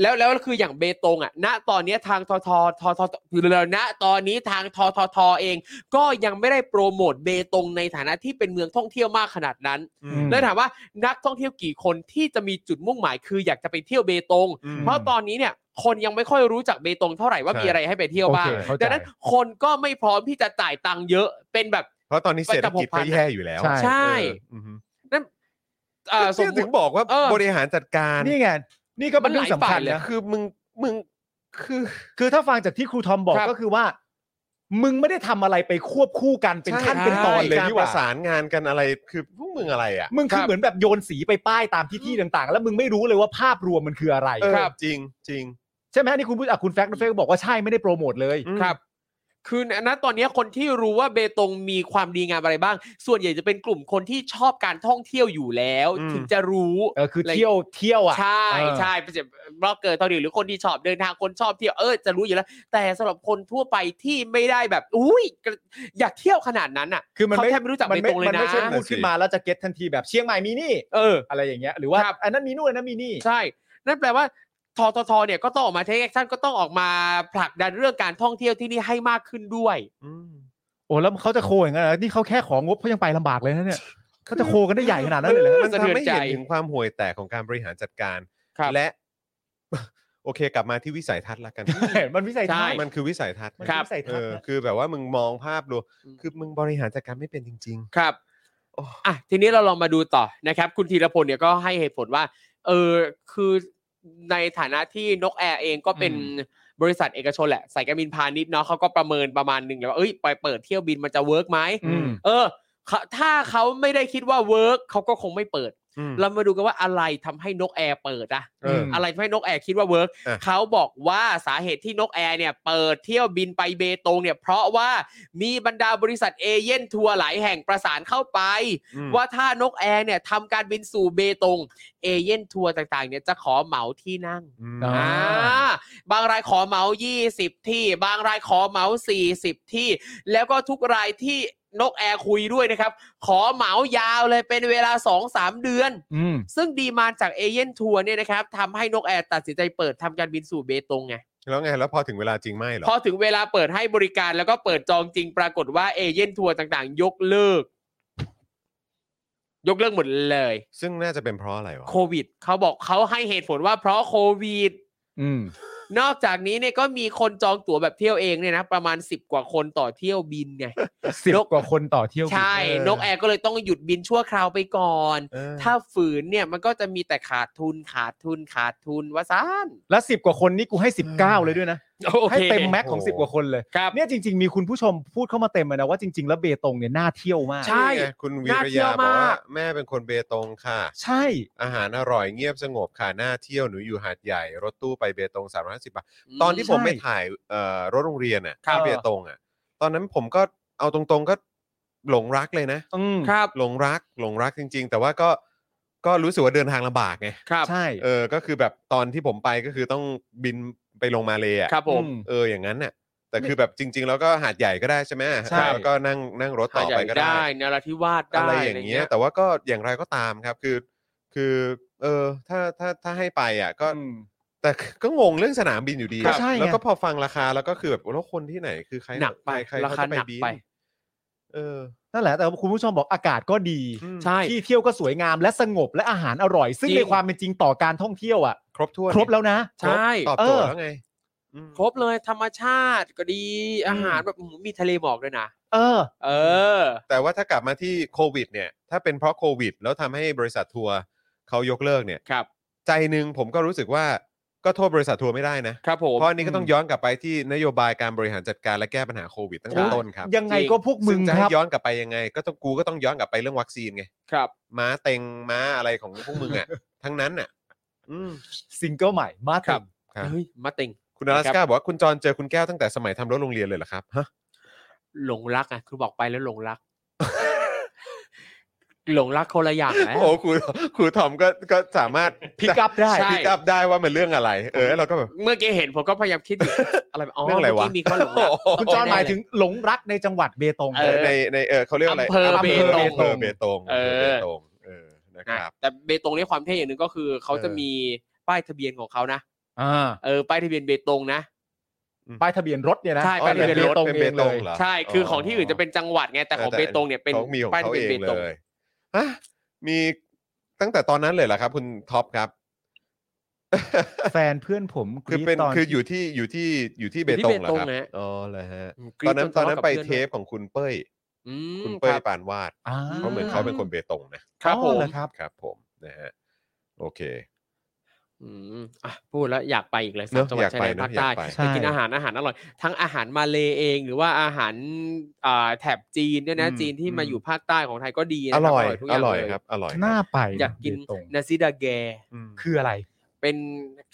S4: แล้วแล้วคืออย่างเบตงอ่ะ ณตอนเนี้ยทางททททคือเราณตอนนี้ทางทททเอง ก็ยังไม่ได้โปรโมทเบตงในฐานะที่เป็นเมืองท่องเที่ยวมากขนาดนั้น
S2: อื
S3: อื
S2: ม
S3: ม
S4: แล้วถามว่านักท่องเที่ยวกี่คนที่จะมีจุดมุ่งหมายคืออยากจะไปเที่ยวเบตง
S2: อืม
S4: เพราะตอนนี้เนี่ยคนยังไม่ค่อยรู้จักเบตงเท่าไหร่ว่า
S2: ใช่
S4: มีอะไรให้ไปเที่ยวบ้าง
S3: โอเคเข้าใจ
S4: ดังนั้นคนก็ไม่พร้อมที่จะจ่ายตังค์เยอะเป็นแบบ
S2: เพราะตอนนี้เศรษฐกิจก็แย่อยู่แล้ว
S3: ใช่
S4: ใช่
S2: เอออืม
S4: นั่นเอ่อสม
S2: เนี่ย
S4: ม
S2: ถึ
S4: ติ
S2: งบอกว่า
S4: เออ
S2: บริหารจัดการ
S3: นี่ไงนี่ก็เป็น
S4: มันห
S3: เรื่อ
S4: ลาย
S3: งสำคัญ
S4: ฝ่ายเลย
S3: นะ
S2: คือมึงมึงคือ
S3: คือถ้าฟังจากที่ครูทอมบอก
S4: ครับ
S3: ก็คือว่า มึงไม่ได้ทำอะไรไปควบคู่กันเป็น
S2: ใช่
S3: ขั้นเป็นตอน
S2: เลย
S3: การ
S2: ที่
S3: ป
S2: ประ ระ
S3: สาน
S2: สานงานกันอะไรคือพวกมึงอะไรอ่ะ
S3: มึงคื
S4: ค
S3: อ
S4: รั
S3: บ เหมือนแบบโยนสีไปป้ายตามที่ที่ต่าง ๆ แล้วมึงไม่รู้เลยว่าภาพรวมมันคืออะไร
S2: เออ
S4: ครับ
S2: จริงจริง
S3: ใช่ไหมนี่คุณพูดอ่ะคุณแฟกต์เฟกบอกว่าใช่ไม่ได้โปรโมทเลย
S2: อืม
S4: ครับ คือณตอนนี้คนที่รู้ว่าเบตงมีความดีงามอะไรบ้าง ส่วนใหญ่จะเป็นกลุ่มคนที่ชอบการท่องเที่ยวอยู่แล้ว
S2: อืม
S4: ถึงจะรู้
S3: เออคือเที่ยวเที่ยวอ่ะ
S4: ใช่
S3: เออ
S4: ใช่เป็นบล็อกเกอร์ตอนนี้หรือคนที่ชอบเดินทางคนชอบเที่ยวเออจะรู้อยู่แล้ว แต่สำหรับคนทั่วไปที่ไม่ได้แบบ อุ้ยอยากเที่ยวขนาดนั้นอ่ะ
S3: คือมัน
S4: เขา
S3: ไม่
S4: แทบไม่รู้จัก
S3: มันไม่
S4: เบตงเลย
S3: มันไม่
S4: นะ
S3: ใช่พูดขึ้นมาแล้วจะเก็ตทันทีแบบเชียงใหม่มีนี่
S4: เออ
S3: อะไรอย่างเงี้ยหรือว่า
S4: ครับ
S3: อันนั้นมีนู่นอันนั้นมีนี่
S4: ใช่ นั่นแปลว่าทททเนี่ยก็ต้องออกมาเทคแอคชั่นก็ต้องออกมาผลักดันเรื่องการท่องเที่ยวที่นี่ให้มากขึ้นด้วย
S2: อืม
S3: โอ้แล้วเขาจะโคอย่างนั้นเหรอนี่เขาแค่ของงบเขายังไปลำบากเลยนะเนี่ยเขาจะโคกันได้ใหญ่ขนาดนั้นเลยเหรอ
S2: มัน
S4: สะเทื
S2: ทำ
S4: อน
S2: ให้
S4: ใจ
S2: เห็นถึงความห่วยแตกของการบริหารจัดการ
S4: ครับ
S2: และ โอเคกลับมาที่วิสัยทัศน์ละกัน
S3: เห็นมันวิสัยทัศ
S4: ใช่
S3: น์
S2: มันคือวิสัยทัศน์
S3: มัน
S4: ครับ
S3: วิสัย
S2: เอ
S3: ทัศน์
S2: อ
S3: นะ
S2: คือแบบว่ามึงมองภาพรวม
S4: อืม
S2: คือมึงบริหารจัดการไม่เป็นจริง ๆ
S4: ครับ
S2: โอ้
S4: อ่ะทีนี้เราลองมาดูต่อนะครับ คุณธีรพลเนี่ยก็ให้เหตุผลว่า เออคือในฐานะที่นกแอร์เองก็เป็น
S3: อืม
S4: บริษัทเอกชนแหละสายการบินพาณิชย์เนาะเขาก็ประเมินประมาณหนึ่งแล้วว่าเอ้ยไปเปิดเที่ยวบินมันจะเวิร์กไหม
S3: อืม
S4: เออเขาถ้าเขาไม่ได้คิดว่าเวิร์กเขาก็คงไม่เปิด
S2: อืม
S4: เรามาดูกันว่าอะไรทำให้นกแอร์เปิดอะ
S2: เอออ
S4: อะไรทำให้นกแอร์คิดว่าเวิร์ก
S2: อ่ะ
S4: เขาบอกว่าสาเหตุที่นกแอร์เนี่ยเปิดเที่ยวบินไปเบตงเนี่ยเพราะว่ามีบรรดาบริษัทเอเย่นทัวร์หลายแห่งประสานเข้าไป
S2: อืม
S4: ว่าถ้านกแอร์เนี่ยทำการบินสู่เบตงเอเย่นทัวร์ต่างๆเนี่ยจะขอเหมาที่นั่ง
S2: อืม
S3: อ่า
S4: อ่าบางรายขอเหมา 20 ที่ บางรายขอเหมา 40 ที่ แล้วก็ทุกรายที่นกแอร์คุยด้วยนะครับ ขอเหมายาวเลยเป็นเวลา 2-3 เดือน
S3: อืม
S4: ซึ่งดีมานจากเอเย่นทัวร์เนี่ยนะครับทำให้นกแอร์ตัดสินใจเปิดทำการบินสู่เบตงไง
S2: แล้วไงแล้วพอถึงเวลาจริงไม่เหรอ
S4: พอถึงเวลาเปิดให้บริการแล้วก็เปิดจองจริงปรากฏว่าเอเย่นทัวร์ต่างๆ ยกเลิก ยกเลิกหมดเลย
S2: ซึ่งน่าจะเป็นเพราะอะไรวะ
S4: โควิดเขาบอกเขาให้เหตุผลว่าเพราะโควิด
S3: อืม
S4: นอกจากนี้เนี่ยก็มีคนจองตั๋วแบบเที่ยวเองเนี่ยนะประมาณ 10 กว่าคนต่อเที่ยวบินไง
S3: สิบ
S4: นก
S3: กว่าคนต่อเที่ยวบิน
S4: ใช่
S3: เออ
S4: นกแอร์ก็เลยต้องหยุดบินชั่วคราวไปก่อน
S2: เออ
S4: ถ้าฝืนเนี่ยมันก็จะมีแต่ขาดทุนขาดทุนขาดทุนวะซาน
S3: แล้วสิบกว่าคนนี่กูให้สิบเก้าเลยด้วยนะ ให้เต็มแม็กซ์ของ
S2: โอ้
S3: สิบ
S2: โห
S3: กว่าคนเลย
S4: ครับ
S3: เนี่ยจริง ๆ มีคุณผู้ชมพูดเข้ามาเต็มเลยนะว่าจริง ๆ แล้วเบตงเนี่ยน่าเที่ยวมาก
S4: ใช่
S2: นี่ไงคุณวี
S4: น่า
S2: ระ
S4: เที่ย
S2: ยาวบอก
S4: มา
S2: ว่าก แม่เป็นคนเบตงค่ะ
S3: ใช่
S2: อาหารอร่อยเงียบสงบค่ะน่าเที่ยวหนูอยู่หาดใหญ่ รถตู้ไปเบตง350บาท ตอนที่ผมไปถ่ายเอ่อรถโรงเรียนอ่ะ
S4: ครับ
S2: ที่เบตงอ่ะ ตอนนั้นผมก็เอาตรงๆก็หลงรักเลยนะ
S3: อืม
S4: ครับ
S2: หลงรักหลงรักจริง ๆ แต่ว่าก็ก็รู้สึกว่าเดินทางลำบากไง
S4: ครับ
S3: ใช่
S2: เออก็คือแบบตอนที่ผมไปก็คือต้องบินไปลงมาเลยอ่ะ
S4: ครับผม
S2: เอออย่างนั้นน่ะแต่คือแบบจริง ๆ แล้วก็หาดใหญ่ก็ได้ใช่ไหม
S4: ใช่
S2: แล้วก็นั่งนั่งรถ
S4: หา
S2: ต่
S4: ด
S2: อ
S4: ใหญ่
S2: ไปก็
S4: ได้นราธิวาสได้
S2: อะไรอย่างเงี้ย แต่ว่าก็อย่างไรก็ตามครับ คือ คือ เออถ้าถ้าถ้าให้ไปอ่ะ ก็
S3: อืม
S2: แต่ ก็งงเรื่องสนามบินอยู่ดี
S3: ก็
S2: อะ
S3: ใช่ไง
S2: แล้วก็พอฟังราคาแล้วก็คือแบบแล้วคนที่ไหน คือใคร
S4: หนักไป
S2: ใครเข
S4: ราคา
S2: จะ
S4: หนัก
S2: บิ
S4: ไป
S2: เออ
S3: นั่นแหละแต่ว่าคุณผู้ชมบอกอากาศก็ดี
S2: อืม
S4: ใช่
S3: ที่เที่ยวก็สวยงามและสงบและอาหารอร่อย ซึ่ง
S4: จริง
S3: ในความเป็นจริงต่อการท่องเที่ยวอ่ะ
S2: ครบถ้วน
S3: ครบแล้วนะ
S2: ครบ
S4: ใช่
S2: ตอบโจทย์แล้วไงอืม
S4: ครบเลยธรรมชาติก็ดีอาหารแบบอื้อหือมีทะเลหมอกด้วยนะ
S3: เออ
S4: เออ
S2: แต่ว่าถ้ากลับมาที่โควิด เนี่ย ถ้าเป็นเพราะโควิด แล้วทำให้บริษัททัวร์เขายกเลิกเนี่ย
S4: ครับ
S2: ใจหนึ่งผมก็รู้สึกว่าก็โทษบริษัททัวร์ไม่ได้นะ
S4: ครับผม
S2: เพราะอันนี้ก็ต้องย้อนกลับไปที่นโยบายการบริหารจัดการและแก้ปัญหาโควิดตั้งแต่
S4: ใช่
S2: ต้นครับ
S3: ยังไงก็พวกมึ
S2: ซึ่ง
S3: ง
S2: จะ
S3: ค
S2: ให้
S3: รับ
S2: ย้อนกลับไปยังไง ก็ต้องกูก็ต้องย้อนกลับไปเรื่องวัคซีนไง
S4: ครับ
S2: ม้าเต็งม้าอะไรของพวกมึงอ่ะ ทั้งนั้นอ่ะ อืม
S3: ซิงเกิลใหม่มา
S4: ครั
S3: ติ
S4: บ
S3: ด
S2: ครับ
S4: เฮ้ยมาเต็ง
S2: คุณอลาสก้าบอกว่าคุณจรเจอคุณแก้วตั้งแต่สมัยทำรถโรงเรียนเลยเหรอครับฮะ
S4: หลงรักอ่ะคือบอกไปแล้วหลง รัก หลงรักคนละอย่างนะ
S2: โอ้โหครูครูทอมก็ก็สามารถ
S3: พิกอัพได้
S4: ใช่
S2: พิกับได้ว่ามันเรื่องอะไร เออแล้วเราก็แบบ
S4: เมื่อกี้เห็นผมก็พยายามคิด อยู่ อะไรอ๋อ
S2: เรื่องอะไรวะ
S4: เมื่กี้มีข้อหลงรัก
S3: คุณจอนหมายถึงหลงรักในจังหวัดเบตง
S4: เออ
S2: ในในเออเขาเรียกอะไร
S4: อำเภอเบตง
S2: อำเภอเบตง
S4: เออ
S2: ำภเบตงเออนะค
S4: นะ
S2: รับ
S4: แต่เบตงเนี่ยความเท่อย่างหนึ่งก็คือเขาจะ
S2: เออ
S4: มีป้ายทะเบียนของเขานะ
S3: อ่า
S4: เออป้ายทะเบียนเบตงนะ
S3: ป้ายทะเบียนรถเนี่ยนะ
S4: ใช่ป้ายทะเบียนรถ
S3: ตง
S2: เป็น
S3: เอ
S2: เบ
S3: ง
S2: ต
S3: เล
S2: ง
S3: ย
S2: เหรอ
S4: ใช่คือของที่อื่นจะเป็นจังหวัดไงแต่ของเบตงเนี่ยเป็น
S2: ของมีของ
S4: ป้ายทะ
S2: เขา
S4: เบีย
S2: เอน ง
S4: เบต
S2: เล
S4: ง
S2: ยฮะมีตั้งแต่ตอนนั้นเลยเหรอครับ คุณท็อปครับ
S3: แฟนเพื่อนผมก
S2: คือ
S3: รี๊ด
S2: เป็น
S3: ตอน
S2: คืออยู่ที่อยู่ที่อยู่ที่เบ
S4: อยู่ที่
S2: ตง
S4: เบ
S2: เหรอง ครับ
S4: ตนะฮะ
S2: อ๋อเลยฮะ
S4: มกรี๊
S2: ตอ
S4: ด
S2: นนั้น
S4: จ
S2: ตอนนั้นไป
S4: ทะลาะกับ
S2: เท
S4: พื่อ
S2: ปของคุณเป้ย
S4: อืม
S2: คุณเป้ย
S4: รับ
S2: ปานวาด
S3: อ่า
S2: เขาเหมือนเขาเป็นคนเบตงนะครับ
S4: ผ
S3: อ๋
S4: ม
S3: อเหอครับ
S2: ครับผมนะฮะโอเค
S4: อืมอ่ะพูดแล้วอยากไปอีกเลยสา
S2: เน
S4: ม
S2: อะ
S4: จังหวัดชายแดน
S2: อยากไปเนอะ
S4: ภาคใต้
S2: อยากไป
S4: ไปกินอาหารอาหารอร่อย ทั้งอาหารมาเลเองหรือว่าอาหารอ่าแถบจีนด้วยนะ
S2: อืม
S4: จีนที่มา
S2: อืม
S4: อยู่ภาคใต้ของไทยก็ดีนะค
S2: อบ ร่อย
S4: ทุกอ
S2: อย่าง ร่อย
S4: เลย
S2: ครับ อร่อย
S3: น่าไป
S4: อยากกิน
S3: เบตง
S4: นาซิดาแก
S2: อืม
S3: คืออะไร
S4: เป็น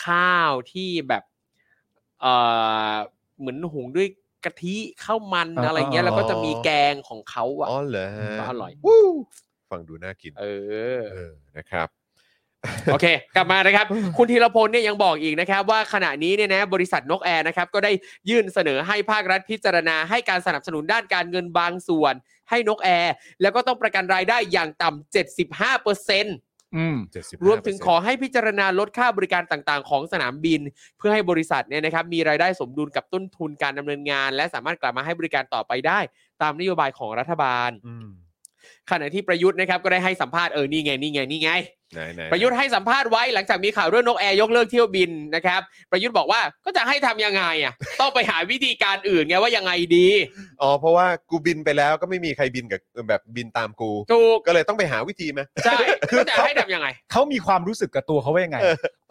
S4: ข้าวที่แบบเอ่อเหมือนหุงด้วยกะทิข้าวมัน
S3: อ๋ออ
S4: อะไรเงี้ยแล้วก็จะมี
S2: อ๋อ
S4: แกงของเขาอ่ะ
S2: อ๋อเหรอฮะ
S4: อร่อย
S2: วู้ฟังดูน่ากิน
S4: เออ
S2: เออนะครับ
S4: โอเค กลับมานะครับ คุณธีรพลเนี่ยยังบอกอีกนะครับ ว่าขณะนี้เนี่ยนะบริษัทนกแอร์นะครับ ก็ได้ยื่นเสนอให้ภาครัฐพิจารณาให้การสนับสนุนด้านการเงินบางส่วน ให้นกแอร์ แล้วก็ต้องประกันรายได้อย่างต่ำ75%
S3: อืม
S2: 75%
S4: รวมถึงขอให้พิจารณาลดค่าบริการต่างๆ ของสนามบิน เพื่อให้บริษัทเนี่ยนะครับมีรายได้สมดุลกับต้นทุนการดำเนินงาน และสามารถกลับมาให้บริการต่อไปได้ ตามนโยบายของรัฐบาล
S2: อืม
S4: ขณะที่ประยุทธ์นะครับก็ได้ให้สัมภาษณ์เออนี่ไงนี่ไงนี่ไง
S2: ไหนไหน
S4: ประยุทธ์ให้สัมภาษณ์ไว้หลังจากมีข่าวเรื่องนกแอร์ยกเลิกเที่ยวบินนะครับ ประยุทธ์บอกว่าก็จะให้ทำยังไงอ่ะ ต้องไปหาวิธีการอื่นไงว่ายังไงดี
S2: อ๋อเพราะว่ากูบินไปแล้วก็ไม่มีใครบินกับแบบบินตามกู
S4: ถูก
S2: ก็เลยต้องไปหาวิธีไหม
S4: ใช่ก็จะให้ทำยังไง
S3: เขามีความรู้สึกกับตัวเขาว่ายังไง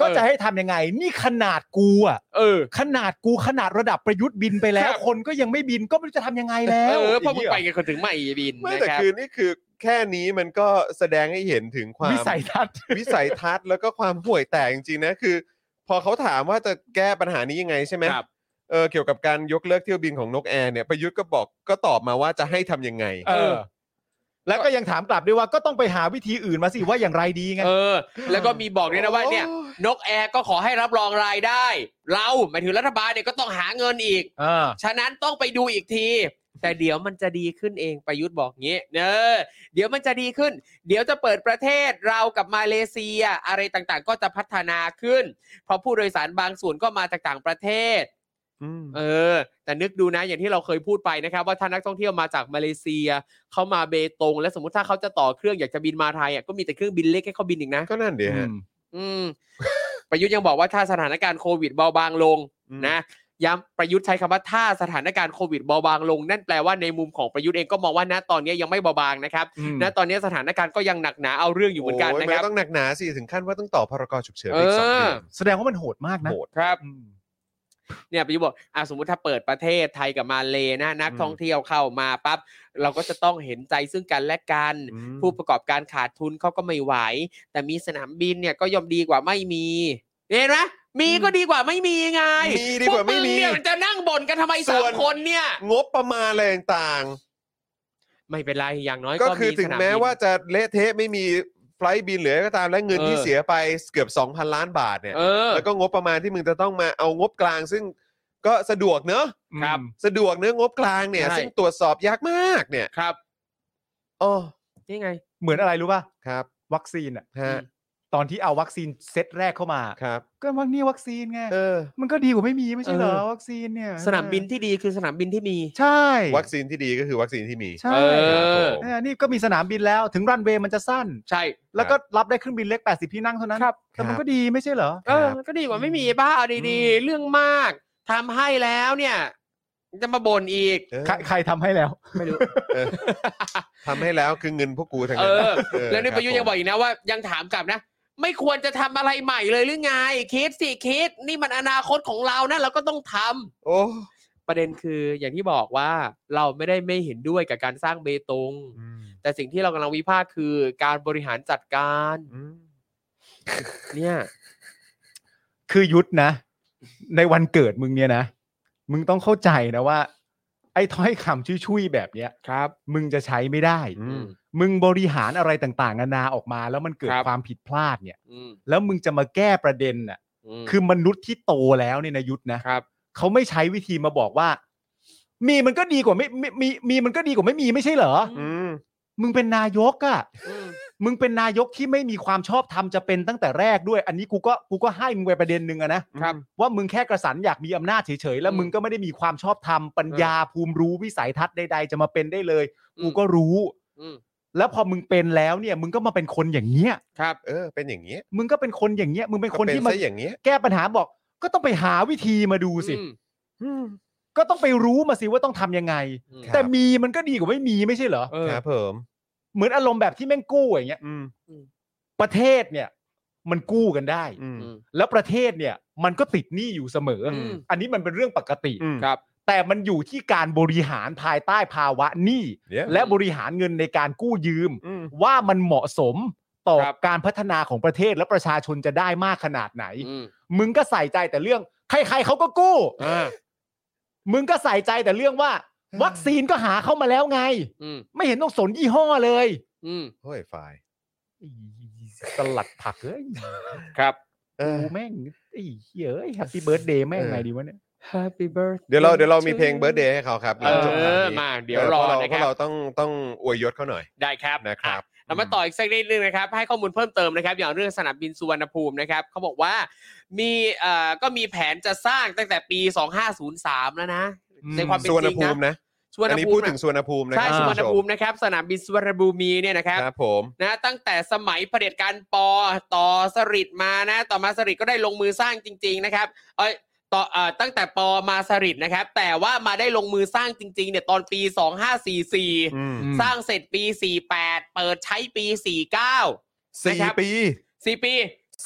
S3: ก็จะให้ทำยังไง นี่ขนาดกูอ่ะ
S4: เออ
S3: ขนาดกูขนาดระดับประยุทธ์บินไปแล้
S4: คว รับ
S3: คนก็ยังไม่บินก็ไม่รู้จะทำยังไง
S4: เอ
S3: แล้ว
S4: อเพราะมึง
S3: ย่าง
S4: ไป
S3: เงี้ย
S4: กันคนถึงไม่บิน
S2: ไม่
S4: นะ
S2: แต่
S4: ครับ
S2: คือนี่คือ แค่นี้มันก็แสดงให้เห็นถึงความ
S3: วิสัยทัศน์
S2: วิสัยทัศน์แล้วก็ความห่วยแตกจริงๆนะคือ พอเขาถามว่าจะแก้ปัญหานี้ยังไงใช่ไหม
S4: ครับ
S2: เออเกี่ยวกับการยกเลิกเที่ยวบินของนกแอร์เนี่ยประยุทธ์ก็บอกก็ตอบมาว่าจะให้ทำยังไง
S3: เออ แล้วก็ยังถามกลับด้วยว่าก็ต้องไปหาวิธีอื่นมาสิว่าอย่างไรดีไง
S4: เออ แล้วก็มีบอกด้วยนะว่าเนี่ย
S2: โอ้
S4: นกแอร์ก็ขอให้รับรองรายได้ เราหมายถึงรัฐบาลเนี่ยก็ต้องหาเงินอีก
S3: เออ
S4: ฉะนั้นต้องไปดูอีกที แต่เดี๋ยวมันจะดีขึ้นเองประยุทธ์บอกงี้เนอเดี๋ยวมันจะดีขึ้น เดี๋ยวจะเปิดประเทศเรากับมาเลเซีย อะไรต่างๆ ก็จะพัฒนาขึ้น เพราะผู้โดยสารบางส่วนก็มาจากต่างประเทศ
S2: อืม
S4: เออ แต่นึกดูนะอย่างที่เราเคยพูดไปนะครับ ว่าถ้านักท่องเที่ยวมาจากมาเลเซียเขามาเบตง และสมมติถ้าเขาจะต่อเครื่องอยากจะบินมาไทยอ่ะก็มีแต่เครื่องบินเล็กให้เขาบินอีกนะ
S2: ก็นั่นเดี๋ยวฮะ
S4: อืม ประยุทธ์ยังบอกว่าถ้าสถานการณ์โควิดเบาบางลง
S2: อืม
S4: นะย้ำประยุทธ์ใช้คำว่าถ้าสถานการณ์โควิดเบาบางลง นั่นแปลว่าในมุมของประยุทธ์เองก็มองว่าณตอนนี้ยังไม่เบาบางนะครับณตอนนี้สถานการณ์ก็ยังหนักหนาเอาเรื่องอยู่เหมือนกัน
S2: โ
S4: นะครับ
S2: มัต้องหนักหนาสิถึงขั้นว่าต้องต่อพรกฉุกเฉินไปอีกสอง
S4: เออ
S2: เดือน
S3: แสดงว่ามันโหดมากนะ
S2: โหด
S4: ครับ
S3: อืม
S4: เนี่ยประยุทธ์บอกอ่ะสมมติถ้าเปิดประเทศไทยกับมาเลย์นะนัก
S2: อืม
S4: ท่องเที่ยวเข้ามาปั๊บเราก็จะต้องเห็นใจซึ่งกันและกัน
S2: อืม
S4: ผู้ประกอบการขาดทุนเขาก็ไม่ไหว แต่มีสนามบินเนี่ยก็ย่อมดีกว่าไม่มี เห็นไหมมีก็ดีกว่าไม่มีไง
S2: มีดีกว่าไม่
S4: พ
S2: มี
S4: เนี่ยนจะนั่งบ่นกันทำไม
S2: ส่
S4: สาว ม
S2: น
S4: คนเนี่ย
S2: งบประมาณอะไรต่าง
S4: ไม่เป็นไรอย่างน้อย
S2: ๆ ก็คือ
S4: มี
S2: ถึง
S4: สนบิน
S2: แม้ว่าจะเละเทะไม่มีไฟล์บินเหลือก็ตามและเงินที่
S4: เออ
S2: เสียไปเกือบ 2,000 ล้านบาทเนี่ย
S4: เออ
S2: แล้วก็งบประมาณที่มึงจะต้องมาเอางบกลางซึ่งก็สะดวกเนอะ
S4: ครับ
S2: สะดวกเนื้อะงบกลางเนี่ย
S4: ใช่
S2: ซึ่งตรวจสอบยากมากเนี่ย
S4: ครับ
S2: อ๋อ
S4: นี่ไง
S3: เหมือนอะไรรู้ป่ะ
S2: ครับ
S3: วัคซีนอะ
S2: ฮะ
S4: อืม
S3: ตอนที่เอาวัคซีนเซตแรกเข้ามา
S2: ครับ
S3: ก็วัคนี่วัคซีนไง
S2: เออ
S3: มันก็ดีกว่าไม่มีไม่ใช่เหรอ
S4: เออ
S3: วัคซีนเนี่ย
S4: สนามบินที่ดีคือสนามบินที่มี
S3: ใช่
S2: วัคซีนที่ดีก็คือวัคซีนที่มี
S3: ใช่
S4: เออ
S3: เออนี่ก็มีสนามบินแล้วถึงรันเวย์มันจะสั้น
S4: ใช่
S3: แล้วก็รับได้เครื่องบินเล็ก 80 ที่นั่งเท่านั้น แต่มันก็ดีไม่ใช่เหรอ
S4: เออมันก็ดีกว่าไม่มีบ้าเอาดีๆ เรื่องมากทำให้แล้วเนี่ย จะมาบ่นอีก
S2: เออ
S3: ใครใครทำให้แล้ว
S2: เออทำให้แล้วคือเงินพวกกูทั้ง
S4: เอ
S2: นั้น
S4: อ
S2: เออ
S4: แล้วนี่ประยุทธ์
S2: ค
S4: ยังบอกอีกนะว่ายังถามกลับนะ ไม่ควรจะทำอะไรใหม่เลยหรือไง คิดสิคิด นี่มันอนาคตของเรานะ เราก็ต้องทำ
S2: โอ้
S4: ประเด็นคืออย่างที่บอกว่าเราไม่ได้ไม่เห็นด้วยกับการสร้างเบตง
S2: อืม
S4: แต่สิ่งที่เรากำลังวิพากษ์คือการบริหารจัดการ
S2: อืม
S4: เนี่ย
S3: คือยุทธนะ ในวันเกิดมึงเนี่ยนะ มึงต้องเข้าใจนะว่า ไอ้ถ้อยคำชุยๆแบบเนี้ยครับ มึงจะใช้ไม่ได้
S2: อืม
S3: มึงบริหารอะไรต่างๆนานาออกมา แล้วมันเกิด
S4: ครับ
S3: ความผิดพลาดเนี่ย
S4: อืม
S3: แล้วมึงจะมาแก้ประเด็นน่ะ
S4: ม
S3: คือมนุษย์ที่โตแล้วเนี่ยนะยุทธนะ
S4: ครับ
S3: เขาไม่ใช้วิธีมาบอกว่า มีมันก็ดีกว่าไม่มีมีมีมันก็ดีกว่าไม่มีไม่ใช่เหรอ
S2: อืม
S3: มึงเป็นนายกอะมึงเป็นนายกที่ไม่มีความชอบธรรมจะเป็นตั้งแต่แรกด้วย อันนี้กูก็กูก็ให้มึงไปประเด็นหนึ่งอะนะครับ ว่ามึงแค่กระสันอยากมีอำนาจเฉยๆ แล้ว
S4: อืม
S3: มึงก็ไม่ได้มีความชอบธรรมปัญญาภูมิรู้วิสัยทัศน์ใดๆ จะมาเป็นได้เลย กูก็รู้
S4: อืม
S3: แล้วพอมึงเป็นแล้วเนี่ย มึงก็มาเป็นคนอย่างเงี้ย
S4: ครับ
S2: เออ เป็นอย่างเงี้ย
S3: มึงก็เป็นคนอย่างเงี้ย มึงเป็นคนที่
S2: ก็
S3: มา
S2: ซะอย่างเงี้ย
S3: แก้ปัญหาบอก ก็ต้องไปหาวิธีมาดูสิ ก็ต้องไปรู้มาสิว่าต้องทำยังไง
S4: อืม
S3: แต่
S2: ครับ
S3: มีมันก็ดีกว่าไม่มีไม่ใช่เหรอ
S4: เออ
S2: ครับผม
S3: เหมือนอารมณ์แบบที่แม่งกู้อย่างเงี้ย
S2: อืม
S3: ประเทศเนี่ย มันกู้กันได้
S2: อืม
S3: แล้วประเทศเนี่ย มันก็ติดหนี้อยู่เสมออ
S4: ม
S3: อันนี้มันเป็นเรื่องปกติ
S2: อืม
S4: ครับ
S3: แต่มันอยู่ที่การบริหารภายใต้ภาวะหนี้
S2: เดี๋ยว
S3: และบริหารเงินในการกู้ยืม
S2: อืม
S3: ว่ามันเหมาะสมต่อ
S4: ครับ
S3: การพัฒนาของประเทศและประชาชนจะได้มากขนาดไหน
S4: อืม
S3: มึงก็ใส่ใจแต่เรื่อง ใครๆเขาก็กู้
S4: อ่า
S3: มึงก็ใส่ใจแต่เรื่องว่า วัคซีนก็หาเข้ามาแล้วไง
S4: อืม
S3: ไม่เห็นต้องสนยี่ห้อเลย
S4: อืม
S2: โอ้ยฝ่าย
S3: อีสลัดผักเอ้ย
S4: ครับ
S2: เออ
S3: กูแม่งไอ้เหี้ยเอ้ยแฮป ปี้เบิร์ดเดย์แม่ง
S2: เออ
S3: ไงดีวะเนี่ย
S4: Happy birthday
S2: เดี๋ยวเราเดี๋ยวเรามีเพลงเบิร์ดเดย์ให้เขาครับห
S4: เอ
S2: ลังจบข่ว
S4: อ
S2: นี้
S4: มาเดี๋ยวรอ
S2: เพาเรา
S4: นะ
S2: เพ
S4: ค
S2: ราะ
S4: รั
S2: เรา
S4: บ
S2: ต้องต้องอวยยศเขาหน่อย
S4: ได้ครับ
S2: นะครับ
S4: อ่เรามาต่ออีกสักนิดนึงนะครับ ให้ข้อมูลเพิ่มเติมนะครับ อย่างเรื่องสนามบินสุวรรณภูมินะครับเขาบอกว่ามีเอ่อก็มีแผนจะสร้างตั้งแต่ปี 2503 แล้วนะ ในความเป็น
S2: สุวรรณ
S4: จริง
S2: ภู
S4: นะ
S2: มินะ
S4: สุวรรณ
S2: อันนี้
S4: ภู
S2: พูด
S4: มิ
S2: ถึงสุวรรณภูมินะค
S4: ใช่
S2: รับ
S4: สุวรรณภูมินะครับ สนามบินสุวรรณภูมิเนี่ยนะครับ
S2: ครับผม
S4: นะตั้งแต่สมัยเผด็จการปอต่อสริดมานะ ต่อมาสริดก็ได้ลงมือสร้างจริง ๆนะครับเอ้ยต่อเอ่อตั้งแต่ปอมาสริดนะครับ แต่ว่ามาได้ลงมือสร้างจริงๆเนี่ยตอนปี 2544
S2: อืม
S4: สร้างเสร็จปี 48 เปิดใช้ปี 49
S2: สี่
S4: นะครับ
S2: ปี
S4: สี่ปี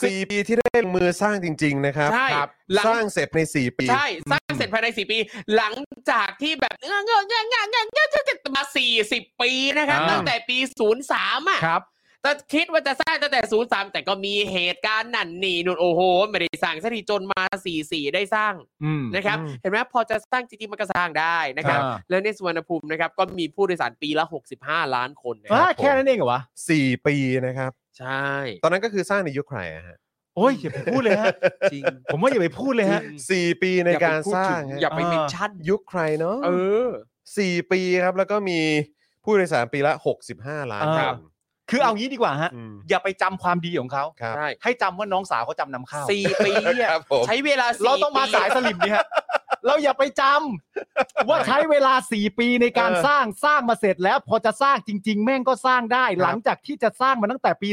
S2: สี่ปีที่ได้ลงมือสร้างจริง ๆ นะครับ
S4: ใช่
S2: ครับ
S4: หลัง
S2: สร้างเสร็จในสี่ปี
S4: ใช่ สร้างเสร็จภายในสี่ปี หลังจากที่แบบเงอะเงอะเงอะเงอะเงอะเงอะเงอะเงอะมาสี่สิบปีนะครับ
S3: อ่า
S4: ตั้งแต่ปีศูนย์สามอ่ะ
S3: ครับ
S4: แต่คิดว่าจะสร้างตั้งแต่ศูนย์สามแต่ก็มีเหตุการณ์นั่นนี่นู่นโอ้โห ไม่ได้สร้างสักทีจนมาสี่สี่ได้สร้าง
S3: อืม
S4: นะครับ
S2: อืม
S4: เห็นไหมพอจะสร้างจริงๆมันก็สร้างได้นะครับ
S3: อ่า
S4: แล้วในสุวรรณภูมินะครับ ก็มีผู้โดยสารปีละ 65 ล้านคนนะค
S3: อ่า
S4: รับ
S3: แค่นั้นเองเหรอวะ
S2: สี่ปีนะครับ
S4: ใช่
S2: ตอนนั้นก็คือสร้างในยุคใครอะฮะ
S3: โอ้ยอย่าไปพูดเลยฮะ
S4: จริง
S3: ผมว่าอย่าไปพูดเลยฮะ
S2: สี่ปีในการสร้างฮะ
S4: อย่าไป
S3: อ่า
S4: เมนชั่น
S2: ยุคใครเนาะ
S4: เออ
S2: สี่ปีครับแล้วก็มีผู้โดยสารปีละ 65 ล้าน
S3: อ่า คือเอางี้ดีกว่าฮะ
S2: อืม
S3: อย่าไปจำความดีของเขา
S2: ครับ
S4: ใช่
S3: ให้จำว่าน้องสาวเขาจำนำข้าว
S4: สี่ปีเนี่ย
S2: ครับผม
S4: ใช้เวลาสี่
S3: เราต้องมาสายสลิมนี่ฮะ เราอย่าไปจำว่าใช้เวลา 4 ปีในการ
S2: เออ
S3: สร้างสร้างมาเสร็จแล้ว พอจะสร้างจริง ๆ แม่งก็สร้างได้
S2: ครับ
S3: หลังจากที่จะสร้างมาตั้งแต่ปี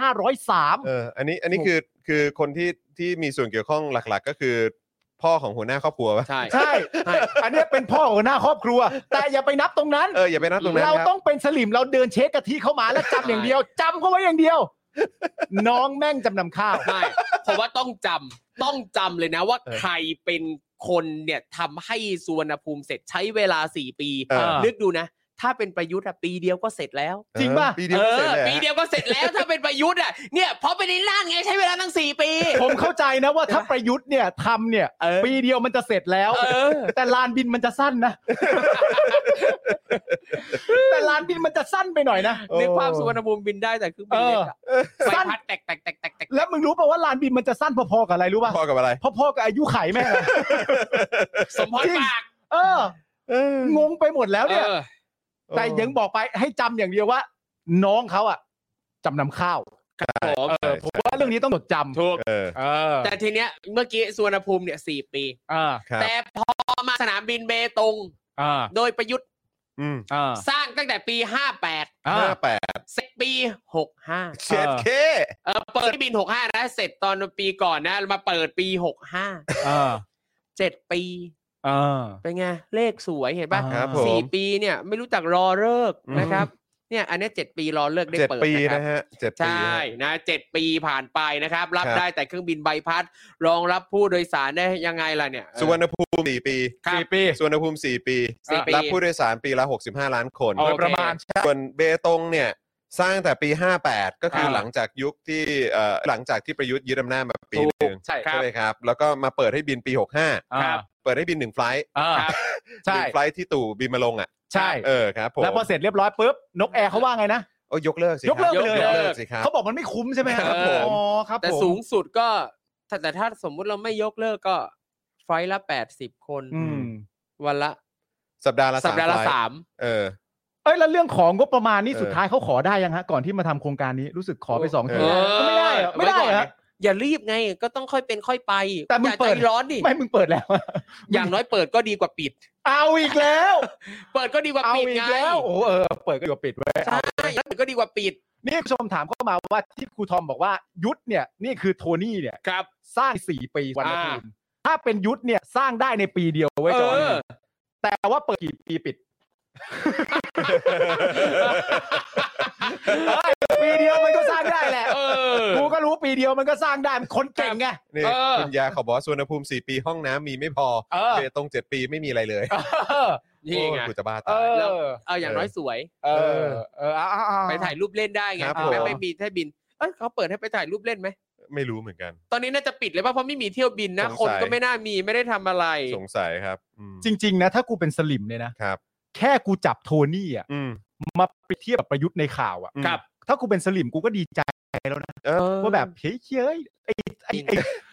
S2: เอ
S3: 2503
S2: ออันนี้อันนี้คือคือคนที่ที่มีส่วนเกี่ยวข้องหลักๆ ก็คือพ่อของหัวหน้าครอบครัวปะ
S4: ใช่
S3: ใช่ อันเนี้ยเป็นพ่อของหัวหน้าครอบครัว แต่อย่าไปนับตรงนั้น
S2: เอออย่าไปนับตรงนั้น
S3: เรา
S2: ครับ
S3: ต้องเป็นสลิมเราเดินเช็คกะทิเข้ามาแล้วจำอย่างเดียวจำเขาไว้อย่างเดียว น้องแม่งจำนำข้าว
S4: ไม่เพราะว่าต้องจำต้องจำเลยนะว่า
S2: เออ
S4: ใครเป็นคนเนี่ยทำให้สุวรรณภูมิเสร็จใช้เวลาสี่ปี
S2: เออ
S4: นึกดูนะ ถ้าเป็นประยุทธ์อะปีเดียวก็เสร็จแล้ว
S3: จริงป่ะ
S2: เออปีเดียวก็เสร็จเลย
S4: ออ
S2: ฮะ
S4: ปีเดียวก็เสร็จแล้วถ้าเป็นประยุทธ์อ่ะเนี่ยเพราะไปในร่างไงใช้เวลาตั้งสี่ปี
S3: ผมเข้าใจนะว่าถ้าประยุทธ์เนี่ยทำเนี่ย
S4: เออ
S3: ปีเดียวมันจะเสร็จแล้ว
S4: เออ
S3: แต่ลานบินมันจะสั้นนะ แต่ลานบินมันจะสั้นไปหน่อยนะ
S2: โอ้
S4: ในความสุวรรณภูมิบินได้แต่คือบินเล็กอะใบพัดแตกแตกแตกแตกแตก
S3: แล้วมึงรู้ป่ะว่าลานบินมันจะสั้นพอๆกับอะไรรู้ป่ะ
S2: พ่อกับอะไร
S3: พอๆกับอายุไขแม่งอะ
S4: สมพรปาก
S3: เออ งงไปหมดแล้วเนี่ย
S4: เออ
S3: แต่ยังบอกไปให้จำอย่างเดียวว่า น้องเขาอะจำนำข้าว
S4: ผม
S3: เออผมว่าเรื่องนี้ต้องจดจำ
S4: ถูก
S2: เออ
S3: เออ
S4: แต่ทีเนี้ยเมื่อกี้สุวรรณภูมิเนี่ยสี่ปี
S3: เออ
S2: ครับ
S4: แต่พอมาสนามบินเบตง
S3: เออ
S4: โดยประยุทธ์
S2: อืม
S3: เออ
S4: สร้างตั้งแต่ปี 58
S3: เอ
S2: ห้า
S3: อ
S2: แปด
S4: เสร็จปี 65
S2: เช็ดเค
S4: เออเปิดที่บิน 65 นะ เสร็จตอนปีก่อนนะ มาเปิดปี 65
S3: เออ
S4: 7 ปี
S3: เออ
S4: เป็นไง เลขสวยเห็นปะ
S2: ครับผม
S4: สี่ปีเนี่ยไม่รู้จักรอเลิกษ์นะครับ เนี่ยอันเนี้ยเจ็ดปีรอเลิกษ์ได้
S2: เจ็ด
S4: เปิด
S2: ปี
S4: นะครับ
S2: นะฮะเจ็ดปี
S4: ใช่นะเจ็ดปีผ่านไปนะครับ รับ
S2: ครับ
S4: ได้แต่เครื่องบินใบพัด รองรับผู้โดยสารได้ยังไงล่ะเนี่ย
S2: สุวรรณภูมิสี่ปี
S4: ครับ
S2: สี่ปีสุวรรณภูมิสี่ปี
S4: สี่ปี
S2: รับผู้โดยสารปีละ 65 ล้านคน
S4: โอเคประมาณ
S2: ส่วนเบตงเนี่ยสร้างแต่ปี 58 ก็คือ
S4: ครับ
S2: หลังจากยุคที่เอ่อหลังจากที่ประยุทธ์ยึดอำนาจมาปีหนึง
S4: ใช่ครับ
S2: ไหมครับ แล้วก็มาเปิดให้บินปี 65
S3: ครับ
S2: เปิดให้บินหนึ่งไฟลท์
S3: เออใช่
S2: หนึ่งไฟลท์ที่ตู่บินมาลงอ่ะ
S3: ใช่
S2: เออครับผม
S3: แล้วพอเสร็จเรียบร้อยปุ๊บนกแอร์เขาว่าไงนะ
S2: โอ้ยกเลิกสิ
S3: ยกเลิก
S2: ครับ
S3: ไปเลย
S2: ยกเลิกสิครับ
S3: เขาบอกมันไม่คุ้มใช่ไหม
S2: ครับผม
S3: อ๋อครับ
S4: แต่
S3: ผม
S4: สูงสุดก็ถ้าแต่ถ้าสมมุติเราไม่ยกเลิกก็ ไฟล์ละแปดสิบคน
S3: อืม
S4: วันละ
S2: สัปดาห์ละ
S4: สัปดาห์ละ
S2: ไฟท์
S4: สาม
S2: เอ อ
S3: เอ้ยแล้วเรื่องของงบประมาณนี่
S2: เออ
S3: สุดท้ายเขาขอได้ยังฮะก่อนที่มาทำโครงการนี้รู้สึกขอไปสองเทอม
S4: เออ
S3: ก็ไม่ได้เหรอไม่ได้เหรอฮะ
S4: อย่ารีบไงก็ต้องค่อยเป็นค่อยไป
S3: แต่มึง
S4: อย่า
S3: เปิ
S4: ใจ
S3: ด
S4: ร้อนดิ
S3: ไม่มึงเปิดแล้วอะ
S4: อย่างน้อยเปิดก็ดีกว่าปิด
S3: เอาอีกแล้ว
S4: เปิดก็ดีกว่า
S3: เอา
S4: ปิด
S3: อีก
S4: ไง
S3: แล้วโอ้เออเปิดก็เดี๋ยวปิดไว้
S4: ใช่แล้วเปิดก็ดีกว่าปิด
S3: นี่คุณผู้ชมถามเข้ามาว่าที่ครูทอมบอกว่ายุทธเนี่ยนี่คือโทนี่เนี่ย
S4: ครับ
S3: สร้างสี่ปีวันละ
S4: อ่า
S3: ทีมถ้าเป็นยุทธเนี่ยสร้างได้ในปีเดียวไว้ยจอห์น
S4: เออ
S3: แต่ว่าเปิดกี่ปีปิด ปีเดียวมันก็สร้างได้แหละ
S4: เออ
S3: กูก็รู้ปีเดียวมันก็สร้างได้มันคนเก่งไง
S2: นี่
S4: เออ
S2: คุณยาเขาบอกว่าสุวรรณภูมิ 4 ปีห้องน้ำมีไม่พอ
S3: เออ
S2: เบตง 7 ปีไม่มีอะไรเลย
S3: เออ
S4: นี่ไง
S2: โอ้ยกูจะบ้า
S3: เอ
S2: ตาย
S3: อ
S4: เอาอย่างน้อยสวย
S3: เออ เออเอาเอาเอา
S4: ไปถ่ายรูปเล่นได้ไง
S2: ครับ
S4: ถึงแม้
S2: ผม
S4: ไม่มีแค่บิน เอ้ยเขาเปิดให้ไปถ่ายรูปเล่นไหม
S2: ไม่รู้เหมือนกัน
S4: ตอนนี้น่าจะปิดเลยป่ะ เพราะไม่มีเที่ยวบินนะ
S2: สงสัย
S4: คนก็ไม่น่ามีไม่ได้ทำอะไร
S2: สงสัยครับอืม
S3: จริง ๆ นะ ถ้ากูเป็นสลิมเนี่ยนะ
S2: ครับ
S3: แค่กูจับโทนี่อ่ะ
S2: อืม
S3: มาไปเทียบกับประยุทธ์ในข่าวอ่ะ
S2: ครับ
S3: ถ้ากูเป็นสลิมกูก็ดีใจ
S2: เออ
S3: ว่าแบบเฮ้ยเฮ้ยไอ้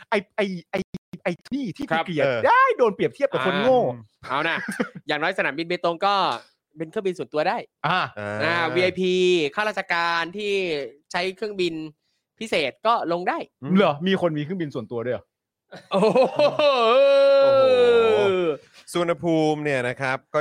S3: ไอ้ไอ้ไอ้ไอ้ไอ้นี่ที่
S4: ค
S3: กู
S4: รับ
S3: เกลียด
S2: เออ
S3: ได้โดนเปรียบเทียบกับคนโง่
S2: อืม
S4: เอา นะ อย่างน้อยสนามบินเบตงก็เป็นเครื่องบินส่วนตัวได้
S3: อ่า
S2: อ่า
S4: นะ VIP ข้าราชการที่ใช้เครื่องบินพิเศษก็ลงได้
S2: อืม
S3: เหรอมีคนมีเครื่องบินส่วนตัวด้วยเหรอ
S4: โอ้โห
S2: สุวรรณภูมิเนี่ยนะครับ ก็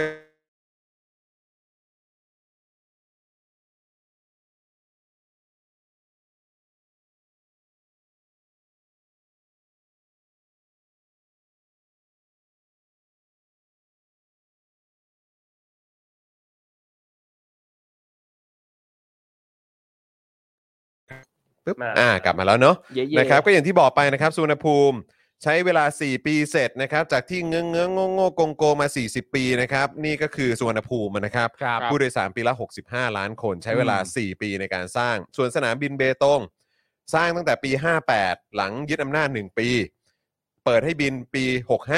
S2: ปึ๊บ
S5: มา
S2: อ่ากลับมาแล้วเนาะ
S4: เย่ๆ
S2: นะครับก็อย่างที่บอกไปนะครับสุวรรณภูมิใช้เวลา 4 ปีเสร็จนะครับ จากที่เงื้องเงื้องโง่โกงโกงๆมา 40 ปีนะครับ นี่ก็คือสุวรรณภูมินะครับ
S3: ครับ
S2: ผู้โดยสารปีละ 65 ล้านคนใช้เวลา 4 ปีในการสร้าง ส่วนสนามบินเบตง สร้างตั้งแต่ปี 58 หลังยึดอำนาจ 1 ปี เปิดให้บินปี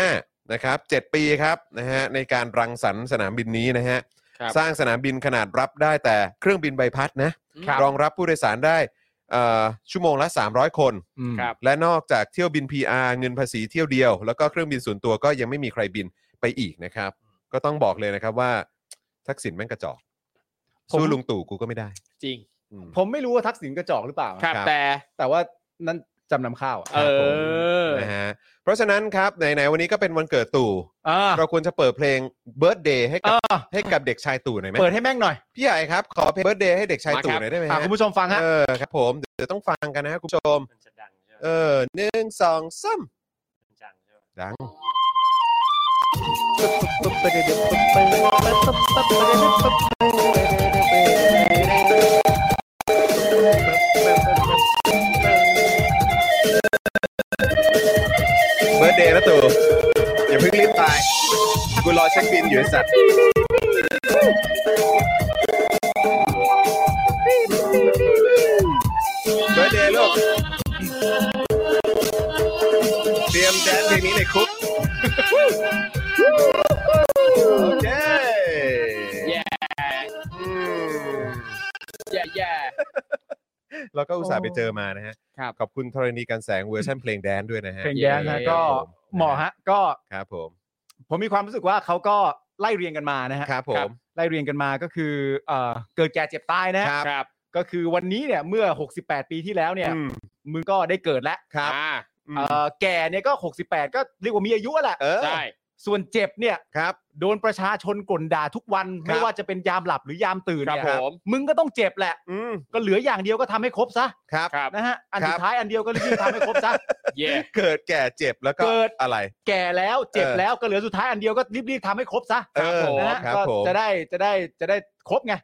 S2: 65 นะครับ 7 ปีครับนะฮะในการรังสรรค์สนามบินนี้นะฮะ
S4: ครับ
S2: สร้างสนามบินขนาดรับได้แต่เครื่องบินใบพัดนะครับ รองรับผู้โดยสารได้เอ่อชั่วโมงละ 300 คน
S3: อืม
S4: ครับ
S2: และนอกจากเที่ยวบิน PR เงินภาษีเที่ยวเดียว แล้วก็เครื่องบินส่วนตัวก็ยังไม่มีใครบินไปอีกนะครับ ก็ต้องบอกเลยนะครับว่า ทักษิณแม่งกระจอก
S3: ผม
S2: สู้ลุงตู่กูก็ไม่ได้
S4: จริง
S2: อืม
S3: ผมไม่รู้ว่าทักษิณกระจอกหรือเปล่า
S4: ครับ
S2: ครับ
S4: แต่
S3: แต่ว่านั่นจำนำข้าวอะ
S4: เออ
S2: นะฮะเพราะฉะนั้นครับไหนๆวันนี้ก็เป็นวันเกิดตู่
S3: อ่า
S2: เราควรจะเปิดเพลง Birthday ให้กับให้กับเด็กชายตู่หน่อยไหม
S3: เปิดให้แม่งหน่อย
S2: พี่ใหญ่ครับ ขอเพลง Birthday ให้เด็กชายตู่
S4: มาครับ
S2: หน่อยได้ไหม
S3: อ่ะ
S2: ฮะ
S3: คุณผู้ชมฟังฮะ
S2: เออครับผมเดี๋ยวต้องฟังกันนะครับคุณผู้ชม
S5: มันจะดังใช่ไหม
S2: เออหนึ่งสองสาม
S5: มันดังใช่ไหม
S2: ดังเบอร์เดย์นะตู่อย่าเพิ่งรีบตาย กูรอเช็คบินอยู่ไอ้สัตว์เบอร์เดย์ลูก เตรียมแดนเพลงนี้ในคุกโอเค
S4: แย่
S2: อืม
S4: แย่แย่
S2: เราก็อุตส่าห์ไปเจอมานะฮะ
S4: ครับ
S2: ขอบคุณธรณีการแสงเวอร์ชันเพลงแดนด้วยนะฮะ
S3: เพลงแดนนะ
S2: ค
S3: ก็
S2: รับผ
S3: เหมาะฮะก็
S2: ครับผม
S3: ผมมีความรู้สึกว่าเขาก็ไล่เรียงกันมานะฮะ
S2: ครับผม
S3: ไล่เรียงกันมาก็คือเอ่อเกิดแก่เจ็บตายนะฮะ
S2: ครับ
S4: ครับ
S3: ก็คือวันนี้เนี่ยเมื่อ 68 ปีที่แล้วเนี่ย
S2: อืม
S3: มึงก็ได้เกิดแล้ว
S2: ครับ
S4: อ่า
S2: อืม
S3: เอ่อแก่เนี่ยก็ 68 ก็เรียกว่ามีอายุแล้วแหละ
S2: เออ
S4: ใช่
S3: ส่วนเจ็บเนี่ย
S2: ครับ
S3: โดนประชาชนกล่นด่าทุกวัน
S2: ครับ
S3: ไม่ว่าจะเป็นยามหลับหรือยามตื่น
S4: ครับ
S3: เนี่ย
S4: ผม
S3: มึงก็ต้องเจ็บแหละ
S2: อืม
S3: ก็เหลืออย่างเดียวก็ทำให้ครบซะ
S2: ครับ
S4: ครับ
S3: นะฮะอัน
S2: ค
S3: สุ
S2: รั
S3: ด
S2: บ
S3: ท้ายอันเดียวก็รีบๆทำให้ครบ ซะ
S4: เย่
S2: เกิดแก่เจ็บแล้วก็
S3: เกิด
S2: อะไร
S3: แก่แล้วเจ็บ
S2: เออ
S3: แล้วก็เหลือสุดท้ายอันเดียวก็รีบๆทำให้ครบซะ
S2: เออ
S3: นะฮะ
S2: ครับ
S3: ก็
S2: ผม
S3: จะได้จะได้จะได้ครบไง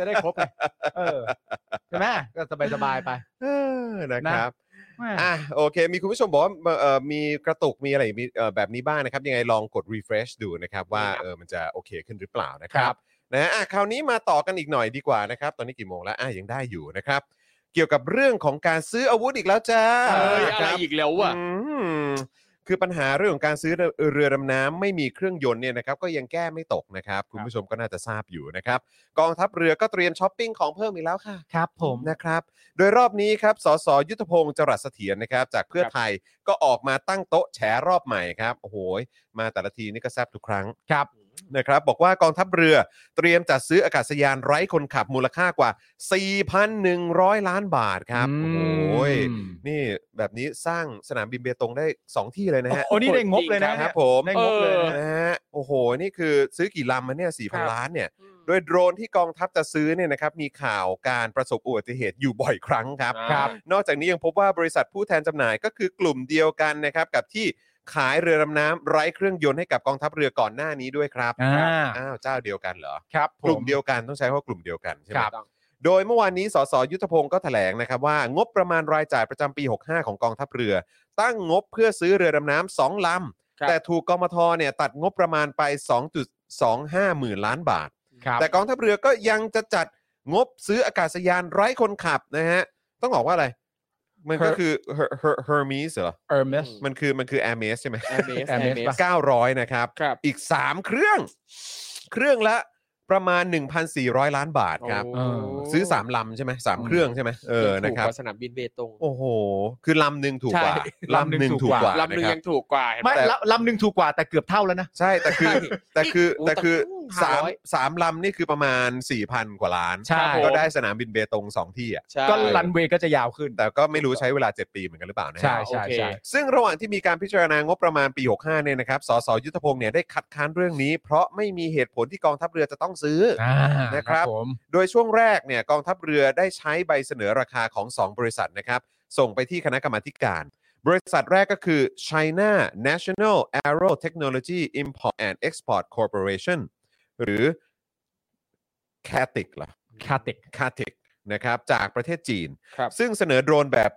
S3: จะได้ครบไงเออใช่ไหมก็สบายสบายๆไป
S2: เออนะครับ
S3: แม่
S2: อ่ะโอเค มีคุณผู้ชมบอกว่าเอ่อมีกระตุกมีอะไรมีเอ่อแบบนี้บ้างนะครับ ยังไงลองกด refresh ดูนะครับว่าเออมันจะโอเคขึ้นหรือเปล่านะครับนะฮะอ่ะคราวนี้มาต่อกันอีกหน่อยดีกว่านะครับ ตอนนี้กี่โมงแล้วอ่ะยังได้อยู่นะครับ เกี่ยวกับเรื่องของการซื้ออาวุธอีกแล้วจ้า
S4: เอ้ย
S2: นะ
S4: อะ
S2: ค
S4: ไร
S2: รับ
S4: อีกแล้วอ่ะ
S2: อืมคือปัญหาเรื่องของการซื้อเรือดำน้ำไม่มีเครื่องยนต์เนี่ยนะครับก็ยังแก้ไม่ตกนะครับ คุณผู้ชมก็น่าจะทราบอยู่นะครับ กองทัพเรือก็เตรียมช้อปปิ้งของเพิ่มอีกแล้วค่ะ
S3: ครับผม
S2: นะครับ โดยรอบนี้ครับสสยุทธพงศ์จรัสเสถียรนะครับ จากเพื่อไทยก็ออกมาตั้งโต๊ะแฉรอบใหม่ครับโอ้โหยมาแต่ละทีนี่ก็แซบทุกครั้ง
S3: ครับ
S2: นะครับ บอกว่ากองทัพเรือเตรียมจัดซื้ออากาศยานไร้คนขับมูลค่ากว่า 4,100 ล้านบาทครับโอ้โหย นี่แบบนี้สร้างสนามบินเบตงได้ 2 ที่เลยนะฮะ
S3: โอ้นี่ได้งบเลยนะ
S2: ครับผม
S3: ได้งบเลยนะ
S2: นะฮะโอ้โห นี่คือซื้อกี่ลำมันเนี่ยสี่พันล้านเนี่ย
S4: อืม
S2: โดยโดรนที่กองทัพจะซื้อเนี่ยนะครับมีข่าวการประสบอุบัติเหตุอยู่บ่อยครั้งครับ
S3: ครับ
S2: นอกจากนี้ยังพบว่าบริษัทผู้แทนจำหน่ายก็คือกลุ่มเดียวกันนะครับ กับที่ขายเรือดำน้ำไร้เครื่องยนต์ให้กับกองทัพเรือก่อนหน้านี้ด้วยครับ
S3: อ่า
S2: อ้าวเจ้าเดียวกันเหรอ
S3: ครับผ
S2: กลุ่มเดียวกันต้องใช้คำว่ากลุ่มเดียวกันใช่ไหม
S3: ครับ
S2: โดยเมื่อวานนี้สสยุทธพงศ์ก็แถลงนะครับว่างบประมาณรายจ่ายประจำปี 65 ของกองทัพเรือ ตั้งงบเพื่อซื้อเรือดำน้ำสอง
S4: ครั
S2: ลำ
S4: บ
S2: แต่ถูกกมทเนี่ยตัดงบประมาณไป 2.25 หมื่นล้านบาท
S3: ครับ
S2: แต่กองทัพเรือก็ยังจะจัดงบซื้ออากาศยานไร้คนขับนะฮะ ต้องบอกว่าอะไร มันก็
S3: Her-
S2: คือ Her- Her- Hermes เหรอ
S3: เออร์เมส
S2: มันคือมันคือ Hermes ใช่ไหม
S4: แอเมส
S3: Air
S4: แอ
S3: Max
S4: เมส
S3: ปะ
S2: 900 นะครับ
S4: ครับ
S2: อีก 3 เครื่อง เครื่องละประมาณ 1,400 ล้านบาทครับ
S4: โอ้
S2: ซื้อ 3 ลำใช่ไหมสามเครื่องใช่ไหมเออ
S4: ถู
S2: นะ
S4: ก
S2: ค
S4: ก
S2: รับ
S4: ว่าสนามบินเบตง
S2: โอ้โห คือลำหนึ่งถูกกว่า
S4: ใช่
S2: ลำหนึ่งถูกกว่า
S4: ลำหนึ่ง
S2: ะครับ
S4: ยังถูกกว่าเห็นไหม
S3: ไม่ละลำหนึ่งถูกกว่าแต่เกือบเท่าแล้วนะ
S2: ใช่ แต่คือ แต่คือ
S4: โอ้
S2: แต่คือ
S4: แต่
S2: สาม
S4: 500
S2: สามลำนี่คือประมาณ 4,000 กว่าล้าน
S3: ใช่
S2: ก็ได้สนามบินเบตงสองที่อ่ะ
S4: ใช่
S3: ก็รันเวย์ก็จะยาวขึ้น
S2: แต่ก็ไม่รู้ใช้เวลา 7 ปีเหมือนกันหรือเปล่านะฮะ
S3: ใช่ใช่ใช่
S2: ซึ่งระหว่างที่มีการพิจารณางบประมาณปี 65 เนี่ยนะครับ สสยุทธพงศ์เนี่ยได้คัดค้านเรื่องนี้ เพราะไม่มีเหตุผลที่กองทัพเรือจะต้องซื้อ
S3: อ่า
S2: นะครับ
S3: ผม
S2: โดยช่วงแรกเนี่ยกองทัพเรือได้ใช้ใบเสนอราคาของ 2 บริษัทนะครับ ส่งไปที่คณะกรรมาธิการ บริษัทแรกก็คือ China National Aero Technology Import and Export Corporation หรือ c a t i c เหรอ
S3: คาติก
S2: c a t i c นะครับจากประเทศจีน
S11: ครับ
S2: ซึ่งเสนอโดรนแบบ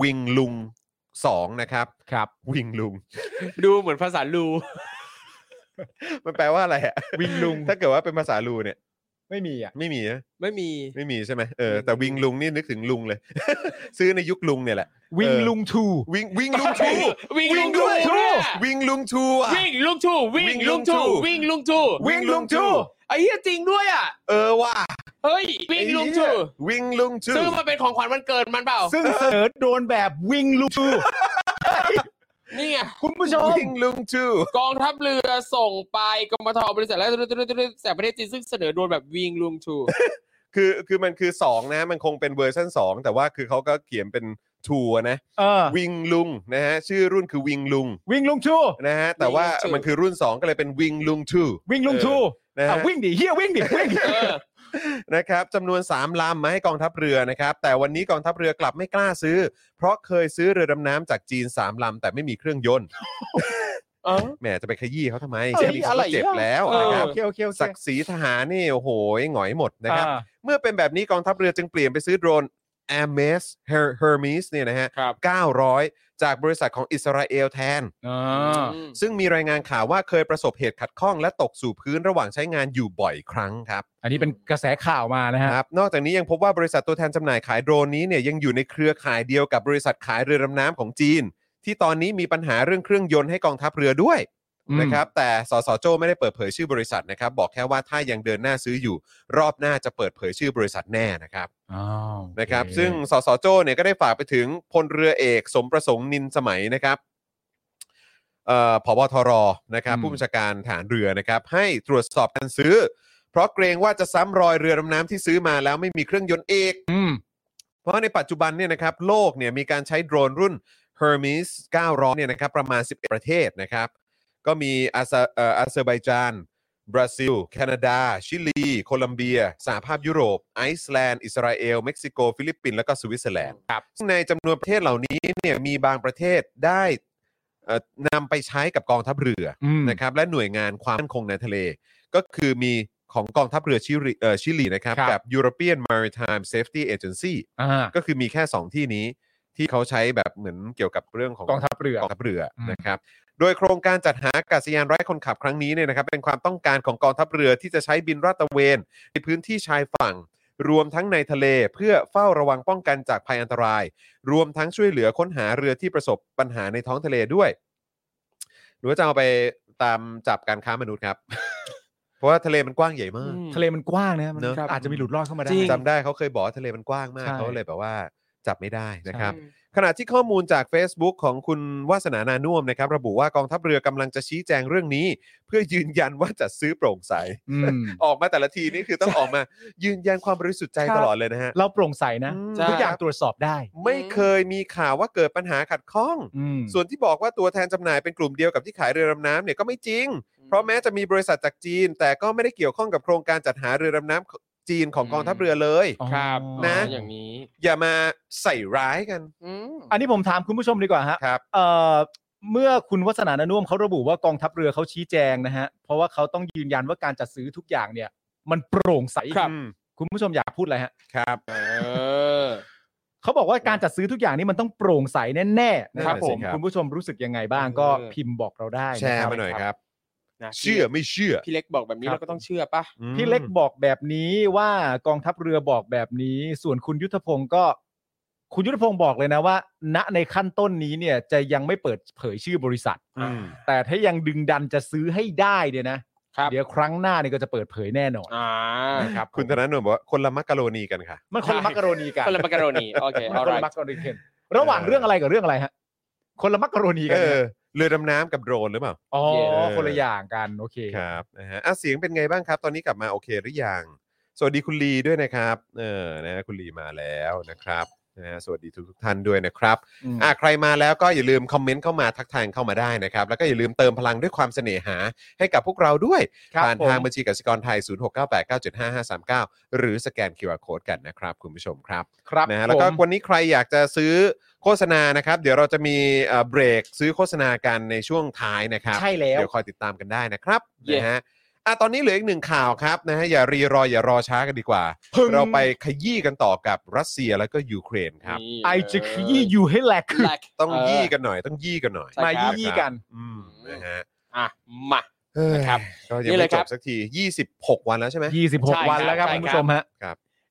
S2: วิงลุง 2 นะครับ
S3: ครับ
S2: วิงลุง
S4: ดูเหมือนภาษาลู
S2: มันแปลว่าอะไรอะ
S3: วิงลุง
S2: ถ้าเกิดว่าเป็นภาษาลูเนี่ย
S3: ไม่มีอ่ะ
S2: ไม่มีนะ
S4: ไม่มี
S2: ไม่มีใช่ไหมเออแต่วิงลุงนี่นึกถึงลุงเลย ซื้อในยุคลุงเนี่ยแหละ
S3: วิง
S2: เออ
S3: ลุงทู
S2: วิงวิงลุงทู
S4: วิ่งลุงทู
S2: วิงลุงทูอะ
S4: วิ่งลุงทูวิ่งลุงทูวิ่งลุงทู
S2: วิ่งลุงทู
S4: ไอ้เหี้ยจริงด้วยอ่ะ
S2: เออว่ะ
S4: เฮ้ยวิ่งลุงทู
S2: วิงลุงทู
S4: ซื้อมาเป็นของขวัญวันเกิดมันเปล่า
S3: ซึ่งเสนอโดรนแบบวิงลุงทู
S4: นี่ไง
S3: คุณผู้ชม
S2: วิงลุงทู
S4: กองทัพเรือส่งไปกรมทบริษัทและแต่ประเทศจีนซึ่งเสนอโดรนแบบวิ่งลุงทู
S2: คือคือมันคือ 2 นะ มันคงเป็นเวอร์ชัน2 แต่ว่าคือเขาก็เขียนเป็นทูอะนะ
S3: เออ
S2: วิงลุงนะฮะชื่อรุ่นคือวิงลุง
S3: วิงลุงทู
S2: นะฮะแต่ว่า
S4: วิงลุง
S2: มันคือรุ่น 2 ก็เลยเป็นวิงลุงทู
S3: วิ่งลุงทู
S2: นะ
S3: อ่ะ
S2: ฮะ
S3: วิ่งดิเฮียวิ่งดิวิ่งดิ
S4: เออ
S2: นะครับจำนวน 3 ลำมาให้กองทัพเรือนะครับ แต่วันนี้กองทัพเรือกลับไม่กล้าซื้อ เพราะเคยซื้อเรือดำน้ำจากจีน 3 ลำ แต่ไม่มีเครื่องยนต์
S4: เออ
S2: แหมจะไปขยี้เขาทำไม
S3: เอ้ย
S2: แค่นี้เขา
S3: อะไร
S2: ก็เจ็บ
S3: อ่ะ
S2: แล้ว
S4: เออ
S2: นะครับ
S3: โอเคโอเคโอเค
S2: ศักดิ์ศรีทหารนี่โอ้โหหงอยหมดนะครับ
S3: อ่า
S2: เมื่อเป็นแบบนี้กองทัพเรือจึงเปลี่ยนไปซื้อโดรน a m e s Hermes เนี่ยนะฮะ
S4: ครับ
S2: 900 จากบริษัทของอิสราเอลแทน
S3: อ่า
S4: อืม
S2: ซึ่งมีรายงานข่าวว่าเคยประสบเหตุขัดข้อง และตกสู่พื้นระหว่างใช้งานอยู่บ่อยครั้งครับ
S3: อันนี้เป็นกระแสข่าวมานะฮะ
S2: ครับนอกจากนี้ยังพบว่าบริษัทตัวแทนจำหน่ายขายโดรนนี้เนี่ยยังอยู่ในเครือข่ายเดียวกับบริษัทขายเรือดำน้ำของจีน ที่ตอนนี้มีปัญหาเรื่องเครื่องยนต์ให้กองทัพเรือด้วย
S3: อืม
S2: นะครับแต่สสโจไม่ได้เปิดเผยชื่อบริษัทนะครับ บอกแค่ว่าถ้ายังเดินหน้าซื้ออยู่ รอบหน้าจะเปิดเผยชื่อบริษัทแน่นะครับ
S3: อ้าว
S2: นะครับ
S3: โอเ
S2: ซึ่งสสโจเนี่ยก็ได้ฝากไปถึงพลเรือเอกสมประสงค์นินสมัยนะครับเอ่อผบทรนะครับ
S3: อืม
S2: ผู้บัญชาการฐานเรือนะครับ ให้ตรวจสอบการซื้อ เพราะเกรงว่าจะซ้ำรอยเรือดำน้ำที่ซื้อมาแล้วไม่มีเครื่องยนต์เอก
S3: อืม
S2: เพราะในปัจจุบันเนี่ยนะครับโลกเนี่ยมีการใช้โดรนรุ่น Hermes 900เนี่ยนะครับประมาณ 11 ประเทศนะครับ ก็มีอาซาเอ่ออาเซอร์ไบจาน บราซิล แคนาดา ชิลี โคลัมเบีย สหภาพยุโรป ไอซ์แลนด์ อิสราเอล เม็กซิโก ฟิลิปปินส์ แล้วก็สวิตเซอร์แลนด์
S4: ครับ
S2: ซึ่งในจำนวนประเทศเหล่านี้เนี่ยมีบางประเทศได้เอ่อนำไปใช้กับกองทัพเรือ
S3: อืม
S2: นะครับและหน่วยงานความมั่นคงในทะเล ก็คือมีของกองทัพเรือชิลีเอ่อชิลีนะครับ
S3: ครับ
S2: กับ European Maritime Safety Agency
S3: อ่า
S2: ก็คือมีแค่ 2 ที่นี้ที่เขาใช้แบบเหมือนเกี่ยวกับเรื่องของ
S3: กองทัพเรือ
S2: กองทัพเรืออ
S3: ม
S2: นะครับ โดยโครงการจัดหาอากาศยานไร้คนขับครั้งนี้เนี่ยนะครับ เป็นความต้องการของกองทัพเรือที่จะใช้บินราดตระเวน ในพื้นที่ชายฝั่ง รวมทั้งในทะเลเพื่อเฝ้าระวังป้องกันจากภัยอันตราย รวมทั้งช่วยเหลือค้นหาเรือที่ประสบปัญหาในท้องทะเลด้วย หรือว่าจะเอาไปตามจับการค้ามนุษย์ครับ เพราะว่าทะเลมันกว้างใหญ่มาก
S3: ทะเลมันกว้างนะมัน
S2: เนอะ
S3: อาจจะมีหลุดรอดเข้ามาได้
S4: จริง
S2: จำได้เขาเคยบอกว่าทะเลมันกว้างมาก
S3: ใช่
S2: เขาเลยแบบว่าจับไม่ได้นะครับ ขณะที่ข้อมูลจาก Facebook ของคุณวาสนานานุ่มนะครับ ระบุว่ากองทัพเรือกำลังจะชี้แจงเรื่องนี้ เพื่อยืนยันว่าจะซื้อโปร่งใส
S3: อืม
S2: ออกมาแต่ละทีนี่คือต้องออกมา ยืนยันความบริสุทธิ์ใจ
S3: ครับ
S2: ตลอดเลยนะฮะ
S3: เราโปร่งใสนะ
S2: อืม
S3: ทุกอย่างตรวจสอบได้
S2: ไม่เคยมีข่าวว่าเกิดปัญหาขัดข้อง
S3: อืม
S2: ส่วนที่บอกว่าตัวแทนจำหน่ายเป็นกลุ่มเดียวกับที่ขายเรือดำน้ำเนี่ยก็ไม่จริง เพราะแม้จะมีบริษัทจากจีน แต่ก็ไม่ได้เกี่ยวข้องกับโครงการจัดหาเรือดำน้ำจีนของกองทัพเรือเลย
S3: อ๋อ
S4: ครับ
S2: นะ
S4: อย่างนี้
S2: อย่ามาใส่ร้ายกัน
S4: อืม
S3: อันนี้ผมถามคุณผู้ชมดีกว่าฮะ
S2: ครับ
S3: เอ่อเมื่อคุณวัฒนานานุ่วมเขาระบุว่ากองทัพเรือเขาชี้แจงนะฮะ เพราะว่าเขาต้องยืนยันว่าการจัดซื้อทุกอย่างเนี่ย มันโปร่งใส
S4: ครับ
S2: อืม
S3: คุณผู้ชมอยากพูดอะไรฮะ
S2: ครับ
S4: เออ
S3: เขาบอกว่าการจัดซื้อทุกอย่างนี่มันต้องโปร่งใสแน่ๆนะครับ
S2: ผม
S3: คุณผู้ชมรู้สึกยังไงบ้างก็พิมพ์บอกเราได้
S2: แช
S3: นะ
S2: ร์
S3: ครับ
S2: มาหน่อยครับ
S4: นะพี่
S2: เชื่อไม่เชื่อ
S4: พี่เล็กบอกแบบนี้
S3: ครับ
S4: เราก็ต้องเชื่อป่ะ
S2: อืม
S3: พี่เล็กบอกแบบนี้ว่ากองทัพเรือบอกแบบนี้ ส่วนคุณยุทธพงศ์ก็ คุณยุทธพงศ์บอกเลยนะว่า ณในขั้นต้นนี้เนี่ยจะยังไม่เปิดเผยชื่อบริษัท
S2: อืม
S3: แต่ถ้ายังดึงดันจะซื้อให้ได้เนี่ยนะครับ เดี๋ยวครั้งหน้าเนี่ยก็จะเปิดเผยแน่นอน
S4: อ่า
S3: นะครับ
S2: คุณธนาโนนบอกว่าคนละมักกะโรนีกันค่ะ
S3: มันคนละมักกะโรนีกัน
S4: คนละมักกะโรนีโอเค
S3: มัน
S4: เอา
S3: ค
S4: ไร
S3: นละมักกะโรนีกันระหว่างเรื่องอะไรกับเรื่องอะไรฮะคนละมักกะโรนีกั
S2: เอน
S3: นะ
S2: อ เรือดำน้ำกับโดรนหรือเปล่า
S3: อ๋อ
S2: เออ
S3: คนละอย่างกันโอเค
S2: ครับนะฮะอ่ะเสียงเป็นไงบ้างครับ ตอนนี้กลับมาโอเคหรือยัง สวัสดีคุณลีด้วยนะครับ เออนะฮะคุณลีมาแล้วนะครับนะฮะสวัสดีทุกทท่านด้วยนะครับ
S3: อืม
S2: อ่ะใครมาแล้วก็อย่าลืมคอมเมนต์เข้ามาทักทายเข้ามาได้นะครับ แล้วก็อย่าลืมเติมพลังด้วยความเสน่หาให้กับพวกเราด้วย
S3: ครับ
S2: ผ่าน
S3: ผม
S2: ทางบัญชีกสิกรไทย 0698975539 หรือสแกน QR Code กันนะครับ คุณผู้ชมครับ
S3: ครับ
S2: นะฮะแล้วก็
S3: ผม
S2: วันนี้ใครอยากจะซื้อโฆษณานะครับ เดี๋ยวเราจะมีเอ่อเบรกซื้อโฆษณากันในช่วงท้ายนะครับ
S3: ใช่แล้ว
S2: เดี๋ยวคอยติดตามกันได้นะครับ
S4: Yeah
S2: นะฮะ อ่ะตอนนี้เหลืออีกหนึ่งข่าวครับนะฮะอย่ารีรออย่ารอช้ากันดีกว่า เราไปขยี้กันต่อกับรัสเซียแล้วก็ยูเครนครับ
S3: ไอจะขยี้อยู่ให้แหลก
S4: แหลก
S2: ต้อง
S4: เออ
S2: ยี่กันหน่อย ต้องยี่กันหน่อย
S4: ใช่ครับ
S3: มายี่ยี่กัน
S2: อืมนะฮะ
S4: อ่ะมา นะครับ
S2: เอ้ยก็ยัง
S4: นี่เล
S2: ไม่
S4: ย
S2: จ
S4: ครับ
S2: บสักที 26 วันแล้วใช่ไหม
S4: ใช่
S3: 26 วันแล้วครับ
S4: ใช่
S3: คุณผู้ชมฮะ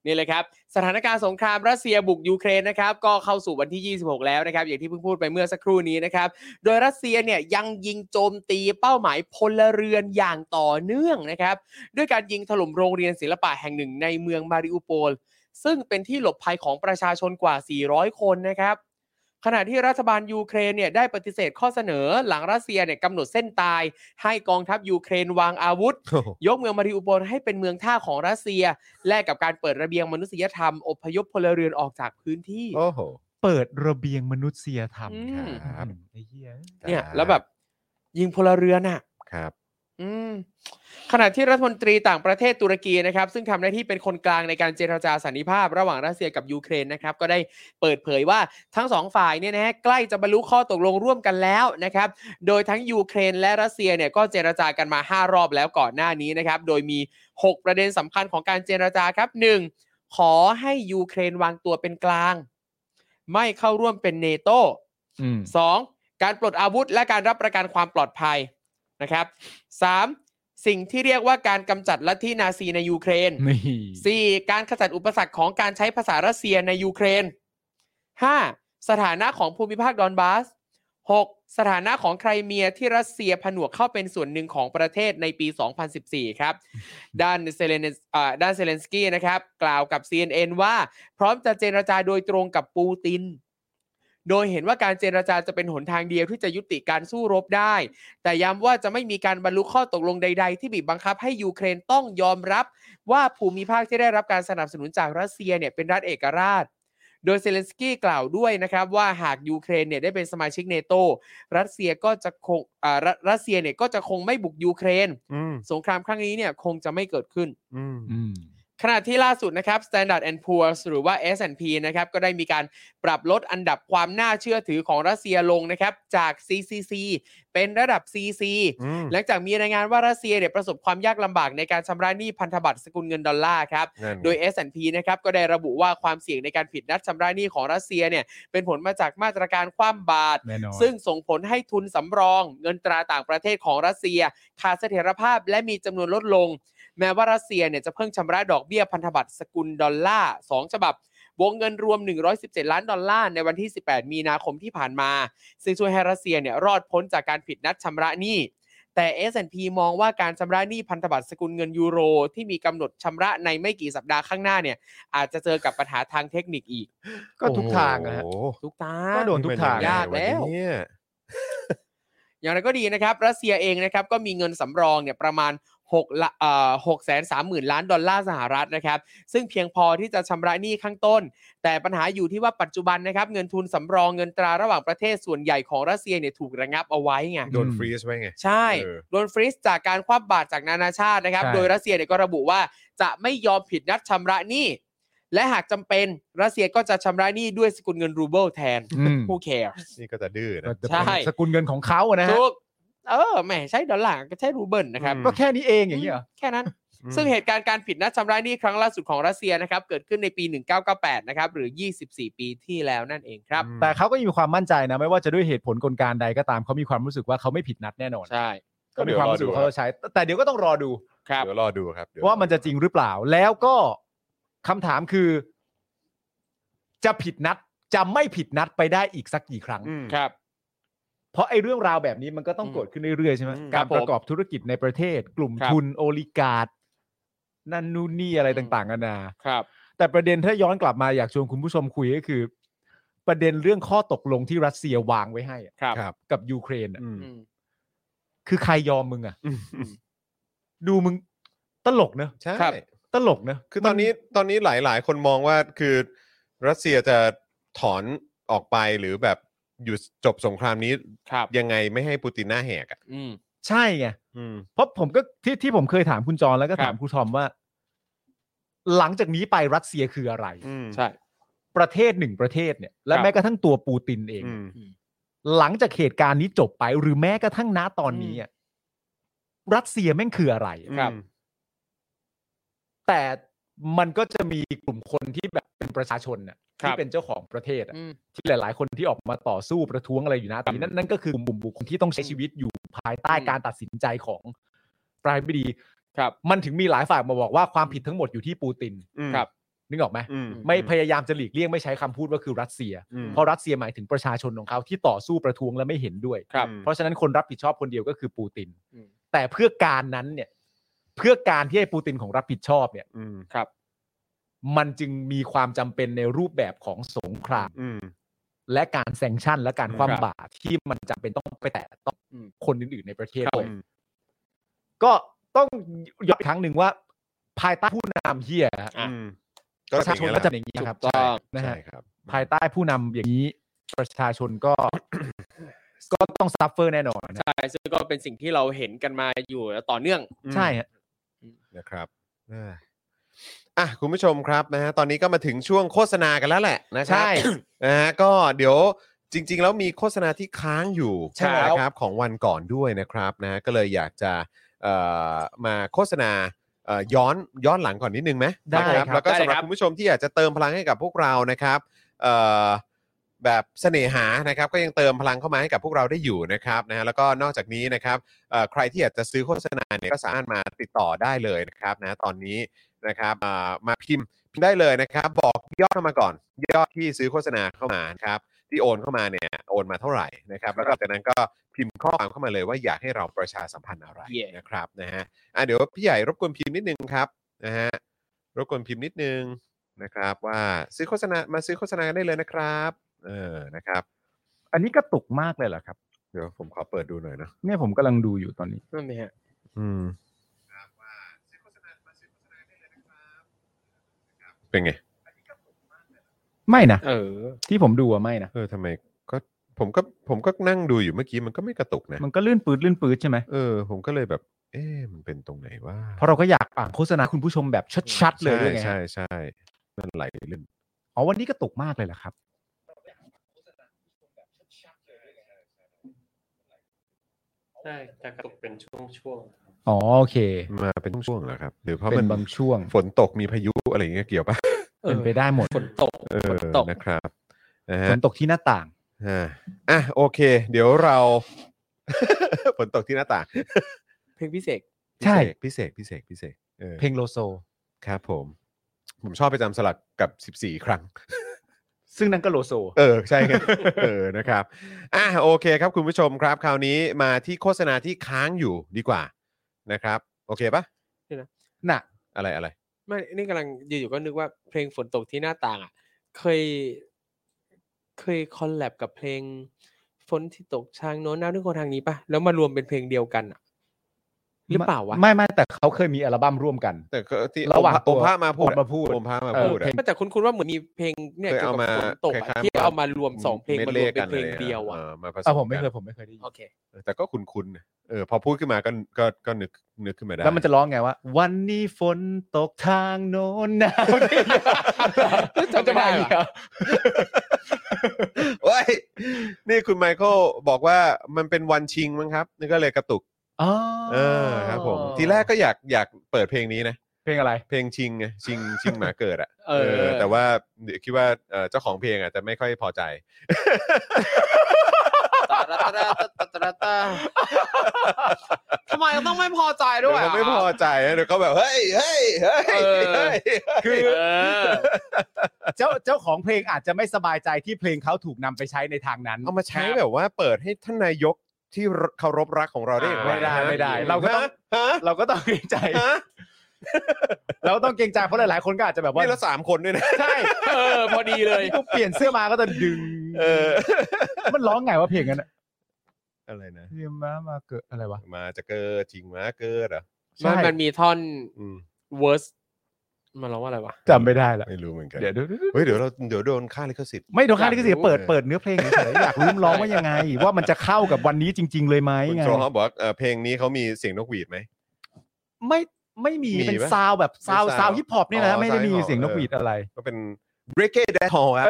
S4: นี่เลยครับ สถานการณ์สงครามรัสเซียบุกยูเครนนะครับ ก็เข้าสู่วันที่ 26 แล้วนะครับ อย่างที่เพิ่งพูดไปเมื่อสักครู่นี้นะครับ โดยรัสเซียเนี่ยยังยิงโจมตีเป้าหมายพลเรือนอย่างต่อเนื่องนะครับ ด้วยการยิงถล่มโรงเรียนศิลปะแห่งหนึ่งในเมืองมาริอุโปล ซึ่งเป็นที่หลบภัยของประชาชนกว่า 400 คนนะครับ ขณะที่รัฐบาลยูเครนเนี่ยได้ปฏิเสธข้อเสนอหลังรัสเซียเนี่ยกำหนดเส้นตาย ให้กองทัพยูเครนวางอาวุธ
S2: โอ้โห
S4: ยกเมืองมาริอุโปลให้เป็นเมืองท่าของรัสเซีย แลกกับการเปิดระเบียงมนุษยธรรม อพยพพลเรือนออกจากพื้นที่
S2: โอ้โห
S3: เปิดระเบียงมนุษยธรรม
S4: อืม
S3: ครับไอ้เหี้ย
S4: เนี่ยแล้วแบบยิงพลเรือนอ่ะ
S2: ครับ
S4: อืมขณะที่รัฐมนตรีต่างประเทศตุรกีนะครับ ซึ่งทำหน้าที่เป็นคนกลางในการเจรจาสันนิภาพ ระหว่างรัสเซียกับยูเครนนะครับ ก็ได้เปิดเผยว่าทั้งสองฝ่ายเนี่ยนะฮะใกล้จะบรรลุข้อตกลงร่วมกันแล้วนะครับ โดยทั้งยูเครนและรัสเซียเนี่ยก็เจรจากันมา 5 รอบแล้วก่อนหน้านี้นะครับ โดยมี 6 ประเด็นสำคัญของการเจรจาครับ 1. ขอให้ยูเครนวางตัวเป็นกลาง ไม่เข้าร่วมเป็นเนโต สองการปลดอาวุธและการรับประกันความปลอดภัยนะครับสามสิ่งที่เรียกว่าการกำจัดลัทธินาซีในยูเครน
S3: นี่
S4: สี่การขจัดอุปสรรคของการใช้ภาษารัสเซียในยูเครนห้าสถานะของภูมิภาคดอนบาสหกสถานะของไครเมียที่รัสเซียผนวกเข้าเป็นส่วนหนึ่งของประเทศในปี 2014 ครับ ด้านเซเลนเอ่อด้านเซเลนสกี้นะครับ กล่าวกับ CNN ว่า พร้อมจะเจรจาโดยตรงกับปูติน โดยเห็นว่าการเจรจาจะเป็นหนทางเดียวที่จะยุติการสู้รบได้ แต่ย้ำว่าจะไม่มีการบรรลุข้อตกลงใด ๆ ที่บีบบังคับให้ยูเครนต้องยอมรับ ว่าภูมิภาคที่ได้รับการสนับสนุนจากรัสเซียเนี่ยเป็นรัฐเอกราช โดยเซเลนสกี้กล่าวด้วยนะครับว่าหากยูเครนเนี่ยได้เป็นสมาชิกเนโตรัสเซียก็จะคงอ่ารัสรัสเซียเนี่ยก็จะคงไม่บุกยูเครน
S2: อืม
S4: สงครามครั้งนี้เนี่ยคงจะไม่เกิดขึ้น
S2: อืม
S3: อืม
S4: ขณะที่ล่าสุดนะครับ Standard and Poor's หรือว่า S&P นะครับ ก็ได้มีการปรับลดอันดับความน่าเชื่อถือของรัสเซียลงนะครับ จาก CCC เป็นระดับ CC
S2: อืม
S4: หลังจากมีรายงานว่ารัสเซียเนี่ยประสบความยากลำบากในการชำระหนี้พันธบัตรสกุลเงินดอลลาร์ครับ
S2: นั่น
S4: โดย S&P นะครับก็ได้ระบุว่าความเสี่ยงในการผิดนัดชำระหนี้ของรัสเซียเนี่ยเป็นผลมาจากมาตรการคว่ำบาตร
S3: แน่นอน
S4: ซึ่งส่งผลให้ทุนสำรอง เงินตราต่างประเทศของรัสเซีย ขาดเสถียรภาพและมีจำนวนลดลง แม้ว่ารัสเซียเนี่ยจะเพิ่งชำระดอกเบี้ยพันธบัตรสกุลดอลลาร์2ฉบับ วงเงินรวม 117 ล้านดอลลาร์ในวันที่ 18 มีนาคมที่ผ่านมา ซึ่งช่วยให้รัสเซียเนี่ยรอดพ้นจากการผิดนัดชำระหนี้ แต่ S&P มองว่าการชำระหนี้พันธบัตรสกุลเงินยูโร ที่มีกำหนดชำระในไม่กี่สัปดาห์ข้างหน้าเนี่ยอาจจะเจอกับปัญหาทางเทคนิคอีก
S3: ก็ทุกทางนะฮะ
S2: โอ้โห
S4: ทุกตา
S3: ก็โดนทุกทาง
S4: ยากแล้ว
S2: เนี่ย
S4: อย่างไรก็ดีนะครับ รัสเซียเองนะครับก็มีเงินสำรองเนี่ยประมาณ6ละเอ่อหกแสนสามหมื่นล้านดอลลาร์สหรัฐนะครับ ซึ่งเพียงพอที่จะชำระหนี้ข้างต้น แต่ปัญหาอยู่ที่ว่าปัจจุบันนะครับ เงินทุนสำรองเงินตราระหว่างประเทศส่วนใหญ่ของรัสเซียเนี่ยถูกระงับเอาไว้ไง
S2: โดนฟรีซไว้ไง
S4: ใช่
S2: เออ
S4: โดนฟรีซจากการคว่ำบาตรจากนานาชาตินะครับ
S3: ใช่
S4: โดยรัสเซียเนี่ยก็ระบุว่าจะไม่ยอมผิดนัดชำระหนี้ และหากจำเป็นรัสเซียก็จะชำระหนี้ด้วยสกุลเงินรูเบิลแทน
S3: อืม
S4: Who cares
S2: นี่ก็จะดื้อนะ
S3: ก็จะ
S4: ใช่
S3: เป็นสกุลเงินของเขาอะนะฮะ
S4: ถูกเออแหมใช้ดอลลาร์ก็ใช้รูเบิลนะครับ
S2: อืม
S3: ก็แค่นี้เองอย่างเงี้ยเหรอ
S4: แค่นั้น
S2: อืม
S4: ซึ่งเหตุการณ์การผิดนัดชำระหนี้ครั้งล่าสุดของรัสเซียนะครับ เกิดขึ้นในปี 1998 นะครับ หรือ 24 ปีที่แล้วนั่นเองครับ
S2: อืม
S3: แต่เขาก็มีความมั่นใจนะ ไม่ว่าจะด้วยเหตุผลกลการใดก็ตามเขามีความรู้สึกว่าเขาไม่ผิดนัดแน่นอน
S4: ใช่
S3: ก็มีความรู้สึกว่าเขาจะใช้ แต่เดี๋ยวก็ต้องรอดู
S4: ครับ
S2: เดี๋ยวรอดูครับเดี๋ย
S3: ว่ามันจะจริงหรือเปล่า แล้วก็คำถามคือ จะผิดนัดจะไม่ผิดนัดไปได้อีกสักกี่ครั้ง
S2: อืม
S4: ครับ
S3: เพราะไอ้เรื่องราวแบบนี้มันก็ต้องเกิดขึ้นเรื่อยๆใช่ไหม
S2: อืม
S3: การประกอบธุรกิจในประเทศ กลุ่ม
S4: ครับ
S3: ทุนโอลิการดนั่นนู่นนี่อะไรต่างๆนานา
S4: ครับ
S3: แต่ประเด็นถ้าย้อนกลับมาอยากชวนคุณผู้ชมคุยก็คือ ประเด็นเรื่องข้อตกลงที่รัสเซียวางไว้ให้อะ
S4: ครับ
S2: ครับ
S3: กับยูเครนอะ
S2: อืม
S4: อืม
S3: คือใครยอมมึงอ่ะ
S2: อืม
S3: ดูมึงตลกเนอะ
S2: ใช่
S3: ตลกเนอะ
S2: คือตอนนี้ตอนนี้หลาย ๆ คนมองว่าคือรัสเซียจะถอนออกไปหรือแบบหยุดจบสงครามนี้
S4: ครับ
S2: ยังไงไม่ให้ปูตินหน้าแหกอ่ะ
S4: อืม
S3: ใช่ไง
S2: อืม
S3: เพราะผมก็ที่ที่ผมเคยถามคุณจรแล้วก็
S4: ครับ
S3: ถามครูทอมว่า หลังจากนี้ไปรัสเซียคืออะไร
S2: อืม
S4: ใช่
S3: ประเทศหนึ่งประเทศเนี่ย และ
S4: ครับ
S3: แม้กระทั่งตัวปูตินเอง
S2: อืม
S3: หลังจากเหตุการณ์นี้จบไป หรือแม้กระทั่งณตอนนี้อะ รัสเซียแม่งคืออะไร
S2: ครับ
S3: แต่มันก็จะมีกลุ่มคนที่แบบเป็นประชาชนน่ะ
S4: ครับ
S3: ที่เป็นเจ้าของประเทศอะที่หลาย ๆ คนที่ออกมาต่อสู้ประท้วงอะไรอยู่นะแต่นั่นนั่นก็คือกลุ่มบุคคลที่ต้องใช้ชีวิตอยู่ภายใต้การตัดสินใจของประธานาธิบดี
S4: ครับ
S3: มันถึงมีหลายฝ่ายมาบอกว่าความผิดทั้งหมดอยู่ที่ปูติน
S2: อืม
S4: ครับ
S3: นึกออกไหม
S2: อืม
S3: ไม่พยายามจะหลีกเลี่ยงไม่ใช้คำพูดว่าคือรัสเซีย
S2: อืม
S3: เพราะรัสเซียหมายถึงประชาชนของเขาที่ต่อสู้ประท้วงและไม่เห็นด้วย
S4: ครับ
S3: เพราะฉะนั้นคนรับผิดชอบคนเดียวก็คือปูติน
S4: อืม
S3: แต่เพื่อการนั้นเนี่ย เพื่อการที่ให้ปูตินของรับผิดชอบเนี่ย
S2: อืม
S4: ครับ
S3: มันจึงมีความจำเป็นในรูปแบบของสงคราม
S2: อืม
S3: และการแซงชั่น และการ
S2: ครับ
S3: คว่ำบาตรที่มันจำเป็นต้องไปแตะต้อง
S4: อืม
S3: คนอื่น ๆ ในประเทศ
S2: อื
S3: ด้วย
S2: ม
S3: ก็ต้องย้อนอีกครั้งหนึ่งว่า ภายใต้ผู้นำเฮียฮะ
S4: อ่ะ
S2: อืม
S3: ป
S2: ก็
S3: ระชาชนก็จะเป็นอย่างนี้ครับ
S4: ถูกต้อง
S3: นะ
S2: ใช่
S3: ฮะ
S2: ครับ
S3: ภายใต้ผู้นำอย่างนี้ประชาชนก็ ก็ต้องซัฟเฟอร์แน่นอนนะ
S4: ใช่ซึ่งก็เป็นสิ่งที่เราเห็นกันมาอยู่แล้วต่อเนื่อง
S3: ใช่ฮะ
S2: นะครับเอ้ยอ่ะคุณผู้ชมครับนะฮะตอนนี้ก็มาถึงช่วงโฆษณากันแล้วแหละนะครั
S4: ใช่
S2: นะฮะก็เดี๋ยวจริง ๆ แล้วมีโฆษณาที่ค้างอยู่
S3: ใช่แล้ว
S2: นะครับของวันก่อนด้วยนะครับนะฮะก็เลยอยากจะเอ่อมาโฆษณาเอ่อย้อนย้อนหลังก่อนนิดนึงไหม
S3: ได้
S2: ได้ครั
S3: ครั
S2: บบ แล้วก็
S4: ได้
S2: สำหรับ
S4: ครับ
S2: คุณผู้ชมที่อยากจะเติมพลังให้กับพวกเรานะครับเอ่อแบบเสน่หานะครับก็ยังเติมพลังเข้ามาให้กับพวกเราได้อยู่นะครับนะฮะแล้วก็นอกจากนี้นะครับเอ่อใครที่อยากจะซื้อโฆษณาเนี่ยก็สามารถมาติดต่อได้เลยนะครับนะตอนนี้นะครับเอ่อมาพิมพ์พิมพ์ได้เลยนะครับ บอกยอดเข้ามาก่อน ยอดที่ซื้อโฆษณาเข้ามานะครับที่โอนเข้ามาเนี่ยโอนมาเท่าไหร่นะครับแล้วก็จากนั้นก็พิมพ์ข้อความเข้ามาเลยว่าอยากให้เราประชาสัมพันธ์อะไร
S4: Yeah
S2: นะครับนะฮะอ่ะเดี๋ยวพี่ใหญ่รบกวนพิมพ์นิดนึงครับนะฮะ รบกวนพิมพ์นิดนึงนะครับ ว่าซื้อโฆษณามาซื้อโฆษณากันได้เลยนะครับ เออนะครับ
S3: อันนี้กระตุกมากเลยเหรอครับ
S2: เดี๋ยวผมขอเปิดดูหน่อยนะ
S3: เนี่ยผมกำลังดูอยู่ตอนนี้
S4: นั่นเองฮะ
S2: อืมเป็นไง
S3: ไม่นะ
S4: เออ
S3: ที่ผมดูอะไม่นะ
S2: เออทำไมก็ผมก็ผมก็นั่งดูอยู่เมื่อกี้มันก็ไม่กระตุกนะ
S3: มันก็ลื่นปืดลื่นปืดใช่ไหม
S2: เออ ผมก็เลยแบบ เอ๊ะมันเป็นตรงไหนว่า
S3: เพราะเราก็อยากอ่านโฆษณาคุณผู้ชมแบบชัดๆเลย
S2: ใช่
S3: ด้วยไง
S2: ใช่
S3: ฮะ
S2: ใช่นั่นไหลเล่น
S3: อ๋อวันนี้ก็ตกมากเลยเหรอครับ
S5: ใช่จะกระตุกเป็นช่วงๆ
S3: อ๋อโอเค
S2: มาเป็นช่วงๆเหรอครับ หรือเพราะ
S3: เป็
S2: มัน
S3: นบางช่วง
S2: ฝนตกมีพายุอะไรอย่างเงี้ยเกี่ยวปะ
S3: เป็นไปได้หมด
S2: เอ
S4: ฝ
S2: อน
S4: ตก
S2: นะครับนะฮะ
S3: ฝนตกที่หน้าต่าง
S2: อ่าอ่ะโอเค เดี๋ยวเรา ฝนตกที่หน้าต่าง
S4: เพลงพิเศษ
S3: ใช่
S2: พิเศษพิเศษพิเศษออ
S3: เพลงโลโซ
S2: ครับผม ผมชอบไปจำสลักกับ 14 ครั้ง
S3: ซึ่งนั่นก็โลโซ
S2: เออ ใช่ไง เออนะครับอ่ะโอเคครับคุณผู้ชมครับ คราวนี้มาที่โฆษณาที่ค้างอยู่ดีกว่านะครับ โอเคปะ
S3: น่ะ
S2: อะไรอะไร
S4: ไม่ นี่กำลังอยู่ๆก็นึกว่าเพลงฝนตกที่หน้าต่างอ่ะ เคย เคยคอลแลบกับเพลงฝนที่ตกทางโน้นน้ำที่คนทางนี้ปะแล้วมารวมเป็นเพลงเดียวกันอ่ะ หรือเปล่าวะ
S3: ไม่ไม่แต่เขาเคยมีอัลบั้มร่วมกัน
S2: แต่ก็ที่
S3: ระหว่าง
S2: องค์พระมาพูด
S3: องค์พระมาพูด
S2: องค์พระมา
S3: เออ
S2: พูดอะ
S3: เพลง
S4: ไม่แต่คุณคุณว่าเหมือนมีเพลงเนี่ย
S2: เคย
S4: เกี่ยว
S2: เอา
S4: กับ
S2: มา
S4: ฝนตก
S2: คล้าย
S4: อะ
S2: ๆ
S4: ที่
S2: แบบ
S4: เอามารวมสองเพลงมารวมเป็นเพลง
S2: ดลย์กั
S4: เดียวอ่ะ
S2: ออมาผส
S3: อ่ะ
S2: ม
S3: ผมไม่
S2: กัน
S3: เคยผมไม่เคยได้ยิน
S4: โอเค
S2: เออแต่ก็คุ้นๆนะเออพอพูดขึ้นมาก็ก็ก็นึกนึกขึ้นมาได้
S3: แล้วมันจะร้องไงว่า วันนี้ฝนตกทางโน้นหนาวที่ เหนือมันจะมาอีกเหรอ
S2: โอ้ยนี่คุณไมเคิลบอกว่ามันเป็นวันชิงมั้งครับนี่ก็เลยกระตุก
S3: อ๋อ
S2: เออครับผม ทีแรกก็อยากอยากเปิดเพลงนี้นะ
S3: เพลงอะไร
S2: เพลงชิงไงชิงชิงหมาเกิดอะ
S4: เออ
S2: แต่ว่าเดี๋ยวคิดว่าเอ่อเจ้าของเพลงอาจจะไม่ค่อยพอใจ
S4: ตาตาตาตาตาตาทำไมต้องไม่พอใจด้วย
S2: เดี๋ยวเขาไม่พอใจนะเดี๋ยวเขาแบบเฮ้ยเฮ้ยเฮ้ย
S4: เออ
S2: เฮ้ย
S4: คือ
S3: เจ้าเจ้าของเพลงอาจจะไม่สบายใจที่เพลงเขาถูกนำไปใช้ในทางนั้น
S2: เอามาใช้แบบว่าเปิดให้ท่านนายกที่เคารพรักของเราได้อย่างร
S3: ไม่ได้
S2: นะฮะ
S3: ไม่ได้เราก็ต้อง
S2: ฮะ
S3: เราก็ต้องเกรงใจ
S2: ฮะ
S3: เราก็ต้องเกรงใจเพราะหลายๆคนก็อาจจะแบบว่า
S2: นี่เราสามคนด้วยนะ
S3: ใช่
S4: เออ พอดีเลย
S3: กูเปลี่ยนเสื้ อมาก็จะดึง
S2: เออ
S3: มันร้องไงวะเพลงนั้นอะ
S2: อะไรนะ
S3: เรียมมามาเกิดอะไรวะ
S2: มาจะเกิดจริงมาเกิดเหรอ่ะ
S4: มันมันมีท่อน
S2: อืม
S4: worst มันร้องว่าอะไรวะ
S3: จำไม่ได้ละ
S2: ไม่รู้เหมือนกัน
S3: เดี๋ยวดู
S2: เฮ้ยเดี๋ยวเราเดี๋ยวโดนค่าลิขสิทธิ์
S3: ไม่โดนค่าลิขสิทธิ์เปิด
S2: ออ
S3: เปิดเนื้อเพลงเฉยๆอยากรู้มันร้องว่ายังไง ว่ามันจะเข้ากับวันนี้จริง ๆ เลยไหม
S2: คุณ
S3: ไง
S2: โทรเขาบอกว่าเอ่อเพลงนี้เขามีเสียงนกหวีดไหม
S3: ไม่ไม่มี
S2: มีปะ
S3: เป็นซาวด์แบบซาวด์
S2: เป็นซาวด์
S3: ซาวด์ฮิปฮอปนี่นะ
S2: อ๋อ
S3: ไม่ได้มี
S2: ซาวด์ฮิปฮอป
S3: เสียงนกหวีดอะไร
S2: ก็เป็น เบรกเกอร์แดทอครับ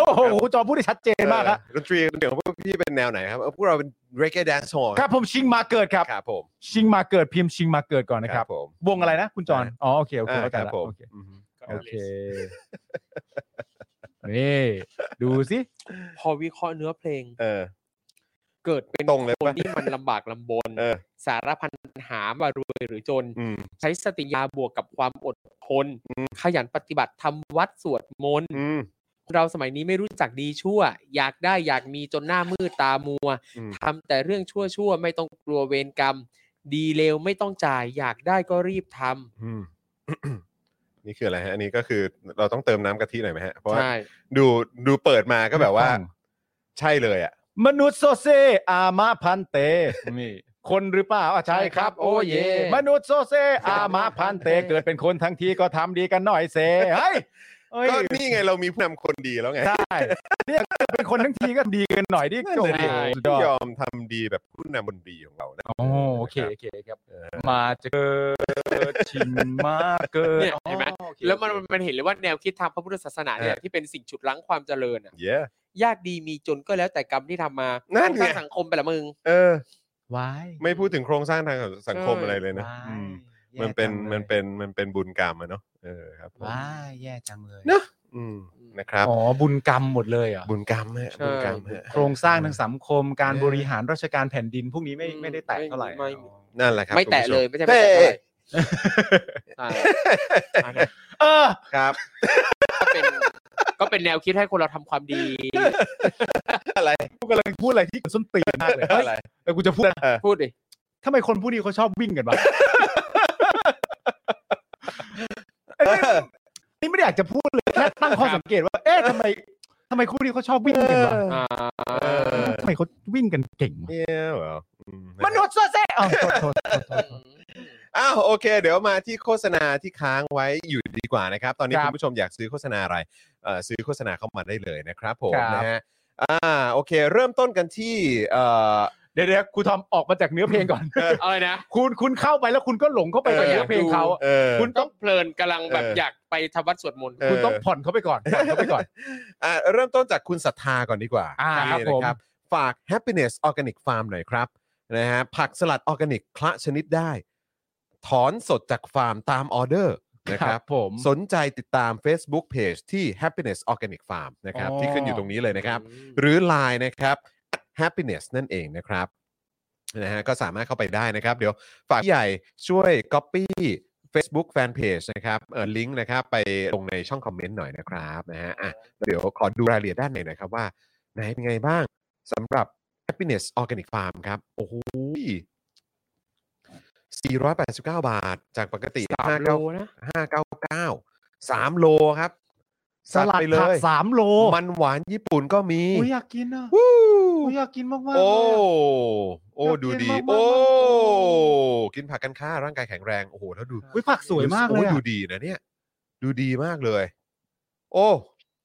S3: โอ้โหครูจอพูดได้ชัดเจนมากครับ
S2: เออดนตรีเดี๋ยวพวกพี่เป็นแนวไหนครับเออพวกเราเป็นเบรกเกอร์แดทอ
S3: ครับผมชิงมาเกิดครับ
S2: ครับผม
S3: ชิงมาเกิดพิมพ์ชิงมาเกิดก่อนนะครับ
S2: ผม
S3: วงอะไรนะ คุณจอนอ๋อโอเคโอเค
S2: อ่า
S3: เข้าใจ
S2: ครับ
S3: ละ
S2: ผม
S3: โอเค
S2: อือฮึ
S3: โอเคนี่ดูสิ
S4: พอวิเคราะห์เนื้อเพลง
S2: เออ
S4: เกิดเป็น
S2: ตรงเลย
S4: คน
S2: ปะ
S4: ที่มันลำบากลำบน
S2: เออ
S4: สารพันปัญหามารวยหรือจน
S2: อืม
S4: ใช้สติญาบวกกับความอดทน ขยันปฏิบัติทำวัดสวดมนต์
S2: อืม
S4: เราสมัยนี้ไม่รู้จักดีชั่ว อยากได้อยากมีจนหน้ามืดตามัว
S2: อืม
S4: ทำแต่เรื่องชั่วชั่วๆไม่ต้องกลัวเวรกรรม ดีเลวไม่ต้องจ่าย อยากได้ก็รีบท
S2: อืม นี่คืออะไรฮะ อันนี้ก็คือเราต้องเติมน้ำกะทิหน่อยไหมฮะ เพราะ
S4: ำ
S2: ว่า
S4: ใช่
S2: ดูดูเปิดมาก็แบบว่า ใช่เลยอ่ะ
S3: มนุษย์โซเซอามาพันเต
S7: นี่
S3: คนหรือเปล่าอ่ะใช่ครับ โอ้เย มนุษย์โซเซอามาพั นเตเกิดเป็นคนทั้งทีก็ทำดีกันหน่อยเซเฮ้ย เอ้ย
S2: ก็นี่ไงเรามีผู้นำคนดีแล้วไง
S3: ใช่เนี่ยเกิดเป็นคนทั้งทีก็ดีกันหน่อยดิโอ้โหสุดยอด
S2: ยอมทำดีแบบผู้นำคนดีของเรานะ
S3: อ๋อโอเคโอเคครับมาเจอชิงมาเกิ
S4: เนี่
S3: น
S4: ยเห็นไหม แล้วมันมันเห็นเลยว่าแนวคิดทางพระพุทธศาสนาเนี่ยที่เป็นสิ่งฉุดรั้งความเจริญอะ
S2: เย้
S4: ยากดีมีจนก็แล้วแต่กรรมที่ทำมา
S2: นั่นไง
S4: สร้างสังคมไปละมึง
S2: เออ
S3: วาย
S2: ไม่พูดถึงโครงสร้างทางสังคม
S4: ใช่
S2: อะไรเลยนะอืมมันเป็นมันเป็นมันเป็นบุญกรรมอะเนาะเออครับผม
S3: ว้ายแย่จังเลย
S2: เนาะอืมนะครับ
S3: อ๋อบุญกรรมหมดเลยเหรอ่ะ
S2: บุญกรรมฮะ
S4: ใช่
S2: บุญกรรมฮะ
S3: โครงสร้างทางสังคมการ
S2: เออ
S3: บริหารราชการแผ่นดินพวกนี้ไม่
S4: อืม
S3: ไม่ได้แตะเท่าไหร่
S4: ไม่
S3: อ๋อ
S2: นั่นแหละครับ
S4: ไม่แตะ
S2: คุณผู้ช
S4: เลยไม่ใช่
S2: เฮ้
S4: ไม่แตะเลย ยใช่อ่ะ
S3: เออ
S2: ครับ
S4: ก็เป็นก็เป็นแนวคิดให้คนเราทำความดี
S3: กูกำลังพูดอะไรที่ส้นตีนมากเลยเฮ้ย
S2: อะไร
S3: แต่กูจะพูดอะไร
S4: พูดดิ
S3: ทำไมคนผู้นี้เขาชอบวิ่งกันวะนี่ไม่ได้อยากจะพูดเลยแค่ตั้งข้อสังเกตว่า เอ๊ะทำไมทำไมคู่นี้เขาชอบวิ่งกันวะ
S4: อ่า
S3: ทำไมเขาวิ่งกันเก่งวะ
S2: เนี่ยเหรออืะ
S3: ม
S2: ครับ
S3: นุษย์โซเซอ้าวโทษโทษโทษโทษ
S2: อ้าวโอเค เดี๋ยวมาที่โฆษณาที่ค้างไว้อยู่ดีกว่านะครับ ตอนนี้
S3: ครับ
S2: คุณผู้ชมอยากซื้อโฆษณาอะไรเอ่อซื้อโฆษณาเข้ามาได้เลยนะครับผม
S3: ครับ
S2: นะฮะอ่าโอเค เริ่มต้นกันที่เอ่อ
S3: เดี๋ยวเดี๋ยวครูทอมออกมาจากเนื้อเพลงก่อน
S4: อะไรนะ
S3: คุณคุณเข้าไปแล้วคุณก็หลงเข้าไปกับ
S4: เออ
S3: เนื้อเพลงเขา
S2: เออ
S3: คุณ
S4: ต้
S3: ต้
S4: อ
S3: อง ง
S4: เพลินกำลังแบบ
S2: เออ
S4: อ
S2: อ
S4: ยากไปทำวัดสวดมนต์
S2: เออ
S3: คุณต้องผ่อนเขาไปก่อนผ่อนเขาไปก่อน
S2: อ่าเริ่มต้นจากคุณศรัทธาก่อนดีกว่า
S3: อ่าครับ
S2: นี่
S3: ผม
S2: นะฝาก Happiness Organic Farm หน่อยครับนะฮะผักสลัดออร์แกนิกคละชนิดได้ ถอนสดจากฟาร์มตามออเดอร์นะครับ
S3: ผม
S2: สนใจติดตาม Facebook Page ที่ Happiness Organic Farm นะครับที่ขึ้นอยู่ตรงนี้เลยนะครับ หรือ Line นะครับ happiness นั่นเองนะครับนะฮะก็สามารถเข้าไปได้นะครับ เดี๋ยวฝากพี่ใหญ่ช่วย Copy Facebook Fanpage นะครับเอ่อลิงก์นะครับไปลงในช่องคอมเมนต์หน่อยนะครับนะฮะอ่ะเดี๋ยวขอดูรายละเอียดด้านในหน่อยครับว่าไหนเป็นไงบ้างสำหรับ happiness organic farm ครับ โอ้โห489 บาทจากปกติ
S4: สามโลนะ
S2: 599 3 โลครับ
S3: สลัด
S2: ไปเล
S3: ผัก
S2: ย
S3: สามโล
S2: มันหวานญี่ปุ่นก็มี
S3: อุ้ยอยากกินอ่ะ
S2: วู้
S3: อุ้ยอยากกินมากมาก
S2: โอ้ โอ้
S3: อยากกิน
S2: ดูดี
S3: มากๆ
S2: โอ้ กินผักกันค่าร่างกายแข็งแรง โอ้โห แล้วดู
S3: อุ้ยผักสวยมากเลย
S2: โอ้
S3: อะ
S2: ดูดีนะเนี่ย ดูดีมากเลย โอ้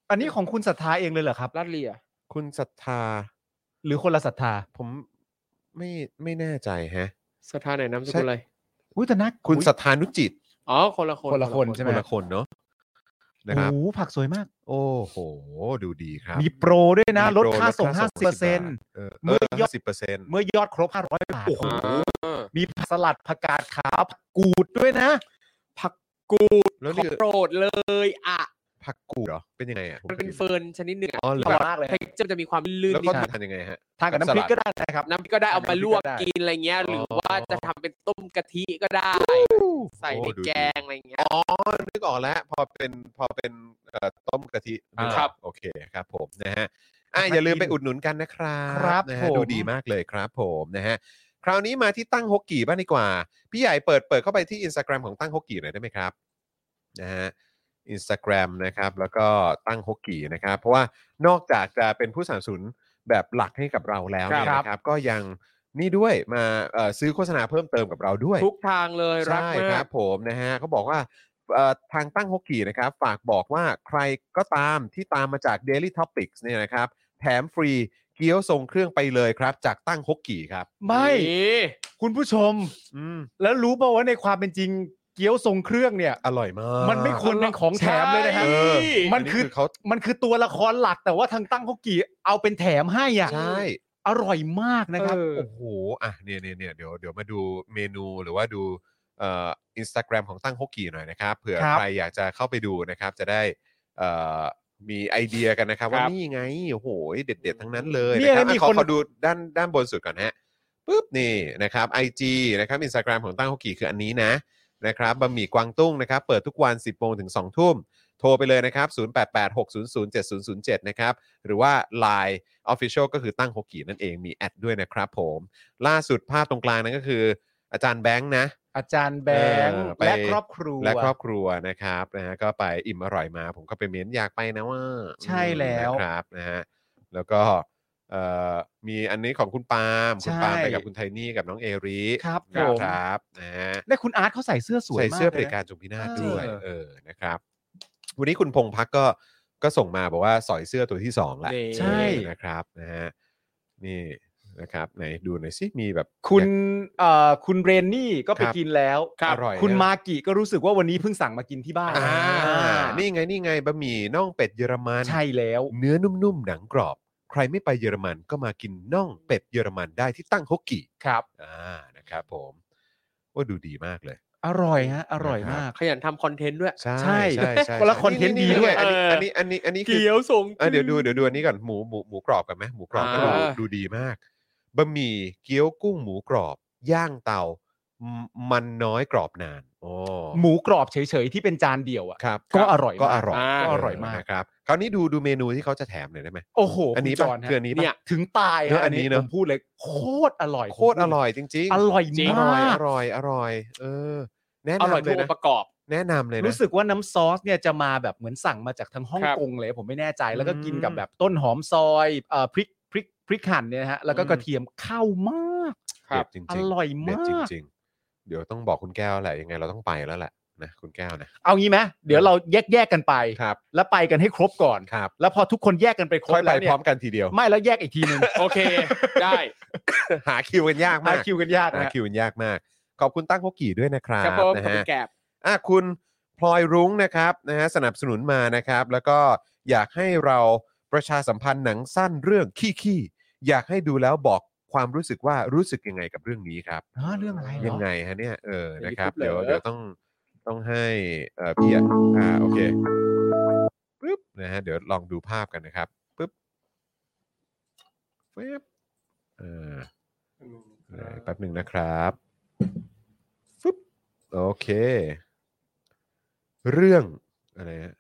S3: อันนี้ของคุณศรัทธาเองเลยเหรอครับ
S4: รัดเลีย
S2: คุณศรัทธา
S3: หรือคนละศรัทธา
S2: ผมไม่ไม่แน่ใจฮะ
S4: สถานไหนน้ำสกุลอะไร
S3: อุ้ยแต่นัก
S2: คุณศรัทธานุจิต
S4: อ๋อคนละคน
S3: คนละคนใช่ไหม
S2: คนละคนเนาะ
S3: โอ้
S2: นะครับ
S3: โหผักสวยมาก
S2: โอ้โห ดูดีครับ
S3: มีโปรด้วยนะ
S2: มี
S3: ลด
S2: โป
S3: ค่าส่ง
S2: ลดค่
S3: 50%
S2: เออ
S3: เมื่อย
S2: ห้า
S3: อด
S2: สิบเปอร์เซ็นต์
S3: เมื่อยอดครบ 500 บาท
S4: อ่า
S3: มีผักสลัดผักกาดขาวผักกูดด้วยนะ
S4: ผักกูด
S2: แล้ว
S4: ขอ
S2: นี่
S4: โปรดเลยอ่ะ
S2: ผักกูดเหรอ เป็นยังไงอ่ะ
S4: มันเป็นเฟิร์นชนิดหนึ่งอ่ะ
S2: อ๋อเหร
S3: อ
S2: อ
S3: ร่อยมากเลยฮะ
S4: เทคเจอร์จะมีความลื่น
S2: แล้ว
S4: นิ
S2: ก็
S4: ดหน่อย
S2: ทานยังไงฮะ
S3: ทานกับน้ำพริกก็ได้นะครับ
S4: น้ำพริกก็ได้เอามาลวก
S3: น้ำพริก
S4: กิ
S3: ก็ได้
S4: นอะไรเงี้ย หรือว่าจะทำเป็นต้มกะทิก็ได้ ใส่
S2: โอ้
S4: ใน
S2: ดู
S4: แก
S2: ดี
S4: งอะไรเงี้ย
S2: อ๋อ นึกออกแล้ว พอเป็น พอเป็นเอ่อต้มกะทิ
S3: อ่า
S2: นึกออก
S4: ครับ
S2: โอเคครับผมนะฮะอ่ะ
S3: น่า
S2: อย่าลืม
S3: กิน
S2: ไปอุดหนุนกันนะครับ
S3: ครับ
S2: นะฮะ
S3: ผม
S2: ดูดีมากเลยครับผมนะฮะ คราวนี้มาที่ตั้งฮกกี่บ้างดีกว่า พี่ใหญ่เปิดเปิดเข้าไปที่ Instagram ของตั้งฮกกี่หน่อยได้ไหมครับนะฮะอินสตาแกรมนะครับ แล้วก็ตั้งฮกกี่นะครับ เพราะว่านอกจากจะเป็นผู้สนับสนุนแบบหลักให้กับเราแล้วเนี่ย
S4: ครับ
S2: นะครับ ก็ยังนี่ด้วยมาเอ่อซื้อโฆษณาเพิ่มเติมกับเราด้วย
S4: ทุกทางเลยรัก
S2: ใช่ค
S4: มา
S2: รั
S4: ก
S2: บผมนะฮะเขาบอกว่าเอ่อทางตั้งฮกกี่นะครับ ฝากบอกว่าใครก็ตามที่ตามมาจาก Daily Topics เนี่ยนะครับ แถมฟรีเกี๊ยวทรงเครื่องไปเลยครับ จากตั้งฮกกี่ครับ
S3: ไม่
S4: นี่
S3: คุณผู้ชม
S2: อืม
S3: แล้วรู้ป่าวว่าในความเป็นจริง เกี๊ยวทรงเครื่องเนี่ย
S2: อร่อยมาก
S3: มันไม่ควรเป็นของแถมเลยนะฮะ
S2: เออ
S3: มันคือ
S2: เขา
S3: มันคือตัวละครหลักแต่ว่าทางตั้งเขากี่เอาเป็นแถมให้อ่ะ
S2: ใช่
S3: อร่อยมากนะครับ
S2: เออโอ้โห อ่ะ เนี่ยเนี่ยเนี่ยเดี๋ยว เดี๋ยวมาดูเมนูหรือว่าดูเอ่ออินสตาแกรมของตั้งฮกกี่หน่อยนะครับ เผื่อ
S3: ครับ
S2: ใครอยากจะเข้าไปดูนะครับ จะได้เอ่อมีไอเดียกันนะครับ ว่านี่ไง โอ้โห เด็ดๆ ทั้งนั้นเลย
S3: เนี่
S2: นะ
S3: ย
S2: ครับ
S3: มี
S2: อ่ะขอ
S3: คน
S2: ขอดูด้านด้านบนสุดก่อนนะฮะ ปุ๊บ นี่นะครับ IG นะครับอินสตาแกรมของตั้งฮกกี่คืออันนี้นะ นะครับบะหมี่กวางตุ้งนะครับ เปิดทุกวัน 10โมงถึง 2 ทุ่ม โทรไปเลยนะครับ 0886007007 นะครับ หรือว่า Line Official ก็คือตั้งฮกกี่นั่นเองมีแอดด้วยนะครับผม ล่าสุดภาพตรงกลางนั้นก็คือ อาจารย์แบงค์นะ
S3: อาจารย์แบงค์
S2: เออไป
S3: และครอบครัว
S2: และครอบครัวนะครับนะฮะก็ไปอิ่มอร่อยมา ผมก็ไปเม้นอยากไปนะว่า
S3: ใช่แล้ว
S2: นะครับนะฮะแล้วก็เอ่อมีอันนี้ของคุณปาล์มคุณปาล์มไปกับคุณไทนี่กับน้องเอริ
S3: ครับผ
S2: นะ
S3: ม
S2: ครับนะฮะ
S3: และคุณอาร์ตเขาใส่เสื้อสวย
S2: ใส่
S3: มาก
S2: เสื้อเผ
S3: ล
S2: ด็
S3: ย
S2: จ
S3: นะ
S2: การจงพินาศ
S3: เออ
S2: ด้วยเออนะครับ วันนี้คุณพงพักก็ก็ส่งมาบอกว่าสอยเสื้อตัวที่สองละ
S4: นี่
S3: ใช่
S2: นะครับนะฮะนี่นะครับไหนดูหน่อยสิมีแบบ
S3: คุณเอ่อคุณเรนนี่ก็ไป
S2: ครับ
S3: กินแล้ว
S2: ครับอร่อย
S3: คุณ
S2: นะ
S3: มากิก็รู้สึกว่าวันนี้เพิ่งสั่งมากินที่บ้าน
S2: อ่า
S3: อ่า
S2: นี่ไงนี่ไงบะหมี่น่องเป็ดเยอรมัน
S3: ใช่แล้ว
S2: เนื้อนุ่มๆหนังกรอบ ใครไม่ไปเยอรมันก็มากินน่องเป็ดเยอรมันได้ที่ตั้งฮกกี้
S3: ครับ
S2: อ่านะครับผมว่าดูดีมากเลย
S3: อร่อยฮะอร่อยมาก
S4: ขยันทำคอนเทนต์ด้วย
S2: ใช่
S3: ใช่
S2: ใช่ใช่
S3: คนละคอนเทนต์ดีด้วย
S2: อันนี้อันนี้อันนี้อันนี้คือ
S4: เกี๊ยวทรง
S2: อ่ะเดี๋ยวดูเดี๋ยวดูอันนี้ก่อนหมูหมูหมูกรอบกันไหมหมูกรอบก็ดู
S4: อ่า
S2: ดูดีมากบะหมี่เกี๊ยวกุ้งหมูกรอบ ย่างเตามมันน้อยกรอบนานโอ้
S3: หมูกรอบเฉยๆที่เป็นจานเดียวอ่ะ
S2: ครับ
S3: ก็อร่อยมาก
S2: ก็อร่อย
S4: อ่า
S3: ก็อร่อยมาก
S2: นะครับคราวนี้ดูดูเมนูที่เขาจะแถมหน่อยได้ไหม
S3: โอ้โห
S2: อันนี้
S3: คุณจ
S2: ปะ
S3: อนฮะ
S2: คืออันนี้ปะ
S4: เนี่ย
S3: ถึงตาย
S2: เนอะ
S3: ฮะ
S2: อันนี้เนอะ
S3: ผมพูดเลยโคตรอร่อย
S2: โคตรอร่อยจริงๆ
S3: อร่อย
S4: จริง
S2: อร่อย
S3: มาก
S2: อร่อยอร่อย เออ แนะ
S4: อร่อย
S2: นำเลย
S4: ทุกอ
S2: นะ
S4: งค์ประกอบ
S2: แนะนำเลยนะ
S3: รู้สึกว่าน้ำซอสเนี่ยจะมาแบบเหมือนสั่งมาจากทางฮ่อง
S4: ครับ
S3: กงเลย ผมไม่แน่ใจแล้วก็กิน
S2: อืม
S3: กับแบบต้นหอมซอยเอ่อพริกพริกพริกหั่นเนี่ยนะฮะแล้วก็
S2: อืม
S3: กระเทียมเข้ามาก
S2: เด็ดจริงๆ
S3: อร่อย
S2: เด็ด
S3: มา
S2: จ
S3: ก
S2: ริง ๆ เดี๋ยวต้องบอกคุณแก้วแหละยังไงเราต้องไปแล้วแหละนะคุณแก้วนะ
S3: เอางี้ไหมเดี๋ยวเราแยกแยกๆกันไป
S2: ครับ
S3: แล้วไปกันให้ครบก่อน
S2: ครับ
S3: แล้วพอทุกคนแยกกันไปครบ
S2: ค่อยไป
S3: แล้วเนี่
S2: พ
S3: ย
S2: ร้อมกันทีเดียว
S3: ไม่แล้วแยกอีกทีหนึง
S4: โอเค ได้
S2: หาคิวกันยา
S3: หาม
S2: กาก
S3: คิวกันยาก
S2: หา
S3: นะฮะ
S2: คิวมันยากมาก ขอบคุณตั้งฮกกี่ด้วยนะครับ
S4: ครับผม
S2: นะ
S4: ขอบคุ
S2: ฮะ
S4: ณแกบ
S2: อ่ะคุณพลอยรุ้งนะครับนะฮะสนับสนุนมานะครับ แล้วก็อยากให้เราประชาสัมพันธ์หนังสั้นเรื่องขี้ขี้อยากให้ดูแล้วบอกความรู้สึกว่ารู้สึกยังไงกับเรื่องนี้ครับ
S3: ฮะเรื่องอะไรเหรอ
S2: ยังไงฮะเนี่ยเออ
S4: เดี๋ยว
S2: นะครับ
S4: รีบเล
S2: เดี๋
S4: ย
S2: ยว
S4: เหรอ
S2: เดี๋ยวต้องต้องให้เอ่อพี่อ่ะอ่าโอเคปึ๊บนะฮะเดี๋ยวลองดูภาพกันนะครับปึ๊บปึ๊บเออ แป๊บหนึ่งนะครับฟึบโอเค เรื่องอะไรฮะ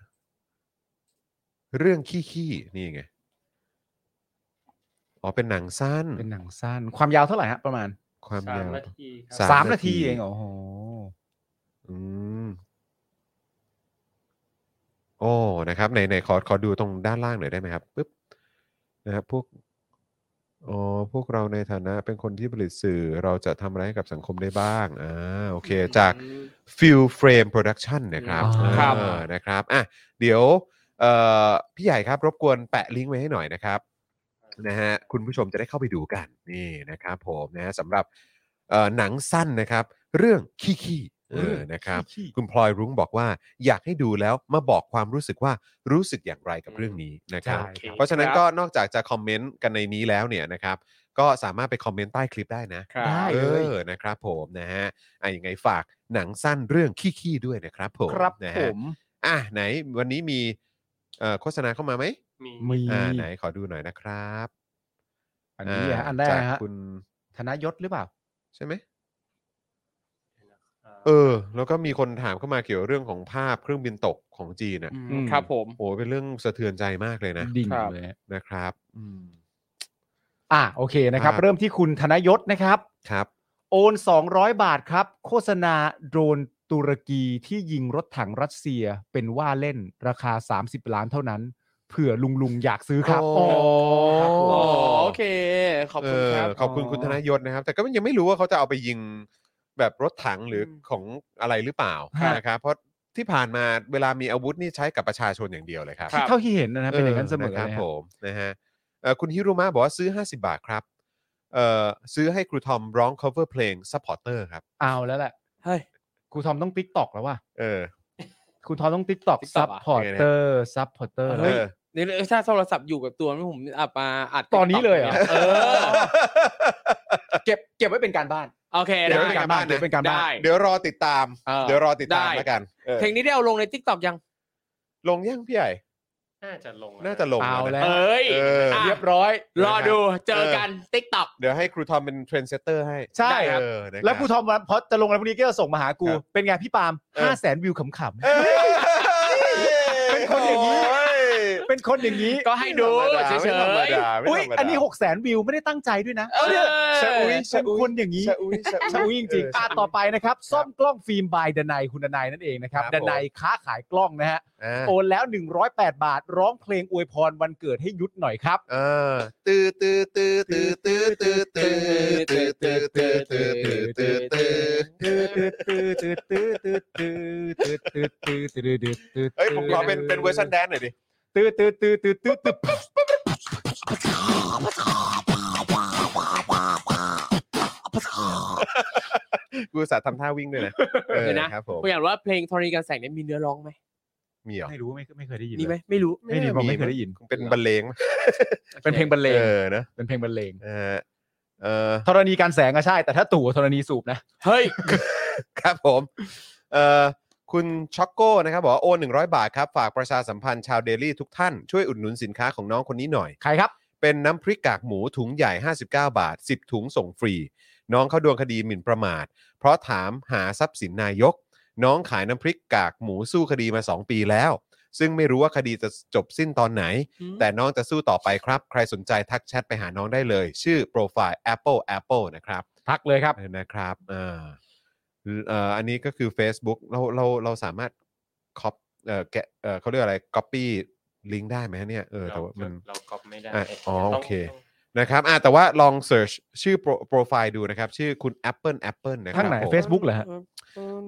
S2: เรื่องขี้ขี้นี่ไง อ๋อ เป็นหนังสั้น
S3: เป็นหนังสั้นความยาวเท่าไหร่ฮะประมาณ
S2: ความ
S5: สาม
S2: ยาว
S5: นาทีค
S2: สาม
S5: รับ
S3: สามนา
S2: นาที
S3: ทีเองเหรอโอ้โห
S2: อืมโอ้นะครับไหนไหนขอขอดูตรงด้านล่างหน่อยได้ไหมครับปึ๊บนะครับพวกอ๋อพวกเราในฐานะเป็นคนที่ผลิตสื่อเราจะทำอะไรให้กับสังคมได้บ้างอ่าโอเคจาก ฟิลเฟรมโปรดักชันนะครับ
S3: อ๋อ
S4: ครับ
S2: เออนะครับอ่ะเดี๋ยวเอ่อพี่ใหญ่ครับ รบกวนแปะลิงก์ไว้ให้หน่อยนะครับนะฮะคุณผู้ชมจะได้เข้าไปดูกันนี่นะครับผมนะฮะสำหรับเอ่อหนังสั้นนะครับ เรื่องขี้ขี้เออนะครับ คุณพลอยรุ้งบอกว่าอยากให้ดูแล้วมาบอกความรู้สึกว่ารู้สึกอย่างไรกับเรื่องนี้นะครับ
S3: ใช่
S2: เพราะฉะนั้นก็นอกจากจะคอมเมนต์กันในนี้แล้วเนี่ยนะครับ ก็สามารถไปคอมเมนต์ใต้คลิปได้นะ
S4: ครับ
S3: ได้
S2: เอ
S3: เลย
S2: อ นะครับผมนะฮะอ่ะยังไงฝากหนังสั้นเรื่องขี้ๆด้วยนะครับผม
S3: ครับ
S2: นะ
S3: ผ
S2: ฮะ
S3: ม
S2: อ่ะไหนวันนี้มีเอ่อโฆษณาเข้ามาไหม
S5: มี
S3: มี
S2: อ่าไหนขอดูหน่อยนะครับ
S3: อันนี้ฮะ
S2: า
S3: อันแรก
S2: จาก
S3: ฮะ
S2: คุณ
S3: ธนยศหรือเปล่า
S2: ใช่ไหม
S5: เอ
S2: เอ
S5: อ
S2: อ แล้วก็มีคนถามเข้ามาเกี่ยวเรื่องของภาพเครื่องบินตกของจีนอ่ะ
S3: อืม
S4: ครับผม
S2: โอ้ยเป็นเรื่องสะเทือนใจมากเลยนะ
S3: ดิ่ง
S4: ครับ
S3: เลยฮะ
S2: นะครับอืม
S3: อ่ะโอเคนะครับ
S2: ครับ
S3: เริ่มที่คุณธนยศนะครับ
S2: ครับ
S3: โอน 200 บาทครับ โฆษณาโดรนตุรกีที่ยิงรถถังรัสเซียเป็นว่าเล่นราคา 30 ล้านเท่านั้น เผื่อลุงลุงๆอยากซื้อครับ
S2: โอ้
S3: อ๋อครับผ
S4: อ๋อ
S3: ม
S4: โอเค ขอบคุณครับ
S2: เขอบคุณ
S3: อ๋อ
S2: คุณธนยศนะครับ แต่ก็ยังไม่รู้ว่าเขาจะเอาไปยิงแบบรถถังหรืออ
S4: ม
S2: ของอะไรหรือเปล่า
S3: ฮะ
S2: นะครับเพราะที่ผ่านมาเวลามีอาวุธนี่ใช้กับประชาชนอย่างเดียวเลยครับ
S3: ที่เท่าที่เห็นนะนะเป็นอย่างนั้นเสมอ
S2: ครับ
S3: นะ
S2: ผ
S3: ฮะ
S2: มนะฮะเอ่อคุณฮิรุมะบอกว่าซื้อ 50 บาทครับเอ่อซื้อให้ครูทอมร้อง cover เพลง supporter ครับ
S3: เอาแล้วแหละ
S4: เฮ้ย
S3: ครูทอมต้องติ๊กตอกแล้วว่ะ
S2: เออ
S3: ครูทอมต้องติ๊กตอกซั
S4: TikTok
S3: บ
S4: อ่ะ
S3: พอร์เตอร์ซับพอร์เตอร์
S2: เออ
S4: นี่ถ้าโทรศัพท์อยู่กับตัวนี่ผมอับมาอัด
S3: ตอนนี้เลยเหรอ
S4: เออ
S3: เก็บเก็บไว้เป็นการบ้าน
S4: โอเค
S2: เดี๋ยว
S4: ได้
S2: เป็นการบ้าน
S3: เดี๋ยวเป็นการบ้าน
S4: ได้
S2: เดี๋ยวรอติดตาม
S4: เออ
S2: เดี๋ยวรอติดตาม
S4: ได้
S2: แล้วกันเออ
S4: เพลงนี้ได้เอาลงในทิกตอกยัง
S2: ลงยังพี่ใหญ่
S5: น่าจะลงแล้ว
S2: น่าจะลง
S3: เอา
S2: นะ
S3: แล้ว
S4: เอ้ย
S2: เอออ่
S4: ะ
S3: เรียบร้อย
S4: รอดูเจอกันทิกตอก
S2: เดี๋ยวให้ครูทอมเป็นเทรนเซเตอร์ให้
S3: ใช่
S2: เออนะครับ
S3: แล้วครูทอมวันพอจะลงอะไรพวกนี้ก็จะส่งมาหากู
S2: ครับ
S3: เป็นไงพี่ปาล์ม
S2: เออ
S3: ห้าแสนวิวขำ
S2: เอ้ย
S3: เป็นคนอย่างนี้
S2: โย
S3: ๆ เป็นคนอย่างนี้
S4: ก็ให้ดูเฉย
S2: ไม่ธรรม
S4: ๆ
S2: ดาไม่ธรรมดา
S3: อุ้ยอันนี้หกแสนวิวไม่ได้ตั้งใจด้วยนะ
S4: เออ
S3: ชะอุ้ยชะอุ้ยคนอย่างนี้
S2: ชะอุ้ยชะ
S3: ชะอุ้ยจริงๆ
S2: เ
S3: อ่ะต่อไปนะครับซ่อมกล้องฟิล์มบายดนายคุณดนายนั่นเองนะครับ
S2: ครับ
S3: ด
S2: ผม
S3: นายค้าขายกล้องนะฮะ
S2: อ่า
S3: โอนแล้ว 108 บาท ร้องเพลงอวยพรวันเกิดให้ยุทธหน่อยครับ
S2: เออตื้อตื้อตื้อตื้อตื้อตื้อตื้อตื้อตื้อตื้อตื้อตื้อตื้อตื้อเอ้ยผมขอเป็นเป็นเวอร์ชันแดนหน่อยดิ
S3: ตื้อตื้อตื้อตื้อตื้อตื้อ
S2: กูอุตสาห์ทำท่าวิ่งด้วยนะเออ
S4: เดี๋ยวนะ
S2: ครับผม
S4: ผมอยากรู้ว่าเพลงธรณีการแสงเนี่ยมีเนื้อร้องไหม
S2: มีเหรอ
S3: ไม่รู้ไม่ไม่เคยได้ยิน
S4: มีไหมไม่รู้
S3: ไม่ดีผมไม่เคยได้ยิน
S2: เป็นบรรเลงไหม
S3: เป็นเพลงบรรเลง
S2: เออนะ
S3: เป็นเพลงบรรเลง
S2: เออเอ อ
S3: ธรณีการแสงอะใช่ แต่ถ้าตู่ธรณีสูบนะ
S4: เฮ้ย
S2: ครับผมเออคุณช็อกโก้นะครับบอกว่าโอน100 บาทครับ ฝากประชาสัมพันธ์ชาวเดลี่ทุกท่าน ช่วยอุดหนุนสินค้าของน้องคนนี้หน่อย
S3: ใครครับ
S2: เป็นน้ำพริกกากหมูถุงใหญ่ 59 บาท 10 ถุงส่งฟรี น้องเขาโดนคดีหมิ่นประมาท เพราะถามหาทรัพย์สินนายก น้องขายน้ำพริกกากหมูสู้คดีมา 2 ปีแล้ว ซึ่งไม่รู้ว่าคดีจะจบสิ้นตอนไหน แต่น้องจะสู้ต่อไปครับ ใครสนใจทักแชทไปหาน้องได้เลย ชื่อโปรไฟล์ Apple Apple นะครับ
S3: ทักเลยครับ
S2: นะครับอ่าเอ่ออันนี้ก็คือ Facebook เราเราเราสามารถคอปเออแกะเออเขาเรียกอะไร Copy ลิงก์ได้ไหมฮะเนี่ยเออแต่ว่ามัน
S5: เราก๊อปไม่ได้
S2: อ่ะอ๋อ
S5: ต้ง
S2: โอเค
S5: ต้ง
S2: นะครับอ่ะแต่ว่าลองเสิร์ชชื่อโปรโปรไฟล์ดูนะครับ ชื่อคุณ Apple Apple นะครั
S3: ทางไหน
S2: ผม
S3: Facebook เหรอฮะ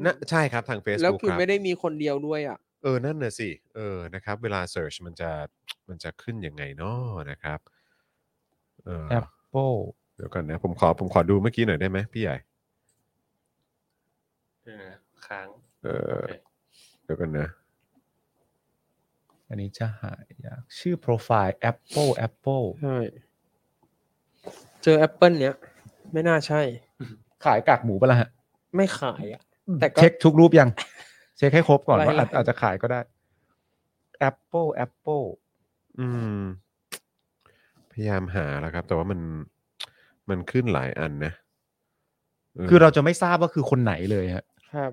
S2: นะใช่ครับทาง
S4: แล้ว
S2: Facebook
S4: คื
S2: ค
S4: อ
S2: รับ
S4: ไม่ได้มีคนเดียวด้วยอ่ะ
S2: เออ นั่นน่ะสิ เออ นะครับ เวลาเสิร์ชมันจะมันจะขึ้นยังไงเนาะนะครับ เออ
S3: Apple
S2: เดี๋ยวก่อนนะ ผมขอผมขอดูเมื่อกี้หน่อยได้ไหมพี่ใหญ่
S5: เออนะค้าง
S2: เอ
S5: โอ
S2: อ
S5: เค
S2: เดี๋ยวกันนะ
S3: อันนี้จะหายากชื่อโปรไฟล์ Apple Apple
S4: ใช่ เจอแอปเปิลเนี้ย ไม่น่าใช่
S3: ขายกากหมูปะล่ะฮะ
S4: ไม่ขายอ่ะ แต่ก็
S3: เช็คทุกรูปยัง เช็คให้ครบก่อนว่าอา
S4: ไล่ๆ
S3: จอาจจะขายก็ได้ Apple Apple
S2: อืม พยายามหาแล้วครับ แต่ว่ามันมันขึ้นหลายอันนะ
S3: คือเราจะไม่ทราบว่าคือคนไหนเลยฮะ
S4: ครับ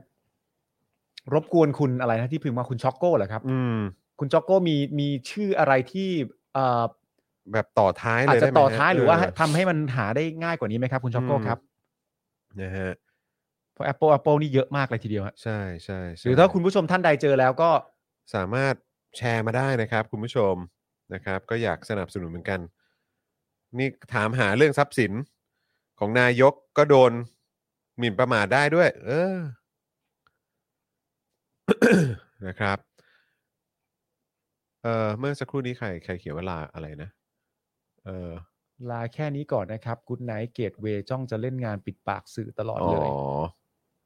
S3: รบกวนคุณอะไรนะที่พิมพ์มาคุณช็อกโก้เหรอครับ
S2: อืม
S3: คุณช็อกโก้มีมีชื่ออะไรที่เอ่อ
S2: แบบต่อท้ายเลย
S3: อาจจะ
S2: ได้ไหม
S3: ต่อ
S2: ฮ
S3: ท้ายหรือว่า
S2: เ
S3: ทำให้มันหาได้ง่ายกว่านี้ไหมครับ คุณช็อกโก้
S2: อืม
S3: ครับ
S2: นะฮะ
S3: เพราะ Apple Apple นี่เยอะมากเลยทีเดียวฮะ
S2: ใช่ใช่ใช่
S3: หรือถ้าคุณผู้ชมท่านใดเจอแล้วก็
S2: สามารถแชร์มาได้นะครับ คุณผู้ชมนะครับ ก็อยากสนับสนุนเหมือนกัน นี่ถามหาเรื่องทรัพย์สินของนายกก็โดนหมิ่นประมาทได้ด้วย เออ นะครับเออเมื่อสักครู่นี้ใครใครเขียนเวาลาอะไรนะ เออ
S3: ลาแค่นี้ก่อนนะครับกู g ไนท์เกตเวจ้องจะเล่นงานปิดปากสื่อตลอด
S2: อ๋อ
S3: เลย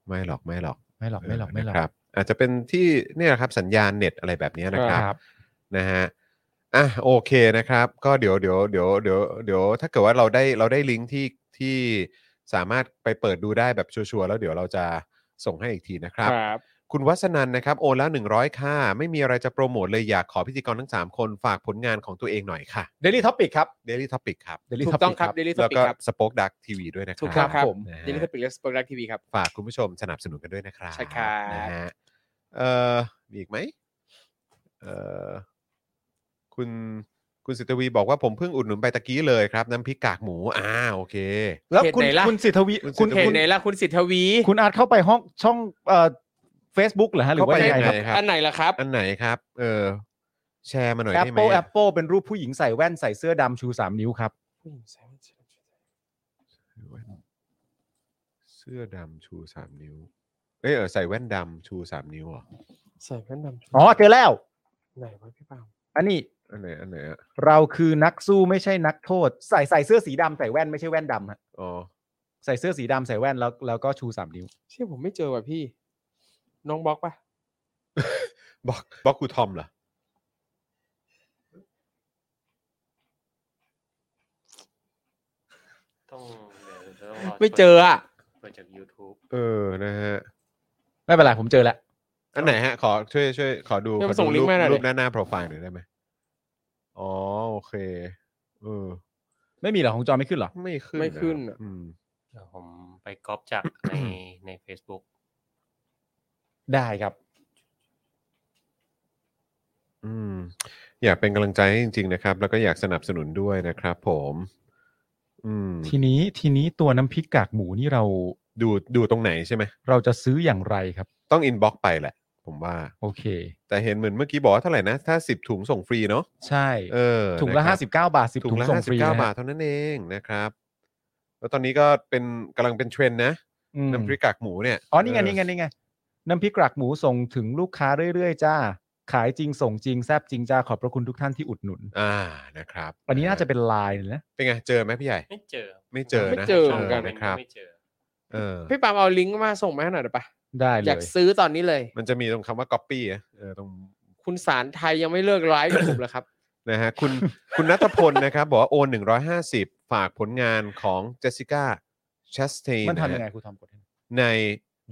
S2: ไม่หรอกไม่หรอก
S3: ไม่หรอก ไม่หรอก ไม่หรอก
S2: นะครับ อาจจะเป็นที่เนี่ยครับสัญญาณเน็ตอะไรแบบเนี้ยนะครับ
S3: ครับ
S2: นะฮะอ่ะโอเคนะครับ ก็เดี๋ยวเดี๋ยวเดี๋ยวเดี๋ยวเดี๋ยวถ้าเกิดว่าเราได้เราได้ลิงก์ที่ที่สามารถไปเปิดดูได้แบบชัวร์ๆแล้วเดี๋ยวเราจะส่งให้อีกทีนะครับ
S4: ครับ
S2: คุณวัฒนันนะครับโอนแล้ว 100 ค่า ไม่มีอะไรจะโปรโมทเลยอยากขอพิธีกรทั้ง 3 คนฝากผลงานของตัวเองหน่อยค่ะ
S3: เดลี่ท็อปิกครับ
S2: Daily Topic ครับ
S3: Daily
S4: ถูก
S3: Topic
S4: ต้องครับ Daily
S2: แล้ว
S4: Topic
S2: ก็
S4: ครับ
S2: Spoke Dark TV ด้วยนะค
S4: ถู
S2: รับ
S4: กต้องครับ
S3: ผม
S2: นะฮะ
S4: เดลิเวอรี่และสปอร์ตทีวีครับ
S2: ฝากคุณผู้ชมสนับสนุนกันด้วยนะครับ
S4: ใช่ครับ
S2: นะฮะเอ่อมีอีกไหมเอ่อคุณคุณสิทธวีบอกว่าผมเพิ่งอุดหนุนไปตะกี้เลยครับ น้ำพริกกากหมูอ่าโอเค
S3: แล้ว
S4: เขต
S3: คุณ
S4: ไหนล่ะ
S3: คุณสิทธวี
S2: คุณ
S3: คุณ
S2: สิทธวี
S4: เห็น
S3: คุณ
S4: ไหนล่ะคุณสิทธวี
S3: คุณอาร์ตเข้าไปห้องช่องเอ่อเฟซบุ๊กเหรอฮะหรือว่า
S2: เข้าไป
S3: ยังไงครับ
S2: ยังไง ครับ
S4: อันไหนล่ะครับ
S2: อันไหนครับ เออแชร์มาหน่อยได้ไหม
S3: Apple Apple เป็นรูปผู้หญิงใส่แว่นใส่เสื้อดำชู 3 นิ้วครับ
S2: เสื้อดำชูสามนิ้ว เอยเออใส่แว่นดำชูสามนิ้วเหรอ
S4: ใส่แว่นดำ
S3: อ๋อ เจอแล้ว
S4: ไหนวะพี่ปาล์ม
S3: อันนี้
S2: อันไหนอันไหนอะ
S3: เราคือนักสู้ไม่ใช่นักโทษ ใส่ใส่เสื้อสีดำใส่แว่นไม่ใช่แว่นดำฮะ
S2: อ๋อ
S3: ใส่เสื้อสีดำใส่แว่นแล้วแล้วก็ชู 3 นิ้ว
S4: เชื่อผมไม่เจอว่ะพี่ น้องบล็อกปะ
S2: บล็อกบล็อกครูทอมเหรอ
S5: ต้องเดี๋ยวจะต้องร
S4: ไม่เจออ่ะ
S5: เปิดจาก YouTube
S2: เออ นะฮะ
S3: ไม่เป็นไรผมเจอแล้ว
S2: อันไหนฮะ ขอช่วยช่วยขอดู
S4: เนี่ย
S2: ขอ
S4: มั
S2: น
S4: ส่
S2: ดู
S4: งลิง
S2: รู
S4: ก์
S2: ป
S4: มาหน่อยดิ
S2: รูปหน้าหน้าโปรไฟล์หน่อยได้ไหมอ๋อ โอเค เออ
S3: ไม่มีเหรอของจอไม่ขึ้นเหรอ
S2: ไม่ขึ้น
S4: ไม่ขึ้น
S2: เหรอ
S4: อะ
S2: อืม
S5: เดี๋ยวผมไปก๊อปจากในใน Facebook
S3: ได้ครับ
S2: อืม อยากเป็นกำลังใจให้จริง ๆ นะครับ แล้วก็อยากสนับสนุนด้วยนะครับผม อืม
S3: ทีนี้ทีนี้ตัวน้ำพริกกากหมูนี่เรา
S2: ดูดูตรงไหนใช่ไหม
S3: เราจะซื้ออย่างไรครับ
S2: ต้องอินบ็อกไปแหละ ผมว่า
S3: โอเค
S2: แต่เห็นเหมือนเมื่อกี้บอกว่าเท่าไหร่นะ ถ้า 10 ถุงส่งฟรีเนาะ
S3: ใช่
S2: เออ
S3: ถุงละ
S2: นค
S3: ห้า
S2: รับ
S3: สิบเก้าบาทสิบ
S2: ถุ
S3: ถุ
S2: ง
S3: ง
S2: ละ
S3: ส่ง
S2: ห้า
S3: ฟ
S2: สิบ
S3: รี
S2: เก้า
S3: นะฮะ
S2: บาทเท่านั้นเองนะครับ แล้วตอนนี้ก็เป็นกำลังเป็นเทรนด์นะ
S3: อืม
S2: น้ำพริกกากหมูเนี่ย
S3: อ๋อนี่ไง
S2: เ
S3: นี่ไงนี่ไงน้ำพริกกากหมูส่งถึงลูกค้าเรื่อยๆจ้า ขายจริงส่งจริงแซบจริงจ้าขอบพระคุณทุกท่านที่อุดหนุน
S2: อ่านะครับ
S3: อันนี้น่าจะเป็นไลายนะ
S2: เป็นไงเจอไหมพี่ใหญ่
S5: ไม่เจอ
S2: ไม่เจอนะ
S4: ไม่เจอเหมือนกัน
S2: นะครับ
S5: ไม่เจอ
S2: เออ
S4: พี่ปาล์มเอาลิงก์มาส่งมาให้หน่อยได้ปะ
S3: ได้เล
S4: อยาก
S3: ย
S4: ซื้อตอนนี้เลย
S2: มันจะมีตรงคำว่า copy อะเออตรง
S4: คุณสารไทยยังไม่เลิกไลฟ์กับผมเลยครับ
S2: นะฮะคุณ คุณนัทพลนะครับ บอกว่าโอน 150 ฝากผลงานของเจสสิก้าชสเตน
S3: มันทำยังไงครูทอมกดให้หน่อย
S2: ใน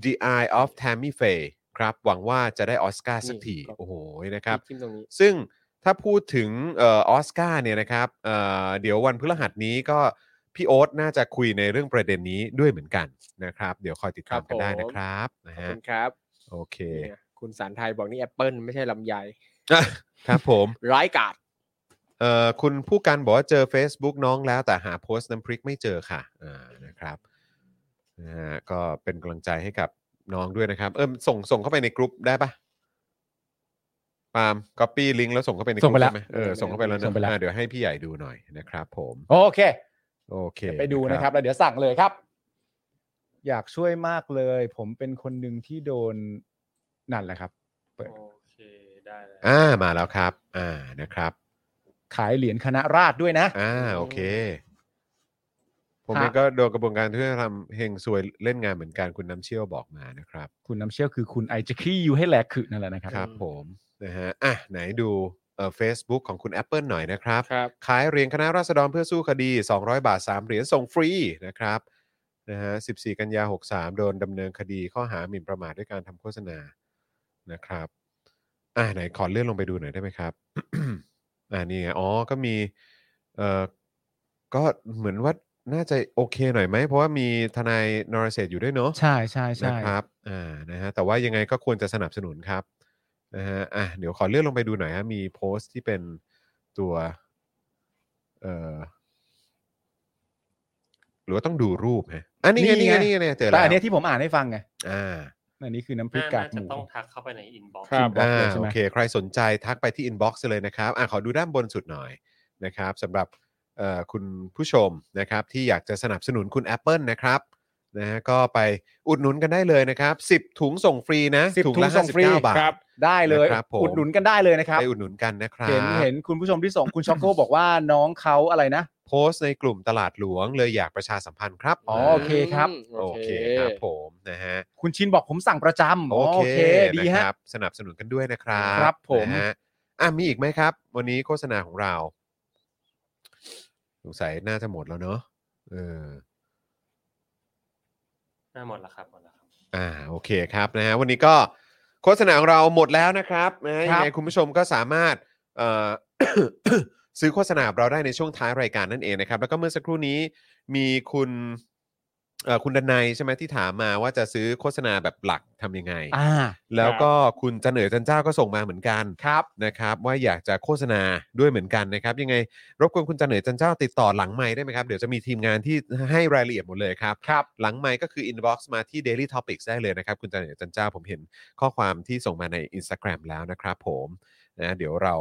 S2: The Eye of Tammy Faye ครับ หวังว่าจะได้ออสการ์สักที
S4: นี่ครับ
S2: โอ้โหนะครับ
S4: จิ้มตรงนี้
S2: ซึ่งถ้าพูดถึงเออออสการ์เนี่ยนะครับเอ่อเดี๋ยววันพฤหัสนี้ก็พี่โอ๊ตน่าจะคุยในเรื่องประเด็นนี้ด้วยเหมือนกันนะครับ เดี๋ยวคอยติดตาม
S4: ค
S2: กั
S4: รับ
S2: นได้
S4: ผม
S2: นะครับนะ
S4: ขอบ
S2: ฮะ
S4: คุณครับ
S2: โอเค
S4: เนี่ยคุณสารไทยบอกนี่แอปเปิลไม่ใช่ลำไย
S2: อ่ะ ครับผม
S4: ร้ายกาด
S2: เอ่อคุณผู้การบอกว่าเจอ Facebook น้องแล้วแต่หาโพสต์น้ำพริกไม่เจอค่ะอ่านะครับนะฮะก็เป็นกำลังใจให้กับน้องด้วยนะครับ เออส่งส่งเข้าไปในกลุ่มได้ปะปาล์มก๊อปปี้ลิงก์แล้วส่งเข้าไปในก
S3: ส่งไป
S2: ลุ่มใช่ไห
S3: แล้ว
S2: มเออส่งเข้าไปแล้ว
S3: ส่
S2: นะ
S3: งไปแล้ว
S2: อ่าเดี๋ยวให้พี่ใหญ่ดูหน่อยนะครับผม
S3: โอเค
S2: โอเค
S3: ไปดูนะครับ แล้วเดี๋ยวสั่งเลยครับ อยากช่วยมากเลย ผมเป็นคนหนึ่งที่โดนนั่นแหละครับ เปิด
S5: โอเค ได้แล้ว
S2: อ่ามาแล้วครับ อ่านะครับ
S3: ขายเหรียญคณะราษฎรด้วยนะ
S2: อ่าโอเค ผม
S3: ฮะ
S2: เองก็โดนกระบวนการที่ทำเฮงซวยเล่นงานเหมือนกันคุณน้ำเชี่ยวบอกมานะครับ
S3: คุณน้ำเชี่ยวคือคุณไอจะขี้อยู่ให้แหลกขึนั่นแหละนะครับ
S2: ครับผมนะฮะอ่ะไหนดูเอ่อ Facebook ของคุณ Apple หน่อยนะครับ
S4: ครับ
S2: ขายเหรียญคณะราษฎรเพื่อสู้คดี 200 บาท 3 เหรียญส่งฟรีนะครับนะฮะ14 กันยา 63 โดนดำเนินคดีข้อหาหมิ่นประมาทด้วยการทำโฆษณานะครับอ่ะไหนขอเลื่อนลงไปดูหน่อยได้ไหมครับ อ่านี่ไงอ๋อก็มีเอ่อก็เหมือนว่าน่าจะโอเคหน่อยไหม เพราะว่ามีทนายนรเศรษฐ์อยู่ด้วยเนาะ
S3: ใช่ใช่
S2: นะ
S3: ใช่
S2: ครับ อ่า นะฮะ แต่ว่ายังไงก็ควรจะสนับสนุนครับ นะฮะ อ่ะ เดี๋ยวขอเลื่อนลงไปดูหน่อยฮะ มีโพสต์ที่เป็นตัว เอ่อ หรือว่าต้องดูรูปฮะอันนี้ไง
S3: นี่
S2: นี่ไงนี่
S3: ไง
S2: ไงเนี่ยเจอ
S3: แต่
S2: แล้ว
S3: อันเนี้ยที่ผมอ่านให้ฟังไง
S2: อ่า
S3: อันนี้คือน้ำพริ
S5: น่าก
S3: กาก
S5: น่า
S3: หมู
S5: จะต้องทักเข้าไปในอินบ็อกซ์
S4: ครับ
S3: inbox
S2: อ่า
S3: เลยใช่ไหม
S2: โอเค ใครสนใจทักไปที่ inbox เลยนะครับอ่าขอดูด้านบนสุดหน่อยนะครับสำหรับเอ่อคุณผู้ชมนะครับ ที่อยากจะสนับสนุนคุณ Apple นะครับนะฮะก็ไปอุดหนุนกันได้เลยนะครับ 10 ถุงส่งฟรีนะ
S3: สิบ
S2: ถุง
S3: ถุง
S2: ละ
S3: ส่งฟรี
S2: 59บาท
S4: ครับ
S3: ได้เลย
S2: นะครับผม
S3: อุดหนุนกันได้เลยนะครับ
S2: ไปอุดหนุนกันนะครับ
S3: เห็นเห็นคุณผู้ชมที่ส่งคุณช็อกโกบอกว่าน้องเขาอะไรนะ
S2: โพสต์ในกลุ่มตลาดหลวงเลยอยากประชาสัมพันธ์ครับ
S3: อ๋อโอเคครับ
S2: โอเคครับผมนะฮะ
S3: คุณชินบอกผมสั่งประจำอ๋อโอเคดี
S2: นะ
S3: ฮะ
S2: ครับสนับสนุนกันด้วยนะครับ
S3: ครับผม
S2: นะฮะอ่ะมีอีกไหมครับ วันนี้โฆษณาของเราสงสัยน่าจะหมดแล้วเนอะเออ
S5: น่าหมดแล้วครับหมดแล้วครับ
S2: อ่าโอเคครับนะฮะวันนี้ก็โฆษณาของเราหมดแล้วนะครับนะฮะ
S3: ค
S2: ยั
S3: รั
S2: ง
S3: บ
S2: ไงคุณผู้ชมก็สามารถเอ่ อ ซื้อโฆษณาเราได้ในช่วงท้ายรายการนั่นเองนะครับ แล้วก็เมื่อสักครู่นี้มีคุณเอ่อคุณดนัยใช่ไหมที่ถามมาว่าจะซื้อโฆษณาแบบหลักทำยังไง
S3: อ่า
S2: แล้วก็คุณจันเอ๋อจันเจ้าก็ส่งมาเหมือนกัน
S3: ครับ
S2: นะครับว่าอยากจะโฆษณาด้วยเหมือนกันนะครับ ยังไงรบกวนคุณจันเหนือจันเจ้าติดต่อหลังไม้ได้ไหมครับ เดี๋ยวจะมีทีมงานที่ให้รายละเอียดหมดเลยครับ
S3: ครับ
S2: หลังไม้ก็คือ inbox มาที่ daily topics ได้เลยนะครับ คุณจันเหนือจันเจ้าผมเห็นข้อความที่ส่งมาใน Instagram แล้วนะครับผมนะเดี๋ยวเรา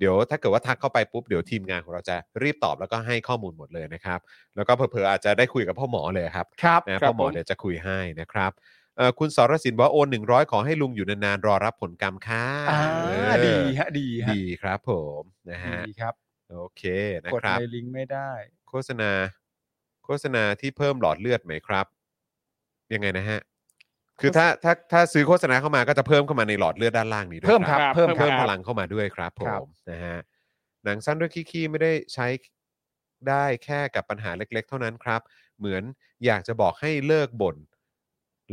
S2: เดี๋ยวถ้าเกิดว่าทักเข้าไปปุ๊บเดี๋ยวทีมงานของเราจะรีบตอบแล้วก็ให้ข้อมูลหมดเลยนะครับ แล้วก็เผลอๆอาจจะได้คุยกับพ่อหมอเลยครับ
S3: ครับ
S2: นะ
S4: ครั
S2: พ่
S4: บ
S2: อหมอ
S4: ผม
S2: เดี๋ยวจะคุยให้นะครับเอ่อคุณสรสินบอกว่าโอน 100 ขอให้ลุงอยู่นานๆ รอรับผลกรรมค่ะ
S3: อ่า
S2: เออ
S3: ดีฮะดีฮะ
S2: ดีครับผมนะฮะ
S3: ดีครับ
S2: โอเคนะ
S3: กด
S2: ครับ
S3: ในลิงก์ไม่ได้
S2: โฆษณา โฆษณาที่เพิ่มหลอดเลือดไหมครับ ยังไงนะฮะ คือถ้าถ้าถ้าซื้อโฆษณาเข้ามาก็จะเพิ่มเข้ามาในหลอดเลือดด้านล่างนี้ด้วย
S3: เพิ่มครับเพิ่มครับ
S2: เพิ่ม
S3: ครับ
S2: พลังเข้ามาด้วยครับผ
S3: ครับ
S2: มนะฮะหนังสั้นเรื่องขี้ๆไม่ได้ใช้ได้แค่กับปัญหาเล็ก ๆ เท่านั้นครับ เหมือนอยากจะบอกให้เลิกบ่น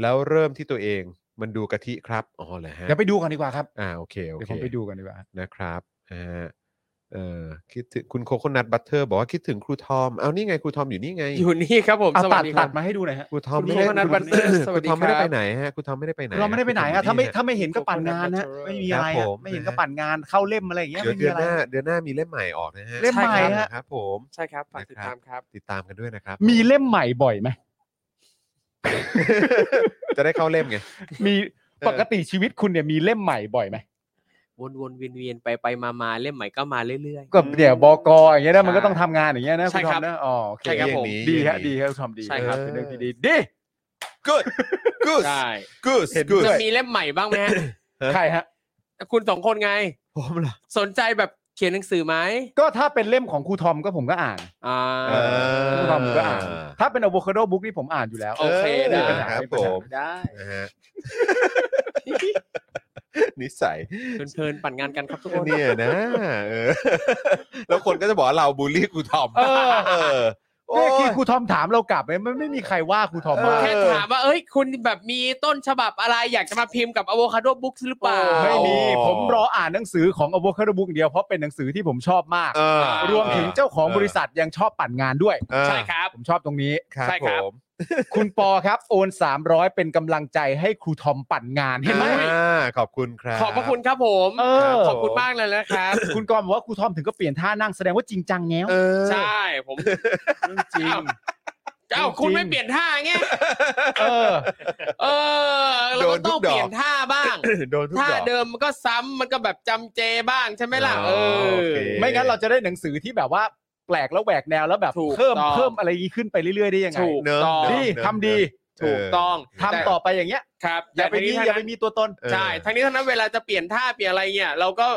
S2: แล้วเริ่มที่ตัวเองมันดูกะทิครับอ๋อเหรอฮะ
S3: เดี๋ยวไปดูกันดีกว่าครับ
S2: อ่าโอเคโอ
S3: เดี๋ยว
S2: เค
S3: ผมไปดูกันดีกว่า
S2: นะครับอ่าเออคิดถึงคุณโคโคนัทบัตเตอร์บอกว่าคิดถึงครูทอม เอานี่ไงครูทอมอยู่นี่ไง
S4: อยู่นี่ครับผม
S3: เอา
S4: ส
S3: ตั
S4: วั
S3: ด
S4: สดีค
S3: ตั
S4: รับ
S3: ดมาให้ดูหน่อยฮะ
S2: ครูทอม
S4: คุณ
S2: ไม่ได้
S4: โคโคนัท
S2: คุณ
S4: Butter สวั
S2: ครู
S4: สดี
S2: ทอมไม่ได้
S4: ครับ
S2: ไปไหนฮะครูทอมไม่ได้ไปไหน
S3: เราไม่ได้ไปไหนอะ
S2: ครูทอ
S3: ถ้า
S2: ยู่นี่
S3: ไม่
S2: ฮะ
S3: ถ้าไม่เห็นก็ปั่นงานนะ
S4: Cultural
S3: ไม่มีอะไร
S2: ครับ
S3: ฮะ
S2: ผม
S3: ไม่เห็นก็ปั่นงานเข้าเล่มอะไรอย่างเงี้ย
S2: เดี๋ยว
S3: ไม่มี
S2: เดือน
S3: อะไร
S2: หน้า
S3: ฮะ
S2: เดือนหน้ามีเล่มใหม่ออกนะฮะ
S3: เล่มใหม่ฮะ
S2: ครับผม
S4: ใช่ครับฝากติดตามครับ
S2: ติดตามกันด้วยนะครับ
S3: มีเล่มใหม่บ่อยไหม
S2: จะได้เข้าเล่มไง
S3: มี ปกติชีวิตคุณเนี่ยมีเล่มใหม่บ่อยไหม
S4: วนๆเวียนๆไปไปๆมาๆเล่มใหม่ก็มาเรื่อย
S3: ก็เดี๋ยวบกอย่างเงี้ยนะมันก็
S4: ใช่
S3: ต้องทำงานอย่างเงี้ยนะ
S4: ใช่
S3: คุณ
S4: ค
S3: ทอบ
S4: รั
S3: มนะอ๋อโอเค
S4: ใช่ครับผม
S3: ดีฮะดีครับคุณทอมดี
S4: ใช่ครับ
S3: เป็นเรื่องที่ดีดี
S2: good good
S4: ๆใช่
S2: good
S3: เห็นด้
S4: จะ
S3: วย
S4: มีเล่มใหม่บ้างไห มฮะ
S3: ใครฮะ
S4: คุณสองคนไง
S2: ผมเหรอ
S4: สนใจแบบเขียนหนังสือไหม
S3: ก็ถ้าเป็นเล่มของครูทอมก็ผมก็อ่าน
S4: อ่า
S2: เออ
S3: ครูทอมผมก็อ่าน ถ้าเป็นอะโวคาโดบุ๊กนี่ผมอ่านอยู่แล้ว
S4: โอเคได้
S2: ออครับผม
S4: ได้
S2: นะฮะ นิสัย
S4: เพลินๆปั่นงานกันครับทุกคน
S2: เนี่ยนะเออ แล้วคนก็จะบอกว่าเราบูลลี่ครูทอม
S3: เออ
S2: เออโอ้
S3: เนี่ยคือย ครูทอมถามเรากลับไหมไม่ไม่มีใครว่าครูทอม
S2: เอ
S3: มา
S2: อ
S3: ก
S4: แค่ถามว่า เอ้ย คุณแบบมีต้นฉบับอะไรอยากจะมาพิมพ์กับอะโวคาโดบุ๊กหรือเปล่า
S2: โอ้
S3: ไม่มี ผมรออ่านหนังสือของ Avocado Book อย่างเดียวเพราะเป็นหนังสือที่ผมชอบมาก
S2: เออ
S3: รวมถึงเจ้าของบริษัทยังชอบปั่นงานด้วย
S2: เออ
S4: ใช่ครับ
S3: ผมชอบตรงนี้
S2: ครับ
S4: ใช่ครับ
S2: ผม
S3: คุณปอครับ โอน 300 เป็นกำลังใจให้ครูทอมปั่นงานเห็นไหม
S2: อ่าขอบคุณครับ
S4: ขอบพระคุณครับผม
S3: เออ
S4: ขอบคุณมากเลยนะครับ
S3: คุณกรณ์บอกว่าครูทอมถึงก็เปลี่ยนท่านั่งแสดงว่าจริงจังแล้ว
S2: เออ
S4: ใช่ผมจริงเอ้าคุณไม่เปลี่ยนท่าไง
S3: เออ
S4: เออเราก็
S2: โดน
S4: ต้อง
S2: ทุกดอก
S4: เปลี่ยนท่าบ้าง
S2: โดนทุก
S4: ท่า
S2: ดอก
S4: เดิมมันก็ซ้ำมันก็แบบจำเจบ้างใช่ไหมล่ะ
S2: อ๋
S4: เอ
S2: อ
S4: อ
S2: โอเค
S3: ไม่งั้นเราจะได้หนังสือที่แบบว่าแปลกแล้วแหวกแนวแล้วแบบ
S4: ถูก
S3: เพิ่ม
S4: ต้อง
S3: เพิ่มอะไรอย่างนี้ขึ้นไปเรื่อยๆได้ยังไง
S4: ถูก
S2: เนอะ
S4: ต้อง
S2: เน
S3: ดี
S2: อะ
S3: ทำดี
S4: ถูกต้อง
S3: ทำต่อไปอย่างเงี้ย
S4: ครับ
S3: อย่าไปมี
S4: แต่
S3: อย่าไป
S4: ทั้งนั้น
S3: มีตัวตน
S2: เออ
S4: ใช่ทั้งนี้ทั้งนั้นเวลาจะเปลี่ยนท่าเปลี่ยนอะไรเนี่ยเราก็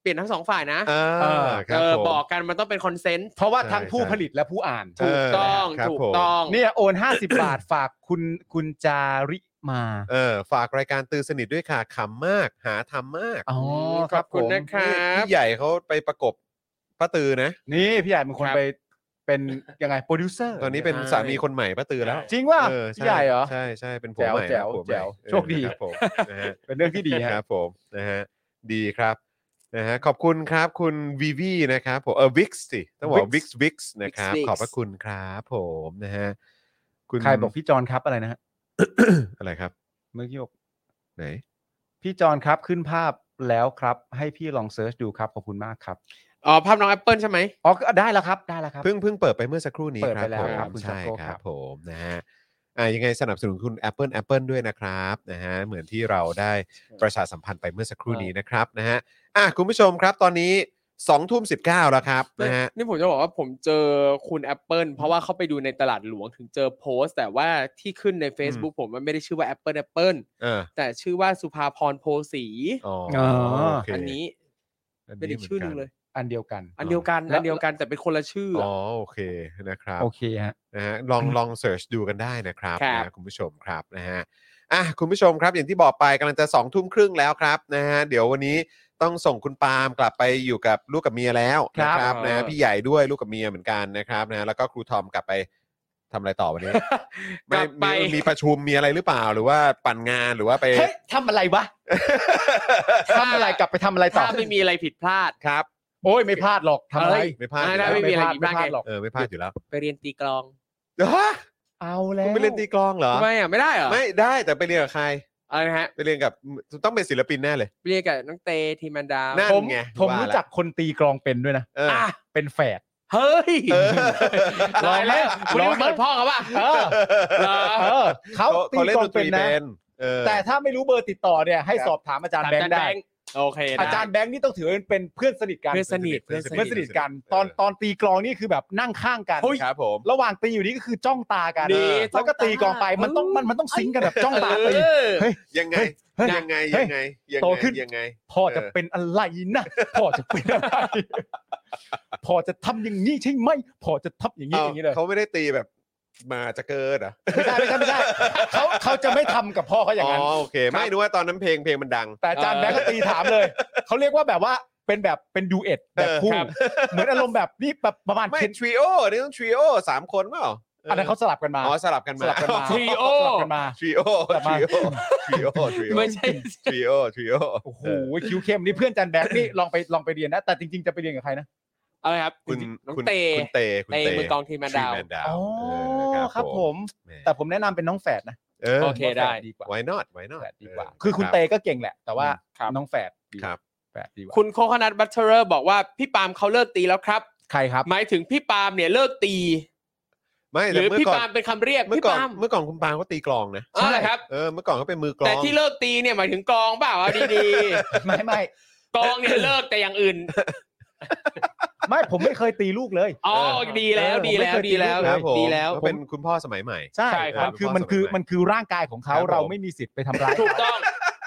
S4: เปลี่ยนทั้งสองฝ่ายนะ
S2: เอ
S3: เอ
S2: อ
S3: อ
S2: ครับ
S4: เออ
S2: ผม
S4: บอกกันมันต้องเป็นคอนเซนต์
S3: เพราะว่า
S2: ใช่
S3: ทั้งผู้
S2: ใช่
S3: ผลิตและผู้อ่าน
S2: เอ
S4: ถูก
S2: อ
S4: ต้อง
S2: ครับ
S4: ถูก
S2: ผม
S4: ต้อง
S3: เนี่ยโอน 50 บาทฝากคุณคุณจาริมา
S2: เออฝากรายการตื่นสนิทด้วยค่ะขำมาก หาทำมาก
S3: อ๋อ
S4: ข
S3: ค
S4: อ
S3: รั
S4: บบ คุ
S3: ผ
S4: ณ
S3: ม
S4: นะครับ
S2: พี่ใหญ่เขาไปประกบป้าตือนะ
S3: นี่พี่ใหญ่เป็นคน
S4: ครับ
S3: ไปเป็นยังไงโปรดิวเซอร์
S2: ตอนนี้เป็นสามีคนใหม่ป้าตือแล้ว
S3: จริงว่า
S2: เออช่
S3: พี่ใหญ่เหรอ
S2: ใช่ใช่เป็นผัวใหม่
S3: แจ๋ว
S2: ผัวใหม่
S3: แจ๋ว
S2: เออ
S3: โชคดี
S2: นะครับผมนะฮะ
S3: เป็นเรื่องที่ดี
S2: ค
S3: ค
S2: รั
S3: รับ
S2: บผมนะฮะดีครับนะฮะขอบคุณครับคุณวีวีนะครับผมเออวิกสิต้องบอกวิก
S3: Vix
S2: วิกนะครับ
S4: Vix
S2: ขอบพระคุณครับผมนะฮะคุณ
S3: ใครบอกพี่จอนครับอะไรนะฮะ
S2: อะไรครับ
S3: เมื่อกี้บอก
S2: ไหน
S3: พี่จอนครับขึ้นภาพแล้วครับ ให้พี่ลองเซิร์ชดูครับขอบคุณมากครับ
S4: อ๋อภาพน้องแอปเปิลใช่ไหม
S3: อ๋อก็ได้แล้วครับได้แล้วครับ
S2: เพิ่งเพิ่งเปิดไปเมื่อสักครู่นี้
S3: เปิด
S2: ค
S3: ไป
S2: รับ
S3: แล้ว
S2: ผม
S3: ครับคุณ
S2: ใช่
S3: ชักโครก
S2: ค
S3: ครั
S2: รับบ ผมนะฮะอ่ายังไงสนับสนุนคุณ Apple Apple ด้วยนะครับนะฮะเหมือนที่เราได้ประชาสัมพันธ์ไปเมื่อสักครู่นี้นะครับนะฮะอ่ะคุณผู้ชมครับตอนนี้2ทุ่ม19แล้วครับนะฮะ
S4: นี่ผมจะบอกว่าผมเจอคุณแอปเปิลเพราะว่าเขาไปดูในตลาดหลวงถึงเจอโพสต์ แต่ว่าที่ขึ้นใน Facebook ผมมันไม่ได้ชื่อว่าแอปเปิลแอปเปิล
S2: เออ
S4: แต่ชื่อว่าสุภาพรโพสี
S2: อ๋อ
S3: อ๋อ
S2: โเค
S4: อันนี้เป็นอีกชื่อหนึงเลย
S3: อันเดียวกัน
S4: อันเดียวกัน
S3: แล้ว
S4: อันเดียวกันแต่เป็นคนละชื่อ
S2: อ๋
S4: อ่ะ
S2: อโอเคนะครับ
S3: โอเคฮะ
S2: นะฮะลองลองเสิร์ชดูกันได้นะครับ
S4: ครับ
S2: นะคุณผู้ชมครับนะฮะอ่ะคุณผู้ชมครับอย่างที่บอกไปกำลังจะ2องทุ่มครึ่งแล้วครับนะฮะเดี๋ยววันนี้ต้องส่งคุณปาล์มกลับไปอยู่กับลูกกับเมียแล้ว
S3: ครั
S2: นะ
S3: บ
S2: ครับนะฮะพี่ใหญ่ด้วยลูกกับเมียเหมือนกันนะครับนะฮะแล้วก็ครูทอมกลับไปทำอะไรต่อวัน นี้
S4: ก
S2: ไม่
S4: ลับไป
S2: มีมีประชุมมีอะไรหรือเปล่าหรือว่าปั่นงานหรือว่า ไป
S3: เฮ้ยทำอะไรวะทำอะไรกลับไปทำอะไรต่อ
S4: ถ้าไม่มีอะไรผิดพลาด
S2: ครับ
S3: โอ้ยไม่พลาดหรอกทำอะไร
S4: เอ้ย
S2: ไม่พลาด
S4: ไม่
S2: อยู่แล้
S4: ได้
S2: ว
S4: ไม่มีอะไรผิดพลาด
S3: ไม่พลาด
S4: ไง
S3: หรอก
S2: เออไม่พลาดอยู่แล้ว
S4: ไปเรียนตีกลอง
S2: ฮะ
S3: เอาแล้
S2: คุ
S3: ว
S2: ณไปเล่นตีกลองเหรอ
S4: ทำไมอ่ะไม่ได้เหรอ
S2: ไม่ได้แต่ไปเรียนกับใคร
S4: อะไรนะฮะ
S2: ไปเรียนกับต้องเป็นศิลปินแน่เลย
S4: ไปเรียนกับน้องเตทีมันดาว
S2: นั่น
S3: ผม
S2: ไง
S3: ผม
S2: ว่ารู้
S3: รู้จักคนตีกลองเป็นด้วยนะ
S2: เอออ
S4: อ่ะ
S3: เป็นแฝด
S4: เฮ้ย
S2: เออ
S4: ลอยแล้วคุณ
S3: ล
S4: นี่
S3: อง
S4: มัน
S3: ไหม
S4: เปิดพ่อเขาป่ะ
S3: เออ
S4: เหรอ
S3: เออเขาตี
S2: เขาเล่น
S3: กลอ
S2: ด
S3: ง
S2: นต
S3: เป็น
S2: รี
S3: นะ
S2: เป็นเออ
S3: แต่ถ้าไม่รู้เบอร์ติดต่อเนี่ยให้
S2: ครับ
S3: สอบถามอาจารย์แบงค์ได้
S4: โอเคได้
S3: อาจารย์แบงค์นี่ต้องถือเป็นเพื่อนสนิทกัน
S4: เพื่อนสนิท
S2: เพื่อนสนิท
S3: เพื่อนสนิทกัน ตอนตอนตีกลองนี่คือแบบนั่งข้างกัน
S2: ครับผม
S3: ระหว่างตีอยู่นี่ก็คือจ้องตากัน
S4: ดี
S3: แล้วก็ตีกลองไปมันต้องมันมันต้องซิงค์กันแบบจ้องตาตี
S4: เออ
S3: เฮ้ย
S2: ยังไง
S3: เฮ้ย
S2: ยังไง
S3: เฮ้
S2: ยั
S3: ย
S2: งไง ยังไง
S3: โตขึ้น
S2: ยังไง
S3: พ่อจะเป็นอะไรนะพ่อจะเป็นอะไรพ่อจะทำอย่างนี้ใช่ไหมพ่อจะทับอย่างนี้
S2: เอา
S3: อย่างนี้เลย
S2: เขาไม่ได้ตีแบบ มาจะเกิดเหรอ
S3: ไม่ใช่ไม่ใช่ไม่ใช่เขาเขาจะไม่ทำกับพ่อเขาอย่างนั้น
S2: อ๋อโอเค ไม่รู้ว่าตอนนั้นเพลงเพลงมันดัง
S3: แต่อาจารย์แบงค์ก็ตีถามเลย เขาเรียกว่าแบบว่าเป็นแบบเป็นดูเอ็ดแบบคู่
S2: เออครับ
S3: เหมือนอารมณ์แบบนี่แบบประมาณ
S2: ไม่
S3: เคน
S2: ทริโอนี่ต้องทริโอสามคนเปล่า
S3: อันนั้นเขาสลับกันมา
S2: อ๋อสลับกัน
S3: ส
S2: มา
S3: ลับ กันมา
S5: ทริโอ
S3: สลับกันมา
S2: ทริโอ
S3: สลับ
S2: ท
S3: มา
S2: ริโอทริโอทริโอ
S4: ไม่ใช่
S2: ทริโอทริโอ
S3: โอ้โหคิวเข้มนี่เพื่อนอาจารย์แบงค์นี่ลองไปลองไปเรียนนะ แต่จริงๆจะไปเรียนกับใครนะ
S4: อะไรครับ
S2: คุณ
S4: น้อง
S2: คุณ
S4: เต
S2: คุณเตคุณ
S4: เต
S2: เต
S4: มือกลองทีมแมนดา
S2: ท
S4: ว
S2: รีแมนดาว
S3: อ๋อ
S2: เออ
S3: ครับผม
S2: แหม
S3: แต่ผมแนะนำเป็นน้องแฝดนะ
S2: เออ
S4: โเคได้
S3: ว่าแฝดีกว่า
S2: why not why not
S3: แฝดดีกว่า
S2: เ
S3: คือคุณ
S2: รับ
S3: เตก็เก่งแหละ แต่ว่า
S4: ครับ
S3: น้องแฝดดีกว่า
S2: ครับ
S3: แฝดดีกว่า
S4: คุณโคคนัทบัตเทอร์บอกว่าพี่ปาล์มเขาเลิกตีแล้วครับ
S3: ใครครับ
S4: หมายถึงพี่ปาล์มเนี่ยเลิกตี
S2: ไม่
S4: ห
S2: แต่
S4: รือ
S2: เมื่อ
S4: พี่
S2: ก่อน
S4: ปาล์มเป็นคำเรียก
S2: เมื่อ
S4: พี่
S2: ก่อน
S4: ปาล์ม
S2: เมื่อก่อนคุณปาล์มก็ตีกลองนะ
S4: อ๋อเหรอครับ
S2: เออเมื่อก่อนเขาเป็นมือกลอง
S4: แต่ที่เลิกตีเนี่ยหมายถึงกลองเปล่าเอาดี
S3: ไม่ไม่
S4: ๆ กลองเนี่ยเลิกแต่อย่างอื่น
S3: ไม่ผมไม่เคยตีลูกเลย
S4: อ๋อ
S2: เออ
S4: ดีแล้ว
S3: เออ
S4: ดี
S3: ผม
S4: แล้ว
S3: ไม่เคย
S4: ดีแล้ว
S3: ตีลูก
S2: ครับผม
S4: ดีแล้ว
S2: เขาเป็นคุณพ่อสมัยใหม่
S3: ใช่
S4: ใช่ครับ
S3: มันคือมันคือมันคือร่างกายของเขา
S2: ครับผม
S3: เราไม่มีสิทธิ์ไปทำร้าย
S4: ถูกต้อง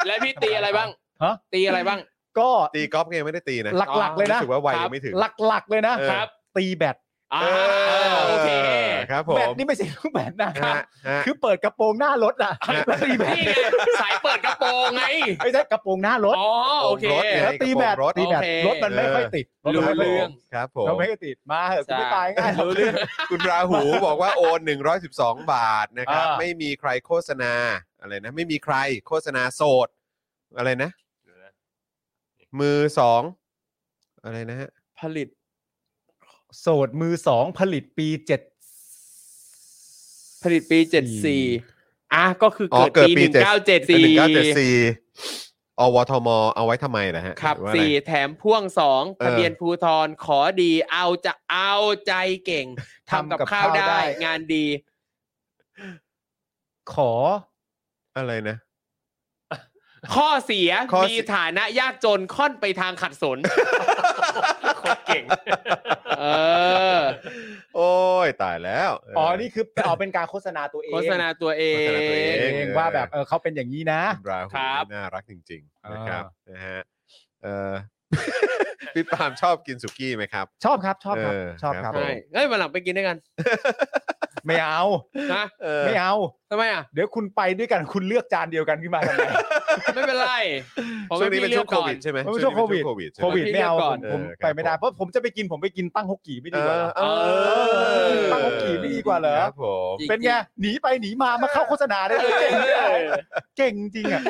S4: และพี่ตีอะไรบ้าง
S3: ฮะ
S4: ตีอะไรบ้าง
S3: ก็
S2: ตีกอล์ฟเกมไม่ได้ตีนะ
S3: หลักๆเลยนะ
S2: รู้สึกว่าวัย
S4: ครั
S2: ยั
S4: บ
S2: งไม่ถึง
S3: หลักๆเลยนะ
S2: เออ
S4: ครับ
S3: ตีแบต
S4: อ่า
S2: เ
S4: โอเค
S2: ครับผ
S3: แบ
S2: ม
S3: ตนี่ไม่ใช่ลูกแบตนะ
S2: ฮะฮะ
S3: คือเปิดกระโปรงหน้ารถอ่ะ
S2: ฮะ
S3: แล้วตีแบต
S4: นี่ไงสายเปิดกระโปรงไง
S3: ไม่ใช่กระโปรงหน้ารถ
S4: อ๋อโอเค
S2: รถไง
S3: แล้วตีแบต
S2: กระโปรงรถ
S3: ตีแบต
S4: โอ
S3: ร
S4: เค
S3: ถมันไม่ค่อยติด
S4: เออรู้เรื่อง
S2: ครับผม
S3: เราไม่ค่อยติดมาเหอะกูไม่ตายง่ายหรอก
S4: รู้เรื่อง
S2: คุณรา หูบอกว่าโอน112 บาทนะครับ
S3: อ่า
S2: ไม่มีใครโฆษณาอะไรนะ ไม่มีใครโฆษณาโสด อะไรนะ มือสองอะไรนะฮะ
S4: ผลิต
S3: โสดมือสองผลิตปีเจ็ด
S4: ผลิตปี 74 อ่ะ ก็คือเกิดปี
S2: 1974อวทม เอาไว้ทำไมนะฮะ
S4: 1974 ครับ
S2: หอว่าอะไ
S4: สี่แถมพ่วงสองทะเบียนภูทรขอดีเอาจะเอาใจเก่งทำกับข้าวได้ งานดี
S3: ขอ
S2: อะไรนะ
S4: ข้อเสีย
S2: ข้อเสีย
S4: มีฐานะยากจนค่อนไปทางขัดสน
S5: คนเก่ง
S4: เออ
S2: โอ้ยตายแล้วเ
S3: อ๋อ นี่คือเอาเป็นการโฆษณาตัวเอง
S4: โฆษณาตัวเอ
S2: โฆษณาตัวเอง ง
S3: เองว่าแบบเออเขาเป็นอย่างนี้นะ
S2: คุณราหู
S4: ครับ
S2: นี่น่ารักจริงๆนะครับนะฮะเออ พี่ปาล์มชอบกินสุกี้ไหมครับ
S3: ชอบครับชอบครับ
S2: เออ
S3: ชอบครับ
S2: ครับ
S4: ใช่เฮ้ยวันหลังไปกินด้วยกัน
S3: ไม่เอา
S4: นะ
S2: เออ
S3: ไม่เอา
S4: ทำไมอ่ะ
S3: เดี๋ยวคุณไปด้วยกันคุณเลือกจานเดียวกันขึ้นมาทำไม
S4: ไม่เป็นไรผม
S2: ช่วง
S4: ให้
S2: นี้
S4: พี่
S2: เป็น
S4: เลื
S2: ช่
S4: อ
S2: วง
S4: ก
S2: โค
S4: ก่อน
S2: วิดใช่ไหม
S3: มันเป็น
S2: ช่วงนี้
S3: ช่วง
S2: เป็นช่วงโควิดใช่
S3: โค
S2: ไหม
S3: วิดไม่เอา
S4: พี่เลือกก่
S3: ผ
S4: อน
S3: มผม
S2: เออ
S3: ไปไม่ได้
S2: ครับผม
S3: เพราะผมจะไปกินผมไปกินตั้งฮกกี่ไม่
S2: เอ
S3: ดีกว่า
S2: อ
S3: เหรอ
S2: เออ
S3: ตั้งฮกกี่ไม่ดีกว่าเหรอ
S2: ครับผม
S3: เป็นไงหนีไปหนีมามาเข้าโฆษณาได้เลยเก่ง
S4: เออ
S3: เก่งจริงอ่ะ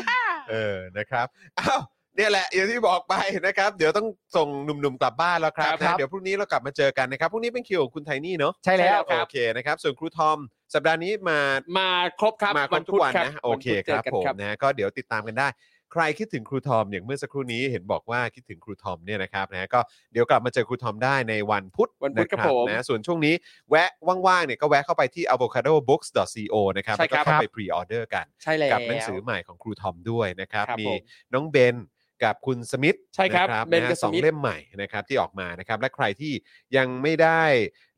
S2: เออนะครับอ้าวเนี่ยแหละอย่างที่บอกไปนะครับ เดี๋ยวต้องส่งหนุ่มๆกลับบ้านแล้วครับ
S3: ครั
S2: นะ
S3: บ
S2: เดี๋ยวพรุ่งนี้เรากลับมาเจอกันนะครับพรุ่งนี้เป็นคิวของคุณไทนี่เนาะ
S3: ใช่แล้ว
S4: ครับ
S2: โอเคนะครับส่วนครูทอม สัปดาห์นี้มา
S4: มาครบครับ
S2: มาครบทุก
S4: พุธ
S2: วัน
S4: ครั
S2: นะโอเคค
S4: วันพุธจ
S2: รับ
S4: กัน
S2: ผมนะก็เดี๋ยวติดตามกันได้ ใครคิดถึงครูทอมอย่างเมื่อสักครู่นี้เห็นบอกว่าคิดถึงครูทอมเนี่ยนะครับนะก็เดี๋ยวกลับมาเจอครูทอมได้ในวันพุธ
S4: วันพุธ
S2: ะ
S4: ครับผม
S2: นะส่วนช่วงนี้แวะว่างๆเนี่ยก็แวะเข้าไปที่ avocadobooks.co นะครับ
S4: ใช่
S2: แล้วก็
S4: ครับ
S2: เข้าไปพรีออเดอร์กัน
S4: ใช่แล้ว
S2: กับหนังสือใหม่ของครูทอมด้วยนะครับ
S4: ครับ
S2: มี
S4: ผม
S2: น้องเบนกับคุณสมิธ
S4: ใช่ครับ
S2: นะ
S4: เบนกับ
S2: ะสอง
S4: สมิธ
S2: เล่มใหม่นะครับที่ออกมานะครับและใครที่ยังไม่ได้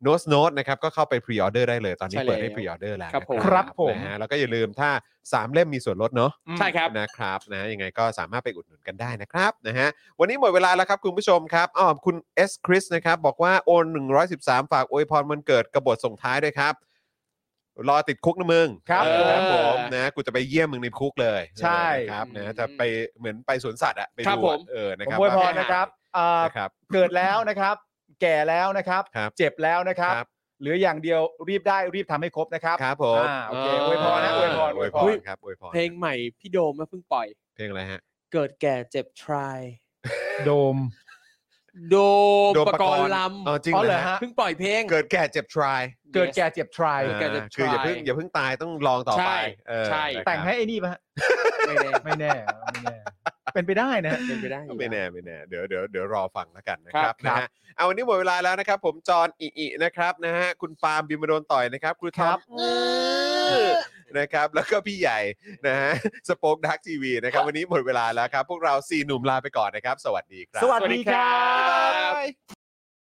S2: โน้ตโน้ตนะครับก็เข้าไปพรีออเดอร์ได้เลยตอนนี้
S4: ใช่
S2: เปิดให้
S4: แล้ว
S2: พรีออเดอร์แล้ว
S4: ครับผม
S2: นะครับ
S3: ผม
S2: นะฮะแล้วก็อย่าลืมถ้า 3 เล่มมีส่วนลดเนาะ
S4: ใช่ครับ
S2: นะครับนะยังไงก็สามารถไปอุดหนุนกันได้นะครับนะฮะวันนี้หมดเวลาแล้วครับคุณผู้ชมครับอ๋อคุณ S คริสนะครับ บอกว่าโอน 113 ฝากอวยพรวันเกิดกบฏส่งท้ายด้วยครับ รอติดคุกนะมึง
S3: ครับ
S2: เออครับ
S4: เออ
S2: ผมนะกูจะไปเยี่ยมมึงในคุกเลย
S3: ใช่
S2: นะครับ
S4: อืม
S2: นะจะไปเหมือนไปสวนสัตว์อะไป
S4: ครับ
S2: ดู
S4: ผ
S2: อะ
S4: ม
S2: เออนะ
S3: ผม
S2: ครับ
S3: อวยพร
S2: ว่าเป็
S3: นะครับเอ่อ
S2: นะครับ
S3: เกิดแล้วนะครับ แก่แล้วนะครับ
S2: ครับ
S3: เจ็บแล้วนะครับ
S2: ครับ
S3: เหลืออย่างเดียวรีบได้รีบทำให้ครบนะครับ
S2: ครับผม
S3: อ่าโอเคอวยพรนะอวยพรอ
S2: อ
S3: ว
S2: วย ย
S3: พ
S2: พ
S3: ร
S2: รครับอวยพร
S4: เพลงใหม่พี่โดมเพิ่งปล่อย
S2: เพลงอะไรฮะ
S4: เกิดแก่เจ็บทราย
S3: โดม
S4: โดม
S2: โดม
S4: ป
S2: ป
S4: ก
S2: ก
S4: ร
S2: รณ์
S4: ณ์ล
S2: อ๋อจริง
S4: ำ
S2: เหรอฮะ
S4: เพิ่งปล่อยเพลง
S2: เกิดแก่เจ็บ try
S3: เกิดแก่เจ็บทราย
S4: เกิดแก่เจ็บ
S2: คืออย่า
S4: try
S2: เพิ่งอย่าเพิ่งตายต้องลองต่อ
S4: ใช่
S2: ไปเออ
S4: ใช่
S2: นะครับ
S3: แต่งให้ไอ้นี่ปะฮะ
S4: ไม่แน่
S3: ไม่แน่ไม่แน่ เป็นไปได้นะฮะ
S4: เป็นไปได้อยู่
S2: ไม่แน่ไม่แน่เดี๋ยวเดี๋ยวเดี๋ยวรอฟังแล้วกันนะค
S4: ครั
S2: รับบ นะฮะเอาวันนี้หมดเวลาแล้วนะครับ ผมจอห์นอิอินะครับนะฮะคุณปาล์มบิมโดนต่อยนะครับครูท
S3: ค
S2: อ
S3: รั
S2: ม
S3: บ
S2: อื้อนะครับ แล้วก็พี่ใหญ่นะฮะสป็อคดักทีวีนะครับ วันนี้หมดเวลาแล้วครับ พวกเราสี่หนุ่มลาไปก่อนนะครับ สวัสดีครับ
S3: สวัสดีครับ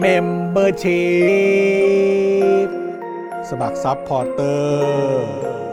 S1: เมมเบอร์ชีพสมัครซัพพอร์เตอร์